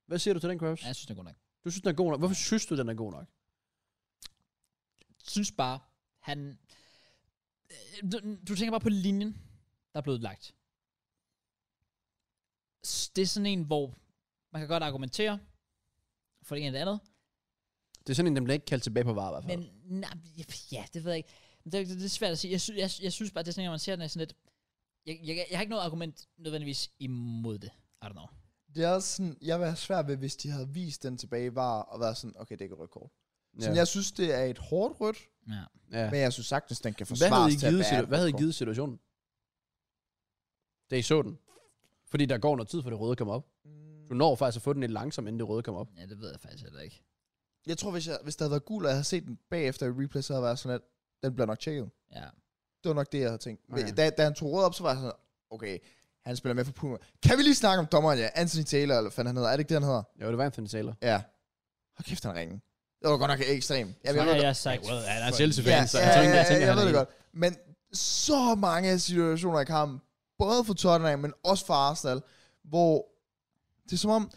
Hvad siger du til den, Kraus?
ja, jeg synes, det er godt nok.
Du synes, den er god nok. Hvorfor synes du, den er god nok?
synes bare, han... øh, Du, du tænker bare på linjen, der er blevet lagt. S- Det er sådan en, hvor man kan godt argumentere for det ene og det andet,
Det er sådan en, den bliver ikke kaldt tilbage på var i hvert fald.
men nej, ja, det ved jeg ikke. Men Det, det, det er svært at sige. Jeg, sy, jeg, jeg synes bare, det er sådan en, når man ser den er sådan lidt... Jeg, jeg, jeg har ikke noget argument nødvendigvis imod det. I don't know.
Det er også sådan, jeg vil have svært ved, hvis de havde vist den tilbage var og været sådan, okay, det er ikke et rødt kort. Så
ja.
jeg synes, det er et hårdt rødt,
Ja.
ja.
men jeg synes sagtens, den kan
Hvad havde,
forsvares
I
til at
givet,
være
situ-
et
hvad havde I
rødt
givet situationen? Da I så den. Fordi der går noget tid, for det røde kommer op.
kort.
Du når faktisk at få den lidt langsomt, inden det røde kommer op.
ja, det ved jeg faktisk heller ikke.
Jeg tror, hvis, jeg, hvis der havde været gul, og jeg havde set den bagefter i replay, så havde jeg været sådan, at den bliver nok tjekket.
Ja.
Det var nok det, jeg havde tænkt. Men
Okay.
Da, da han tog råd op, så var jeg sådan, okay, han spiller med for Puma. Kan vi lige snakke om dommeren, ja? Anthony Taylor, eller hvad fanden han hedder. Er det ikke det, han hedder?
Jo, det var Anthony Taylor.
Ja. Hold kæft, han ringen. Det var godt nok ekstremt. Jeg,
Jeg,
ved-
jeg, jeg sagt,
Well, han er
fuck.
Chelsea-fan, så
ja,
jeg
ja,
tænker, jeg
ja,
tænker,
jeg ved det
han er
godt. Men så mange situationer i kampen, både for Tottenham, men også for Arsenal, hvor det er som om,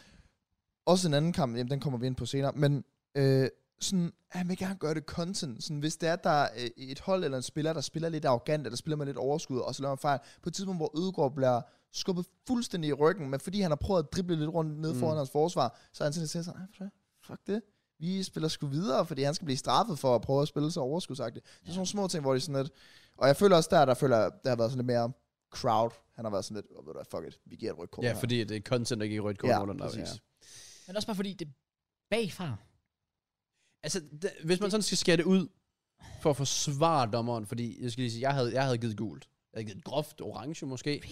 også en anden kamp, jamen den kommer vi ind på senere, men øh, sådan, han vil gerne gøre det content. Sådan, hvis der er, der er øh, et hold eller en spiller, der spiller lidt arrogant, eller spiller med lidt overskud, og så laver man fejl, på et tidspunkt, hvor Ødegaard bliver skubbet fuldstændig i ryggen, men fordi han har prøvet at drible lidt rundt ned foran
Mm.
hans forsvar, så er han sådan, sådan, "Ej, for- fuck det vi spiller sgu videre, fordi han skal blive straffet for at prøve at spille så overskudsagtigt. Det er sådan nogle små ting, hvor det er sådan lidt... Og jeg føler også der, der føler, der har været sådan lidt mere crowd. Han har været sådan lidt, oh, ved du hvad, fuck it, vi giver et rødt kort
Ja,
her."
fordi det er content, der ikke er rødt kort.
Ja,
under den der,
præcis.
Men også bare fordi, det er bagfra.
Altså, det, hvis man sådan skal skære det ud for at forsvare dommeren, fordi jeg skal lige sige, jeg havde, jeg havde givet gult. Jeg havde givet groft orange måske.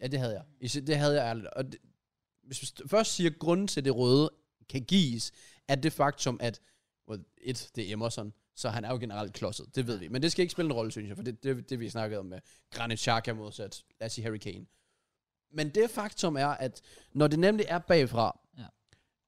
Ja, det havde jeg. I se- Det havde jeg ærligt. Og det, hvis vi st- først siger, at grunden til det røde kan gives, er det faktum, at well, et, det er Emerson, så han er jo generelt klodset. Det ved vi. Men det skal ikke spille en rolle, synes jeg, for det det, det vi snakkede om med Granit Xhaka modsat, lad os sige Harry Kane. Men det faktum er, at når det nemlig er bagfra,
Ja.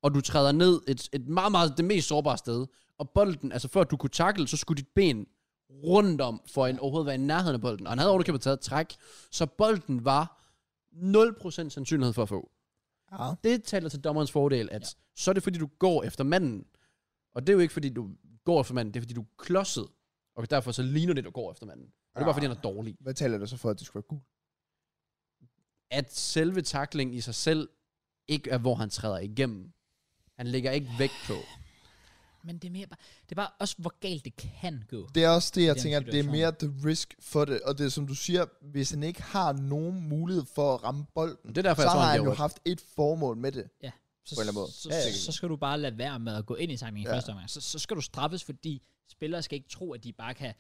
og du træder ned et, et meget, meget det mest sårbare sted, og bolden, altså før du kunne tackle, så skulle dit ben rundt om, for en overhovedet være i nærheden af bolden. Og han havde overkøbet taget et træk, så bolden var 0% sandsynlighed for at få.
Ja.
Det taler til dommerens fordel, at ja. så er det fordi, du går efter manden. Og det er jo ikke fordi, du går efter manden, det er fordi, du er klodset. Og derfor så ligner det, du går efter manden. Og det er bare fordi, han er dårlig.
Hvad taler det så for, at det skulle være gul?
At selve tackling i sig selv ikke er, hvor han træder igennem. Han lægger ikke vægt på.
Men det er mere bare... Det er bare også, hvor galt det kan gå.
Det er også det, jeg
Den
tænker, at det er
situation.
mere the risk for det. Og det er som du siger, hvis han ikke har nogen mulighed for at ramme
Og
bolden,
det er derfor,
så
jeg tror,
har
han
han jo
bliver rødt.
haft et formål med det.
så,
på en eller anden måde.
Så,
Ja, ja.
så, så skal du bare lade være med at gå ind i samlingen i
Ja.
første omgang. Så, så skal du straffes, fordi spillere skal ikke tro, at de bare kan...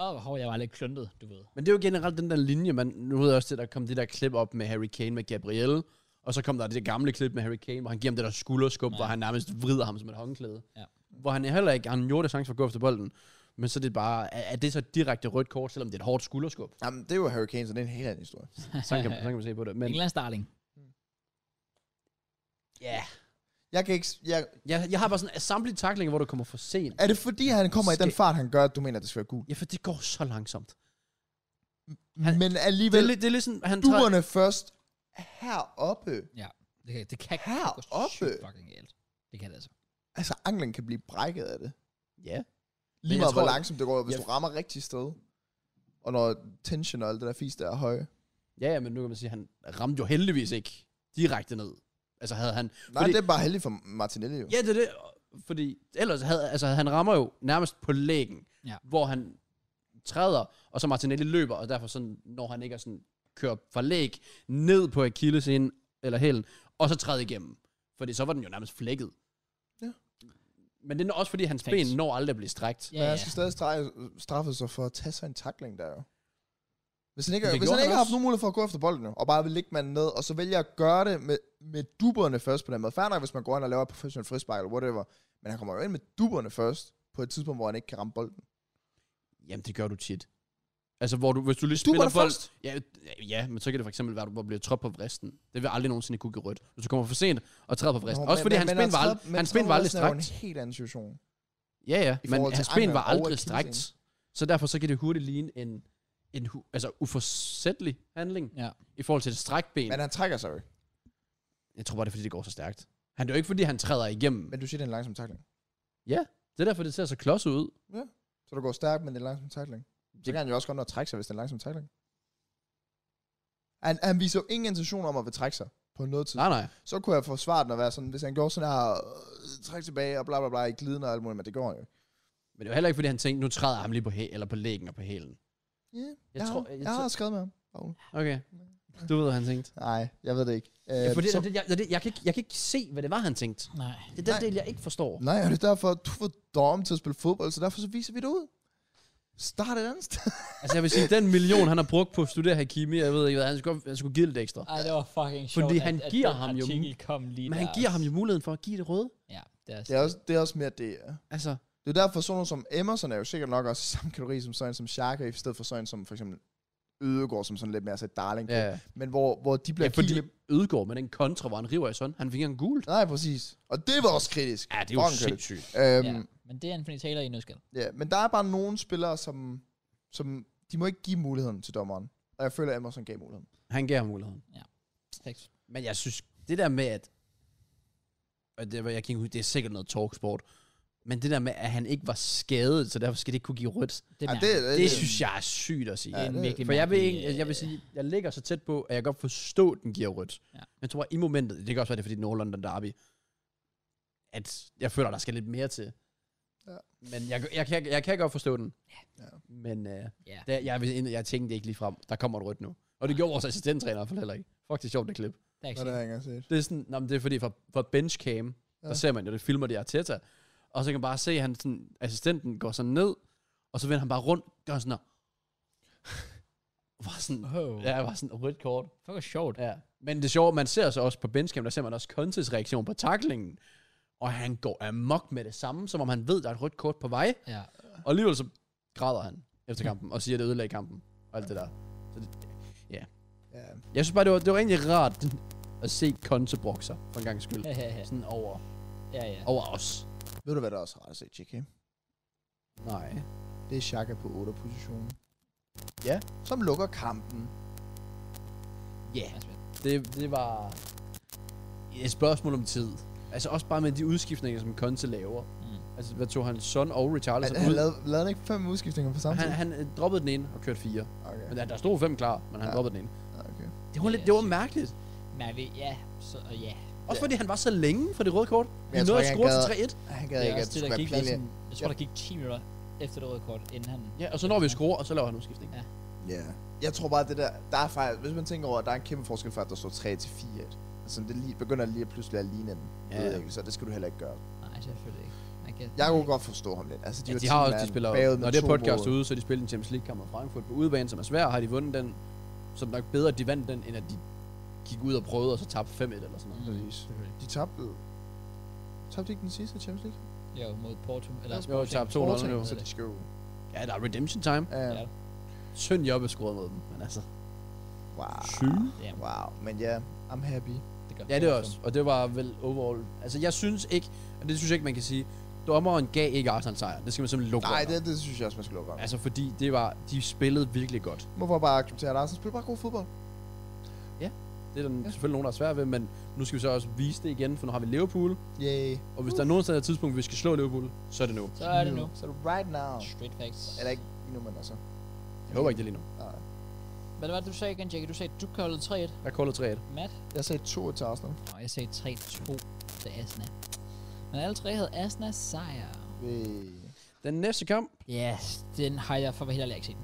Åh, oh, hov, jeg var lidt kluntet, du ved.
Men det er jo generelt den der linje, man, nu ved jeg også det, der kom det der klip op med Harry Kane med Gabriel, og så kom der det der gamle klip med Harry Kane, hvor han giver ham det der skulderskub, ja. hvor han nærmest vrider ham som et håndklæde.
Ja.
Hvor han heller ikke, han gjorde det chance for at gå efter bolden, Men så er det bare, er, er det så direkte rødt kort, selvom det er et hårdt skulderskub?
Jamen, det var Hurricane, så det er en helt anden historie.
Sådan kan, man-
<laughs>
sådan kan man se på det. Men
Englands darling.
ja,
Jeg kan ikke... s- Jeg,
jeg, jeg har bare sådan samtlige taklinger, hvor du kommer for sent.
er det fordi, han kommer i den fart, han gør, at du mener, at det skal være gul?
Ja, for det går så langsomt.
Han, Men
Det
alligevel,
er, lidt- det er lidt sådan, han tager...
duerne først heroppe.
Det kan, det kan
Her
det går sygt
oppe.
fucking galt. Det kan det altså.
Altså, anklen kan blive brækket af det.
Ja.
Lige
jeg
meget, hvor
tror-
langsomt det går, hvis
jeg-
du rammer rigtigt sted. Og når tension og alt det der fisk der er høje.
Ja, ja, men nu kan man sige, han ramte jo heldigvis ikke direkte ned. Altså havde han...
Nej,
fordi,
det er bare heldigt for Martinelli jo.
Ja, det er det. Fordi ellers havde... Altså han rammer jo nærmest på lægen,
Ja.
hvor han træder, og så Martinelli løber, og derfor sådan, når han ikke er sådan, kører fra læg ned på akillescenen eller hælen, og så træder igennem. Fordi så var den jo nærmest flækket.
Ja.
Men det er også fordi, hans
Thanks.
ben når aldrig at blive strækt.
Ja,
Men han
ja.
skal stadig straffe, straffe sig for at tage sig en takling der jo. Hvis han ikke,
Men det
hvis
gjorde
han
han
ikke har haft
også.
nogen mulighed for at gå efter bolden jo, og bare vil ligge manden ned, og så vælger at gøre det med, med duberne først på den måde. Færdig, hvis man går ind og laver et professionelt frispark eller whatever, men han kommer jo ind med duberne først på et tidspunkt, hvor han ikke kan ramme bolden.
Jamen, det gør du tit. Altså, hvor du, hvis du lige
Du var
spiller
der
bold...
først.
Ja, ja, men så kan det for eksempel være, at du bare bliver trådt på vristen. Det vil aldrig nogensinde kunne give rødt. Hvis du kommer for sent og træder på vristen.
Nå,
Også fordi hans
at
ben var,
træde-
ald-
men
hans
træde
ben var
på
aldrig
bolden er jo
strakt.
en helt anden situation.
Ja, ja,
i forhold
men
til
hans ben
anklen
var
og
aldrig
akillescenen.
strakt. Så derfor så kan det hurtigt ligne en, en hu- altså, uforsættelig handling
Ja.
i forhold til et strækt ben.
Men han trækker sig jo ikke.
Jeg tror bare, det er fordi, det går så stærkt. Han, det er jo ikke, fordi han træder igennem.
Men du siger, det er en langsom takling.
Det er derfor, det ser så klodset ud.
Så du går stærkt, men det er en langsom takling. Så kan han jo også godt nå at trække sig, hvis det er en langsom takling. Han, han viser jo ingen intention om at vil trække sig på noget tidspunkt.
Nej, nej.
så kunne jeg forsvare den og være sådan, hvis han gjorde sådan her, øh, træk tilbage og bla bla bla, i gliden og alt muligt, men det går jo.
Men det var heller ikke, fordi han tænkte, nu træder jeg ham lige på, hæ- eller på lægen og på hælen.
Yeah, jeg,
Jeg tror-
har,
jeg
jeg,
tror-
har skrevet med ham. Raoul. <laughs>
Okay. Du ved, hvad han tænkte.
Nej, jeg ved det ikke. Øh,
Ja, fordi,
så,
så... det, jeg, det, jeg, kan ikke, jeg kan ikke se, hvad det var, han tænkte.
Nej.
Det er den
Nej.
del, jeg ikke forstår.
nej, og det er derfor, du får dom til at spille fodbold, så derfor så viser vi det ud. Start et andet sted.
Altså, jeg vil sige, den million, han har brugt på at studere Hakimi, jeg ved ikke hvad, han skulle, han skulle give lidt ekstra.
Ej, det var fucking sjovt,
Fordi han
at,
giver
at den
ham jo-
artikel kom lige
Men
der.
han giver ham jo muligheden for at give det røde.
Ja, det er,
Det er også, det er også mere det. ja.
Altså,
Det er derfor, sådan nogen som Emerson er jo sikkert nok også i samme kategori som sådan en som Xhaka, i stedet for sådan en som for eksempel Ødegård, som sådan lidt mere sat darling.
ja.
Ja. Men hvor, hvor de
ja
bliver
fordi
kigget
Ødegård med den kontra, hvor han river i sådan, han fik en gult.
Nej, præcis. Og det var også kritisk.
Ja, det er jo
Fucking kritisk.
sindssygt.
ja.
Øhm,
Men det er Anthony Taylor i en nødskal.
Ja, men der er bare nogle spillere, som, som de må ikke give muligheden til dommeren. Og jeg føler, at Emerson gav muligheden.
Han gav ham muligheden.
Thanks.
Men jeg synes, det der med, at... Og det, var- jeg kan ikke, huske, det er sikkert noget talksport. Men det der med, at han ikke var skadet, så derfor skal det ikke kunne give rødt.
Det, er
Ej,
mærkeligt.
det,
Det synes jeg er sygt at sige.
det er en
det-
virkelig
For jeg vil,
mærkelig,
ikke, jeg vil
øh,
sige, jeg ligger så tæt på, at jeg godt forstå, at den giver rødt.
Ja.
Ja. Jeg tror, i momentet, det kan også være, det er fordi, det er Nordlondon Derby, at jeg føler, der skal lidt mere til.
Ja.
Ja. Men jeg, jeg, kan, jeg kan godt forstå den.
Ja.
Ja. Men øh,
Ja.
der, jeg, vil ind- jeg tænkte ikke lige frem, der kommer et rødt nu. Og det gjorde vores assistenttræner i hvert fald heller ikke. Fuck, det er sjovt, det klip.
Det er ikke
Nå, det har jeg ikke engang set.
Det er sådan, nå, men det er fordi, for, for benchcam, ja.
Ja.
der ser man jo, det filmer de Arteta, og så kan man bare se, at han sådan, assistenten går sådan ned, og så vender han bare rundt,
<laughs>
gør sådan her. Bare sådan,
sikkert. Oh,
Ja, det var sådan et rødt kort.
fuck, hvor sjovt.
Ja. Men det sjove, man ser så også på benchcam, der ser man også Contes reaktion på taklingen. Og han går amok med det samme, som om han ved, der er et rødt kort på vej.
Ja.
Og alligevel så græder han efter kampen og siger, at det ødelagde kampen. Og alt det der. Så det, ja.
Ja.
Jeg synes bare, det var, det var egentlig rart at se Conte brokke sig, for en gang skyld.
Ja, ja, ja.
Sådan over,
<laughs> ja, ja.
over os.
Ved du, hvad der også er rart at se, JK?
Nej.
Det er Xhaka på 8. positionen.
Ja.
Som lukker kampen.
Ja. Det, det var et spørgsmål om tid. Altså også bare med de udskiftninger, som Conte laver.
Mm.
Altså, hvad tog han? Son og Richarlison
Han, han
ud?
lavede, lavede han ikke fem udskiftninger på samme tid?
Han, han øh, droppede den ene og kørte fire.
Okay.
Men der, der stod fem klar, men han
Ja.
droppede den ene.
okay.
Det var,
Ja,
lidt, det var
sygt.
mærkeligt.
Mærkeligt, ja. Så, og ja.
Også fordi han var så længe for det røde kort. Vi
jeg tror
nåede at
ikke, han
score til
gad-
3-1.
Han
Det
gad
er
ikke, at
også
det
det, der
skulle
gik
være
hvad,
pinligt.
sådan, jeg tror, der gik 10 minutter efter det røde kort, inden han...
Ja, og så når vi scorer, og så laver han udskiftning.
Ja.
Ja. Jeg tror bare, at det der, der er faktisk, hvis man tænker over, at der er en kæmpe forskel fra, at der står 3 til 4. Altså, det lige, begynder lige at pludselig at ligne en
Ja.
ja. så det skal du heller ikke gøre.
Nej, selvfølgelig ikke. Man kan...
Jeg kunne godt forstå ham lidt. Altså, de,
Ja,
var
de
10
har også, de
mand,
spiller,
bagud med
når det
to
her podcast
mål.
er ude, så er de spiller en Champions League kamp mod Frankfurt på udebane, som er svær. Har de vundet den, som nok bedre, at de vandt den, end at de gik ud og prøvede, og så tabte 5-1 eller sådan
Mm.
noget.
Præcis.
De tabte... Tabte de ikke den sidste Champions League?
Jo, mod Porto. Eller
Jo, tabte 2-0 nu.
Så de skal jo...
Ja, der er redemption time.
Ja.
Uh,
Synd, jeg er scoret mod dem, men altså...
wow.
Syge.
Damn,
Wow. Men ja, yeah, I'm happy.
det gør
Ja, det er også. Og det var vel overall... Altså, jeg synes ikke... Og det synes jeg ikke, man kan sige... Dommeren gav ikke Arsenal sejr. Det skal man simpelthen lukke
Nej,
under.
det, det synes jeg også, man skal lukke om.
Altså, fordi det var... De spillede virkelig godt.
Hvorfor bare acceptere, at Arsenal spiller bare god fodbold?
Det er der ja. selvfølgelig nogen, der er svært ved, men nu skal vi så også vise det igen, for nu har vi Liverpool.
Yay.
Og hvis der er nogensinde et tidspunkt, vi skal slå Liverpool, så er det nu.
Så er det nu.
Så er det right now.
Straight facts.
Eller ikke lige nu, men altså.
Jeg håber ikke, det er lige nu.
Nej.
Hvad var det, du sagde igen, Jackie? Du sagde, du kaldede 3-1.
Jeg kolder 3
Matt?
Jeg sagde to til Arsenal.
Og jeg sagde 3-2 til Asna. Men alle tre havde Asna sejr.
Yay.
Den næste kamp,
Ja, yes, den har jeg for at være helt ærlig ikke set.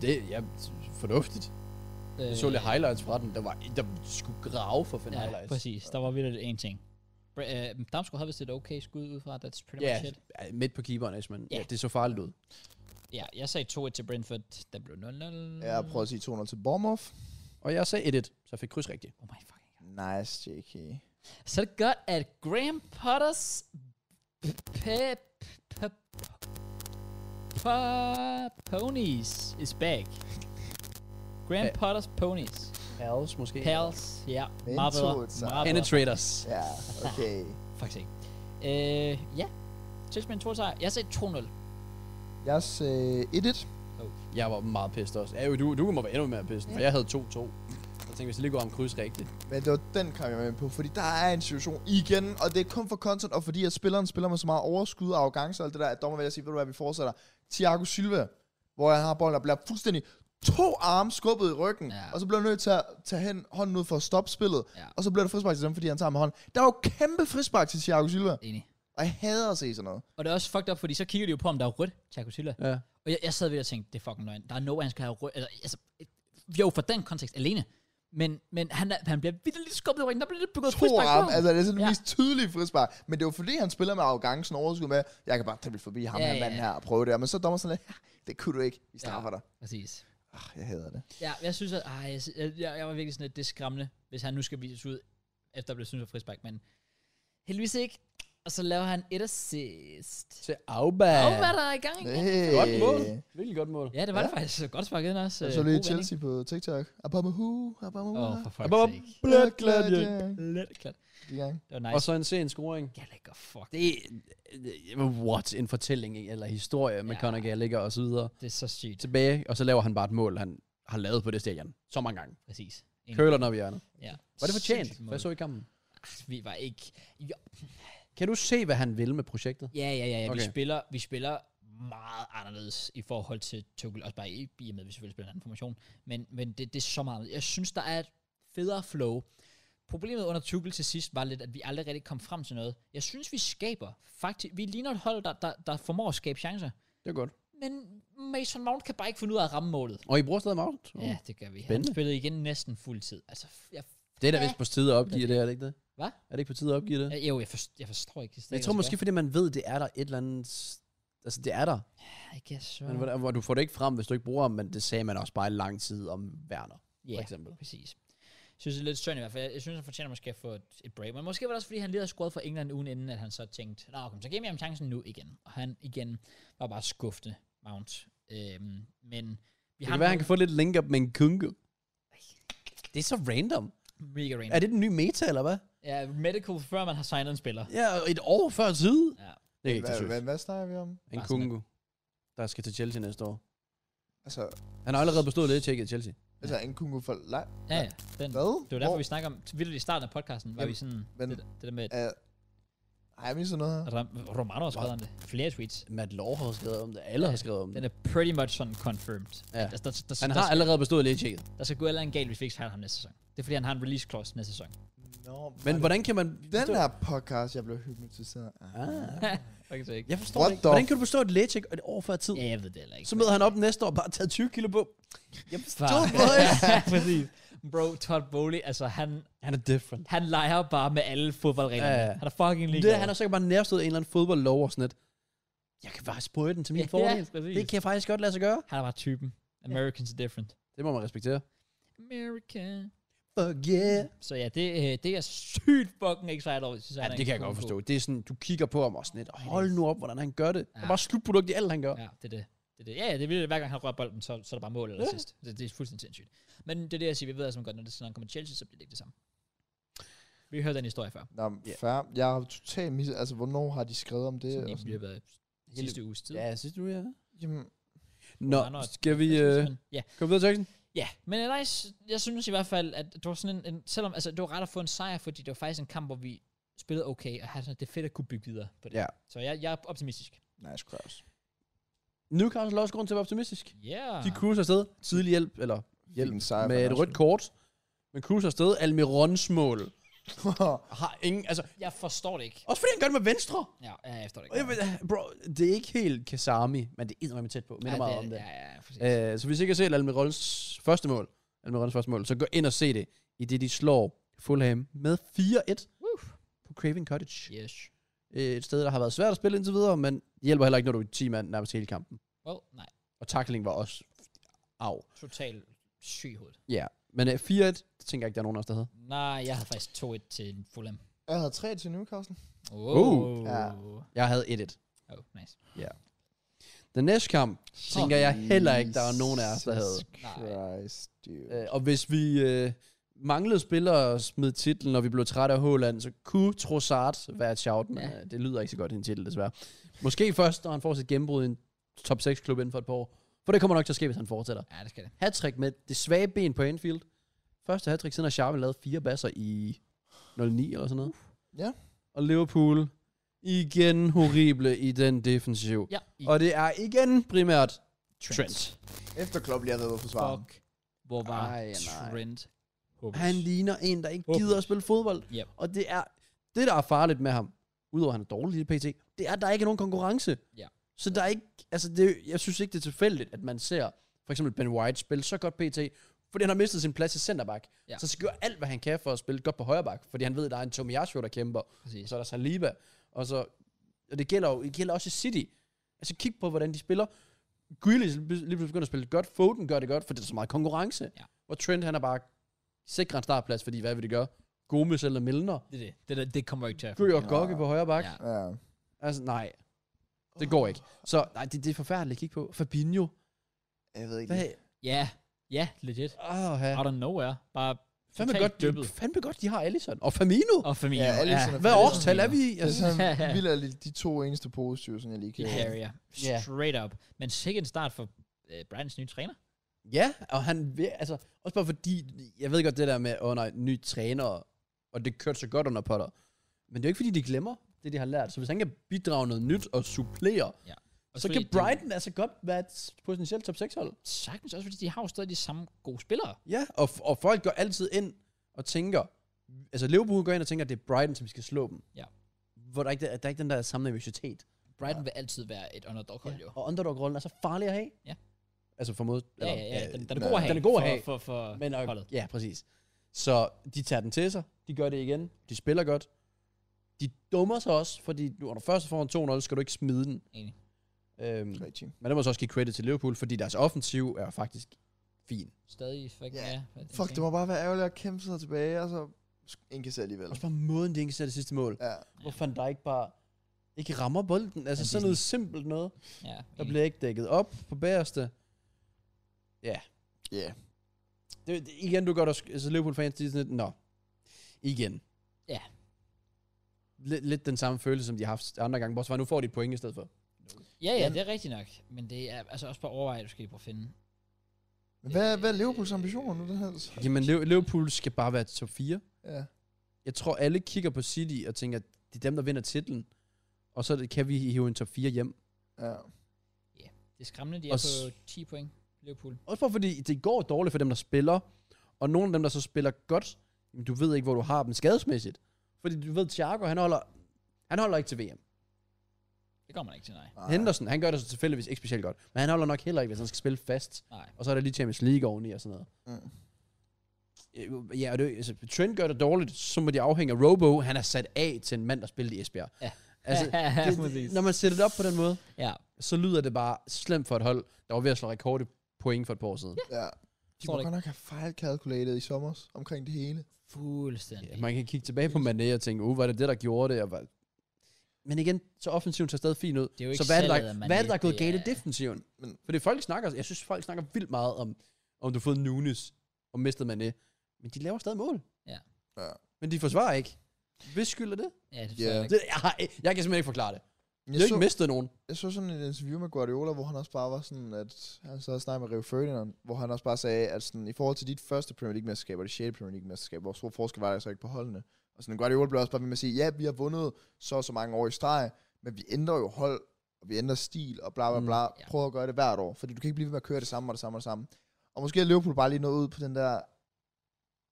det er ja, fornuftigt. Jeg så
Øh,
lidt highlights fra den. Der var en, der skulle grave for at finde
Ja,
highlights.
præcis. Der var virkelig en ting. Br- øh, Damsgaard havde vist et okay skud ud fra, that's pretty
Ja,
much it.
ja, midt på keeperen, altså, men
Ja.
ja. det så farligt ud.
Ja, jeg sagde 2-1 til Brentford. Der blev 0-0.
Jeg prøver at sige 200 til Bournemouth.
Og jeg sagde 1-1, så jeg fik kryds rigtigt.
Oh my fucking god.
Nice, JK.
Så er det godt, at Graham Potters... Pe- pe- pe- ponies is back. Graham
Pa-
Potters ponies.
Pals måske.
Pals, ja.
Men
Meget bedre.
to et sejr.
Meget bedre.
Penetrators.
Ja, okay.
Faktisk ikke. Øh, ja. Tilsmænd 2 sejr. Jeg sagde 2-0.
Jeg sagde 1-1.
Jeg var meget pissed også. Ja, jo, du, du må være endnu mere pissed, for jeg havde 2-2. Jeg tænkte, hvis det lige går om kryds rigtigt.
Men det var den kamp, jeg var med på, fordi der er en situation igen, og det er kun for content, og fordi at spilleren spiller med så meget overskud og arrogance og alt det der, at dommer vil jeg sige, ved du hvad, vi fortsætter. Thiago Silva, hvor jeg har bolden, der bliver fuldstændig to arme skubbet i ryggen,
Ja.
ja. og så bliver han nødt til at tage hen, hånden ud for at stoppe spillet,
Ja.
ja. og så bliver det frispark til dem, fordi han tager med hånden. Der er jo kæmpe frispark til Thiago Silva,
Enig.
og jeg hader at se sådan noget.
Og det er også fucked up, fordi så kigger de jo på, om der er rødt, Thiago Silva.
Ja.
Og jeg, jeg sad ved og tænkte, det er fucking løgn. Der er no, way, han skal have rødt. Altså, jo, for den kontekst alene. Men, men han, er- han bliver vildt lidt skubbet i ryggen. Der bliver lidt begået
To
frispark på
arme,
ham.
altså det er sådan
Ja.
ja. mest tydelige frispark, men det var fordi, han spiller med arrogancen og overskud med, jeg kan bare drible forbi ham
Ja,
ja, her
ja,
manden
ja.
her og prøve det, her." men så dommer sådan lidt, "Ja, det kunne du ikke, vi
Ja.
straffer ja. dig.
Præcis.
Ah, jeg hader det.
Ja, jeg synes, at ej, jeg, sy- jeg, jeg, jeg var virkelig sådan lidt, det er skræmmende, hvis han nu skal vises ud, efter at blive synes af frispark. Men heldigvis ikke. Og så laver han et assist.
Til Auba.
Åh, hvad der er i gang? igen.
Hey.
Godt mål. Virkelig godt mål.
Ja, det var det faktisk. Så Godt sparket ind også.
Jeg
Øh,
så
god
lige
vending.
Chelsea på TikTok. Abamehu, Abamehu.
Åh, for fuck's
Abba-
sake.
Blødt gladjæk.
Lidt klart.
I gang.
Det var
Og
nice.
så en sen scoring.
Gallagher, fuck.
Det er, what, en fortælling ikke? eller historie med
Ja.
ja. Conor Gallagher og så videre.
Det er så sygt.
Tilbage, og så laver han bare et mål, han har lavet på det stadion. Så mange gange.
Præcis. Enig.
Køler den op i hjørnet.
Ja.
Var det fortjent?
Sindssygt
Hvad jeg
mål.
så i kampen?
Vi var ikke... Jo.
Kan du se, hvad han vil med projektet?
Ja, ja, ja. ja. Okay. Vi,
Okay.
spiller, vi spiller meget anderledes i forhold til Tuchel. Også bare i, i og med, at vi selvfølgelig spiller en anden formation. Men, men det, det er så meget. Jeg synes, der er et federe flow. Problemet under Tuchel til sidst var lidt, at vi aldrig rigtig kom frem til noget. Jeg synes, vi skaber faktisk... Vi ligner et hold, der, der, der formår at skabe chancer.
Det er godt.
Men Mason Mount kan bare ikke finde ud af at ramme målet.
Og I bruger stadig Mount?
Ja, det gør vi.
Mm. Spændende.
Han spillede igen næsten fuld tid. Altså, f- jeg,
Det er da vist på tide at opgive det, er det ikke det?
Hvad?
Er det ikke på tide at opgive det?
jeg, jo, jeg, forstår, jeg forstår ikke. det
Jeg tror måske, fordi man ved, det er der et eller andet... s- Altså, det er der.
I guess so.
Men hvordan- hvor du får det ikke frem, hvis du ikke bruger ham, men det sagde man også bare i lang tid om Werner,
Ja,
for eksempel.
præcis. Jeg synes, det er lidt synd i hvert fald. Jeg, jeg synes, han fortjener måske at få et, et break. Men måske var det også, fordi han lige havde scoret for England ugen inden, at han så tænkte, Nå, okay, så giver jeg ham chancen nu igen. Og han igen var bare skuffet, Mount. Øhm, men vi
Det
har
kan være, han kan få lidt link-up med en kungo. Det er så random.
mega
Er
random.
det den nye meta, eller hvad?
Ja, medical, før man har signet en spiller.
Ja, et år før tid.
Ja.
Det er ikke
Hvad,
til
hvad,
søs.
hvad snakker vi om?
En
Bare sådan
kungo, der skal til Chelsea næste år.
Altså,
Han har allerede bestået lægetjekket i Chelsea.
altså en kungo for leg.
Ja, ja. Den,
Hvad?
det var derfor,
Hvor-
vi snakker om, vildt i starten af podcasten, var
Jamen,
vi sådan,
men-
det, det der med,
Øh, Har jeg mistet noget her?
Og
Altså,
der er- Romano har skrevet om det. Flere tweets.
Matt Law har skrevet om det. Alle har skrevet om det.
Den er pretty much sådan confirmed. Altså,
Ja.
Der, der, der,
Han
der,
har
der,
allerede bestået lægetjekket.
der skal gå eller andet galt, hvis vi ikke signer ham næste sæson. Det er fordi, han har en release clause næste sæson.
Nå,
Men
var
hvordan kan man...
det- Den her podcast, jeg blev hypnotiseret. af.
Ah,
Okay, så ikke.
jeg forstår
What
det ikke.
the-
Hvordan kan du bestå et lægetjek et år før tid?
Ja, jeg ved det heller ikke.
Så møder han op næste år og bare taget 20 kilo på. Jeg forstår
<laughs>
det.
ja, præcis. Bro, Todd Bowley, altså han,
Han er different.
han leger bare med alle fodboldreglerne.
Ja, ja.
Han er fucking
Det,
ligeglad.
han har sikkert bare nærstået en eller anden fodboldlov og sådan lidt. Jeg kan bare spøge den til min
Ja,
fordel.
præcis.
Det kan jeg faktisk godt lade sig gøre.
Han er bare typen. Americans are different.
Det må man respektere.
America.
Fuck yeah.
Så ja, det, øh, det er jeg sygt fucking excited over. Synes,
Ja, det kan jeg godt forstå. Det er sådan, du kigger på ham og sådan lidt,
det er-
hold nu op, hvordan han gør det. Ja.
Ja.
Og bare slutprodukt i alt, han gør. Ja.
Ja, det er det. det, er det. Ja, ja, det er vildt. Hver gang han rører bolden, så, så er der bare mål eller ja. sidst. Det, det, er fuldstændig sindssygt. Men det er det, jeg siger. Vi ved altså godt, når det sådan kommer til Chelsea, så bliver det ikke det samme. Vi hørte den historie før.
Nå, men
Ja.
fair. Jeg har totalt mis... Altså, hvornår har de skrevet om det?
Sådan
og
i
sådan?
løbet af sidste uges tid.
Ja, synes du, ja.
Jamen,
Nå,
Randers-
skal vi øh,
Men- Ja,
gå videre til Jackson?
ja. men øh, nice. Jeg synes i hvert fald, at det var sådan en, en selvom altså, det var ret at få en sejr, fordi det var faktisk en kamp, hvor vi spillede okay, og havde sådan, det er fedt at kunne bygge videre på det.
Ja.
Så jeg, jeg er optimistisk.
nice cross.
Newcastle er også grund til at være optimistisk.
Yeah.
De cruiser afsted. Tidlig hjælp, eller
Fik en
hjælp
sejr for
med et
Newcastle.
rødt kort. Men cruiser afsted. Almirons
<laughs>
mål. Har ingen, altså,
Jeg forstår det ikke.
også fordi han gør det med venstre.
Ja, ja, jeg forstår det
Og jeg
ikke.
ved- øh, Bro, det er ikke helt Kasami, men det er med tæt på. Minder ja, meget om det.
Ja, ja, præcis.
Øh, så hvis I ikke har set Almirons første mål, Almirons første mål, så gå ind og se det, i det de slår Fulham med 4-1 på Craven Cottage.
Yes.
Yeah. Et sted, der har været svært at spille indtil videre, men det hjælper heller ikke, når du er 10 mand nærmest hele kampen.
Well, nej.
Og tackling var også af.
Totalt syg i hovedet.
Ja, men øh, 4-1, det tænker jeg ikke, der er nogen af os, der havde.
Nej, jeg havde faktisk 2-1 til Fulham.
Jeg havde tre til Newcastle.
Oh.
Uh.
Ja.
Jeg havde 1-1.
Oh, nice.
Den næste kamp, tænker jeg heller ikke, der er nogen af os, der havde.
Jesus Christ, dude.
Øh, og hvis vi øh, manglede spillere og smed titlen, og vi blev trætte af Håland, så kunne Trossard være et shout, men
Ja.
ja. det lyder ikke så godt i en titel, desværre. Måske først, når han får sit gennembrud i en top 6-klub inden for et par år. For det kommer nok til at ske, hvis han fortsætter.
Ja, det skal det.
Hattrick med det svage ben på Anfield. Første hattrick siden, at Sharpe lavede fire basser i 09 eller sådan noget.
Ja.
Og Liverpool igen horrible i den defensiv.
Ja, i
Og det er igen primært
Trent.
Trent.
Efter Klopp lige har reddet forsvaret.
Fuck. Hvor var
Ej,
Ej,
nej.
Trent håbløs.
Han ligner en, der ikke gider
Håbløs.
at spille fodbold.
Yep.
Og det er det, der er farligt med ham, udover at han er dårlig i PT, det er, at der ikke er nogen konkurrence.
Ja.
Så der er ikke, altså det, jeg synes ikke, det er tilfældigt, at man ser for eksempel Ben White spille så godt PT, fordi han har mistet sin plads i centerback.
Ja.
Så skal gør alt, hvad han kan for at spille godt på højreback, fordi han ved, at der er en Tomiyasu, der kæmper,
Præcis.
og så er der Saliba, og, så, og det gælder jo det gælder også i City. Altså kig på, hvordan de spiller. Grealish lige pludselig begynder at spille godt, Foden gør det godt, for det er så meget konkurrence.
Ja.
Og Trent, han er bare sikret en startplads, fordi hvad vil det gøre? Gomes eller Milner?
Det, er det. det, der, det kommer ikke til at
Fyr og gokke på højre bak.
Ja.
Ja.
Ja.
Altså, nej. Det går ikke. Så nej, det, det er forfærdeligt at kigge på. Fabinho.
Jeg ved ikke.
Hvad?
lige.
Ja, ja, legit.
Åh, ja.
Out of nowhere. Bare
Fandme
totalt
godt,
dyppet.
dybbet. Fandme godt, de har Allison. Og Firmino.
Og familie.
Ja, Alisson er
Hvad
Firmino.
årstal er vi i?
Det er
Altså,
sådan vildt de to eneste positive, som jeg lige kan...
Det er ja.
Ja.
Straight up. Men sikkert en start for uh, Brightons nye træner.
ja, og han vil, altså, også bare fordi, jeg ved godt det der med, åh oh, nej, ny træner, og det kørte så godt under Potter. Men det er jo ikke fordi, de glemmer det, de har lært. Så hvis han kan bidrage noget nyt og supplere,
Og
så kan Brighton altså godt være et potentielt top 6 hold.
Sagtens også, fordi de har jo stadig de samme gode spillere.
Ja, og, f- og folk går altid ind og tænker, altså Liverpool går ind og tænker, at det er Brighton, som vi skal slå dem.
Ja.
Hvor der ikke, der er ikke den der samme nervøsitet.
Brighton ja. vil altid være et underdog-hold, jo.
Og underdog-rollen er så farlig at have.
Ja.
Altså for mod...
Ja,
eller, øh,
ja, ja. Den, den er
nej.
god at have.
Den er god at
for-
have.
For, for,
men,
for
og,
holdet.
ja, præcis. Så de tager den til sig, de gør det igen, de spiller godt. De dummer sig også, fordi du, når du først får en 2-0, skal du ikke smide den.
Enig.
Øhm,
Rigtig.
men der må så også give credit til Liverpool, fordi deres offensiv er faktisk fin.
Stadig fucking
Ja.
ja.
Fuck, det må bare være ærgerligt at kæmpe sig tilbage, og så indkassere alligevel.
Også bare måden, de ikke sætter det sidste mål.
Ja.
Hvorfor der ikke bare ikke rammer bolden? Altså
det er
sådan noget simpelt noget.
Ja,
Der
enig.
bliver ikke dækket op på bagerste.
Ja.
Det, det, igen, du gør der... sk- Altså Liverpool-fans, de er sådan lidt... Nå. Igen.
Ja.
Lidt, lidt den samme følelse, som de har haft andre gange. Bortset fra, nu får de et point i stedet for.
ja, ja,
Jamen.
det er rigtigt nok. Men det er altså også bare overvej, at du skal prøve at finde.
Men hvad, hvad er Liverpools ambitioner nu, den her?
Jamen, Liv- Liverpool skal bare være top 4.
Ja.
Jeg tror, alle kigger på City og tænker, det er dem, der vinder titlen. Og så kan vi hive en top 4 hjem.
Ja.
Det er skræmmende, de
Og
er
s-
på 10 point. Liverpool.
Også bare fordi, det går dårligt for dem, der spiller. Og nogle af dem, der så spiller godt, jamen, du ved ikke, hvor du har dem skadesmæssigt. Fordi du ved, Thiago, han holder, han holder ikke til VM.
Det kommer man ikke til, nej.
Nej.
Henderson, han gør det så tilfældigvis ikke specielt godt. Men han holder nok heller ikke, hvis han skal spille fast.
Nej.
Og så er der lige Champions League oveni og sådan noget.
Mm.
Øh, Ja, og det, altså, Trent gør det dårligt, så må de afhænge af Robo. Han er sat af til en mand, der spillede i Esbjerg.
<laughs> Ja.
Altså, det, det, når man sætter det op på den måde,
Ja,
så lyder det bare slemt for et hold, der var ved at slå rekord i point for et par år siden.
Ja.
De
De må
Står der
godt nok have fejlkalkuleret i sommer omkring det hele.
ikke fuldstændig.
Ja, man kan kigge tilbage på Mané og tænke, uh, var det det, der gjorde det? Og var... Men igen, så offensiven tager stadig fint ud.
Det er jo ikke
så hvad er det,
salget af
der,
Mané,
hvad er det, der er gået
det er-
galt i defensiven?
Men-
Fordi folk snakker, jeg synes, folk snakker vildt meget om, om du har fået Nunes og mistet Mané. Men de laver stadig mål.
Ja.
Ja.
Men de forsvarer ikke. Hvis skyld er det?
Ja, det
Ja.
yeah. ikke.
det jeg, har, jeg kan simpelthen ikke forklare det. De
Jeg,
har
så,
ikke mistet nogen.
jeg så sådan et interview med Guardiola, hvor han også bare var sådan, at han så snakkede med Rio Ferdinand, hvor han også bare sagde, at sådan, i forhold til dit første Premier League-mesterskab og det sjette Premier League-mesterskab, hvor stor forskel var der så ikke på holdene. Og sådan, Guardiola blev også bare ved med at sige, ja, vi har vundet så og så mange år i streg, men vi ændrer jo hold, og vi ændrer stil, og bla bla bla.
Mm,
Mm,
ja.
Prøv at gøre det hvert år, fordi du kan ikke blive ved med at køre det samme og det samme og det samme. Og måske er Liverpool bare lige nået ud på den der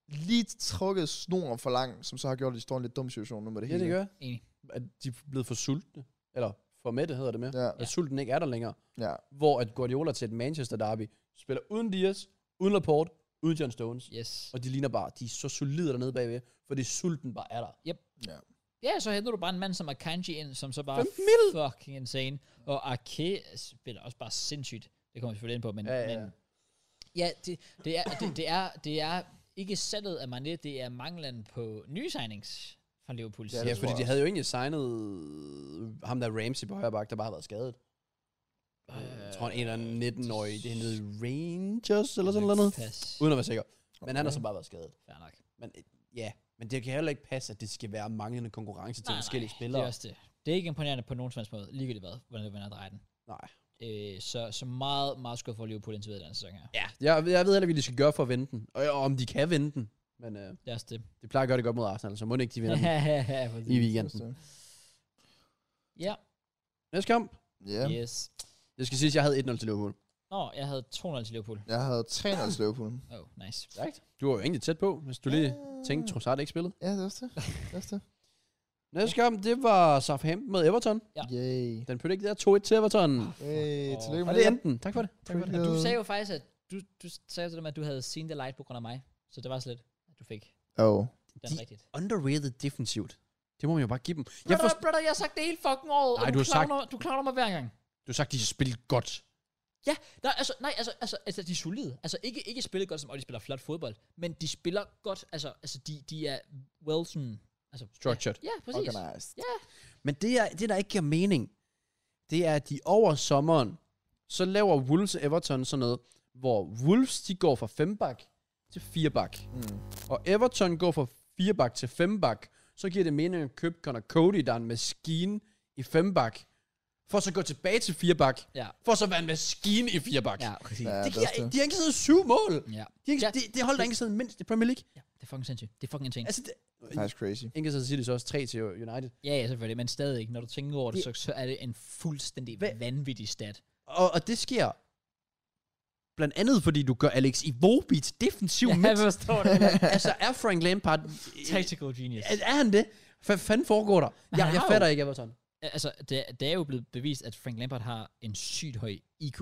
lige trukket snoren for langt, som så har gjort, at de står i en lidt dum situation nu med det
Ja,
hele.
det gør.
Enig.
At de er blevet for sultne. Eller for mætte hedder det mere.
Ja,
At sulten ikke er der længere.
ja.
Hvor at Guardiola til et Manchester derby spiller uden Dias, uden Laporte, uden John Stones.
Yes.
Og de ligner bare, de er så solide dernede bagved, fordi sulten bare er der.
Ja, så henter du bare en mand som Akanji ind, som så bare er
15 mil!
fucking insane. Og Ake spiller også bare sindssygt. Det kommer vi selvfølgelig ind på, men...
Ja, ja, ja.
men, ja det, det, er, det, det, er, det er ikke salget af Mané, det er manglen på nye signings fra Liverpool.
Ja,
Ja,
det
Ja,
tror
fordi
jeg
de
også.
havde jo egentlig signet øh, ham der Ramsey på højre bak, der bare har været skadet. Øh, jeg tror, han er en eller anden 19-årig, det hentede Rangers eller sådan noget.
Pas.
Uden at være sikker. Men han har så bare været skadet.
Fair nok.
Men øh, ja, men det kan heller ikke passe, at det skal være manglende konkurrence til
Nej,
forskellige
nej,
spillere.
Det er også det. Det er ikke imponerende på nogen som helst måde, ligegyldigt hvad, hvordan det vender og drejer den.
Nej.
Øh, så, så meget, meget skud for Liverpool indtil videre i den sæson her.
Ja, jeg, jeg ved heller ikke, hvad de skal gøre for at vinde den. Og, og om de kan vinde den. Men øh,
Det er også det.
de plejer at gøre det godt mod Arsenal, så må det ikke de <laughs> vinder
<laughs>
den i weekenden.
ja,
Næste kamp.
Ja.
yes.
Det skal siges, jeg havde 1-0 til Liverpool.
Nå, jeg havde 200 til Liverpool.
Jeg havde 300 til Liverpool.
Oh, nice.
Right. Du var jo egentlig tæt på, hvis du lige
Ah.
tænkte, Trossard ikke spillede.
Ja, det er også det. Det er også det.
Næste kamp, det var Southampton mod Everton.
Ja.
Yay.
Den pødte ikke der 2-1 til Everton.
Hey, tillykke
Og
med
det
det.
endte den. Tak for det. Tak for det.
Og du sagde jo faktisk, at du, du sagde til dem, at du havde seen the light på grund af mig. Så det var slet, at du fik
Oh.
den
De-
rigtigt.
Underrated defensivt. Det må man jo bare give dem. Jeg
Brother,
forst-
brother, jeg har sagt det hele fucking året,
Nej,
og du,
du har sagt-
klavner, du klavner mig hver gang.
du har sagt, de spillede godt.
Ja, nej, altså, nej, altså, altså, altså de er solide. Altså ikke, ikke spillet godt, som og de spiller flot fodbold, men de spiller godt, altså, altså de, de er well sådan, altså,
Structured.
Ja, præcis.
Organized.
Ja,
Men det, er, det, der ikke giver mening, det er, at de over sommeren, så laver Wolves og Everton sådan noget, hvor Wolves, de går fra 5-bak til 4-bak.
Mm.
Og Everton går fra 4-bak til 5-bak. Så giver det mening at købe Connor Cody, der er en maskine i 5-bak. For så at gå tilbage til 4-bak.
Ja.
For så at være en maskine i 4-bak.
ja, præcis.
Ja,
Ja,
Det
det er
giver,
også det.
de har ikke siddet syv mål.
ja.
De har ikke,
Ja.
det, det hold, der ikke siddet mindst i Premier League.
det er fucking sindssygt. Det er fucking insane.
Altså, det,
Det er faktisk crazy.
Ikke så siger de så også 3 til United.
Ja, ja, selvfølgelig, men stadig ikke. Når du tænker over det, så,
Det-
så er det en fuldstændig
Hvad-
vanvittig stat.
Og, og det sker blandt andet, fordi du gør Alex Iwobi til defensiv ja, midt.
<laughs> forstår det.
altså, er Frank Lampard...
<laughs> Tactical genius.
er, er han det? Hvad fanden foregår der? Jeg,
Han
jeg
har
fatter ikke Everton.
Altså, det, det er jo blevet bevist, at Frank Lampard har en sygt høj IQ.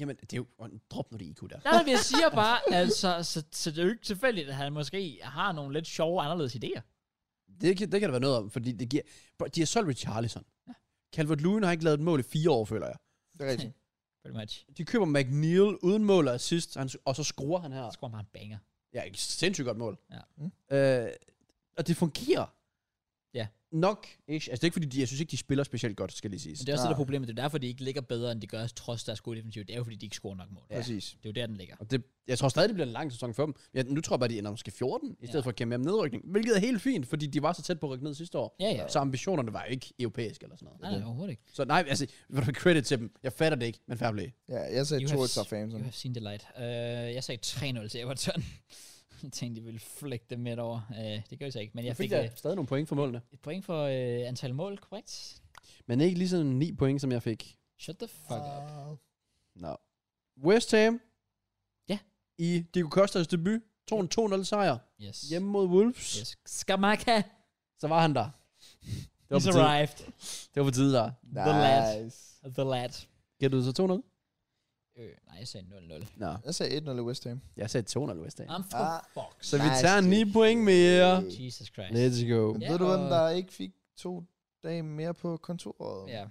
Jamen, det er jo... åh, Drop nu det IQ der.
Nej, nej, men jeg siger bare, altså, så, så det er jo ikke tilfældigt, at han måske har nogle lidt sjove, anderledes idéer.
Det, kan- det kan der være noget om, fordi det giver... Bro, de har solgt Richarlison. Ja. Calvert-Lewin har ikke lavet et mål i fire år, føler jeg.
Det er rigtigt.
Pretty much.
De køber McNeil uden mål og assist, han, og så skruer han her.
Så scorer han bare en banger.
Ja, et sindssygt godt mål.
Ja.
Øh, og det fungerer.
Ja.
Nok ish. Altså det er ikke fordi, de, jeg synes ikke, de spiller specielt godt, skal lige
Men
sige.
det er også det, der er
Ah.
problemet. Det er derfor, de ikke ligger bedre, end de gør, trods deres gode defensiv. Det er jo, fordi de ikke scorer nok mål. Ja.
Præcis.
Det er jo der, den ligger.
Og det, jeg tror stadig, det bliver en lang sæson for dem. Ja, nu tror jeg bare, de ender måske 14, i stedet
Ja.
ja. for at kæmpe om nedrykning. Hvilket er helt fint, fordi de var så tæt på at rykke ned sidste år.
Ja, ja.
Så ambitionerne var jo ikke europæiske eller sådan noget.
Nej, nej, overhovedet ikke.
Så nej, altså, hvor du credit til dem. Jeg fatter det ikke, men fair play.
Ja, jeg sagde
You
2
have
til Southampton.
You have seen the light. Uh, jeg sagde 3-0 til Everton. <laughs> jeg tænkte, de ville flække dem midt over. Uh, det gjorde de så ikke. Men jeg fik
der
uh,
stadig nogle point for målene.
et point for uh, antal mål, korrekt?
Men ikke lige sådan 9 point, som jeg fik.
Shut the fuck up.
Ah.
No. West Ham.
Ja.
I Diego Costas debut. Tog en 2-0 sejr.
Yes.
Hjemme mod Wolves.
yes. Skamaka
Så var han der. Det var,
is
på tide.
arrived.
det var på tide der.
The lad.
Nice.
The lad.
Gætter du så 200?
Øh, nej, jeg sagde 0-0.
Nå,
Jeg sagde 1-0 West Ham.
jeg sagde 200 West Ham.
I'm for
Ah.
fuck.
Så vi
nice
tager 9
kick.
point mere.
Jesus Christ.
Let's go.
Men
Ja,
ved du, hvem
og-
der ikke fik to dage mere på kontoret?
Ja.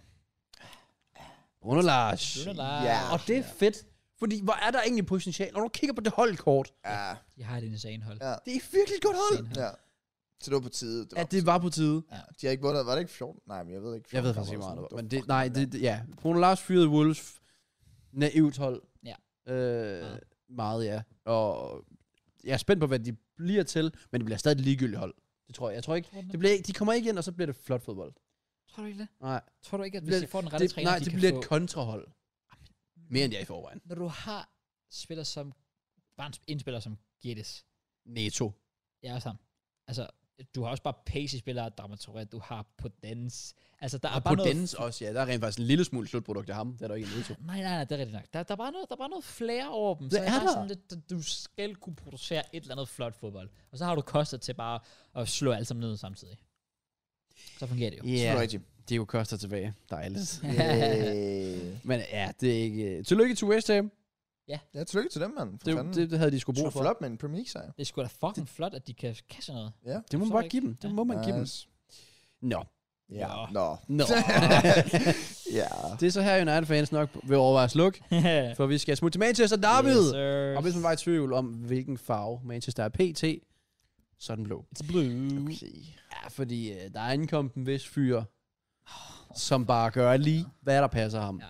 Bruno Lars.
Bruno Lars.
Ja.
Og det er fedt, Fordi hvor er der egentlig potentiale? Når du kigger på det holdkort,
Ja,
De har et insane hold.
Ja.
det er virkelig et godt hold.
Insane
ja. Så det var på tide. Det var,
At det var på tide.
De har ikke vundet. Var det ikke 14? Nej, men jeg ved ikke.
Jeg ved
14
faktisk ikke
kampe
meget,
eller
det var.
sådan
Men
noget.
det, nej, det, det- ja. Bruno Lars fyrede Wolves. Naivt hold.
Ja.
Øh,
Meget.
meget, ja. Og jeg er spændt på, hvad de bliver til, men det bliver stadig et ligegyldigt hold. Det tror jeg. Jeg tror ikke, det bliver, ikke- de kommer ikke ind, og så bliver det flot fodbold.
Tror du ikke det?
Nej,
Tror du ikke, at
Det
hvis de
bliver-
får den rette
det,
træner,
nej,
de
det
kan
bliver
få...
et kontrahold. Mere end jeg i forvejen.
Når du har spiller som... Bare en sp- en spiller som Gilles.
Neto.
Jeg er sammen. Altså, du har også bare Pacey-spillere, Dramatore, du har Podence. Altså, der er
Og
bare
på
noget...
Dennis også, ja. Der er rent faktisk en lille smule slutprodukt af ham. Det er der ikke en Neto.
Nej, nej, nej, det er rigtigt nok. Der, der, er bare noget, der er bare noget flere over dem.
altså. Det
så
er
bare
der.
Sådan lidt, at du skal kunne producere et eller andet flot fodbold. Og så har du koster til bare at slå alt sammen ned samtidig. Så fungerer det jo.
Ja.
Ja,
Rigtigt.
Diego Costa tilbage. Dejligt.
<laughs>
<laughs> Øh.
Men ja, det er ikke... øh, Tillykke til West Ham.
Ja, tillykke til dem, mand. For fanden.
Det, det, det havde de sgu
det
brug for.
flot med en Premier League-sejr.
Det er sgu da fucking flot, at de kan kasse
<laughs>
noget.
Ja.
Det må man
Forstår
bare
ikke.
give dem. Det
Ja.
må man give dem. Nå.
Ja.
Ja.
Nå.
Nå. <laughs>
Ja.
det er så her, United-fans nok vil overveje at slukke, for vi skal smutte til Manchester Derby. Yes, og hvis man var i tvivl om, hvilken farve Manchester er pt, så er den blå.
It's blue.
Okay.
Ja, fordi øh, der er ankommet en vis fyr, som bare gør lige, hvad der passer ham.
Ja.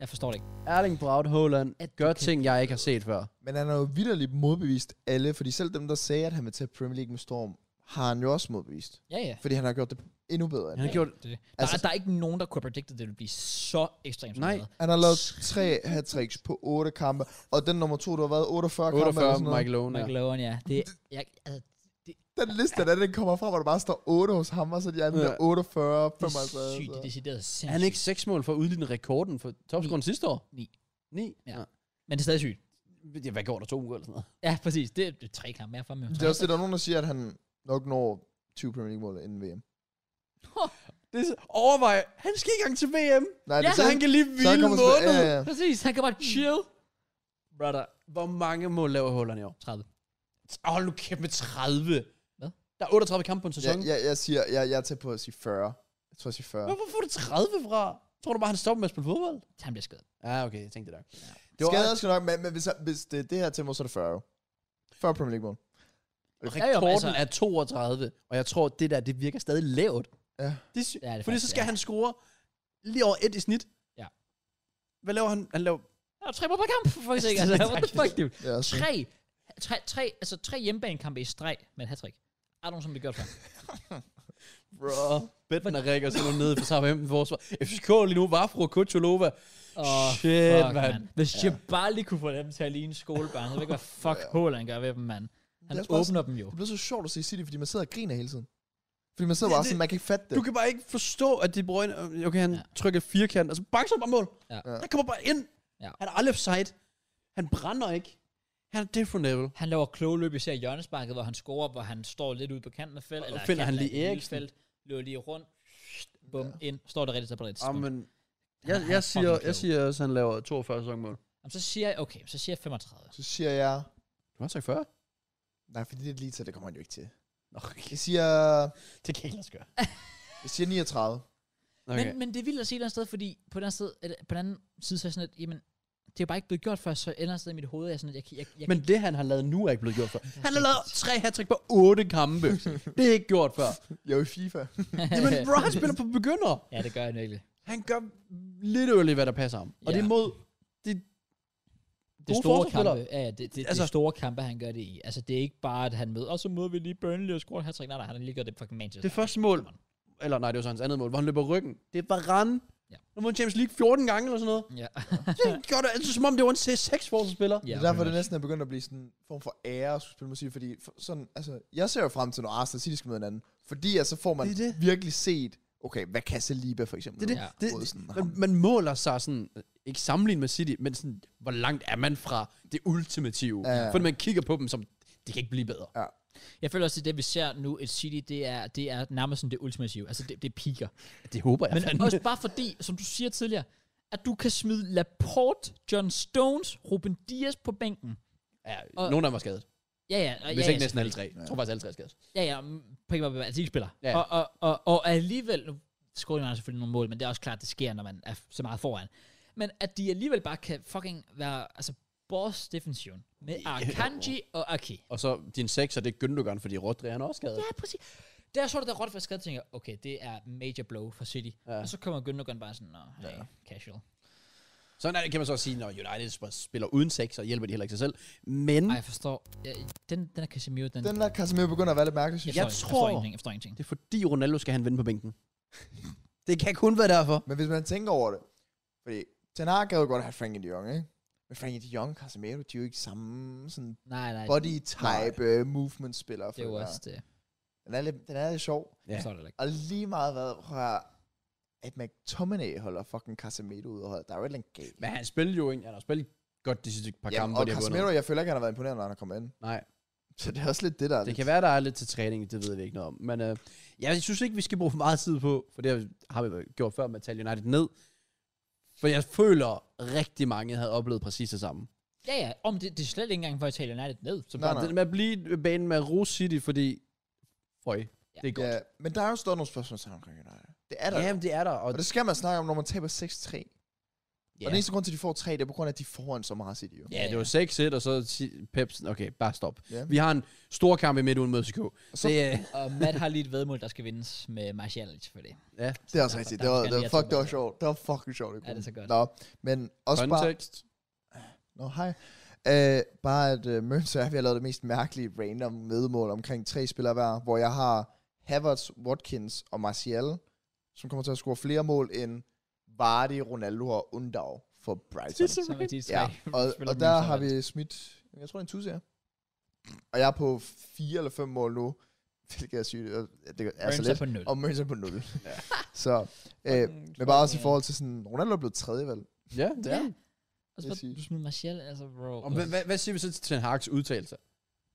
Jeg forstår det ikke.
Erling Braut Haaland
At du
gør
kan-
ting, jeg ikke har set før.
Men han har jo vidderligt modbevist alle, fordi selv dem, der sagde, at han vil tage Premier League med Storm, har han jo også modbevist.
Ja, ja.
Fordi han har gjort det endnu bedre. End
Han
det.
har gjort...
Det, der, altså,
Altså-
er, der er ikke nogen, der kunne have predicted, at det ville blive så ekstremt. som
Nej.
det har været.
Han har lavet tre hat på otte kampe, og den nummer to, der har været 48, kampe eller
48
sådan noget.
Michael Owen.
Michael Owen, ja. Det, jeg, altså,
Den liste, der den kommer fra, hvor der bare står 8 hos ham, og så de andre
Ja.
der 48,
det er
55.
sygt, det er
så-
decideret
Er
sindssygt.
han ikke seks mål for at udligne rekorden for topscoren sidste år?
Ni.
Ni?
Ja. Men det er stadig sygt.
ja. Hvad går der? To uger eller sådan noget?
Ja, præcis. Det er, det er tre kampe mere for mig.
Det er også det, der er nogen, der siger, at han nok når 20 Premier League-mål inden VM.
Det er så, overvej, han skal ikke engang til VM,
Nej,
Ja.
det
så han kan lige
så han
hvile en
kommer tilbage-
måned.
Ja, ja.
Præcis, han kan bare chill. Brother.
Hvor mange mål laver Holland i år?
30.
Åh, hold nu kæft med 30.
Hvad?
Der er 38 kampe på en sæson.
Jeg, jeg, jeg, siger, jeg, jeg er tæt på at sige 40. Jeg tror, jeg siger 40.
Hvorfor får du 30 fra? Tror du bare, han stopper med at spille fodbold?
Han bliver skadet.
Ja, ah, okay, jeg tænkte det der. Det
Det
var
Skader skal nok, men, men hvis, hvis det er det her tempo, så er det 40. 40 Premier League-mål.
rekorden
altså-
er 32, og jeg tror, det der, det virker stadig lavt.
Ja.
Det, sy-
Ja, det er
fordi så
faktisk-
skal
ja.
han score lige over et i snit.
Ja.
Hvad laver han? Han laver...
Der er tre mål per kamp, for ikke. Altså, what the fuck, dude?
Ja, så.
Tre, tre, tre, altså tre hjemmebanekampe i streg med et hat-trick. Er der nogen, som det gjort før?
Bro. Batman og Rikker sådan noget nede for Southampton forsvar. FCK lige nu, Vafro, Kucholova.
Oh,
Shit,
fuck,
mand.
Hvis jeg bare lige kunne få dem til at ligne skolebørn, så ved jeg ikke, hvad fuck Håland gør ved dem, mand. Han
Det er også
åbner dem jo.
Det bliver så sjovt at se City, fordi man sidder og griner hele tiden. Fordi man sidder bare
det-
sådan, man kan ikke fatte det.
Du kan bare ikke forstå, at De Bruyne, okay, han
Ja.
ja. trykker firkant, og så bakser han bare mål.
Ja.
Han kommer bare ind.
Ja.
Ja. Han er aldrig offside. Han brænder ikke. Han er different level.
Han laver kloge løb, især i hjørnesparket, hvor han scorer, hvor han står lidt ude på kanten af felt.
Og finder
kanten
han
af
lige
det lille
Eriksen.
Felt, løber lige rundt, bum, ind, står der rigtigt, så på det tidspunkt.
Amen.
Jeg-
Jeg,
Han er fucking
jeg, siger,
klog.
jeg siger også, at han laver 42 sæsonmål.
Jamen, så siger jeg, okay, så siger jeg 35.
Så siger jeg...
Du har sagt 40.
Nej, fordi det er lige til, det kommer han jo ikke til.
Nå, okay.
Jeg siger,
Det kan ikke lade sig gøre.
jeg siger 39.
Okay.
Okay.
Men, men det er vildt at se et eller andet sted, fordi på den anden side, eller på den anden side så er jeg sådan lidt, jamen, det er jo bare ikke blevet gjort før, så et eller andet sted i mit hoved er jeg sådan, at jeg, kan- jeg, jeg,
Men
kan-
det, han har lavet nu, er ikke blevet gjort før. Han har
sygt.
lavet tre hat på otte kampe. <laughs> det er ikke gjort <laughs> før.
Jeg er jo i FIFA.
Jamen, bro, han spiller på begynder.
Ja, det gør jeg virkelig.
Han gør lidt øvrigt, hvad der passer ham. Og
Ja.
det er mod... Det,
Det er
Gode
store
forsvarsspillere.
kampe, ja, ja, det, det, altså,
Altså-
det er store kampe, han gør det i. Altså, det er ikke bare, at han møder, og så møder vi lige Burnley og scorer et hattrick. Nej, nej, han har lige gjort det fucking Manchester.
det første mål, eller nej, det var så hans andet mål, hvor han løber ryggen. Det var Varane.
Ja.
Ja. Nu må Champions League 14 gange eller <laughs> sådan noget.
Ja.
Det gør det altså, som om det var en C6 forsvarsspiller.
ja
det er derfor,
altså-
det næsten er begyndt at blive sådan en form for ære at skulle spille musik, fordi for, sådan, altså, jeg ser jo frem til, når Arsenal og City skal møde hinanden, fordi altså får man
Det er det.
virkelig set, okay, hvad kan Saliba for eksempel?
Det, det,
Ja.
ja. det,
Mod sådan ham.
man, man måler sig sådan, ikke sammenlignet med City, men sådan, hvor langt er man fra det ultimative?
Ja.
Ja. Fordi man kigger på dem som, det kan ikke blive bedre.
Ja.
Jeg føler også, at det, vi ser nu, et City, det er, det er nærmest sådan det ultimative. Altså, det, det piker.
Det håber jeg.
Men
fandme.
også bare fordi, som du siger tidligere, at du kan smide Laporte, John Stones, Ruben Dias på bænken.
ja,
og-
nogen af dem er skadet.
Ja, ja. og-
Hvis
ja,
ikke
ja,
næsten alle tre. Jeg tror faktisk, alle tre er skadet.
Ja, ja, primært at altså, de ikke spiller. Ja.
Ja.
Og, og, og, og alligevel, nu scorer man selvfølgelig nogle mål, men det er også klart, det sker, når man er så meget foran. men at de alligevel bare kan fucking være, altså, boss defension med Akanji og Aki.
Og så din sekser, det er Gündogan, fordi Rodri han er også skadet.
Ja, præcis. Der så du der Rodri var skadet, tænker jeg, okay, det er major blow for City. Ja.
Ja.
Og så kommer Gündogan bare sådan, nå, hey, ja. casual.
Mm.
Sådan er det, kan man så også sige, når United spiller uden sekser, hjælper de heller ikke sig selv. Men
Ej, jeg forstår. Ja, den, den er Casemiro, den...
Den der Casemiro begynder at være lidt mærkelig, synes
jeg,
jeg.
Ja.
forstår, jeg
tror-
forstår ingenting, jeg forstår ingenting.
det er fordi Ronaldo skal han vinde på bænken. det kan kun være derfor.
Men hvis man tænker over det, fordi Ten Hag gad jo godt have Frankie de Jong, ikke? Men Frankie de Jong, Casemiro, de er jo ikke samme sådan
Nej, nej,
body-type movement-spillere.
det er jo
føler jeg.
også det.
Den er lidt, den er lidt sjov.
Jeg
Ja.
forstår det heller ikke.
Og lige meget hvad, prøv at høre, at McTominay holder fucking Casemiro ud og holder. Der er jo et eller andet galt.
Men han spillede jo ikke, han har spillet godt de sidste par
Jamen,
kampe,
og
hvor de har
Casemiro,
vundet.
jeg føler ikke, han har været imponeret, når han er kommet ind.
Nej,
Så det er også lidt det, der er
det
lidt-
kan være, der er lidt til træning, det ved vi ikke noget om. Men øh, jeg synes ikke, vi skal bruge for meget tid på, for det har- har vi gjort før med at tale United ned. For jeg føler, rigtig mange havde oplevet præcis det samme.
Ja, ja, om det, det er slet ikke engang for Italien er lidt ned.
Så
Nej,
bare
nej.
det med at blive i banen med at rose City, fordi... Føj,
Ja.
det er godt.
Ja, men der er jo stadig nogle spørgsmål sammen omkring United. Det er
Ja,
der. Yeah.
Jamen, det er der. Og,
Og det skal man snakke om, når man taber 6-3. Yeah. Og
ja.
den eneste grund til, at de får 3, det er på grund af, at de er foran så meget City. Jo.
ja, det var 6-1, og så si- Pepsen. Okay, bare stop.
Ja.
Vi har en stor kamp i midtugen mod CK.
så-
Det, øh,
Og Matt har lige et vedmål, der skal vindes med Martial, selvfølgelig.
ja,
Det er også
Derfor-
rigtigt.
derfor
Det var,
skal han
det var,
lige have
fuck, det var
to mål.
sjovt. Det var fucking sjovt.
Ja, det er så godt.
Nå, men også bare...
kontekst.
Nå, hej. Øh, bare at øh, Møns og jeg, vi har lavet det mest mærkelige random medmål omkring tre spillere hver, hvor jeg har Havertz, Watkins og Martial, som kommer til at score flere mål end Vardy, Ronaldo og Undav for Brighton.
Så er de tre. <laughs>
Ja, og,
spiller
og
vi så
der har
alt.
vi smidt, jeg tror det er en tusind, Og jeg er på fire eller fem mål nu, <laughs> hvilket er sygt. og Det er så
Burns
lidt.
på nul.
Og Møns er på <laughs> nul. så, øh, men bare også i forhold til sådan, Ronaldo er blevet tredje, vel?
Ja, det er.
Ja.
Ja.
Og så
vil jeg
bare,
sige.
du smider Martial, altså bro.
Og hvad, hvad, hvad siger vi så til Ten Hag's udtalelse?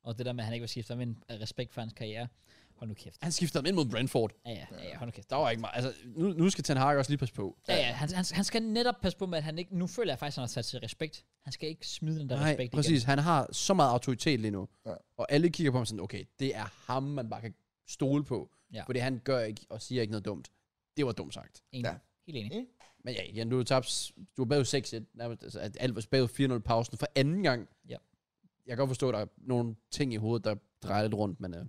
Og det der med, at han ikke var skiftet, men af respekt for hans karriere. Hold nu kæft.
Han skiftede dem ind mod Brentford.
Ja, ja, ja, ja hold nu kæft.
Der var ikke meget. Altså, nu, nu skal Ten Hag også lige passe på.
Ja, ja, han, han, han skal netop passe på med, at han ikke... Nu føler jeg faktisk, at han har sat sig respekt. Han skal ikke smide den der
Nej,
respekt
præcis.
igen.
Han har så meget autoritet lige nu.
Ja.
Ja. Og alle kigger på ham sådan, okay, det er ham, man bare kan stole på.
Ja.
Ja. Fordi han gør ikke og siger ikke noget dumt. Det var dumt sagt.
Enig.
Ja.
Helt enig.
Men ja, igen, du har tabt, du var bagud 6-1, nærmest, altså, at alt var bagud 4-0 pausen for anden gang.
Ja.
Jeg kan godt forstå, at der er nogle ting i hovedet, der drejer lidt rundt, men uh,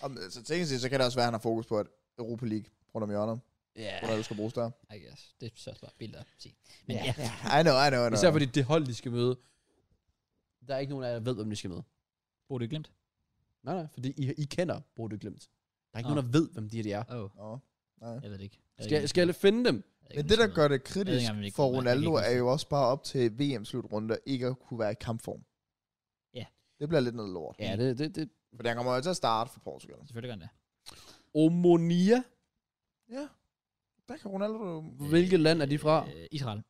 Og, øh, så teknisk set, så kan det også være, at han har fokus på, at Europa League rundt om hjørnet,
ja.
Ronaldo skal bruges der.
I guess. Det er så også bare billeder at sige. Men ja. ja.
I know, I know, I know.
Især fordi det hold, de skal møde, der er ikke nogen af jer, der ved, hvem de skal møde.
Burde du ikke glemt?
Nej, nej, fordi I, I kender Bodø Glimt. Der er ikke
Ah.
ah. nogen, der ved, hvem de her de er.
Oh,
Nå.
jeg ved det ikke. Jeg ved
Skal,
ikke,
skal jeg finde dem?
jeg ved
Men
ikke,
det,
om
der
jeg
gør
Jeg
det
ved
kritisk
ikke engang, om det
for
kunne være-
Ronaldo,
jeg kan ikke
er jo også bare op til VM-slutrunde, ikke at kunne være i kampform.
Ja.
Det bliver lidt noget lort.
Ja.
Ja, det, det, det.
For han kommer jo til at starte for Portugal.
Selvfølgelig gør han det.
Omonia.
Ja. Der kan Ronaldo
Hvilket land er de fra?
Øh, Israel.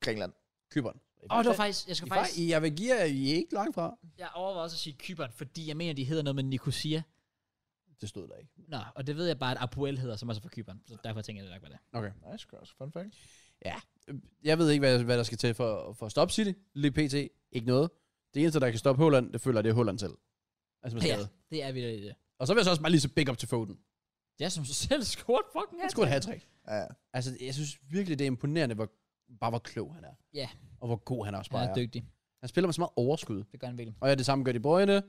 Grækenland.
Køberen.
Åh, oh, det var faktisk... Jeg skal
I,
faktisk...
faktisk... I, jeg vil give jer, I er ikke langt fra.
Jeg overvejer også at sige Kypern, fordi jeg mener, de hedder noget med Nicosia.
Det stod der ikke.
Nå, og det ved jeg bare, at Apoel hedder, som også er fra Kypern. Så derfor tænker jeg, det nok var det.
Okay.
Nice, girls. Fun fact.
Jeg ved ikke, hvad, hvad der skal til for, for at stoppe City. Lige pt. Ikke noget. Det eneste, der kan stoppe Holland, det føler jeg, det er Holland selv. Altså med
Ja,
skade.
det er vi da i det.
Og så vil jeg så også bare lige så big up til Foden.
Jeg som sig selv <laughs> scoret fucking
Han
hat.
skulle et hat
Ja, ja.
Altså, jeg synes virkelig, det er imponerende, hvor, bare hvor klog han er.
Ja.
Og hvor god han også
Han
bare
er
er.
dygtig.
Han spiller med så meget overskud.
Det gør han virkelig.
Og ja, det samme gør de brøgne. Og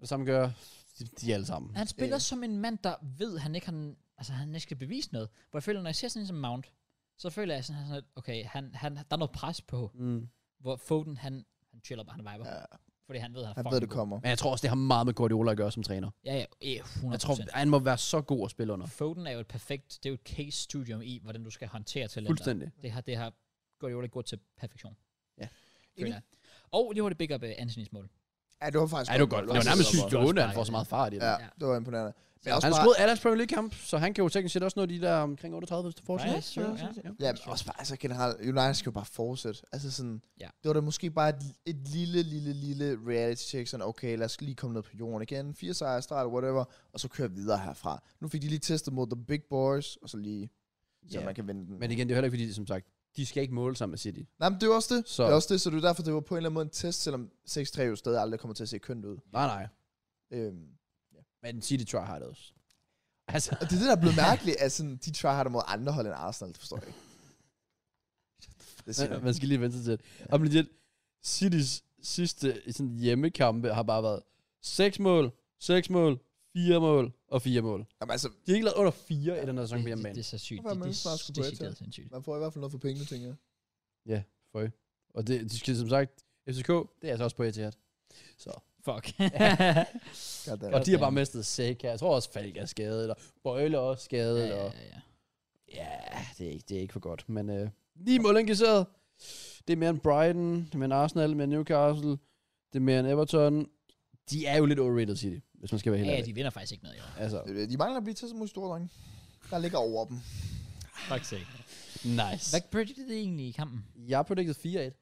det samme gør de, de alle sammen.
Han spiller som en mand, der ved, han ikke har, altså, han ikke skal bevise noget. Hvor jeg føler, når jeg ser sådan en som Mount, så føler jeg sådan, han er sådan lidt, okay, han, han, der er noget pres på,
Mm.
hvor Foden, han, han chiller bare, han viber.
ja.
Fordi han ved, han er
Han ved,
fucking
det kommer.
Men jeg tror også, det har meget med Guardiola at gøre som træner.
god. Ja, ja, eh, 100%.
Jeg tror, han må være så god at spille under.
Foden er jo et perfekt, det er jo et case studium i, hvordan du skal håndtere talenter.
Fuldstændig.
Det har, det har Guardiola gjort til perfektion.
Ja.
Føler jeg. Og det var det big up uh, Anthony's mål.
Ja, det var faktisk
Ja, det var godt. Det var nærmest
Også-
sygt
også-
stående,
også-
at han får så meget fart i det.
Ja,
Ja.
det var imponerende. Men også
Han
bare,
skruede alle hans Premier League-kamp, så han kan jo teknisk set også nå de der omkring 38, hvis du får
Right, sure,
ja.
ja, men også bare, altså generelt, United skal jo bare fortsætte. Altså sådan,
Ja.
det var da måske bare et, et lille, lille, lille reality check, sådan, okay, lad os lige komme ned på jorden igen, fire sejre, start, whatever, og så køre videre herfra. Nu fik de lige testet mod The Big Boys, og så lige, så
Ja.
man kan vinde den.
Men igen, det er heller ikke fordi, som sagt, de skal ikke måle sammen med City.
Nej, men det er jo også det.
Så-
Det er også det, så det er derfor, det var på en eller anden måde en test, selvom 6-3 jo stadig aldrig kommer til at se kønt ud.
Nej, nej.
Øhm,
Men City try hard også. Altså, <laughs>
og det er det, der er blevet mærkeligt, at sådan, de tryharder mod andre hold end Arsenal, det forstår jeg ikke. Det siger
Man skal lige vente sig til det. Og men legit, Citys sidste sådan hjemmekampe har bare været 6 mål, 6 mål, 4 mål og 4 mål.
Jamen altså,
De har ikke lavet under 4 i den her sæson på
det, det,
hjemmebane.
det, er så sygt.
Hvorfor
Det,
er
det,
Mønstra
det,
skulle
det er
gå
decideret
til?
sindssygt.
Man får i hvert fald noget for pengene, tænker jeg.
Ja, føj. Og det, de skal som sagt, FCK, det er altså også på Etihad. Så.
Fuck. <laughs>
Goddamn.
Og de har bare mistet Seca. Jeg tror også, Falk er skadet, og Bøjle er også
ja,
skadet. Ja,
ja,
Og,
ja.
ja det, er ikke, det er ikke for godt. Men øh, lige mål indkasseret. Det er mere end Brighton, det er mere end Arsenal, mere end Newcastle, det er mere end Everton. De er jo lidt overrated, City, hvis man skal være helt
Ja,
ærlig.
de vinder faktisk ikke noget i år.
Altså,
det er det. Øh, de mangler at blive til som mod store drenge. Der ligger over dem.
Fuck sake.
nice.
Hvad predicted det egentlig i kampen
Jeg har predicted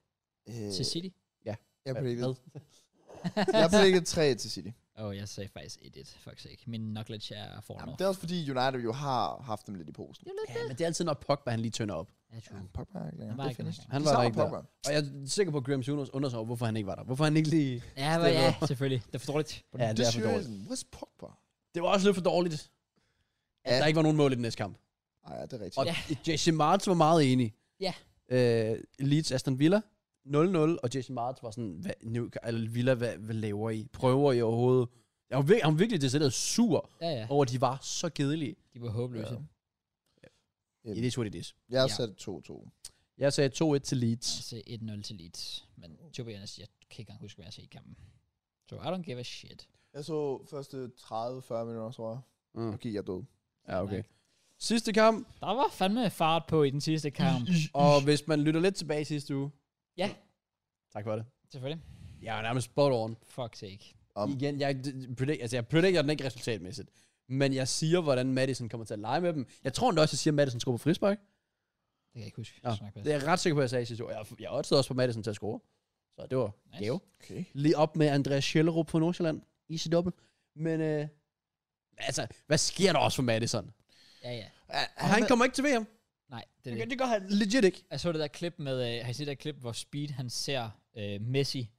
4-1.
Øh,
til City?
jeg
Hvad?
predicted. jeg predicted 3 til City.
<laughs> Åh, oh, jeg sagde faktisk 1-1. Fuck sake. Min knowledge er for
Jamen,
noget.
det er også fordi United jo har haft dem lidt i posen.
Det er lidt
Ja, men det er altid, når Pogba han lige tønder op.
Ja,
Ja,
true.
Pogba er ikke længere.
Han var
Det
ikke
findes.
længere.
Han
De
var der
savner
ikke der.
Pogba.
Og jeg er sikker på, at Graham Jonas undrer sig over, hvorfor han ikke var der. Hvorfor han ikke lige...
Ja, men, ja, selvfølgelig. Det er for dårligt.
Ja, det
Det
er for
siger jeg
dårligt.
sådan, Where's Pogba?
Det var også lidt for dårligt, at
Ja.
der ikke var nogen mål i den næste kamp.
Ej, ja, det er rigtigt.
Og
Ja.
ja. Jesse Martz var meget enig.
Ja.
Øh, Leeds Aston Villa 0-0, og Jesse Martz var sådan, hvad, nu, eller Villa, hvad, hvad laver I? Prøver I overhovedet? Jeg var, vir- han var virkelig decideret sur
Ja, ja.
over, at de var så kedelige.
De var håbløse.
Ja.
Ja, det er sort, det is.
Jeg har
Ja.
sat 2-2.
Jeg sagde 2-1 til Leeds.
Altså 1-0 til Leeds. Men to be honest, jeg kan ikke engang huske, hvad jeg sagde i kampen. So I don't give a shit.
Jeg så første 30-40 minutter, tror jeg.
Mm.
Nu gik jeg død.
Ja, okay. Sidste kamp,
Der var fandme fart på i den sidste kamp.
og hvis man lytter lidt tilbage i sidste uge.
Ja.
Tak for det.
Selvfølgelig.
Jeg var nærmest spot on.
Fuck sake.
Om.
Igen, jeg, d- predict, altså jeg predicter den ikke resultatmæssigt. Men jeg siger, hvordan Madison kommer til at lege med dem. Jeg tror endda også, jeg siger, at Madison skruer på frispark.
Det kan jeg ikke huske.
Ja,
Jeg snakker
det er jeg ret sikker på, at jeg sagde i sidste år. Jeg, jeg oddsede også på Madison til at score. Så det var
Nice.
nice. gave.
Okay.
Lige op med Andreas Schellerup på Nordsjælland. Easy double. Men øh, altså, hvad sker der også for Madison?
Ja, ja.
Han,
Han, han kommer ikke til VM.
Nej, det er
Det,
det.
det gør han legit ikke.
Jeg så det der klip med, øh, har I set det der klip, hvor Speed han ser øh, Messi,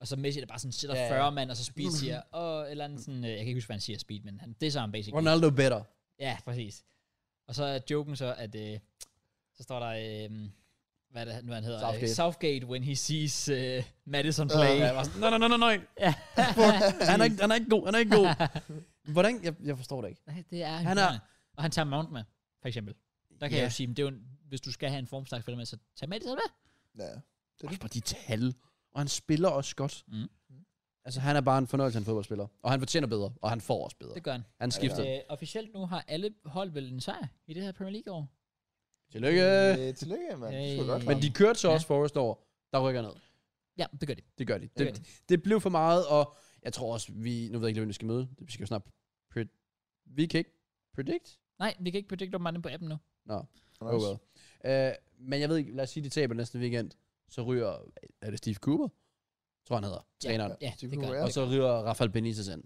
og så Messi der bare sådan sætter
Ja,
ja,
ja.
40 mand, og så Speed siger, åh, et eller andet sådan, øh, jeg kan ikke huske, hvad han siger Speed, men han, det er så ham basically.
Ronaldo better.
Ja, præcis. Og så er joken så, at øh, så står der, øh, hvad er det nu han hedder?
Southgate.
Øh, Southgate when he sees øh, Madison
Ja,
play.
Ja, jeg var sådan, nej, nej, nej, nej, nej. <laughs>
Ja.
han, er ikke, han er ikke god, han er ikke god. Hvordan? Jeg, jeg forstår det ikke.
Nej, det er
Han
han
er-
er, Og han tager Mount med, for eksempel. Der kan
Ja.
jeg jo sige, men det er jo en, hvis du skal have en formstark spiller med, så tag Madison med.
Ja.
Også bare de tal. Og han spiller også godt.
Mm.
Mm. Altså, han er bare en fornøjelse af en fodboldspiller. Og han fortjener bedre, og han får også bedre.
Det gør han.
Han skifter.
Øh, officielt nu har alle hold vel en sejr i det her Premier League år.
Tillykke.
Øh, tillykke, mand. Det skulle
Hey.
godt
Men
klare.
de kørte så
Ja.
også Forrest over. Der rykker ned.
Ja, det gør det.
Det gør de.
Det
Det,
gør de.
det blev for meget, og jeg tror også, vi... Nu ved jeg ikke, hvem vi skal møde. Vi skal jo snart... Pre- vi kan ikke predict?
Nej, vi kan ikke predict, om man er på appen nu.
Han er
Oh
også-
well. Uh, men jeg ved ikke, lad os sige, de taber næste weekend. Så ryger... Er det Steve Cooper? Tror han hedder. Træneren.
Ja,
de
det
kunne
gør
være-
det.
Og så ryger Rafael Benitez ind.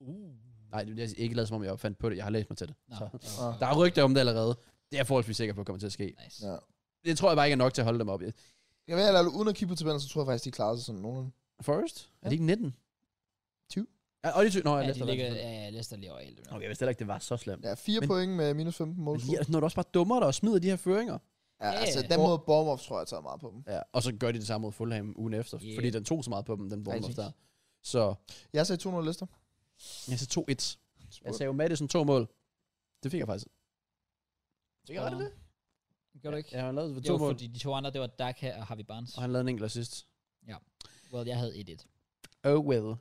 Uh.
Nej, det- jeg er ikke lavet som om, jeg opfandt på det. Jeg har læst mig til det.
Nå,
Så. Ah.
okay.
Der er rygter om det allerede. Det er jeg forholdsvis sikker på, kommer til at ske.
Nice.
Ja.
Det tror jeg bare ikke er nok til at holde dem op.
Jeg ved heller, uden at kigge på tabellen, så tror jeg faktisk, de klarede sig sådan nogenlunde.
Forrest? Er det ikke 19?
20?
Ja, og de 20. Nå, jeg
Ja,
læste
de
det.
ligger, ja, ja, Leicester lige over alt. det der.
Okay, jeg vidste heller ikke, det var så slemt.
Ja, 4
Men-
point med minus 15 mål.
Men Altså, de er, når du også bare dummer dig og smider de her føringer.
Ja,
Ja,
altså,
ja.
den måde Bournemouth, tror jeg, tager meget på dem.
Ja, og så gør de det samme mod Fulham ugen efter,
Yeah.
yeah. fordi den tog så meget på dem, den Bournemouth der. Så
Jeg sagde 2-0 Leicester.
jeg sagde 2-1. Jeg sagde jo Madison to mål. Det fik jeg faktisk. Fik jeg ret i det?
Gjorde du ikke?
Ja, han lavede
Jo,
to mål,
fordi de to andre, det var Daka og Harvey Barnes.
og han lavede en enkelt assist.
Well, jeg havde 1-1.
Oh well.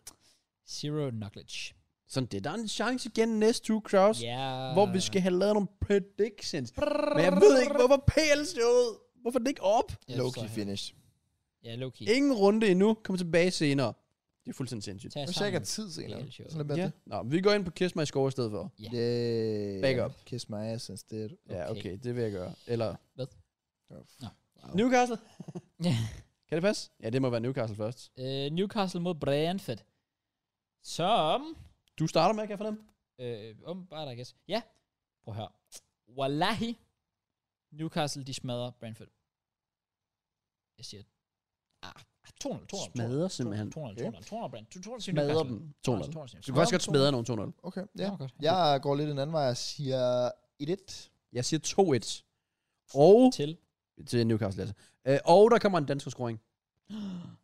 Zero knowledge.
Sådan det. Der er en chance igen næste uge, Kraus.
Ja.
hvor vi skal have lavet nogle predictions. Men jeg ved ikke, hvorfor PL står ud. Hvorfor er det ikke op?
Ja,
Low-key
så-
finish.
Ja, low-key.
Ingen runde endnu. Kom tilbage senere. Det er fuldstændig sindssygt.
Tag
Nu
os
tjekker
sammen.
jeg tid senere.
Real show.
Sådan lidt bedre.
Ja. Nå, vi går ind på Kiss My Score i stedet for.
Ja.
Yeah.
Back up.
Kiss my ass instead.
Ja,
Okay.
okay. Det vil jeg gøre. Eller...
Hvad?
Nå.
Wow. Newcastle. <laughs> kan det passe? Ja, det må være Newcastle først.
Øh, Newcastle mod Brentford. Som...
Du starter med, kan jeg fornemme?
Øh, om bare der, guess. Ja. Prøv at høre. Wallahi. Newcastle, de smadrer Brentford. Jeg siger... Ah, 200, 200.
Smadrer simpelthen.
200, 200, 200, 200, 200,
Smadrer dem. 200. Du kan også godt smadre nogen 2-0.
Okay,
Ja,
ja.
godt.
Jeg går lidt en anden vej og siger 1-1.
Jeg siger 2-1. Og
Til
til Newcastle, altså. Øh, og der kommer en dansk scoring.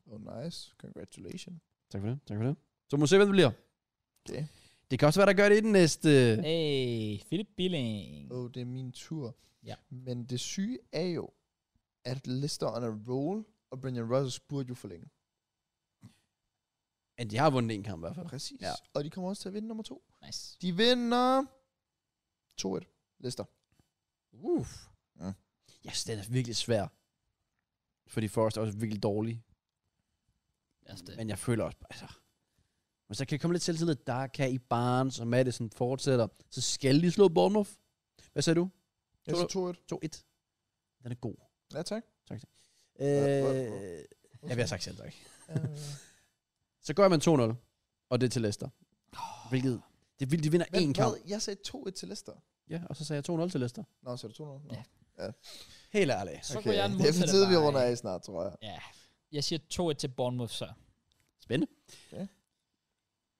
Oh, nice. Congratulations.
Tak for det, tak for det. Så må vi se, hvem det bliver.
Det.
Det kan også være, der gør det i den næste.
Hey, Philip Billing.
Oh, det er min tur.
Mm. Ja.
Men det syge er jo, at Lister on a roll, og Brendan Rodgers burde jo forlænge.
Ja, de har vundet en kamp i hvert fald.
Præcis.
Ja.
Ja. Og de kommer også til at vinde nummer to.
Nice.
De vinder 2-1. Lister.
Uff.
Ja.
Ja, yes, den er virkelig svær. Fordi Forrest er også virkelig dårlig.
Altså det.
Men jeg føler også, altså... Hvis der kan komme lidt selvtillid, der kan i Barnes og Madison fortsætter, så skal de slå Bournemouth. Hvad sagde du?
Jeg
To-
så 2-1.
2-1. Den er god.
Ja, tak.
Øh,
hvor-
jeg vil have sagt selv, tak.
Øh,
Så gør man 2-0, og det er til Leicester. Hvilket, det er vildt, de vinder
Men
én kamp.
hvad? Jeg sagde 2-1 til Lister.
Ja, og så sagde jeg 2-0 til Leicester.
Nå, så er det 2-0. Nå.
Ja.
Helt ærligt.
Så går jeg den
det er for
modsatte
tid, vi
vej.
runder af snart, tror jeg.
Ja. Jeg siger 2-1 til Bournemouth, så.
Spændende.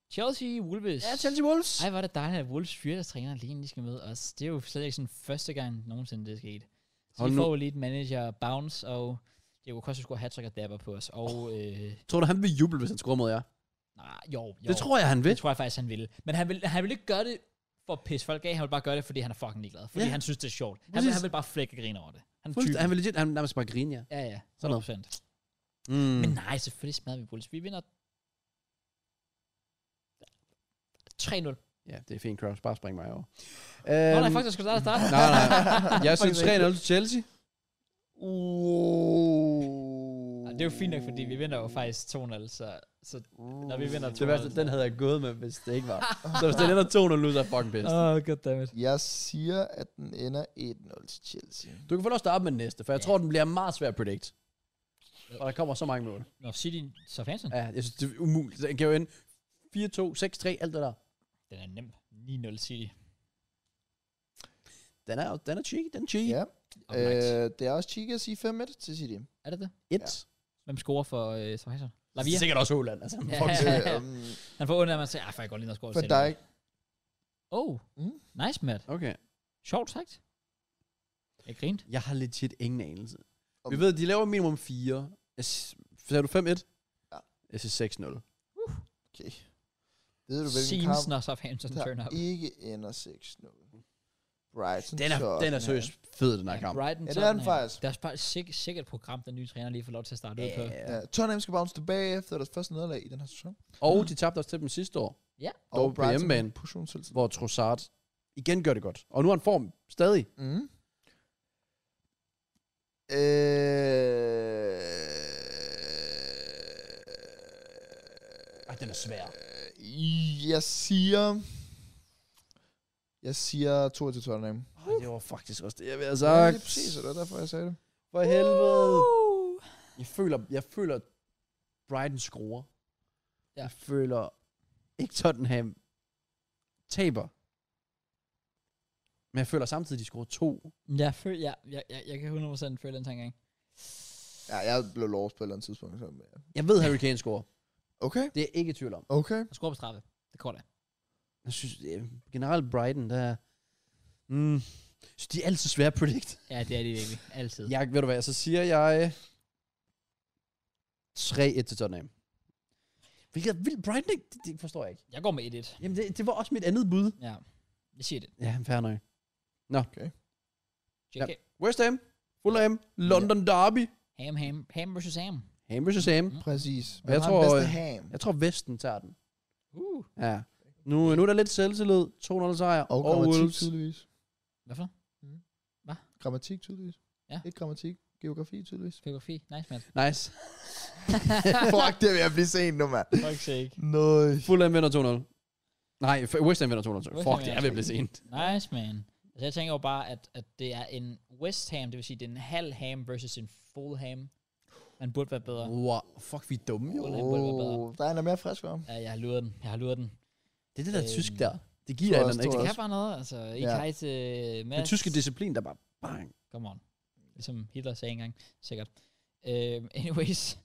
Chelsea Wolves.
Ja, Chelsea Wolves.
Ej, hvor er det dejligt, at Wolves fyrer deres træner lige inden de skal møde os. Det er jo slet ikke sådan første gang nogensinde, det er sket. Så
Hold
vi
nu.
får jo lige et manager bounce, og Diego Costa skulle have hat og dapper på os. Og, øh,
Tror du, han vil juble, hvis han scorer mod jer?
nej, jo, jo.
Det tror jeg, han vil.
det tror jeg faktisk, han ville. Men han ville, han ville ikke gøre det for at pisse folk af. Han ville bare gøre det, fordi han er fucking ligeglad. Fordi
Ja.
ja. han synes, det er sjovt. Han,
Præcis.
vil, han vil bare flække og grine over det. Han er
Fuldst-
typen.
Han vil legit, han nærmest bare grine jer.
Ja, ja.
Sådan noget.
100%. Sådan
Mm.
Men nej, selvfølgelig smadrer vi Wolves. Vi vinder 3-0.
Ja, det er fint, Kraus. Bare spring mig over.
Nå,
Øhm,
nej, faktisk, jeg skulle starte starte.
nej, nej.
<laughs>
Jeg synes 3-0 til Chelsea.
Uh.
Ej, Det er jo fint nok, fordi vi vinder jo faktisk 2-0, så, så når vi vinder 2-0...
Det værste, den havde jeg gået med, hvis det
<laughs>
ikke var. så hvis den ender 2-0 ud, så er jeg fucking bedst.
Åh, oh, goddammit.
Jeg siger, at den ender 1-0 til Chelsea.
Du kan få lov at starte med den næste, for jeg
Ja.
tror, den bliver meget svær at predict. Og der kommer så mange mål.
Nå, City, Southampton,
Ja, jeg synes, det er umuligt. Den kan jo ende 4-2, 6-3, alt det der.
den er nem. 9-0 City.
Den er, den er cheeky, den er cheeky.
Ja.
Oh, øh,
Øh, det er også cheeky at sige 5-1 til City.
er det det?
Et.
Hvem scorer for øh, Southampton? Lavia.
Sikkert også Holland. Altså,
Ja.
fuck.
<laughs>
Øh, um,
Han får ondt af, at man siger, ah, for jeg går lige ned og scorer.
for
selv."
dig.
Oh,
Mm.
nice, Matt.
Okay.
Sjovt sagt. Jeg grinte.
Jeg har legit ingen anelse.
Om-
Vi ved, at de laver minimum 4. Jeg s- Sagde du 5-1?
Ja.
Jeg siger 6-0.
Okay. Ved du, hvilken
Scenes,
kamp
når Southampton turn
der
up.
ikke ender 6-0? Brighton
Den er, den er seriøst fed, den her
Ja,
kamp.
Brighton,
Ja, det er den
Tottenham.
faktisk.
Det er faktisk sik- sikkert et program, den nye træner lige får lov til at starte ud på.
Ja.
Ja, Tottenham skal bounce tilbage efter deres første nederlag i den her sæson.
Og de tabte også til dem sidste år,
Og
Dog på hjemmebane.
pusher hun selv.
hvor Trossard igen gør det godt. Og nu har han form stadig.
Mm. Øh...
Ej, den er svær.
Jeg siger... Jeg siger 2 til Tottenham.
Ej, det var faktisk også det, jeg ville have
Ja,
sagt.
det er præcis, og det var derfor, jeg sagde det.
For helvede. Jeg føler, jeg føler Brighton skruer.
Ja.
Jeg føler ikke Tottenham taber. Men jeg føler samtidig, de scorer to.
Jeg, føl, jeg, jeg, jeg, jeg kan 100% føle den tankegang.
Ja, jeg blev lost på et eller andet tidspunkt. Så. ja.
Jeg ved, Harry Kane scorer.
Okay,
Det er jeg ikke i tvivl om.
okay.
Jeg scorer på straffe. Det går da.
Jeg synes, øh, generelt Brighton, der... Mm, jeg synes, de er altid svære at predict.
Ja, det er det virkelig. Altid. Ja.
Jeg, ved du hvad, så siger jeg... 3-1 til Tottenham. Hvilket er vildt Brighton, ikke? Det, det forstår jeg ikke.
Jeg går med 1-1.
Jamen, det, det var også mit andet bud.
Ja. Jeg siger det.
Ja, fair nok.
JK.
West Ham, Fulham, London Derby.
Ham, ham. Ham versus ham.
Ham versus Ham.
Præcis. Hvem
jeg
har
tror,
den bedste
øh,
ham?
Jeg tror, Vesten tager den.
Uh.
Ja. Nu, nu er der lidt selvtillid. 2-0 sejr.
Og
Og, og
grammatik
Wolves.
tydeligvis.
Hvorfor?
Grammatik tydeligvis.
Ja.
Ikke grammatik. Geografi <laughs> tydeligvis.
Geografi. Nice, mand.
Nice.
Fuck, det vil jeg blive sent nu, mand.
Fuck sake.
Nøj.
Fulham vinder 2-0. Nej, f- West Ham vinder 2-0. sorry.
West
Fuck,
Ham
det
vinder
er ved at blive sent.
Nice, man. Altså, jeg tænker jo bare, at, at det er en West Ham, det vil sige, det er en halv ham versus en full ham. Man burde være bedre.
Wow. Fuck, vi er dumme, jo.
Fulham burde være bedre.
Oh, der er en, der er mere frisk, hva'?
Ja, jeg har luret den. Jeg har luret den.
Det er det der
Øhm,
tysk der. Det giver
tror
en
også,
anden ekstra.
Det
tror
kan bare noget, altså. I ja.
Ja.
kan ikke uh,
Den tyske disciplin, der bare bang.
Come on. Ligesom Hitler sagde engang, sikkert. Uh, <laughs> anyways.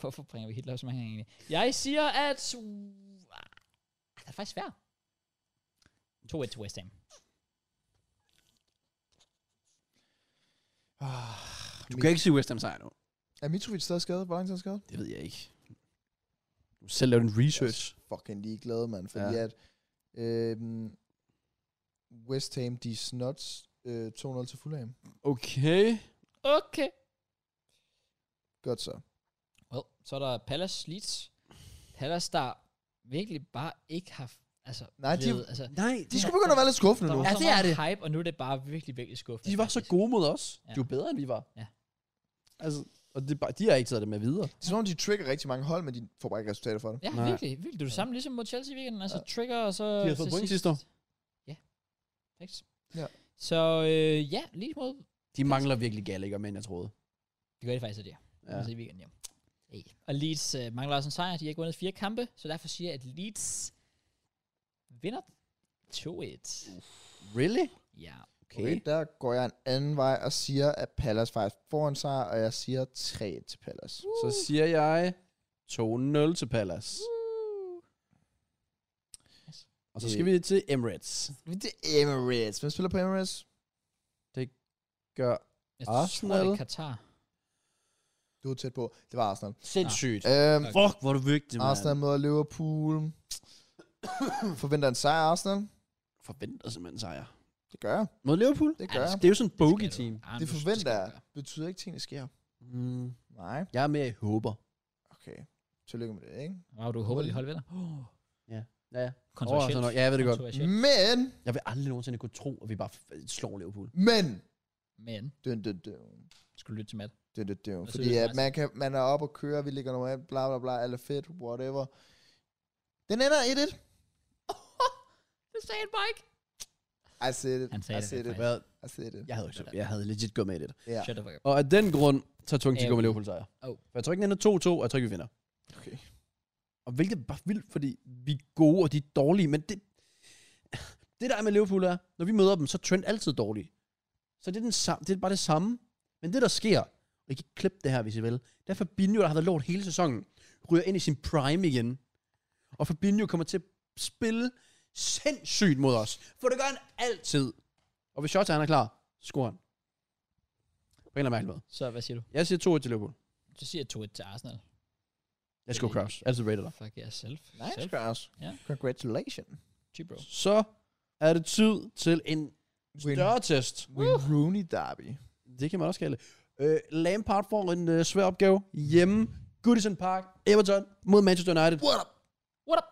Hvorfor bringer vi Hitler op så mange gange egentlig? Jeg siger, at... Ah, Det er faktisk svært. 2-1 til West Ham.
Ah.
Du kan ikke sige West Ham sejr nu.
Er Mitrovic stadig skadet? Hvor lang tid er han skadet?
Det ved jeg ikke. Du selv lave din research.
Fucking ligeglad, mand. Fordi
Ja.
ja. at øhm, West Ham, de snots øh, 2-0 til Fulham.
Okay.
Okay.
Godt så.
Well, så er der Palace Leeds. Palace, der virkelig bare ikke har... Altså,
Nej, de-
blevet- altså,
Nej,
De skulle begynde at være lidt skuffende
der
nu.
var
Ja,
så
det
meget
er det.
hype, og nu er det bare virkelig, virkelig skuffende.
De var så
faktisk.
gode mod os.
Ja.
De var bedre, end vi var.
Ja.
Altså, og det, er bare- de har ikke taget det med videre.
Det er som om, de trigger rigtig mange hold, men de får bare ikke resultater for det.
Ja,
Nej.
virkelig, virkelig. Du er det samme ligesom mod Chelsea i weekenden. Altså,
Ja.
trigger, og så...
De har fået
til
point
sidst.
sidste år.
Ja. Thanks.
Ja.
Så øh, ja, lige mod...
De mangler virkelig Gallagher, men jeg troede.
Det gør det faktisk, at det er.
Ja.
Altså i weekenden, ja. Hey. Og Leeds øh, mangler også en sejr. De har ikke vundet fire kampe, så derfor siger jeg, at Leeds vinder
Uh.
2-1.
Really?
Ja.
Okay. okay. Der går jeg en anden vej og siger, at Palace faktisk får en sejr, og jeg siger 3 til Palace.
Så siger jeg 2-0 til Palace.
Yes.
Og så skal vi til Emirates.
Men det er Emirates. Hvem spiller på Emirates?
Gør
Jeg tror,
Arsenal.
det er Katar.
Du er tæt på. Det var Arsenal.
sindssygt.
Øhm,
Okay.
Ah. Fuck, hvor er du vigtig, mand.
Arsenal møder Liverpool. Forventer en sejr, Arsenal.
Forventer simpelthen sejr.
Det gør jeg.
Mod Liverpool?
Ja,
Det gør
det
jeg.
Det er jo sådan en
skal du.
bogey-team.
Ah, men
Det
du-
forventer
skal
jeg.
du gøre.
Betyder ikke, at tingene sker.
Mm.
Nej.
Jeg er mere i <gasps> håber.
Okay. Tillykke med det, ikke?
Wow, du håber, de holder ved dig.
Ja, ja.
Kontroversielt.
Overraskende nok. Ja, jeg ved det godt.
Kontroversielt.
Men,
Jeg vil aldrig nogensinde kunne tro, at vi bare f- slår Liverpool.
men,
Men,
dun, dun, dun.
skal du lytte til Matt?
Det, det, det.
så
Fordi
lyder det
at man, kan, man er op og kører, vi ligger nummer 1, bla bla bla, alt er fedt, whatever. Den ender 1-1.
<laughs> Det sagde han bare ikke.
I said it.
Han sagde
I
det,
said it.
faktisk.
Hvad?
I said it.
Jeg havde, ikke- jeg havde legit gået med i det.
Ja.
Shut the fuck up.
Og af den grund, så tror jeg ikke, de
Ja,
går med
okay.
Liverpool sejr.
Oh.
For jeg tror ikke, den ender 2-2, og jeg tror ikke, vi vinder.
Okay.
Og hvilket er bare vildt, fordi vi er gode, og de er dårlige, men det... Det der er med Liverpool er, når vi møder dem, så er Trent altid dårlig. Så det er, den samme, det er bare det samme. Men det, der sker, og I kan klippe det her, hvis I vil, det er Fabinho, der har været lort hele sæsonen, ryger ind i sin prime igen. Og Fabinho kommer til at spille sindssygt mod os. For det gør han altid. Og hvis Shota, han er klar, scorer han. På en eller anden mærkelig måde.
Så hvad siger du?
Jeg siger 2-1 til Liverpool.
Så siger jeg 2-1 til Arsenal.
Let's go, Kraus. Altid rated dig.
Fuck jer selv.
Nice,
Selv.
Kraus.
Ja.
Congratulations.
Cheap, bro.
Så er det tid til en
Win.
større test.
Win Rooney Derby.
Det kan man også kalde det. øh, Lampard får en øh, svær opgave hjemme. Goodison Park, Everton mod Manchester United.
What up?
What up?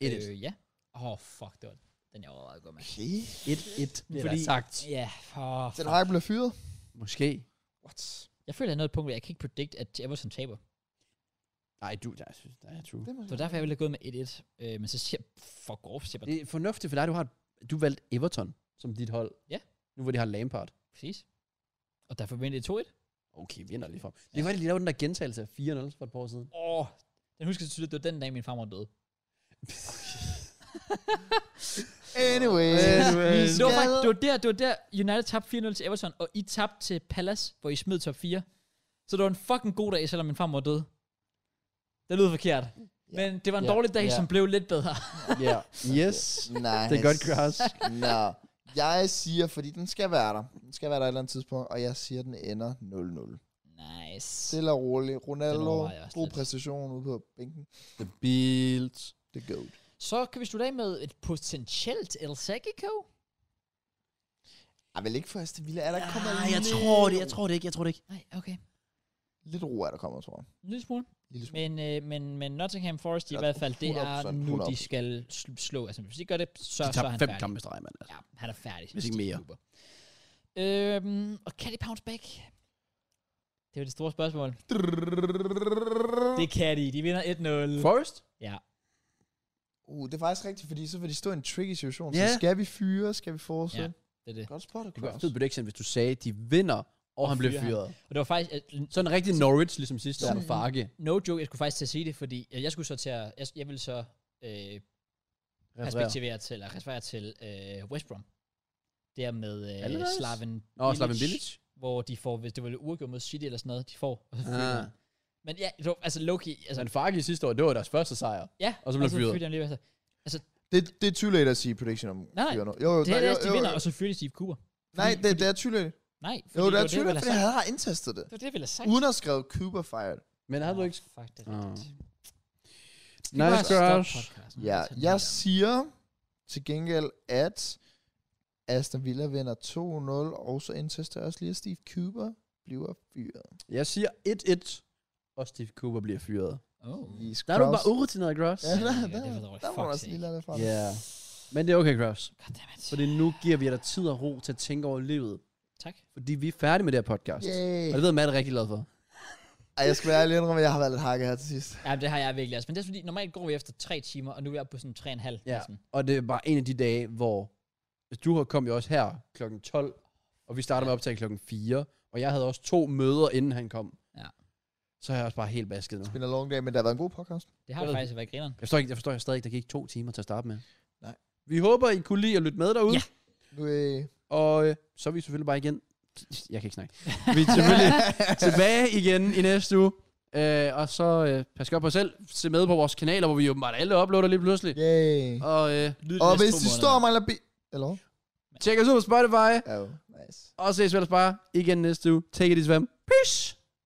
It is.
Øh, ja. Åh, oh, fuck, det var den, jeg overvejede at gå med.
Okay.
1-1.
Det er
Fordi,
da
sagt.
Ja, for...
Den har ikke blevet fyret.
Måske.
What?
Jeg føler, at jeg nåede et punkt, hvor jeg kan ikke predict, at Everton taber.
Nej, du, der, der er true.
Det må
Det var derfor, jeg ville have gået med 1-1. Øh, men så siger jeg, fuck off, siger jeg bare,
Det er fornuftigt for dig, du har du valgte Everton som dit hold.
Ja.
Nu hvor de har Lampard.
præcis. Og derfor vinder jeg 2-1.
Okay, vinder lige frem. Det var, de lavede den der gentagelse af 4-0 for et par år
<laughs>
siden.
Åh, den husker jeg tydeligt, det var den dag, min farmor døde.
Anyway.
Anyway.
Øh, Det var, faktisk, det var der, det var der, United tabte 4-0 til Everton, og I tabte til Palace, hvor I smed top 4. Så det var en fucking god dag, selvom min farmor døde. Det lyder forkert. Men det var en
Ja.
dårlig dag,
Ja.
som blev lidt bedre.
Ja. Yes.
Nice.
Det er godt, Kraus.
Nå. Jeg siger, fordi den skal være der. Den skal være der et eller andet tidspunkt, og jeg siger, den ender 0-0.
Nice.
Stille og roligt. Ronaldo,
overvejer jeg også
god
lidt.
præstation ude på bænken.
The Bills.
Det er goat.
Så kan vi slutte af med et potentielt El Sagico.
Jeg vil ikke først, det ville er der kommer
Ah, jeg
lidt-
tror det, jeg tror det ikke, jeg tror det ikke.
Nej, okay.
Lidt ro er der kommer, tror jeg.
En lille smule.
Lille smule.
Men, øh, men, men Nottingham Forest i
Ja,
hvert fald, det er
100%,
nu, de
100%.
skal sl- slå. Altså, hvis de gør det, så,
De
så er
tabte
han
fem
færdig.
kampe i streg, mand.
Ja, han er færdig.
Hvis ikke
Det er
mere.
Super. Øhm, og kan de pounce back? Det er jo det store spørgsmål. Det kan de. De vinder 1-0.
Forrest?
Ja.
Uh, det er faktisk rigtigt, fordi så vil de stå i en tricky situation.
Ja.
Så skal vi fyre, skal vi fortsætte?
Det er det.
Godt spottet,
Det var
Kraus.
fed prediction, hvis du sagde, at de vinder, og, og han blev
fyrer ham.
fyret.
Og det var faktisk... øh,
Sådan en rigtig Norwich, ligesom sidste år med
Sådan-
Farke.
No joke, jeg skulle faktisk til at sige det, fordi øh, jeg skulle så til at... Jeg, jeg ville så øh, perspektivere til, eller referere til øh, West Brom. Der med øh,
Allardyce?
Slaven
Nå, Slaven Village.
hvor de får, hvis det var lidt uafgjort mod City eller sådan noget, de får. Og så fyrer
Ah.
han. Men ja, det var- altså Loki, altså,
Men Farke sidste år, det var deres første sejr.
ja,
og så blev fyret.
fyrer de ham lige, altså,
Det, det er tydeligt at sige prediction om
Nej,
fyre nu. Jo, jo,
det er
jo,
deres, de
jo,
vinder,
jo.
og så fyrer de Steve Cooper.
Nej,
fordi-
det, det er tydeligt.
Nej,
Jo, det
var
er tydeligt,
ville
fordi
have
han
sagt.
havde indtastet det.
Det var det, jeg ville have sagt.
Uden at skrive Cooper Fire.
Men havde du
Åh,
ikke...
Fuck, det er
Ah.
rigtigt. Skal vi
Nice
bare stoppe
girls.
podcasten?
Ja,
Sådan
jeg
der.
siger til gengæld, at Aston Villa vinder 2-0, og så indtaster jeg også lige, at Steve Cooper bliver fyret.
Jeg siger 1-1, og Steve Cooper bliver fyret.
Oh.
He's
Der er du
crossed.
bare urutineret, Gross.
Ja, der,
Ja,
der,
det var
der,
dårligt.
der må man
Fuck's
også lige
sake.
lade det fra.
Ja. Men det er okay, Gross.
Goddammit.
Fordi nu giver vi dig tid og ro til at tænke over livet.
Tak.
Fordi vi er færdige med det her podcast.
Yay.
Og det ved Matt rigtig glad for.
Ej, jeg skal være ærlig indrømme, at jeg har været lidt hakket her til sidst.
Ja, det har jeg virkelig også. Men det er fordi, normalt går vi efter tre timer, og nu er vi oppe på sådan tre og en halv.
Ja.
næsten.
Og det er bare en af de dage, hvor altså, du har kom jo også her klokken 12, og vi starter med at optage klokken 4, og jeg havde også to møder, inden han kom.
Ja.
Så er jeg også bare helt basket nu.
Det er en long dag, men det har været en god podcast.
Det har
Jeg
det
ved
faktisk været grineren.
Jeg forstår, ikke, jeg forstår jeg stadig ikke, der gik to timer til at starte med.
Nej.
Vi håber, I kunne lide at lytte med derude.
Ja.
Nu, øh,
Og øh, så er vi selvfølgelig bare igen. Jeg kan ikke snakke. Vi er
<laughs>
selvfølgelig tilbage igen i næste uge. Øh, og så øh, pas godt på jer selv. Se med på vores kanaler, hvor vi åbenbart alle uploader lige pludselig.
yay.
Og øh, lyd
Og
næste
hvis
to
de
måneder.
står og mangler bi... Eller hvad?
tjek os ud på Spotify.
Ja, jo. nice.
Og ses vel bare igen næste uge. Take it easy, fam. Peace!